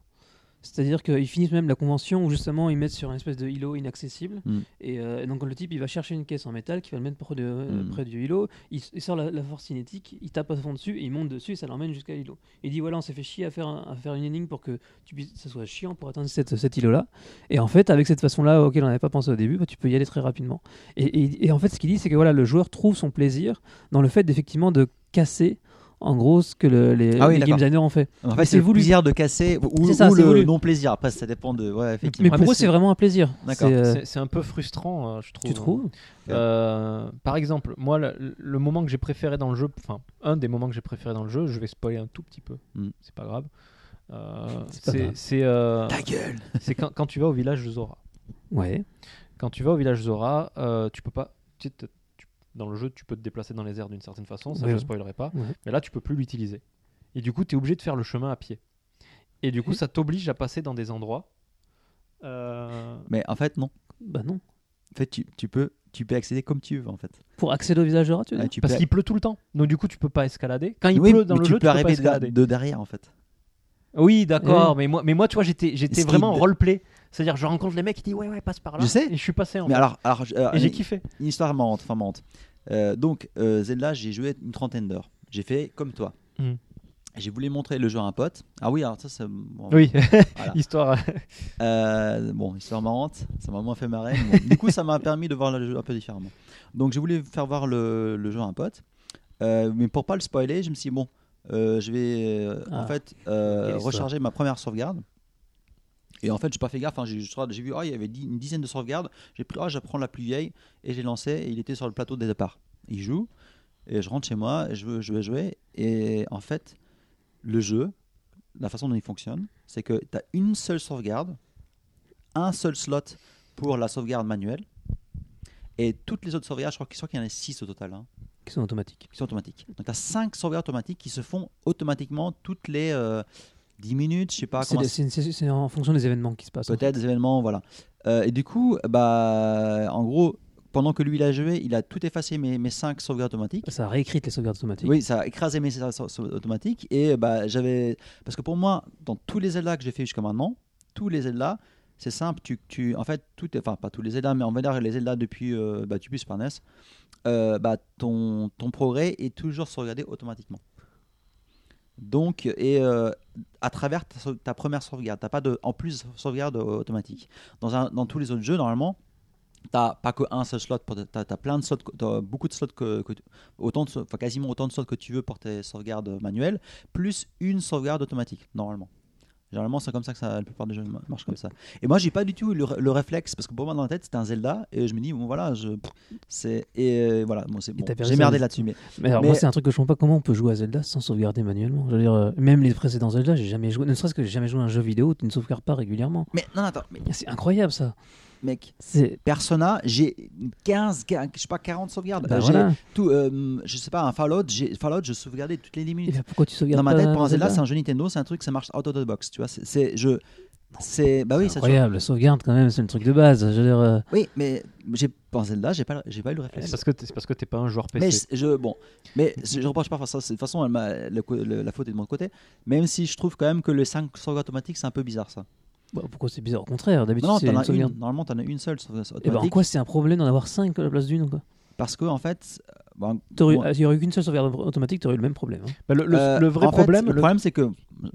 C'est-à-dire qu'ils finissent même la convention où justement ils mettent sur un espèce de îlot inaccessible. Mm. Et, euh, et donc le type il va chercher une caisse en métal qui va le mettre près, de, euh, Mm. près du îlot. Il, s- il sort la, la force cinétique, il tape à fond dessus, et il monte dessus et ça l'emmène jusqu'à l'îlot. Il dit voilà, on s'est fait chier à faire, un- à faire une énigme pour que tu puisses, ça soit chiant pour atteindre cette, cet îlot-là. Et en fait, avec cette façon-là auquel on n'avait pas pensé au début, bah, tu peux y aller très rapidement. Et, et- et en fait, ce qu'il dit, c'est que voilà, le joueur trouve son plaisir dans le fait d'effectivement de casser en gros ce que le- les, Ah oui, les game d'accord. designers ont fait. En fait, c'est c'est le voulu. plaisir de casser ou, C'est ça, ou c'est le voulu. non-plaisir. Après, ça dépend de. Ouais, Mais effectivement. Ouais, pour mais eux, c'est- c'est vraiment un plaisir. D'accord. C'est, euh, C'est c'est un peu frustrant, euh, je trouve. tu trouves Euh, par exemple, moi, le, le moment que j'ai préféré dans le jeu, enfin, un des moments que j'ai préféré dans le jeu, je vais spoiler un tout petit peu, Mm. c'est pas grave. Euh, Hmm. C'est pas c'est- grave. c'est euh, gueule c'est quand, quand tu vas au village de Zora. Ouais. quand tu vas au village Zora, euh, tu peux pas. tu sais, t'as- tu- dans le jeu, tu peux te déplacer dans les airs d'une certaine façon, ça Ouais, je ouais. spoilerai pas. Ouais. Mais là, tu peux plus l'utiliser. Et du coup, tu es obligé de faire le chemin à pied. Et du coup, ça t'oblige à passer dans des endroits. euh, Mais en fait, non. Bah non. En fait, tu, tu peux, tu peux accéder comme tu veux, en fait. Pour accéder au visage de rat, tu veux Ah, dire tu Parce peux- qu'il pleut tout le temps. Donc, du coup, tu peux pas escalader. Quand il Oui, pleut dans mais le tu jeu, peux tu peux pas arriver de, escalader. de derrière, en fait. Oui, d'accord. Oui. Mais, moi, mais moi, tu vois, j'étais j'étais Skid. vraiment en roleplay. C'est-à-dire, je rencontre les mecs qui disent Ouais, ouais, passe par là. Je sais. Et je suis passé en Mais fait. alors, alors je- alors, Et j'ai une- kiffé. une histoire marrante, enfin marrante. Euh, donc, euh, Zelda, j'ai joué une trentaine d'heures. J'ai fait comme toi. Mhm. J'ai voulu montrer le jeu à un pote. Ah oui, alors ça, c'est. bon, Oui, Voilà. histoire. Euh, bon, histoire marrante, ça m'a moins fait marrer. mais bon. du coup, ça m'a permis de voir le jeu un peu différemment. Donc, je voulais faire voir le, le jeu à un pote, Euh, mais pour pas le spoiler, je me suis dit, bon, euh, je vais euh, en Ah. fait euh, Quelle histoire. recharger ma première sauvegarde. Et en fait, j'ai pas fait gaffe. hein, j'ai je crois- j'ai vu, ah, il y avait dix- une dizaine de sauvegardes. J'ai pris, ah, j'apprends la plus vieille, et j'ai lancé. Et il était sur le plateau dès le départ. Il joue, et je rentre chez moi, et je veux, je veux jouer. Et en fait, le jeu, la façon dont il fonctionne, c'est que tu as une seule sauvegarde, un seul slot pour la sauvegarde manuelle, et toutes les autres sauvegardes, je crois, qu'il- je crois qu'il y en a 6 au total, hein, qui sont automatiques. qui sont automatiques. Donc tu as 5 sauvegardes automatiques qui se font automatiquement toutes les 10 minutes, je sais pas C'est Ah, comment des- c'est- c'est c'est en fonction des événements qui se passent. en Peut-être des événements, voilà. Euh, et du coup, bah, en gros, pendant que lui il a joué, il a tout effacé mes, mes 5 sauvegardes automatiques. fait. Ça réécrite les sauvegardes automatiques. Oui, ça a écrasé mes sauvegardes sau- sau- automatiques. Et bah, j'avais. Parce que pour moi, dans tous les Zelda que j'ai fait jusqu'à maintenant, tous les Zelda, c'est simple. Tu, tu, en fait, tout est- enfin, pas tous les Zelda, mais on va dire les Zelda depuis, euh, bah, depuis Super NES, euh, bah, ton, ton progrès est toujours sauvegardé automatiquement. Donc, et euh, à travers ta, sau- ta première sauvegarde, t'as pas de, en plus sauvegarde euh, automatique. Dans, un, dans tous les autres jeux, normalement, t'as pas que un seul slot, pour ta- t'as as plein de slots, que- t'as beaucoup de slots que, que tu- autant de, sau- enfin, quasiment autant de slots que tu veux pour tes sauvegardes manuelles, plus une sauvegarde automatique normalement. Généralement, c'est comme ça que ça, la plupart des jeux ma- marchent comme ça. Et moi, j'ai pas du tout eu le, ré- le réflexe parce que pour moi dans la tête, c'était un Zelda et je me dis bon voilà, je pff, c'est et euh, voilà, bon, c'est bon, t'as perdu j'ai ça, merdé mais- là-dessus mais Mais alors, Mais- moi, c'est un truc que je comprends pas. Comment on peut jouer à Zelda sans sauvegarder manuellement Je veux dire, euh, même les précédents Zelda, j'ai jamais joué. Ne serait-ce que j'ai jamais joué à un jeu vidéo où tu ne sauvegardes pas régulièrement. mais non attends, mais C'est incroyable ça. mec, C'est. Persona, j'ai 15 ga- je sais pas 40 sauvegardes. Bah Euh, j'ai voilà. tout euh, je sais pas un Fallout, j'ai Fallout, je sauvegardais toutes les 10 Et minutes. bien, pourquoi tu Dans sauvegardes ma pas tête, pour un Zelda, Zelda c'est un jeu Nintendo, c'est un truc ça marche out of the box, tu vois, c'est- c'est je c'est bah oui, ça Incroyable, la sauvegarde quand même, c'est le truc de base. Je veux dire, euh, Oui, mais j'ai pensé là, j'ai pas, j'ai pas eu le réflexe. C'est parce que t'es- c'est parce que t'es pas un joueur Mais PC. je, je- bon, mais je je reproche pas forcément. De toute façon, elle m'a- le co- le- la faute est de mon côté. Même si je trouve quand même que le 5 sauvegardes automatiques, c'est un peu bizarre ça. bah, pourquoi c'est bizarre Au contraire, d'habitude, Non, non, c'est t'en une as une. sauvegarde. Normalement, t'en as une seule sauvegarde Et ben, en automatique. quoi c'est un problème d'en avoir 5 à la place d'une ou quoi parce que en fait, euh, bon, T'aurais eu- bon, ah, S'il n'y aurait eu qu'une seule sauvegarde automatique, t'aurais eu le même problème. hein. Bah, le, le- euh, le vrai en fait, problème, le le- problème, c'est que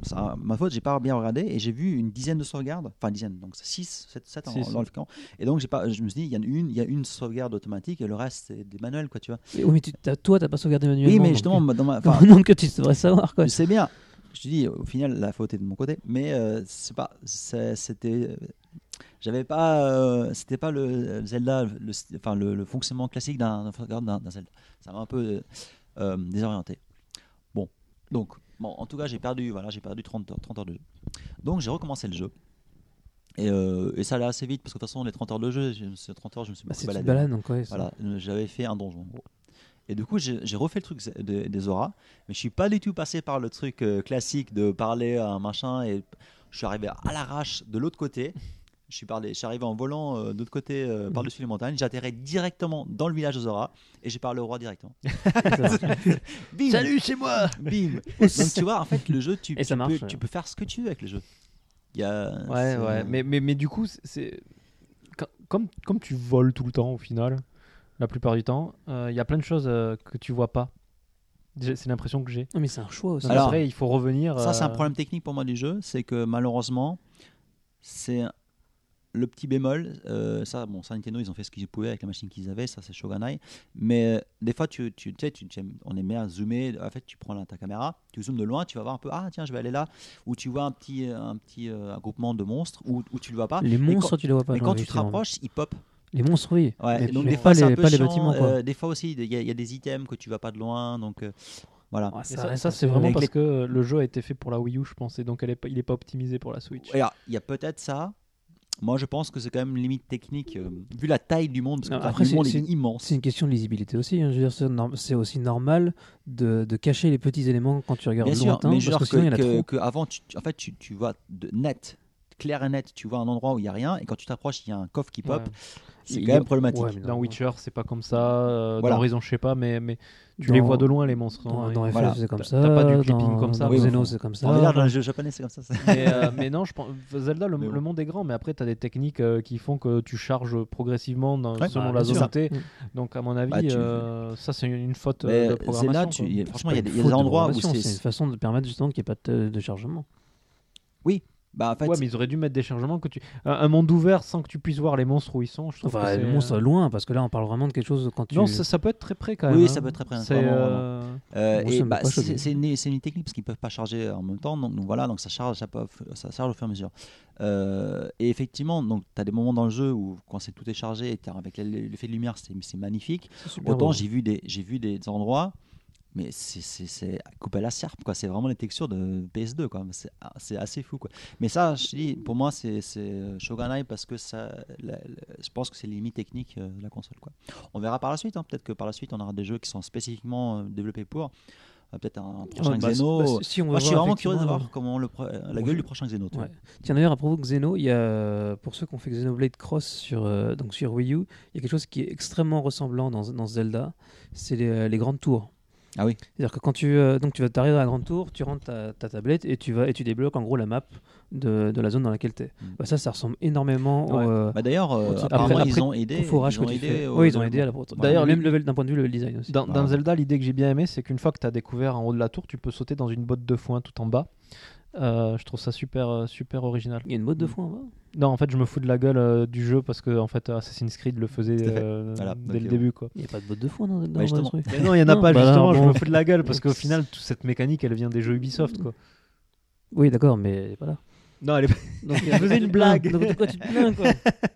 ça, ma faute, j'ai pas bien regardé et j'ai vu une dizaine de sauvegardes, enfin une dizaine, donc 6, 7, 7 Six. dans le camp. Et donc j'ai pas, je me suis dit, il y en a une, il y a une sauvegarde automatique et le reste c'est des manuels quoi, tu vois. Et- Oui, mais tu, t'as- toi, t'as pas sauvegardé manuellement. Oui, mais donc, justement, dans ma, enfin, euh, donc que tu devrais savoir quoi. Je sais bien. Je te dis, au final, la faute est de mon côté, mais euh, c'est pas, c'est- c'était, euh, j'avais pas, euh, c'était pas le euh, Zelda, le, enfin le, le fonctionnement classique d'un d'un- d'un- d'un Zelda. Ça m'a un peu euh, désorienté. Bon, donc, bon, en tout cas, j'ai perdu, voilà, j'ai perdu 30 heures, 30 heures de jeu. Donc, j'ai recommencé le jeu. Et, euh, et ça allait assez vite parce que de toute façon les 30 heures de jeu, je me suis- 30 heures, je me suis Bah, beaucoup c'est baladé. une balade, donc ouais. ça- Voilà, euh, j'avais fait un donjon en gros. Et du coup, j'ai j'ai refait le truc z- de- des auras, mais je suis pas du tout passé par le truc euh, classique de parler à un machin et je suis arrivé à l'arrache de l'autre côté. Je suis, parlé, je suis arrivé en volant euh, de l'autre côté Mhm. euh, par-dessus les montagnes. J'atterrais directement dans le village aux auras et j'ai parlé au roi directement. Bim Salut, chez moi Bim Donc tu vois, en fait, le jeu, tu, Et ça tu marche, peux, ouais. tu peux faire ce que tu veux avec le jeu. Il y a, Ouais, c'est- ouais. Mais, mais, mais du coup, c'est- c'est. co- Comme, comme tu voles tout le temps, au final, la plupart du temps, euh, il y a plein de choses euh, que tu vois pas. J'ai- C'est l'impression que j'ai. Non, mais c'est un choix aussi. Donc Alors, après, il faut revenir. Ça, c'est un euh, problème technique pour moi du jeu, c'est que malheureusement, c'est le petit bémol. euh, ça, bon, ça, Nintendo, ils ont fait ce qu'ils pouvaient avec la machine qu'ils avaient, ça, c'est Shogunai. Mais euh, des fois, tu, tu, tu sais, tu- tu aimes- on aimait à zoomer. En fait, tu prends la- ta caméra, tu zoomes de loin, tu vas voir un peu, ah tiens, je vais aller là, ou tu vois un petit, un petit euh, groupement de monstres, ou, ou tu le vois pas. Les Mais monstres, quand- tu les vois pas. mais genre, quand tu te effectivement. rapproches, ils pop. Les monstres, oui. Ouais, mais donc mais des pas fois, c'est un les, peu pas les chiant, bâtiments, quoi. euh, des fois aussi, il y, a- il y a des items que tu vas pas de loin. Donc euh, voilà. Ouais, mais ça Ça, reste ah, ça, un c'est peu- vraiment Avec parce les- que euh, le jeu a été fait pour la Wii U, je pense, et donc elle est pas- il est pas optimisé pour la Switch. Alors, il y a peut-être ça. Moi, je pense que c'est quand même une limite technique, euh, vu la taille du monde, parce que Non, putain, après, le c'est- monde est, c'est- immense. C'est une question de lisibilité aussi. hein. Je veux dire, c'est norm- c'est aussi normal de, de cacher les petits éléments quand tu regardes Bien sûr, lointain, mais parce genre que que, sinon, il y en a que- trop. que avant, tu, tu- en fait, tu, tu vois de net, clair et net, tu vois un endroit où il n'y a rien, et quand tu t'approches, il y a un coffre qui pop. Ouais. C'est Il quand y a- même problématique. Ouais, mais non, Dans ouais. Witcher, c'est pas comme ça. euh, Voilà. Dans Horizon, je sais pas, mais, mais Tu les Dans- vois de loin, les monstres. Dans, hein, dans et- FF, Voilà. c'est comme T'as- ça. t'as pas du clipping dans- comme ça, Dans oui, Xeno, enfin. c'est comme ça. En délire, dans le jeu japonais, c'est comme ça. c'est- mais, euh, mais non, je pense, Zelda, le, Mais bon. le monde est grand, mais après, tu as des techniques euh, qui font que tu charges progressivement dans- Ouais, Mm. selon bah, la bien zone sûr. où t'es. Donc, à mon avis, Bah, tu- euh, ça, c'est une, une faute euh, Mais de c'est programmation. là, tu- quoi. il y a- franchement, il y a Pas des, une il y a des faute de endroits où programmation, c'est. c'est une façon de permettre justement qu'il n'y ait pas de, de chargement. Bah, en fait, ouais, mais ils auraient dû mettre des chargements que tu. Un, un monde ouvert sans que tu puisses voir les monstres où ils sont. Je trouve que Enfin, c'est, le euh, monstre loin, parce que là, on parle vraiment de quelque chose quand tu. Non, ça, ça peut être très près quand même. Oui, hein. ça peut être très près, C'est, vraiment, euh, Euh, Bon, et ça me bah, pas choqué. c'est c'est une, c'est une technique parce qu'ils peuvent pas charger en même temps, donc, donc voilà, donc ça charge, ça, peut- ça charge au fur et à mesure. Euh, et effectivement, donc tu as des moments dans le jeu où quand c'est tout est chargé, et t'as- avec l'effet de lumière, c'est c'est magnifique. Ah Autant j'ai vu des j'ai vu des endroits, mais c'est- c'est c'est coupé à la serpe quoi. C'est vraiment les textures de PS2 quoi. C'est a- C'est assez fou quoi. Mais ça, je dis, pour moi, c'est c'est, euh, Shogunai parce que ça, la- la- je pense que c'est les limites techniques euh, de la console quoi. On verra par la suite. hein. Peut-être que par la suite, on aura des jeux qui sont spécifiquement euh, développés pour. Euh, Peut-être un, un prochain Ouais, bah, Xeno. c'est- bah, si on veut Moi, je suis voir, vraiment curieux de effectivement, voir comment le pro- euh, la on gueule joue. du prochain Xeno. tu vois. Ouais. Tiens d'ailleurs à propos de Xeno, il y a euh, pour ceux qui ont fait Xenoblade Cross sur euh, donc sur Wii U, il y a quelque chose qui est extrêmement ressemblant dans, dans Zelda, c'est les, les grandes tours. Ah oui. C'est-à-dire que quand tu euh, donc tu vas t'arriver à la grande tour, tu rentres ta, ta tablette et tu vas et tu débloques en gros la map de, de la zone dans laquelle tu es. Mm. ça ça ressemble énormément Ouais. au euh, Bah, D'ailleurs, euh, Après- apparemment, après ils ont aidé. au forage Bah, ils ont que tu aidé fais. au oui, ils ont aidé développement. à la protection. D'ailleurs, même level d'un point de vue le design aussi. Dans, dans Voilà. Zelda, l'idée que j'ai bien aimé, c'est qu'une fois que tu as découvert en haut de la tour, tu peux sauter dans une botte de foin tout en bas. Euh, je trouve ça super, euh, super original. Il y a une botte de hein, bah. foin en bas. Non, en fait, je me fous de la gueule euh, du jeu parce que en fait, Assassin's Creed le faisait Tout à fait. euh, Voilà, dès donc, le euh, début. Quoi. Il n'y a pas de botte de foin dans, dans Ouais, Bah, justement. le truc. non, il n'y en a Non, pas, bah non, justement, je bon. me fous de la gueule parce qu'au final, toute cette mécanique, elle vient des jeux Ubisoft. Quoi. Oui, d'accord, mais voilà. Non, elle est... Donc, Je faisais une blague. Donc, de quoi tu te plains quoi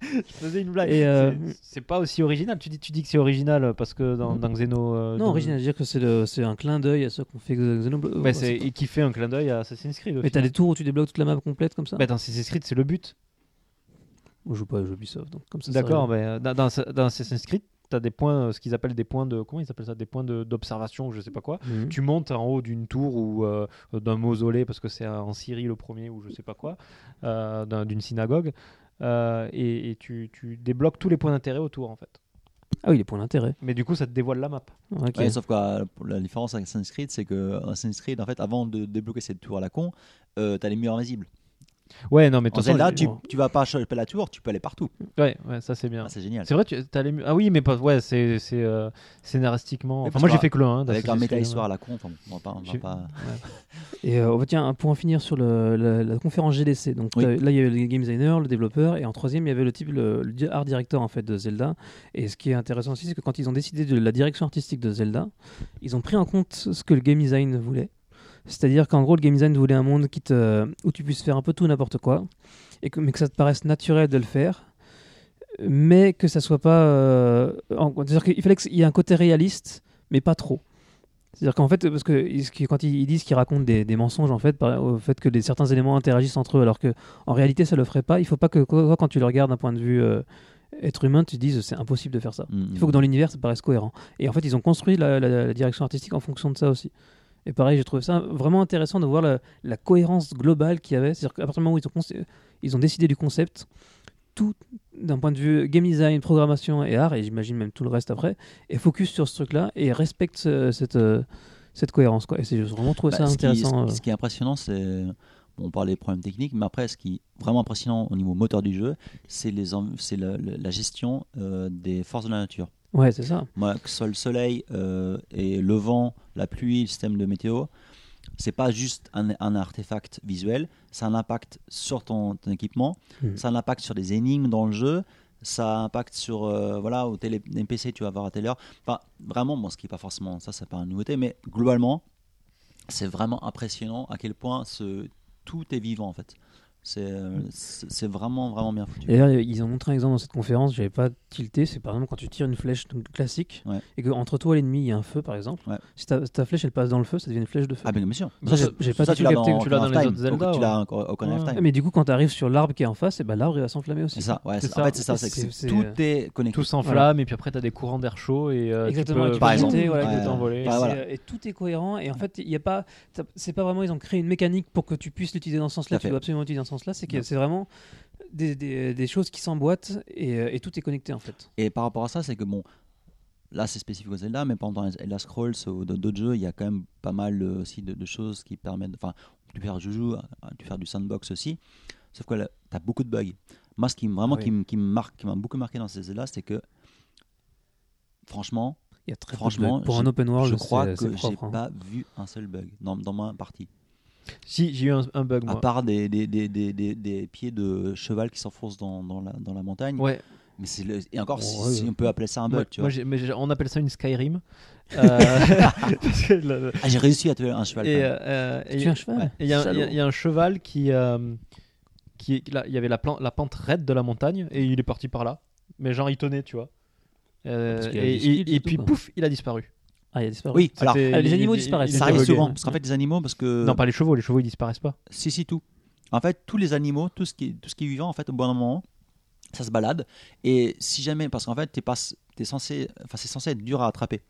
je faisais une blague. Et, euh, C'est- C'est pas aussi original. Tu dis, tu dis que c'est original parce que dans, dans Xeno. euh, Non, dans- original, je veux dire que c'est le- c'est un clin d'œil à ce qu'on fait avec Xenoblade. Oh, Mais Bah, c'est et qui fait un clin d'œil à Assassin's Creed. au Mais t'as final. des tours où tu débloques toute la map complète comme ça Bah, dans Assassin's Creed, c'est le but. Moi, Je joue pas à Ubisoft, donc comme ça. ça D'accord, arrive. mais euh, dans, dans- dans Assassin's Creed, tu as des points, euh, ce qu'ils appellent des points de. Comment ils appellent ça Des points de- d'observation ou je sais pas quoi. Mhm. Tu montes en haut d'une tour ou euh, d'un mausolée, parce que c'est en Syrie le premier ou je sais pas quoi, euh, d'un- d'une synagogue, euh, et, et tu, tu débloques tous les points d'intérêt autour en fait. Ah oui, les points d'intérêt. Mais du coup, ça te dévoile la map. Ok. Ouais, sauf que euh, pour la différence avec Assassin's Creed, c'est que Assassin's Creed, en fait, avant de débloquer cette tour à la con, euh, t'as les murs invisibles. Ouais, non, mais de En toute façon, Zelda, je- tu, tu vas pas choper la tour, tu peux aller partout. Ouais, ouais, ça c'est bien. Ah, c'est génial. c'est vrai, tu as les mu- Ah oui, mais pas... ouais, c'est c'est, euh, Mais scénaristiquement. Enfin, parce moi j'ai que- fait que euh, le 1. Avec un méta histoire à là. la con, enfin, bon, on va pas. on va J'ai- pas- Et euh, on va- tiens, pour en finir sur le- la, la conférence GDC. Donc Oui. t'as- là, il y avait le game designer, le développeur, et en troisième, il y avait le type, le, le di- art director en fait de Zelda. Et ce qui est intéressant aussi, c'est que quand ils ont décidé de la direction artistique de Zelda, ils ont pris en compte ce que le game design voulait. C'est-à-dire qu'en gros, le game design voulait un monde qui te- où tu puisses faire un peu tout n'importe quoi, et que, mais que ça te paraisse naturel de le faire, mais que ça soit pas. euh, en- C'est-à-dire qu'il fallait qu'il y ait un côté réaliste, mais pas trop. C'est-à-dire qu'en fait, parce que ils- ce qui- quand ils ils disent qu'ils racontent des, des mensonges, en fait, par, au fait que des, certains éléments interagissent entre eux, alors que en réalité, ça le ferait pas. Il faut pas que quoi- quand tu le regardes d'un point de vue euh, être humain, tu te dises c'est impossible de faire ça. Mm, Il faut que dans l'univers, ça paraisse cohérent. Et en fait, ils ont construit la, la- la direction artistique en fonction de ça aussi. Et pareil, j'ai trouvé ça vraiment intéressant de voir la, la cohérence globale qu'il y avait. C'est-à-dire qu'à partir du moment où ils ont, conce- ils ont décidé du concept, tout d'un point de vue game design, programmation et art, et j'imagine même tout le reste après, est focus sur ce truc-là et respecte ce- cette, euh, cette cohérence. Quoi. Et c'est j'ai vraiment trouvé Bah, ça ce qui- ce- intéressant. euh. ce, qui euh. est impressionnant, c'est. bon, on parle des problèmes techniques, mais après, ce qui est vraiment impressionnant au niveau moteur du jeu, c'est les en- c'est la, la- la gestion euh, des forces de la nature. euh. Ouais, c'est ça. Moi, que ce soit le soleil euh, et le vent, la pluie, le système de météo, c'est pas juste un, un artefact visuel, ça a un impact sur ton, ton équipement, Mhm. ça a un impact sur les énigmes dans le jeu, ça a un impact sur euh, voilà au télé NPC tu vas voir à telle heure. Enfin, vraiment, bon, ce qui est pas forcément ça, c'est pas une nouveauté, mais globalement, c'est vraiment impressionnant à quel point ce, tout est vivant en fait. C'est euh, c'est c'est vraiment vraiment bien foutu. Et D'ailleurs, ils ont montré un exemple dans cette conférence, j'avais pas tilté, c'est par exemple quand tu tires une flèche donc, classique Ouais. et qu'entre toi et l'ennemi il y a un feu par exemple, Ouais. si ta, ta flèche elle passe dans le feu, ça devient une flèche de feu. Ah ben bien sûr. Ça, j'ai- j'ai pas ça, du tu tout l'as capté dans, que tu Ocarina l'as of dans les Time. autres Zelda, Tu ouais. l'as en- en Ocarina of Ouais. Time. Ah, mais du coup, quand tu arrives sur l'arbre qui est en face, et ben l'arbre il va s'enflammer aussi. C'est ça, ouais, C'est c'est- ça. en fait c'est ça, C'est- c'est que c'est- euh, c'est- tout est connecté. Tout s'enflamme, et puis après, tu as des courants d'air chaud et euh, Exactement, tu et peux, tu par peux exemple. monter, voilà, tu peux Ouais. t'envoler. Et, Bah, c'est- euh, voilà. et tout est cohérent et en fait il n'y a pas ça- c'est pas vraiment ils ont créé une mécanique pour que tu puisses l'utiliser dans ce sens Tout à là tu fait. dois absolument l'utiliser dans ce sens là c'est que Ouais. c'est vraiment des, des- des choses qui s'emboîtent et, euh, et tout est connecté en fait Et par rapport à ça, c'est que bon, là, c'est spécifique aux Zelda, mais pendant Zelda Scrolls ou dans d'autres jeux, il y a quand même pas mal euh, aussi de, de choses qui permettent. Enfin, tu faire joujou, euh, tu faire du sandbox aussi. Sauf que là, tu as beaucoup de bugs. Moi, ce qui, m- vraiment, Ah oui. qui, m- qui me marque, qui m'a beaucoup marqué dans ces Zelda, c'est que, franchement, Il y a très peu de Franchement, bugs. pour j'ai- un open world, je crois c'est- que c'est j'ai propre, hein. pas vu un seul bug dans, dans ma partie. Si, j'ai eu un, un bug, À moi. part des, des, des, des, des- des pieds de cheval qui s'enfoncent dans, dans, la, dans la montagne. Ouais, Mais c'est le- et encore, Ouais, si, ouais. si on peut appeler ça un bug, Oh, moi, tu moi, vois. j'ai- mais j'ai- on appelle ça une Skyrim. Euh, parce que le- Ah, j'ai réussi à tuer un cheval. quand et, même. euh, et- Tu as un cheval et il y, a un- Salaud. il y a- il y a un cheval qui. euh, qui là, il y avait la, plan- la pente raide de la montagne et il est parti par là. Mais genre, il tenait, tu vois. Euh, Parce qu'il a et des skills, et- et surtout, puis, quoi. pouf, il a disparu. Ah, il a disparu. Oui, alors, C'était- Ah, les il- animaux il- il- disparaissent. il ça euh, était arrive bugué. souvent. Parce qu'en fait, les animaux, parce que. Non, pas les chevaux, les chevaux ils disparaissent pas. Si, si, tout. En fait, tous les animaux, tout ce qui, tout ce qui est vivant, en fait, au bon moment, ça se balade. Et si jamais, parce qu'en fait, t'es pas, t'es censé, enfin, c'est censé être dur à attraper.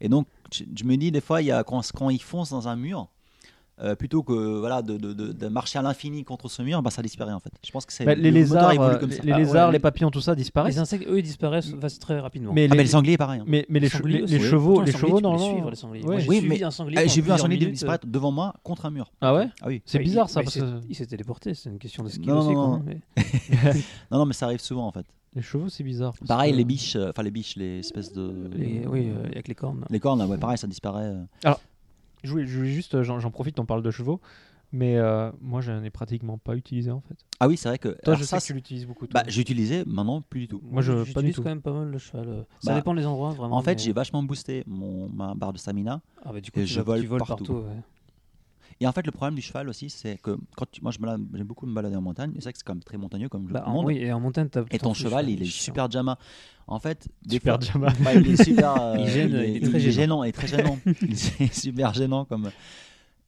Et donc, je, je me dis, des fois, il y a, quand, quand ils foncent dans un mur, euh, plutôt que voilà, de, de- de- de marcher à l'infini contre ce mur, bah, ça disparaît, en fait. Je pense que c'est. Bah, les le moteur lézards, évolue euh, comme ça. les, Ah, lézards, ouais, les les- papillons, tout ça disparaissent. Les insectes, eux, ils disparaissent face- très rapidement. Mais Ah, mais les, les sangliers, pareil. hein. mais, mais les, che- sangliers les- aussi. les Ouais. chevaux, Pourtant, les sangliers, chevaux tu peux les normalement- suivre, les sangliers. Ouais. Moi, j'ai Oui, suivi mais- un sanglier. Ah, pendant J'ai vu un plusieurs sanglier minutes. disparaître devant moi contre un mur. Ah euh, ouais Ah oui. C'est Ouais, bizarre il- ça mais parce c'est- que Il s'est téléporté, c'est une question de skill Non, non, aussi. quoi, non. hein, mais- Non, non, mais ça arrive souvent, en fait. les chevaux c'est bizarre. parce Pareil, que- les biches, euh, enfin, les biches, les espèces de. Les- Oui, euh, avec les cornes. là. Les cornes, là, ouais, pareil, ça disparaît. euh. Je voulais, je voulais juste, euh, j'en j'en profite, on parle de chevaux, mais euh, moi j'en ai pratiquement pas utilisé en fait. Ah oui, c'est vrai que. Toi alors je ça, sais que tu l'utilises beaucoup. toi. Bah, j'ai utilisé, maintenant plus du tout. Moi, je- pas du j'utilise tout. quand même pas mal le cheval. euh. Ça Bah, dépend des endroits vraiment. En fait, mais- j'ai vachement boosté mon, ma barre de stamina. Ah bah, du coup, et tu je vas- vole tu voles partout. partout. ouais. Et en fait, le problème du cheval aussi, c'est que quand tu- moi, je me balade- j'aime beaucoup me balader en montagne. C'est vrai que c'est quand même très montagneux comme Bah, le en- monde. oui, et en montagne, t'as- Et t'en ton fous, cheval, il est chiant. super jama. En fait, des Super fois- Jama. Ouais, il est super. euh, Il gêne, il est très gênant. Il est très gênant. Il est super gênant comme.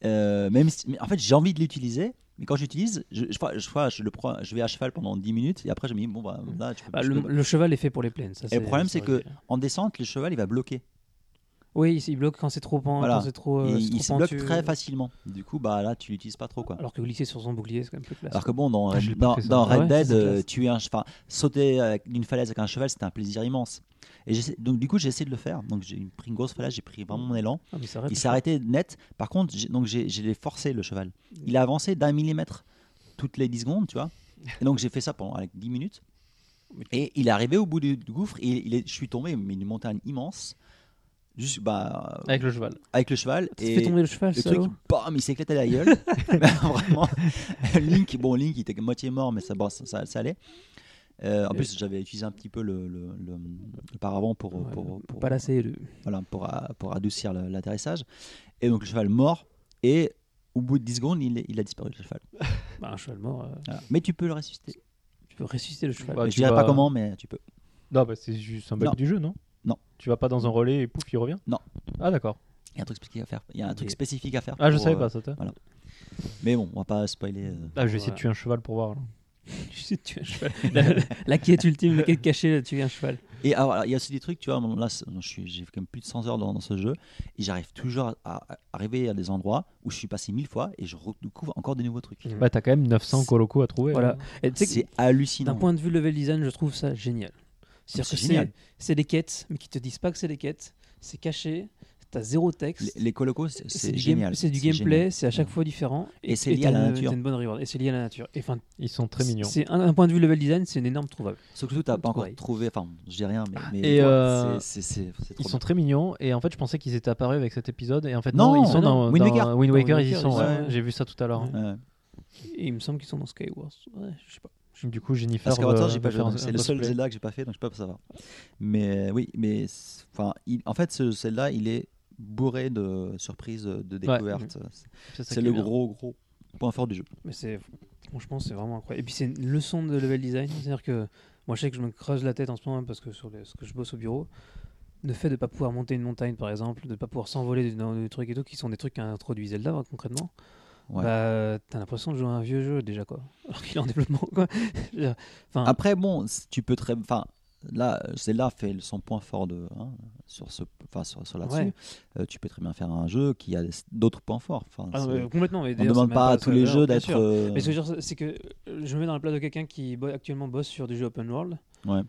euh, même si- mais en fait, j'ai envie de l'utiliser, mais quand j'utilise, je, je, je, je, le prends- je vais à cheval pendant 10 minutes et après, je me dis, bon, bah, là, tu peux, Bah, tu le, peux- le cheval est fait pour les plaines. ça, Et le problème, ça, c'est que je- en descente, le cheval, il va bloquer. Oui, il- il bloque quand c'est trop, pen- Voilà. quand c'est trop, euh, Et c'est il trop se bloque pentu. très facilement. Du coup, bah là, tu l'utilises pas trop, quoi. Alors que glisser sur son bouclier, c'est quand même plus classe. Alors que bon, dans, Ah, je l'ai pas dans, fait, ça. dans Ah Red ouais, Dead, ça, c'est euh, classe. tuer un cheval, sauter euh, d'une falaise avec un cheval, c'était un plaisir immense. Et j'essaie- donc du coup, j'ai essayé de le faire. Donc j'ai pris une grosse falaise, j'ai pris vraiment mon élan. Ah, mais ça arrête, Il je s'est arrêté net. Par contre, j'ai- donc j'ai j'ai forcé le cheval. Il a avancé d'un millimètre toutes les 10 secondes, tu vois. Et donc j'ai fait ça pendant avec 10 minutes. Et il est arrivé au bout du du gouffre. Et il est, je suis tombé, mais une montagne immense. Juste bah, Avec le cheval. avec le cheval. crois. Tu fais tomber le cheval, Le salaud. truc, bam, il s'éclate à la gueule. Mais Vraiment. Link, bon, Link, il était moitié mort, mais ça, bon, ça, ça- ça allait. Euh, en plus, j'avais utilisé un petit peu le, le- le- le paravent pour, Ouais, pour, pour- Pas lasser le- voilà, pour, a- pour adoucir le- l'atterrissage. Et donc, le cheval mort. Et au bout de 10 secondes, il, est- il a disparu, le cheval. Bah, un cheval mort, euh, Voilà. Mais tu peux le ressusciter. tu peux ressusciter le cheval. Bah, Mais tu je dirais vas- pas comment, mais tu peux. Non, bah, c'est juste un bug Non. du jeu, non Non. Tu vas pas dans un relais et pouf, il revient Non. Ah d'accord. Il y a un truc spécifique à faire. Il y a un Ok. truc spécifique à faire. Ah, je pour, savais euh, pas ça. toi. Mais bon, on va pas spoiler. euh. Ah, je vais essayer de ouais. tuer un cheval pour voir. là. Tu sais, tu as un cheval. la, la quête ultime, la quête cachée, tu es un cheval. Et alors, alors, il y a aussi des trucs, tu vois, bon, là, c'est- je suis- j'ai quand même plus de 100 heures dans, dans ce jeu, et j'arrive toujours à, à arriver à des endroits où je suis passé mille fois, et je redécouvre encore des nouveaux trucs. Mm. Bah t'as quand même 900 colocos à trouver. Voilà. hein. Et tu sais que C'est hallucinant. D'un point de vue level design, je trouve ça génial. C'est-à-dire C'est que génial. c'est- c'est des quêtes, mais qui te disent pas que c'est des quêtes. C'est caché, t'as zéro texte. Les, les colocos, c'est- du c'est game- génial. c'est du génial. gameplay, c'est à chaque fois différent. Et c'est lié à t'as la une- nature. t'as une bonne reward. Et c'est lié à la nature. Et enfin, Ils sont très mignons. C'est un, un point de vue level design, c'est une énorme trouvable. Sauf que tu n'as pas encore Ouais. Ah, trouvé, enfin, je dis rien, mais, mais et, toi, euh, c'est c'est- c'est- c'est trop Ils sont bien. très mignons et en fait je pensais qu'ils étaient apparus avec cet épisode et en fait Non, non, ils sont non, dans, Wind dans euh, Waker. Wind Dans Wind Waker, ils y Waker, sont. ils ouais. sont, ouais. J'ai vu ça tout à l'heure. hein. Ouais. Et il me semble qu'ils sont dans Skywars. Ouais, je sais pas. Du coup Jennifer. Parce qu'en va- euh, même temps, j'ai va pas joué, faire un- donc c'est un le seul cosplay. Zelda que j'ai pas fait, donc je peux pas savoir. Mais euh, oui, mais c'est- enfin, il- en fait, ce Zelda, il est bourré de surprises, de découvertes. C'est ça C'est qui le est bien. gros, gros point fort du jeu. Mais c'est franchement, c'est vraiment incroyable. Et puis c'est une leçon de level design, c'est-à-dire que moi je sais que je me creuse la tête en ce moment parce que sur les- ce que je bosse au bureau, le fait de pas pouvoir monter une montagne par exemple, de pas pouvoir s'envoler dans des trucs et tout, qui sont des trucs qu'a introduit Zelda hein, concrètement, Ouais. bah t'as l'impression de jouer à un vieux jeu déjà quoi, alors qu'il est en développement quoi. Je veux dire, enfin, Après, bon, c- tu peux très. Enfin, là, Zelda fait le- son point fort de, hein, sur, ce, enfin, sur, sur là-dessus. Ouais. Euh, tu peux très bien faire un jeu qui a s- d'autres points forts. Enfin, ah, c'est- mais complètement. Mais on ne d'ailleurs, c'est demande même pas, à tous ça, les alors, jeux bien d'être. sûr. euh, Mais ce que je veux dire, c'est que euh, je me mets dans la place de quelqu'un qui bo- actuellement bosse sur du jeu open world. Ouais.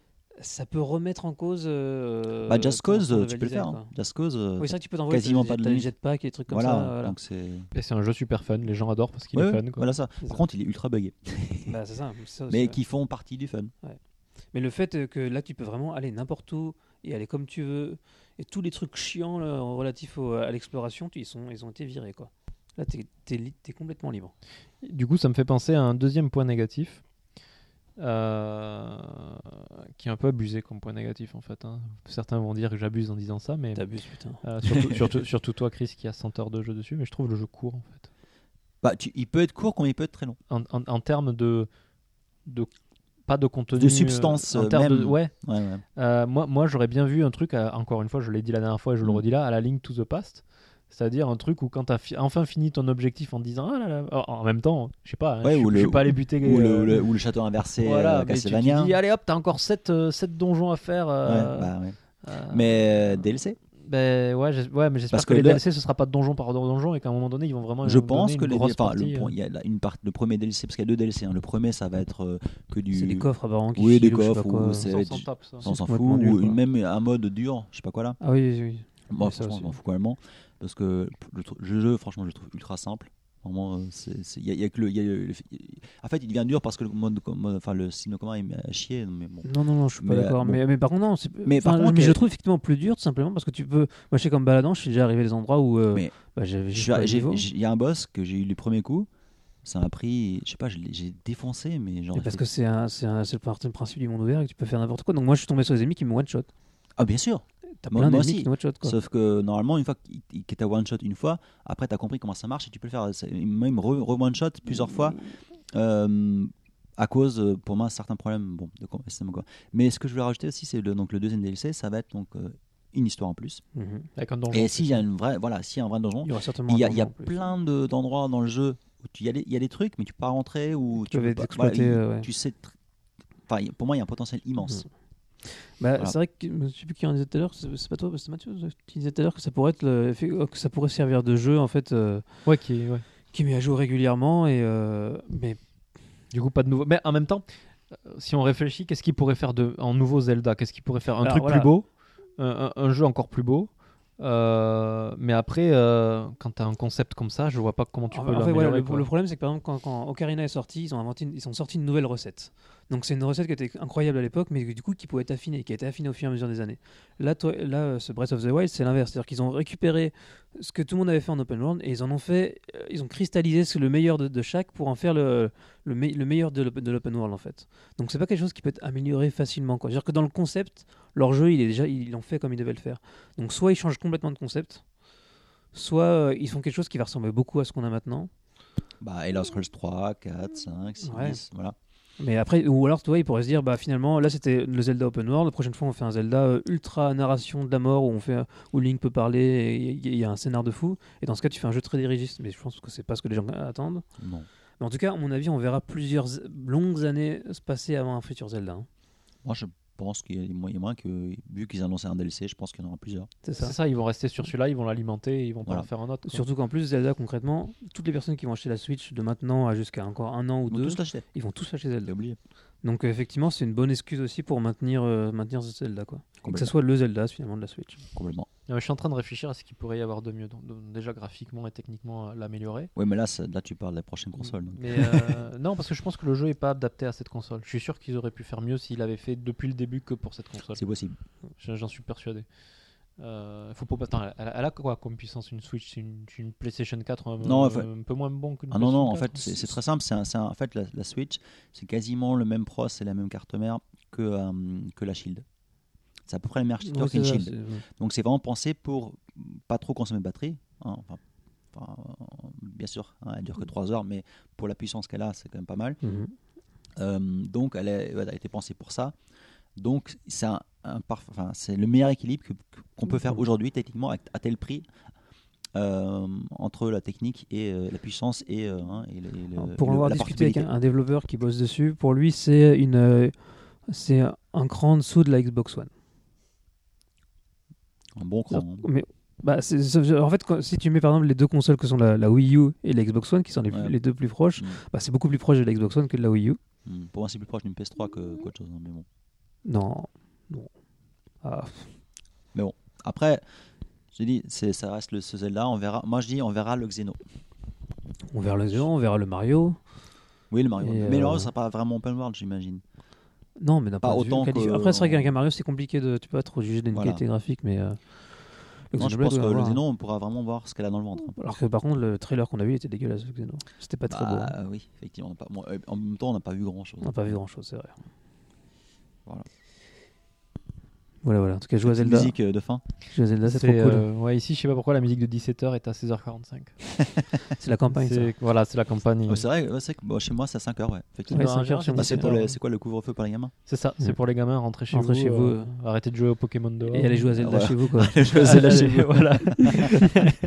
ça peut remettre en cause. euh, Bah, Just comment Cause, on tu le peux le faire. validait, hein. quoi. Just Cause, euh, Oui, c'est vrai que tu peux t'envoyer quasiment t'as- pas de t'as les limite. jetpacks et des trucs comme voilà, ça. voilà. donc c'est. Et c'est un jeu super fun, les gens adorent parce qu'il Ouais, est ouais, fun. quoi. voilà ça. C'est ça. Par contre, il est ultra buggé, Bah, c'est ça, ça, mais c'est- qui font partie du fun. mais le fait euh, que là, tu peux vraiment aller n'importe où et aller comme tu veux, et tous les trucs chiants là, relatifs au- à l'exploration, tu- ils, sont, ils ont été virés. quoi. Là, t'es es, complètement libre. Du coup, ça me fait penser à un deuxième point négatif, euh, qui est un peu abusé comme point négatif en fait. hein. Certains vont dire que j'abuse en disant ça, mais T'abuses, putain. euh, surtout, surtout- surtout toi, Chris, qui a 100 heures de jeu dessus, mais je trouve le jeu court en fait. Bah, tu- il peut être court comme il peut être très long. En, en- en termes de, de. Pas de contenu. De substance, euh, En euh, termes de. même. Ouais. Ouais, ouais. Euh, moi, moi j'aurais bien vu un truc, à- encore une fois, je l'ai dit la dernière fois et je le Mm. redis là, à la ligne to the past. C'est-à-dire un truc où quand t'as fi- enfin fini ton objectif en te disant ah là là, en en même temps, je sais pas, hein, Ouais, je, ou je le- suis pas allé buter Ou, le, euh, ou le- ou le château inversé, voilà, euh, mais tu, tu Castlevania. ah, dis allez hop, t'as encore 7, donjons à faire. euh, Ouais, bah, ouais. euh, ah. Mais euh, DLC. ben, ouais, j'es- ouais, mais j'espère Parce que, que les là- DLC ce sera pas de donjon par donjon et qu'à un moment donné ils vont vraiment. Je euh, nous donner pense que une les grosse enfin, le, partie, euh, point- il y a là une part, le premier DLC, parce qu'il y a deux DLC. hein. Le premier, ça va être euh, que du. C'est des coffres apparemment qui Oui, des filent ou je sais pas coffres, quoi. ou c'est- euh, ça va être sans- sans top, ça. On s'en c'est fout, complètement nul, ou quoi. même un mode dur, je sais pas quoi là. Ah oui, oui, oui. Moi, Mais ça franchement, aussi. je m'en fous quand même. hein, Parce que le, tr- le jeu, franchement, je le trouve ultra simple. Vraiment, euh, c'est- c'est- il y a, il y a que le, il y a le- le- En fait, il devient dur parce que le mode, com- mode- enfin, le système de commande il m'a chier. Mais bon. Non, non, non, je suis pas Mais, euh, d'accord. bon. Mais, mais par contre, non. c'est- Mais enfin, par contre, euh, mais je elle- le trouve effectivement plus dur, tout simplement, parce que tu peux. Moi, je sais comme baladant, je suis déjà arrivé à des endroits où euh, Mais bah, j'avais Je juste suis- pas le j'ai- niveau. j'ai- Il y a un boss que j'ai eu le premier coup. Ça m'a pris, je sais pas, je l'ai- j'ai défoncé, mais genre. Mais parce j'ai que fait- c'est un- c'est un- c'est le parti- le principe du monde ouvert et que tu peux faire n'importe quoi. Donc moi je suis tombé sur des ennemis qui me one shot. Ah, bien sûr! T'as Moi- plein moi d'ennemis aussi. qui me one shot quoi. Sauf que normalement, une fois qu'il qu'il t'a one shot une fois, après t'as compris comment ça marche et tu peux le faire euh, c'est- même re, one shot plusieurs fois euh, à cause euh, pour moi certains problèmes bon de com- système, quoi. Mais ce que je voulais rajouter aussi, c'est le donc le deuxième DLC, ça va être donc euh, une histoire en plus. Mhm. Avec un donjon. Et s'il y a une vraie voilà, s'il y a un vrai donjon, Il y aura certainement. il y a, un il y a donjon en plus. plein de- d'endroits dans le jeu où tu il y a les- il y a des trucs mais tu peux pas rentrer ou peuvent peux être pas- voilà, exploités, il- euh, Mhm. ouais. tu sais tr- enfin il- pour moi il y a un potentiel immense. Bah, Voilà. C'est vrai que je sais plus qui en disait tout à l'heure. C'est c'est pas toi, c'est Mathieu euh, qui disait tout à l'heure que ça pourrait être le- euh, que ça pourrait servir de jeu en fait, euh, Ouais, qui, ouais. qui met à jour régulièrement et euh, mais Du coup, pas de nouveau. Mais en même temps, euh, si on réfléchit, qu'est-ce qu'il pourrait faire de... en nouveau Zelda Qu'est-ce qu'il pourrait faire Un Alors, truc Bah, voilà. plus beau un, un- un jeu encore plus beau euh, mais après, euh, quand t'as un concept comme ça, je vois pas comment tu En- peux en fait, l'améliorer. voilà, le, quoi. le problème, c'est que par exemple, quand, quand Ocarina est sorti, ils ont, inventé une- ils ont sorti une nouvelle recette. Donc, c'est une recette qui était incroyable à l'époque, mais du coup, qui pouvait être affinée, qui a été affinée au fur et à mesure des années. Là, toi- là euh, ce Breath of the Wild, c'est l'inverse. C'est-à-dire qu'ils ont récupéré ce que tout le monde avait fait en open world et ils en ont fait, euh, ils ont cristallisé ce- le meilleur de, de chaque pour en faire le, le, me- le meilleur de l'open de l'open world, en fait. Donc, c'est pas quelque chose qui peut être amélioré facilement. quoi. C'est-à-dire que dans le concept, leur jeu, il est déjà, ils l'ont fait comme ils devaient le faire. Donc, soit ils changent complètement de concept. Soit euh, ils font quelque chose qui va ressembler beaucoup à ce qu'on a maintenant, Bah Elder Scrolls 3, 4, 5, 6, Ouais. voilà. Mais après, ou alors, tu vois, il pourrait se dire, bah finalement, là c'était le Zelda Open World, la prochaine fois on fait un Zelda euh, ultra narration de la mort où on fait où Link peut parler et il y- il y, a un scénar de fou. Et dans ce cas, tu fais un jeu très dirigiste, mais je pense que c'est pas ce que les gens attendent. Non. Mais en tout cas, à mon avis, on verra plusieurs z- longues années se passer avant un futur Zelda. hein. Moi je pense qu'il y a moyen moyens que vu qu'ils annoncent un DLC, je pense qu'il y en aura plusieurs. C'est C'est ça. ça, ils vont rester sur celui-là, ils vont l'alimenter, ils vont Voilà. pas en faire un autre. quoi. Surtout qu'en plus, Zelda, concrètement, toutes les personnes qui vont acheter la Switch de maintenant à jusqu'à encore un an ou Ils vont deux, tous l'acheter. ils vont tous acheter J'ai Zelda. oublié. Donc euh, effectivement, c'est une bonne excuse aussi pour maintenir, euh, maintenir ce Zelda, quoi. Et Que ce Complètement. soit le Zelda, finalement, de la Switch. Complètement. Non, mais je suis en train de réfléchir à ce qu'il pourrait y avoir de mieux. Donc, donc, déjà graphiquement et techniquement à l'améliorer. Oui, mais là, ça- là, tu parles de la prochaine console. donc. Mais euh, non, parce que je pense que le jeu est pas adapté à cette console. Je suis sûr qu'ils auraient pu faire mieux s'ils l'avaient fait depuis le début que pour cette console. C'est possible. J'en j'en suis persuadé. Euh, faut pas... Attends, elle, a- elle a quoi comme puissance une Switch C'est une, une PlayStation 4 un, Non, un- enfin- un peu moins bon qu'une Ah non, non, en PlayStation fait, 4, c'est c'est très simple. C'est un- c'est un- en fait, la, la Switch, c'est quasiment le même pros et la même carte mère que, euh, que la Shield. C'est à peu près la même architecture Ouais, qu'une c'est ça, Shield. c'est- Donc, c'est vraiment pensé pour pas trop consommer de batterie. hein, enfin, enfin, euh, bien sûr, hein, elle dure Mm. que 3 heures, mais pour la puissance qu'elle a, c'est quand même pas mal. Mhm. Euh, donc, elle a, elle a été pensée pour ça. Donc, c'est un, un parf- enfin, c'est le meilleur équilibre que- qu'on peut faire aujourd'hui, techniquement, à, à tel prix, euh, entre la technique et euh, la puissance et, euh, hein, et le- et le- Alors, Ah, pour le- avoir la discuté avec un, portabilité. un développeur qui bosse dessus, pour lui, c'est une, euh, c'est un cran en dessous de la Xbox One. Un bon cran. hein. Mais bah, c'est- c'est- en fait, quand- si tu mets par exemple les deux consoles que sont la, la Wii U et la Xbox One, qui sont les, plus- Ouais. les deux plus proches, Mm. bah, c'est Hmm, beaucoup plus proche de la Xbox One que de la Wii U. Mm. Pour moi, c'est plus proche d'une PS3 que qu'autre chose. hein, mais bon. Non, Bon. Ah, Après, j'ai dit, c'est- ça reste le ce Zelda. On verra. Moi, je dis, on verra le Xeno. on verra le Zéon, on verra le Mario. Oui, le Mario. Et, Mais le euh, Mario, ça sera pas vraiment open world, j'imagine. Non, mais d'un Pas point de vue autant qualifi- que- Après, c'est vrai qu'avec un Mario, c'est compliqué de. Tu peux pas trop juger d'une Voilà. qualité graphique, mais. euh, le Non, je Xenoblade, pense que ouais, le voilà. Xeno, on pourra vraiment voir ce qu'elle a dans le ventre. Alors que par contre, le trailer qu'on a vu était dégueulasse. le Xeno. C'était pas très beau. hein. Bah, oui, effectivement. on a pas- bon, euh, en même temps, on n'a pas vu grand chose. On n'a pas vu grand chose, c'est vrai. Voilà. Voilà, voilà. En tout cas, jouer à Zelda. Musique euh, de fin. Jouer à Zelda, c'est trop C'est, cool. euh, ouais, ici, je sais pas pourquoi la musique de 17h est à 16h45. C'est la campagne. ça. C'est- Voilà, c'est la campagne. Oh, c'est vrai, ouais, c'est que bon, chez moi, c'est à 5h, ouais. Effectivement. Ouais, c'est c'est un cher grave, chez c'est moi, Ah, c'est c'est pour énorme. les- c'est quoi le couvre-feu par les gamins C'est ça, c'est Ouais. pour les gamins, rentrer chez Rentrez vous. chez vous, euh, arrêtez de jouer au Pokémon dehors. Et aller jouer à Zelda Ouais. chez vous, quoi. Je sais, là, j'ai- Ah, voilà.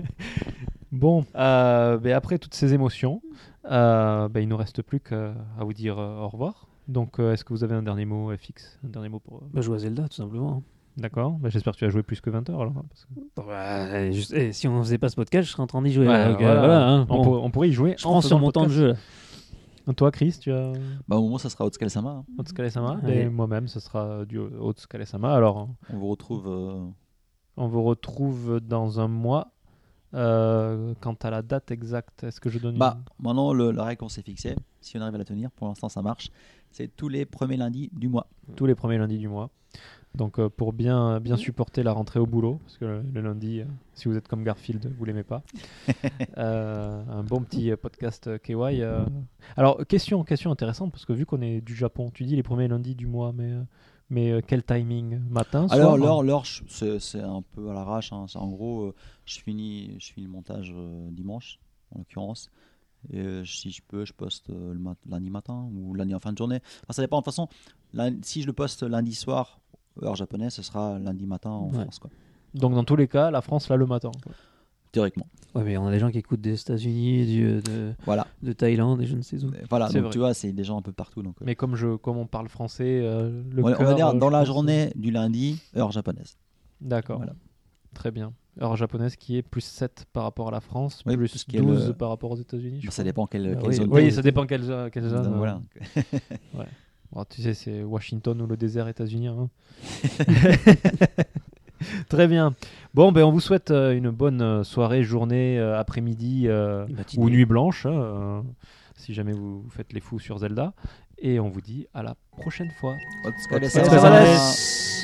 bon, euh, ben après toutes ces émotions, euh, ben il nous reste plus qu'à à vous dire euh, au revoir. Donc, euh, est-ce que vous avez un dernier mot, FX Un dernier mot pour. euh, Bah, jouer à Zelda, tout simplement. hein. D'accord. Ben, J'espère que tu as joué plus que 20 heures. Alors, hein, parce que- Bah, et juste- et si on faisait pas ce podcast, je serais en train d'y jouer. Ouais, donc, euh, voilà. voilà, hein. on, Bon, pour- on pourrait y jouer. Je en prends sur faisant mon le temps de podcast. jeu. là. Toi, Chris, tu as. Bah, au moment, ça sera Otskal Sama. hein. Otskale Sama. Allez. Et moi-même, ce sera du Otskale Sama. Alors, On vous retrouve. euh, on vous retrouve dans un mois. Euh, quant à la date exacte, est-ce que je donne Bah, maintenant, le- la règle qu'on s'est fixée, si on arrive à la tenir, pour l'instant, ça marche. C'est tous les premiers lundis du mois. une- tous les premiers lundis du mois Donc, euh, pour bien, bien supporter la rentrée au boulot, parce que le, le lundi, euh, si vous êtes comme Garfield, vous l'aimez pas. Euh, un bon petit euh, podcast euh, KY. euh. Alors, question, question intéressante, parce que vu qu'on est du Japon, tu dis les premiers lundis du mois, mais, euh, mais euh, quel timing Matin Alors, soir l'heure, l'heure, je- c'est c'est un peu à l'arrache. hein. C'est- En gros, euh, je finis, je finis le montage euh, dimanche, en l'occurrence. Et euh, si je peux, je poste euh, le mat- lundi matin ou lundi en fin de journée. Enfin, ça dépend. De toute façon, lundi- si je le poste lundi soir, heure japonaise, ce sera lundi matin en Ouais. France, quoi. Donc, dans tous les cas, la France, là, le matin. Théoriquement. Ouais, mais on a des gens qui écoutent des États-Unis, du- de, Voilà. de Thaïlande et je ne sais où. Et Voilà. C'est donc, vrai. tu vois, c'est des gens un peu partout. Donc, euh, Mais comme, je, comme on parle français, euh, le on, va- on va cœur, dire euh, dans je la pense- journée du lundi, heure japonaise. D'accord. Voilà. Très bien. Heure japonaise qui est plus 7 par rapport à la France, Oui, plus puisqu'il y a 12 le- par rapport aux États-Unis. je Bah, Ça crois. dépend quelle, Ah quelle oui, zone. oui, Euh, t'es. ça dépend quelle, zo- quelle Donc, zone. euh. voilà. Bon, tu sais, c'est Washington ou le désert états-unien. hein. Très bien. Bon, ben, on vous souhaite euh, une bonne euh, soirée, journée, euh, après-midi euh, ou nuit blanche, hein, euh, si jamais vous vous faites les fous sur Zelda. Et on vous dit à la prochaine fois. Otsukaresama. Otsukaresama. Yes.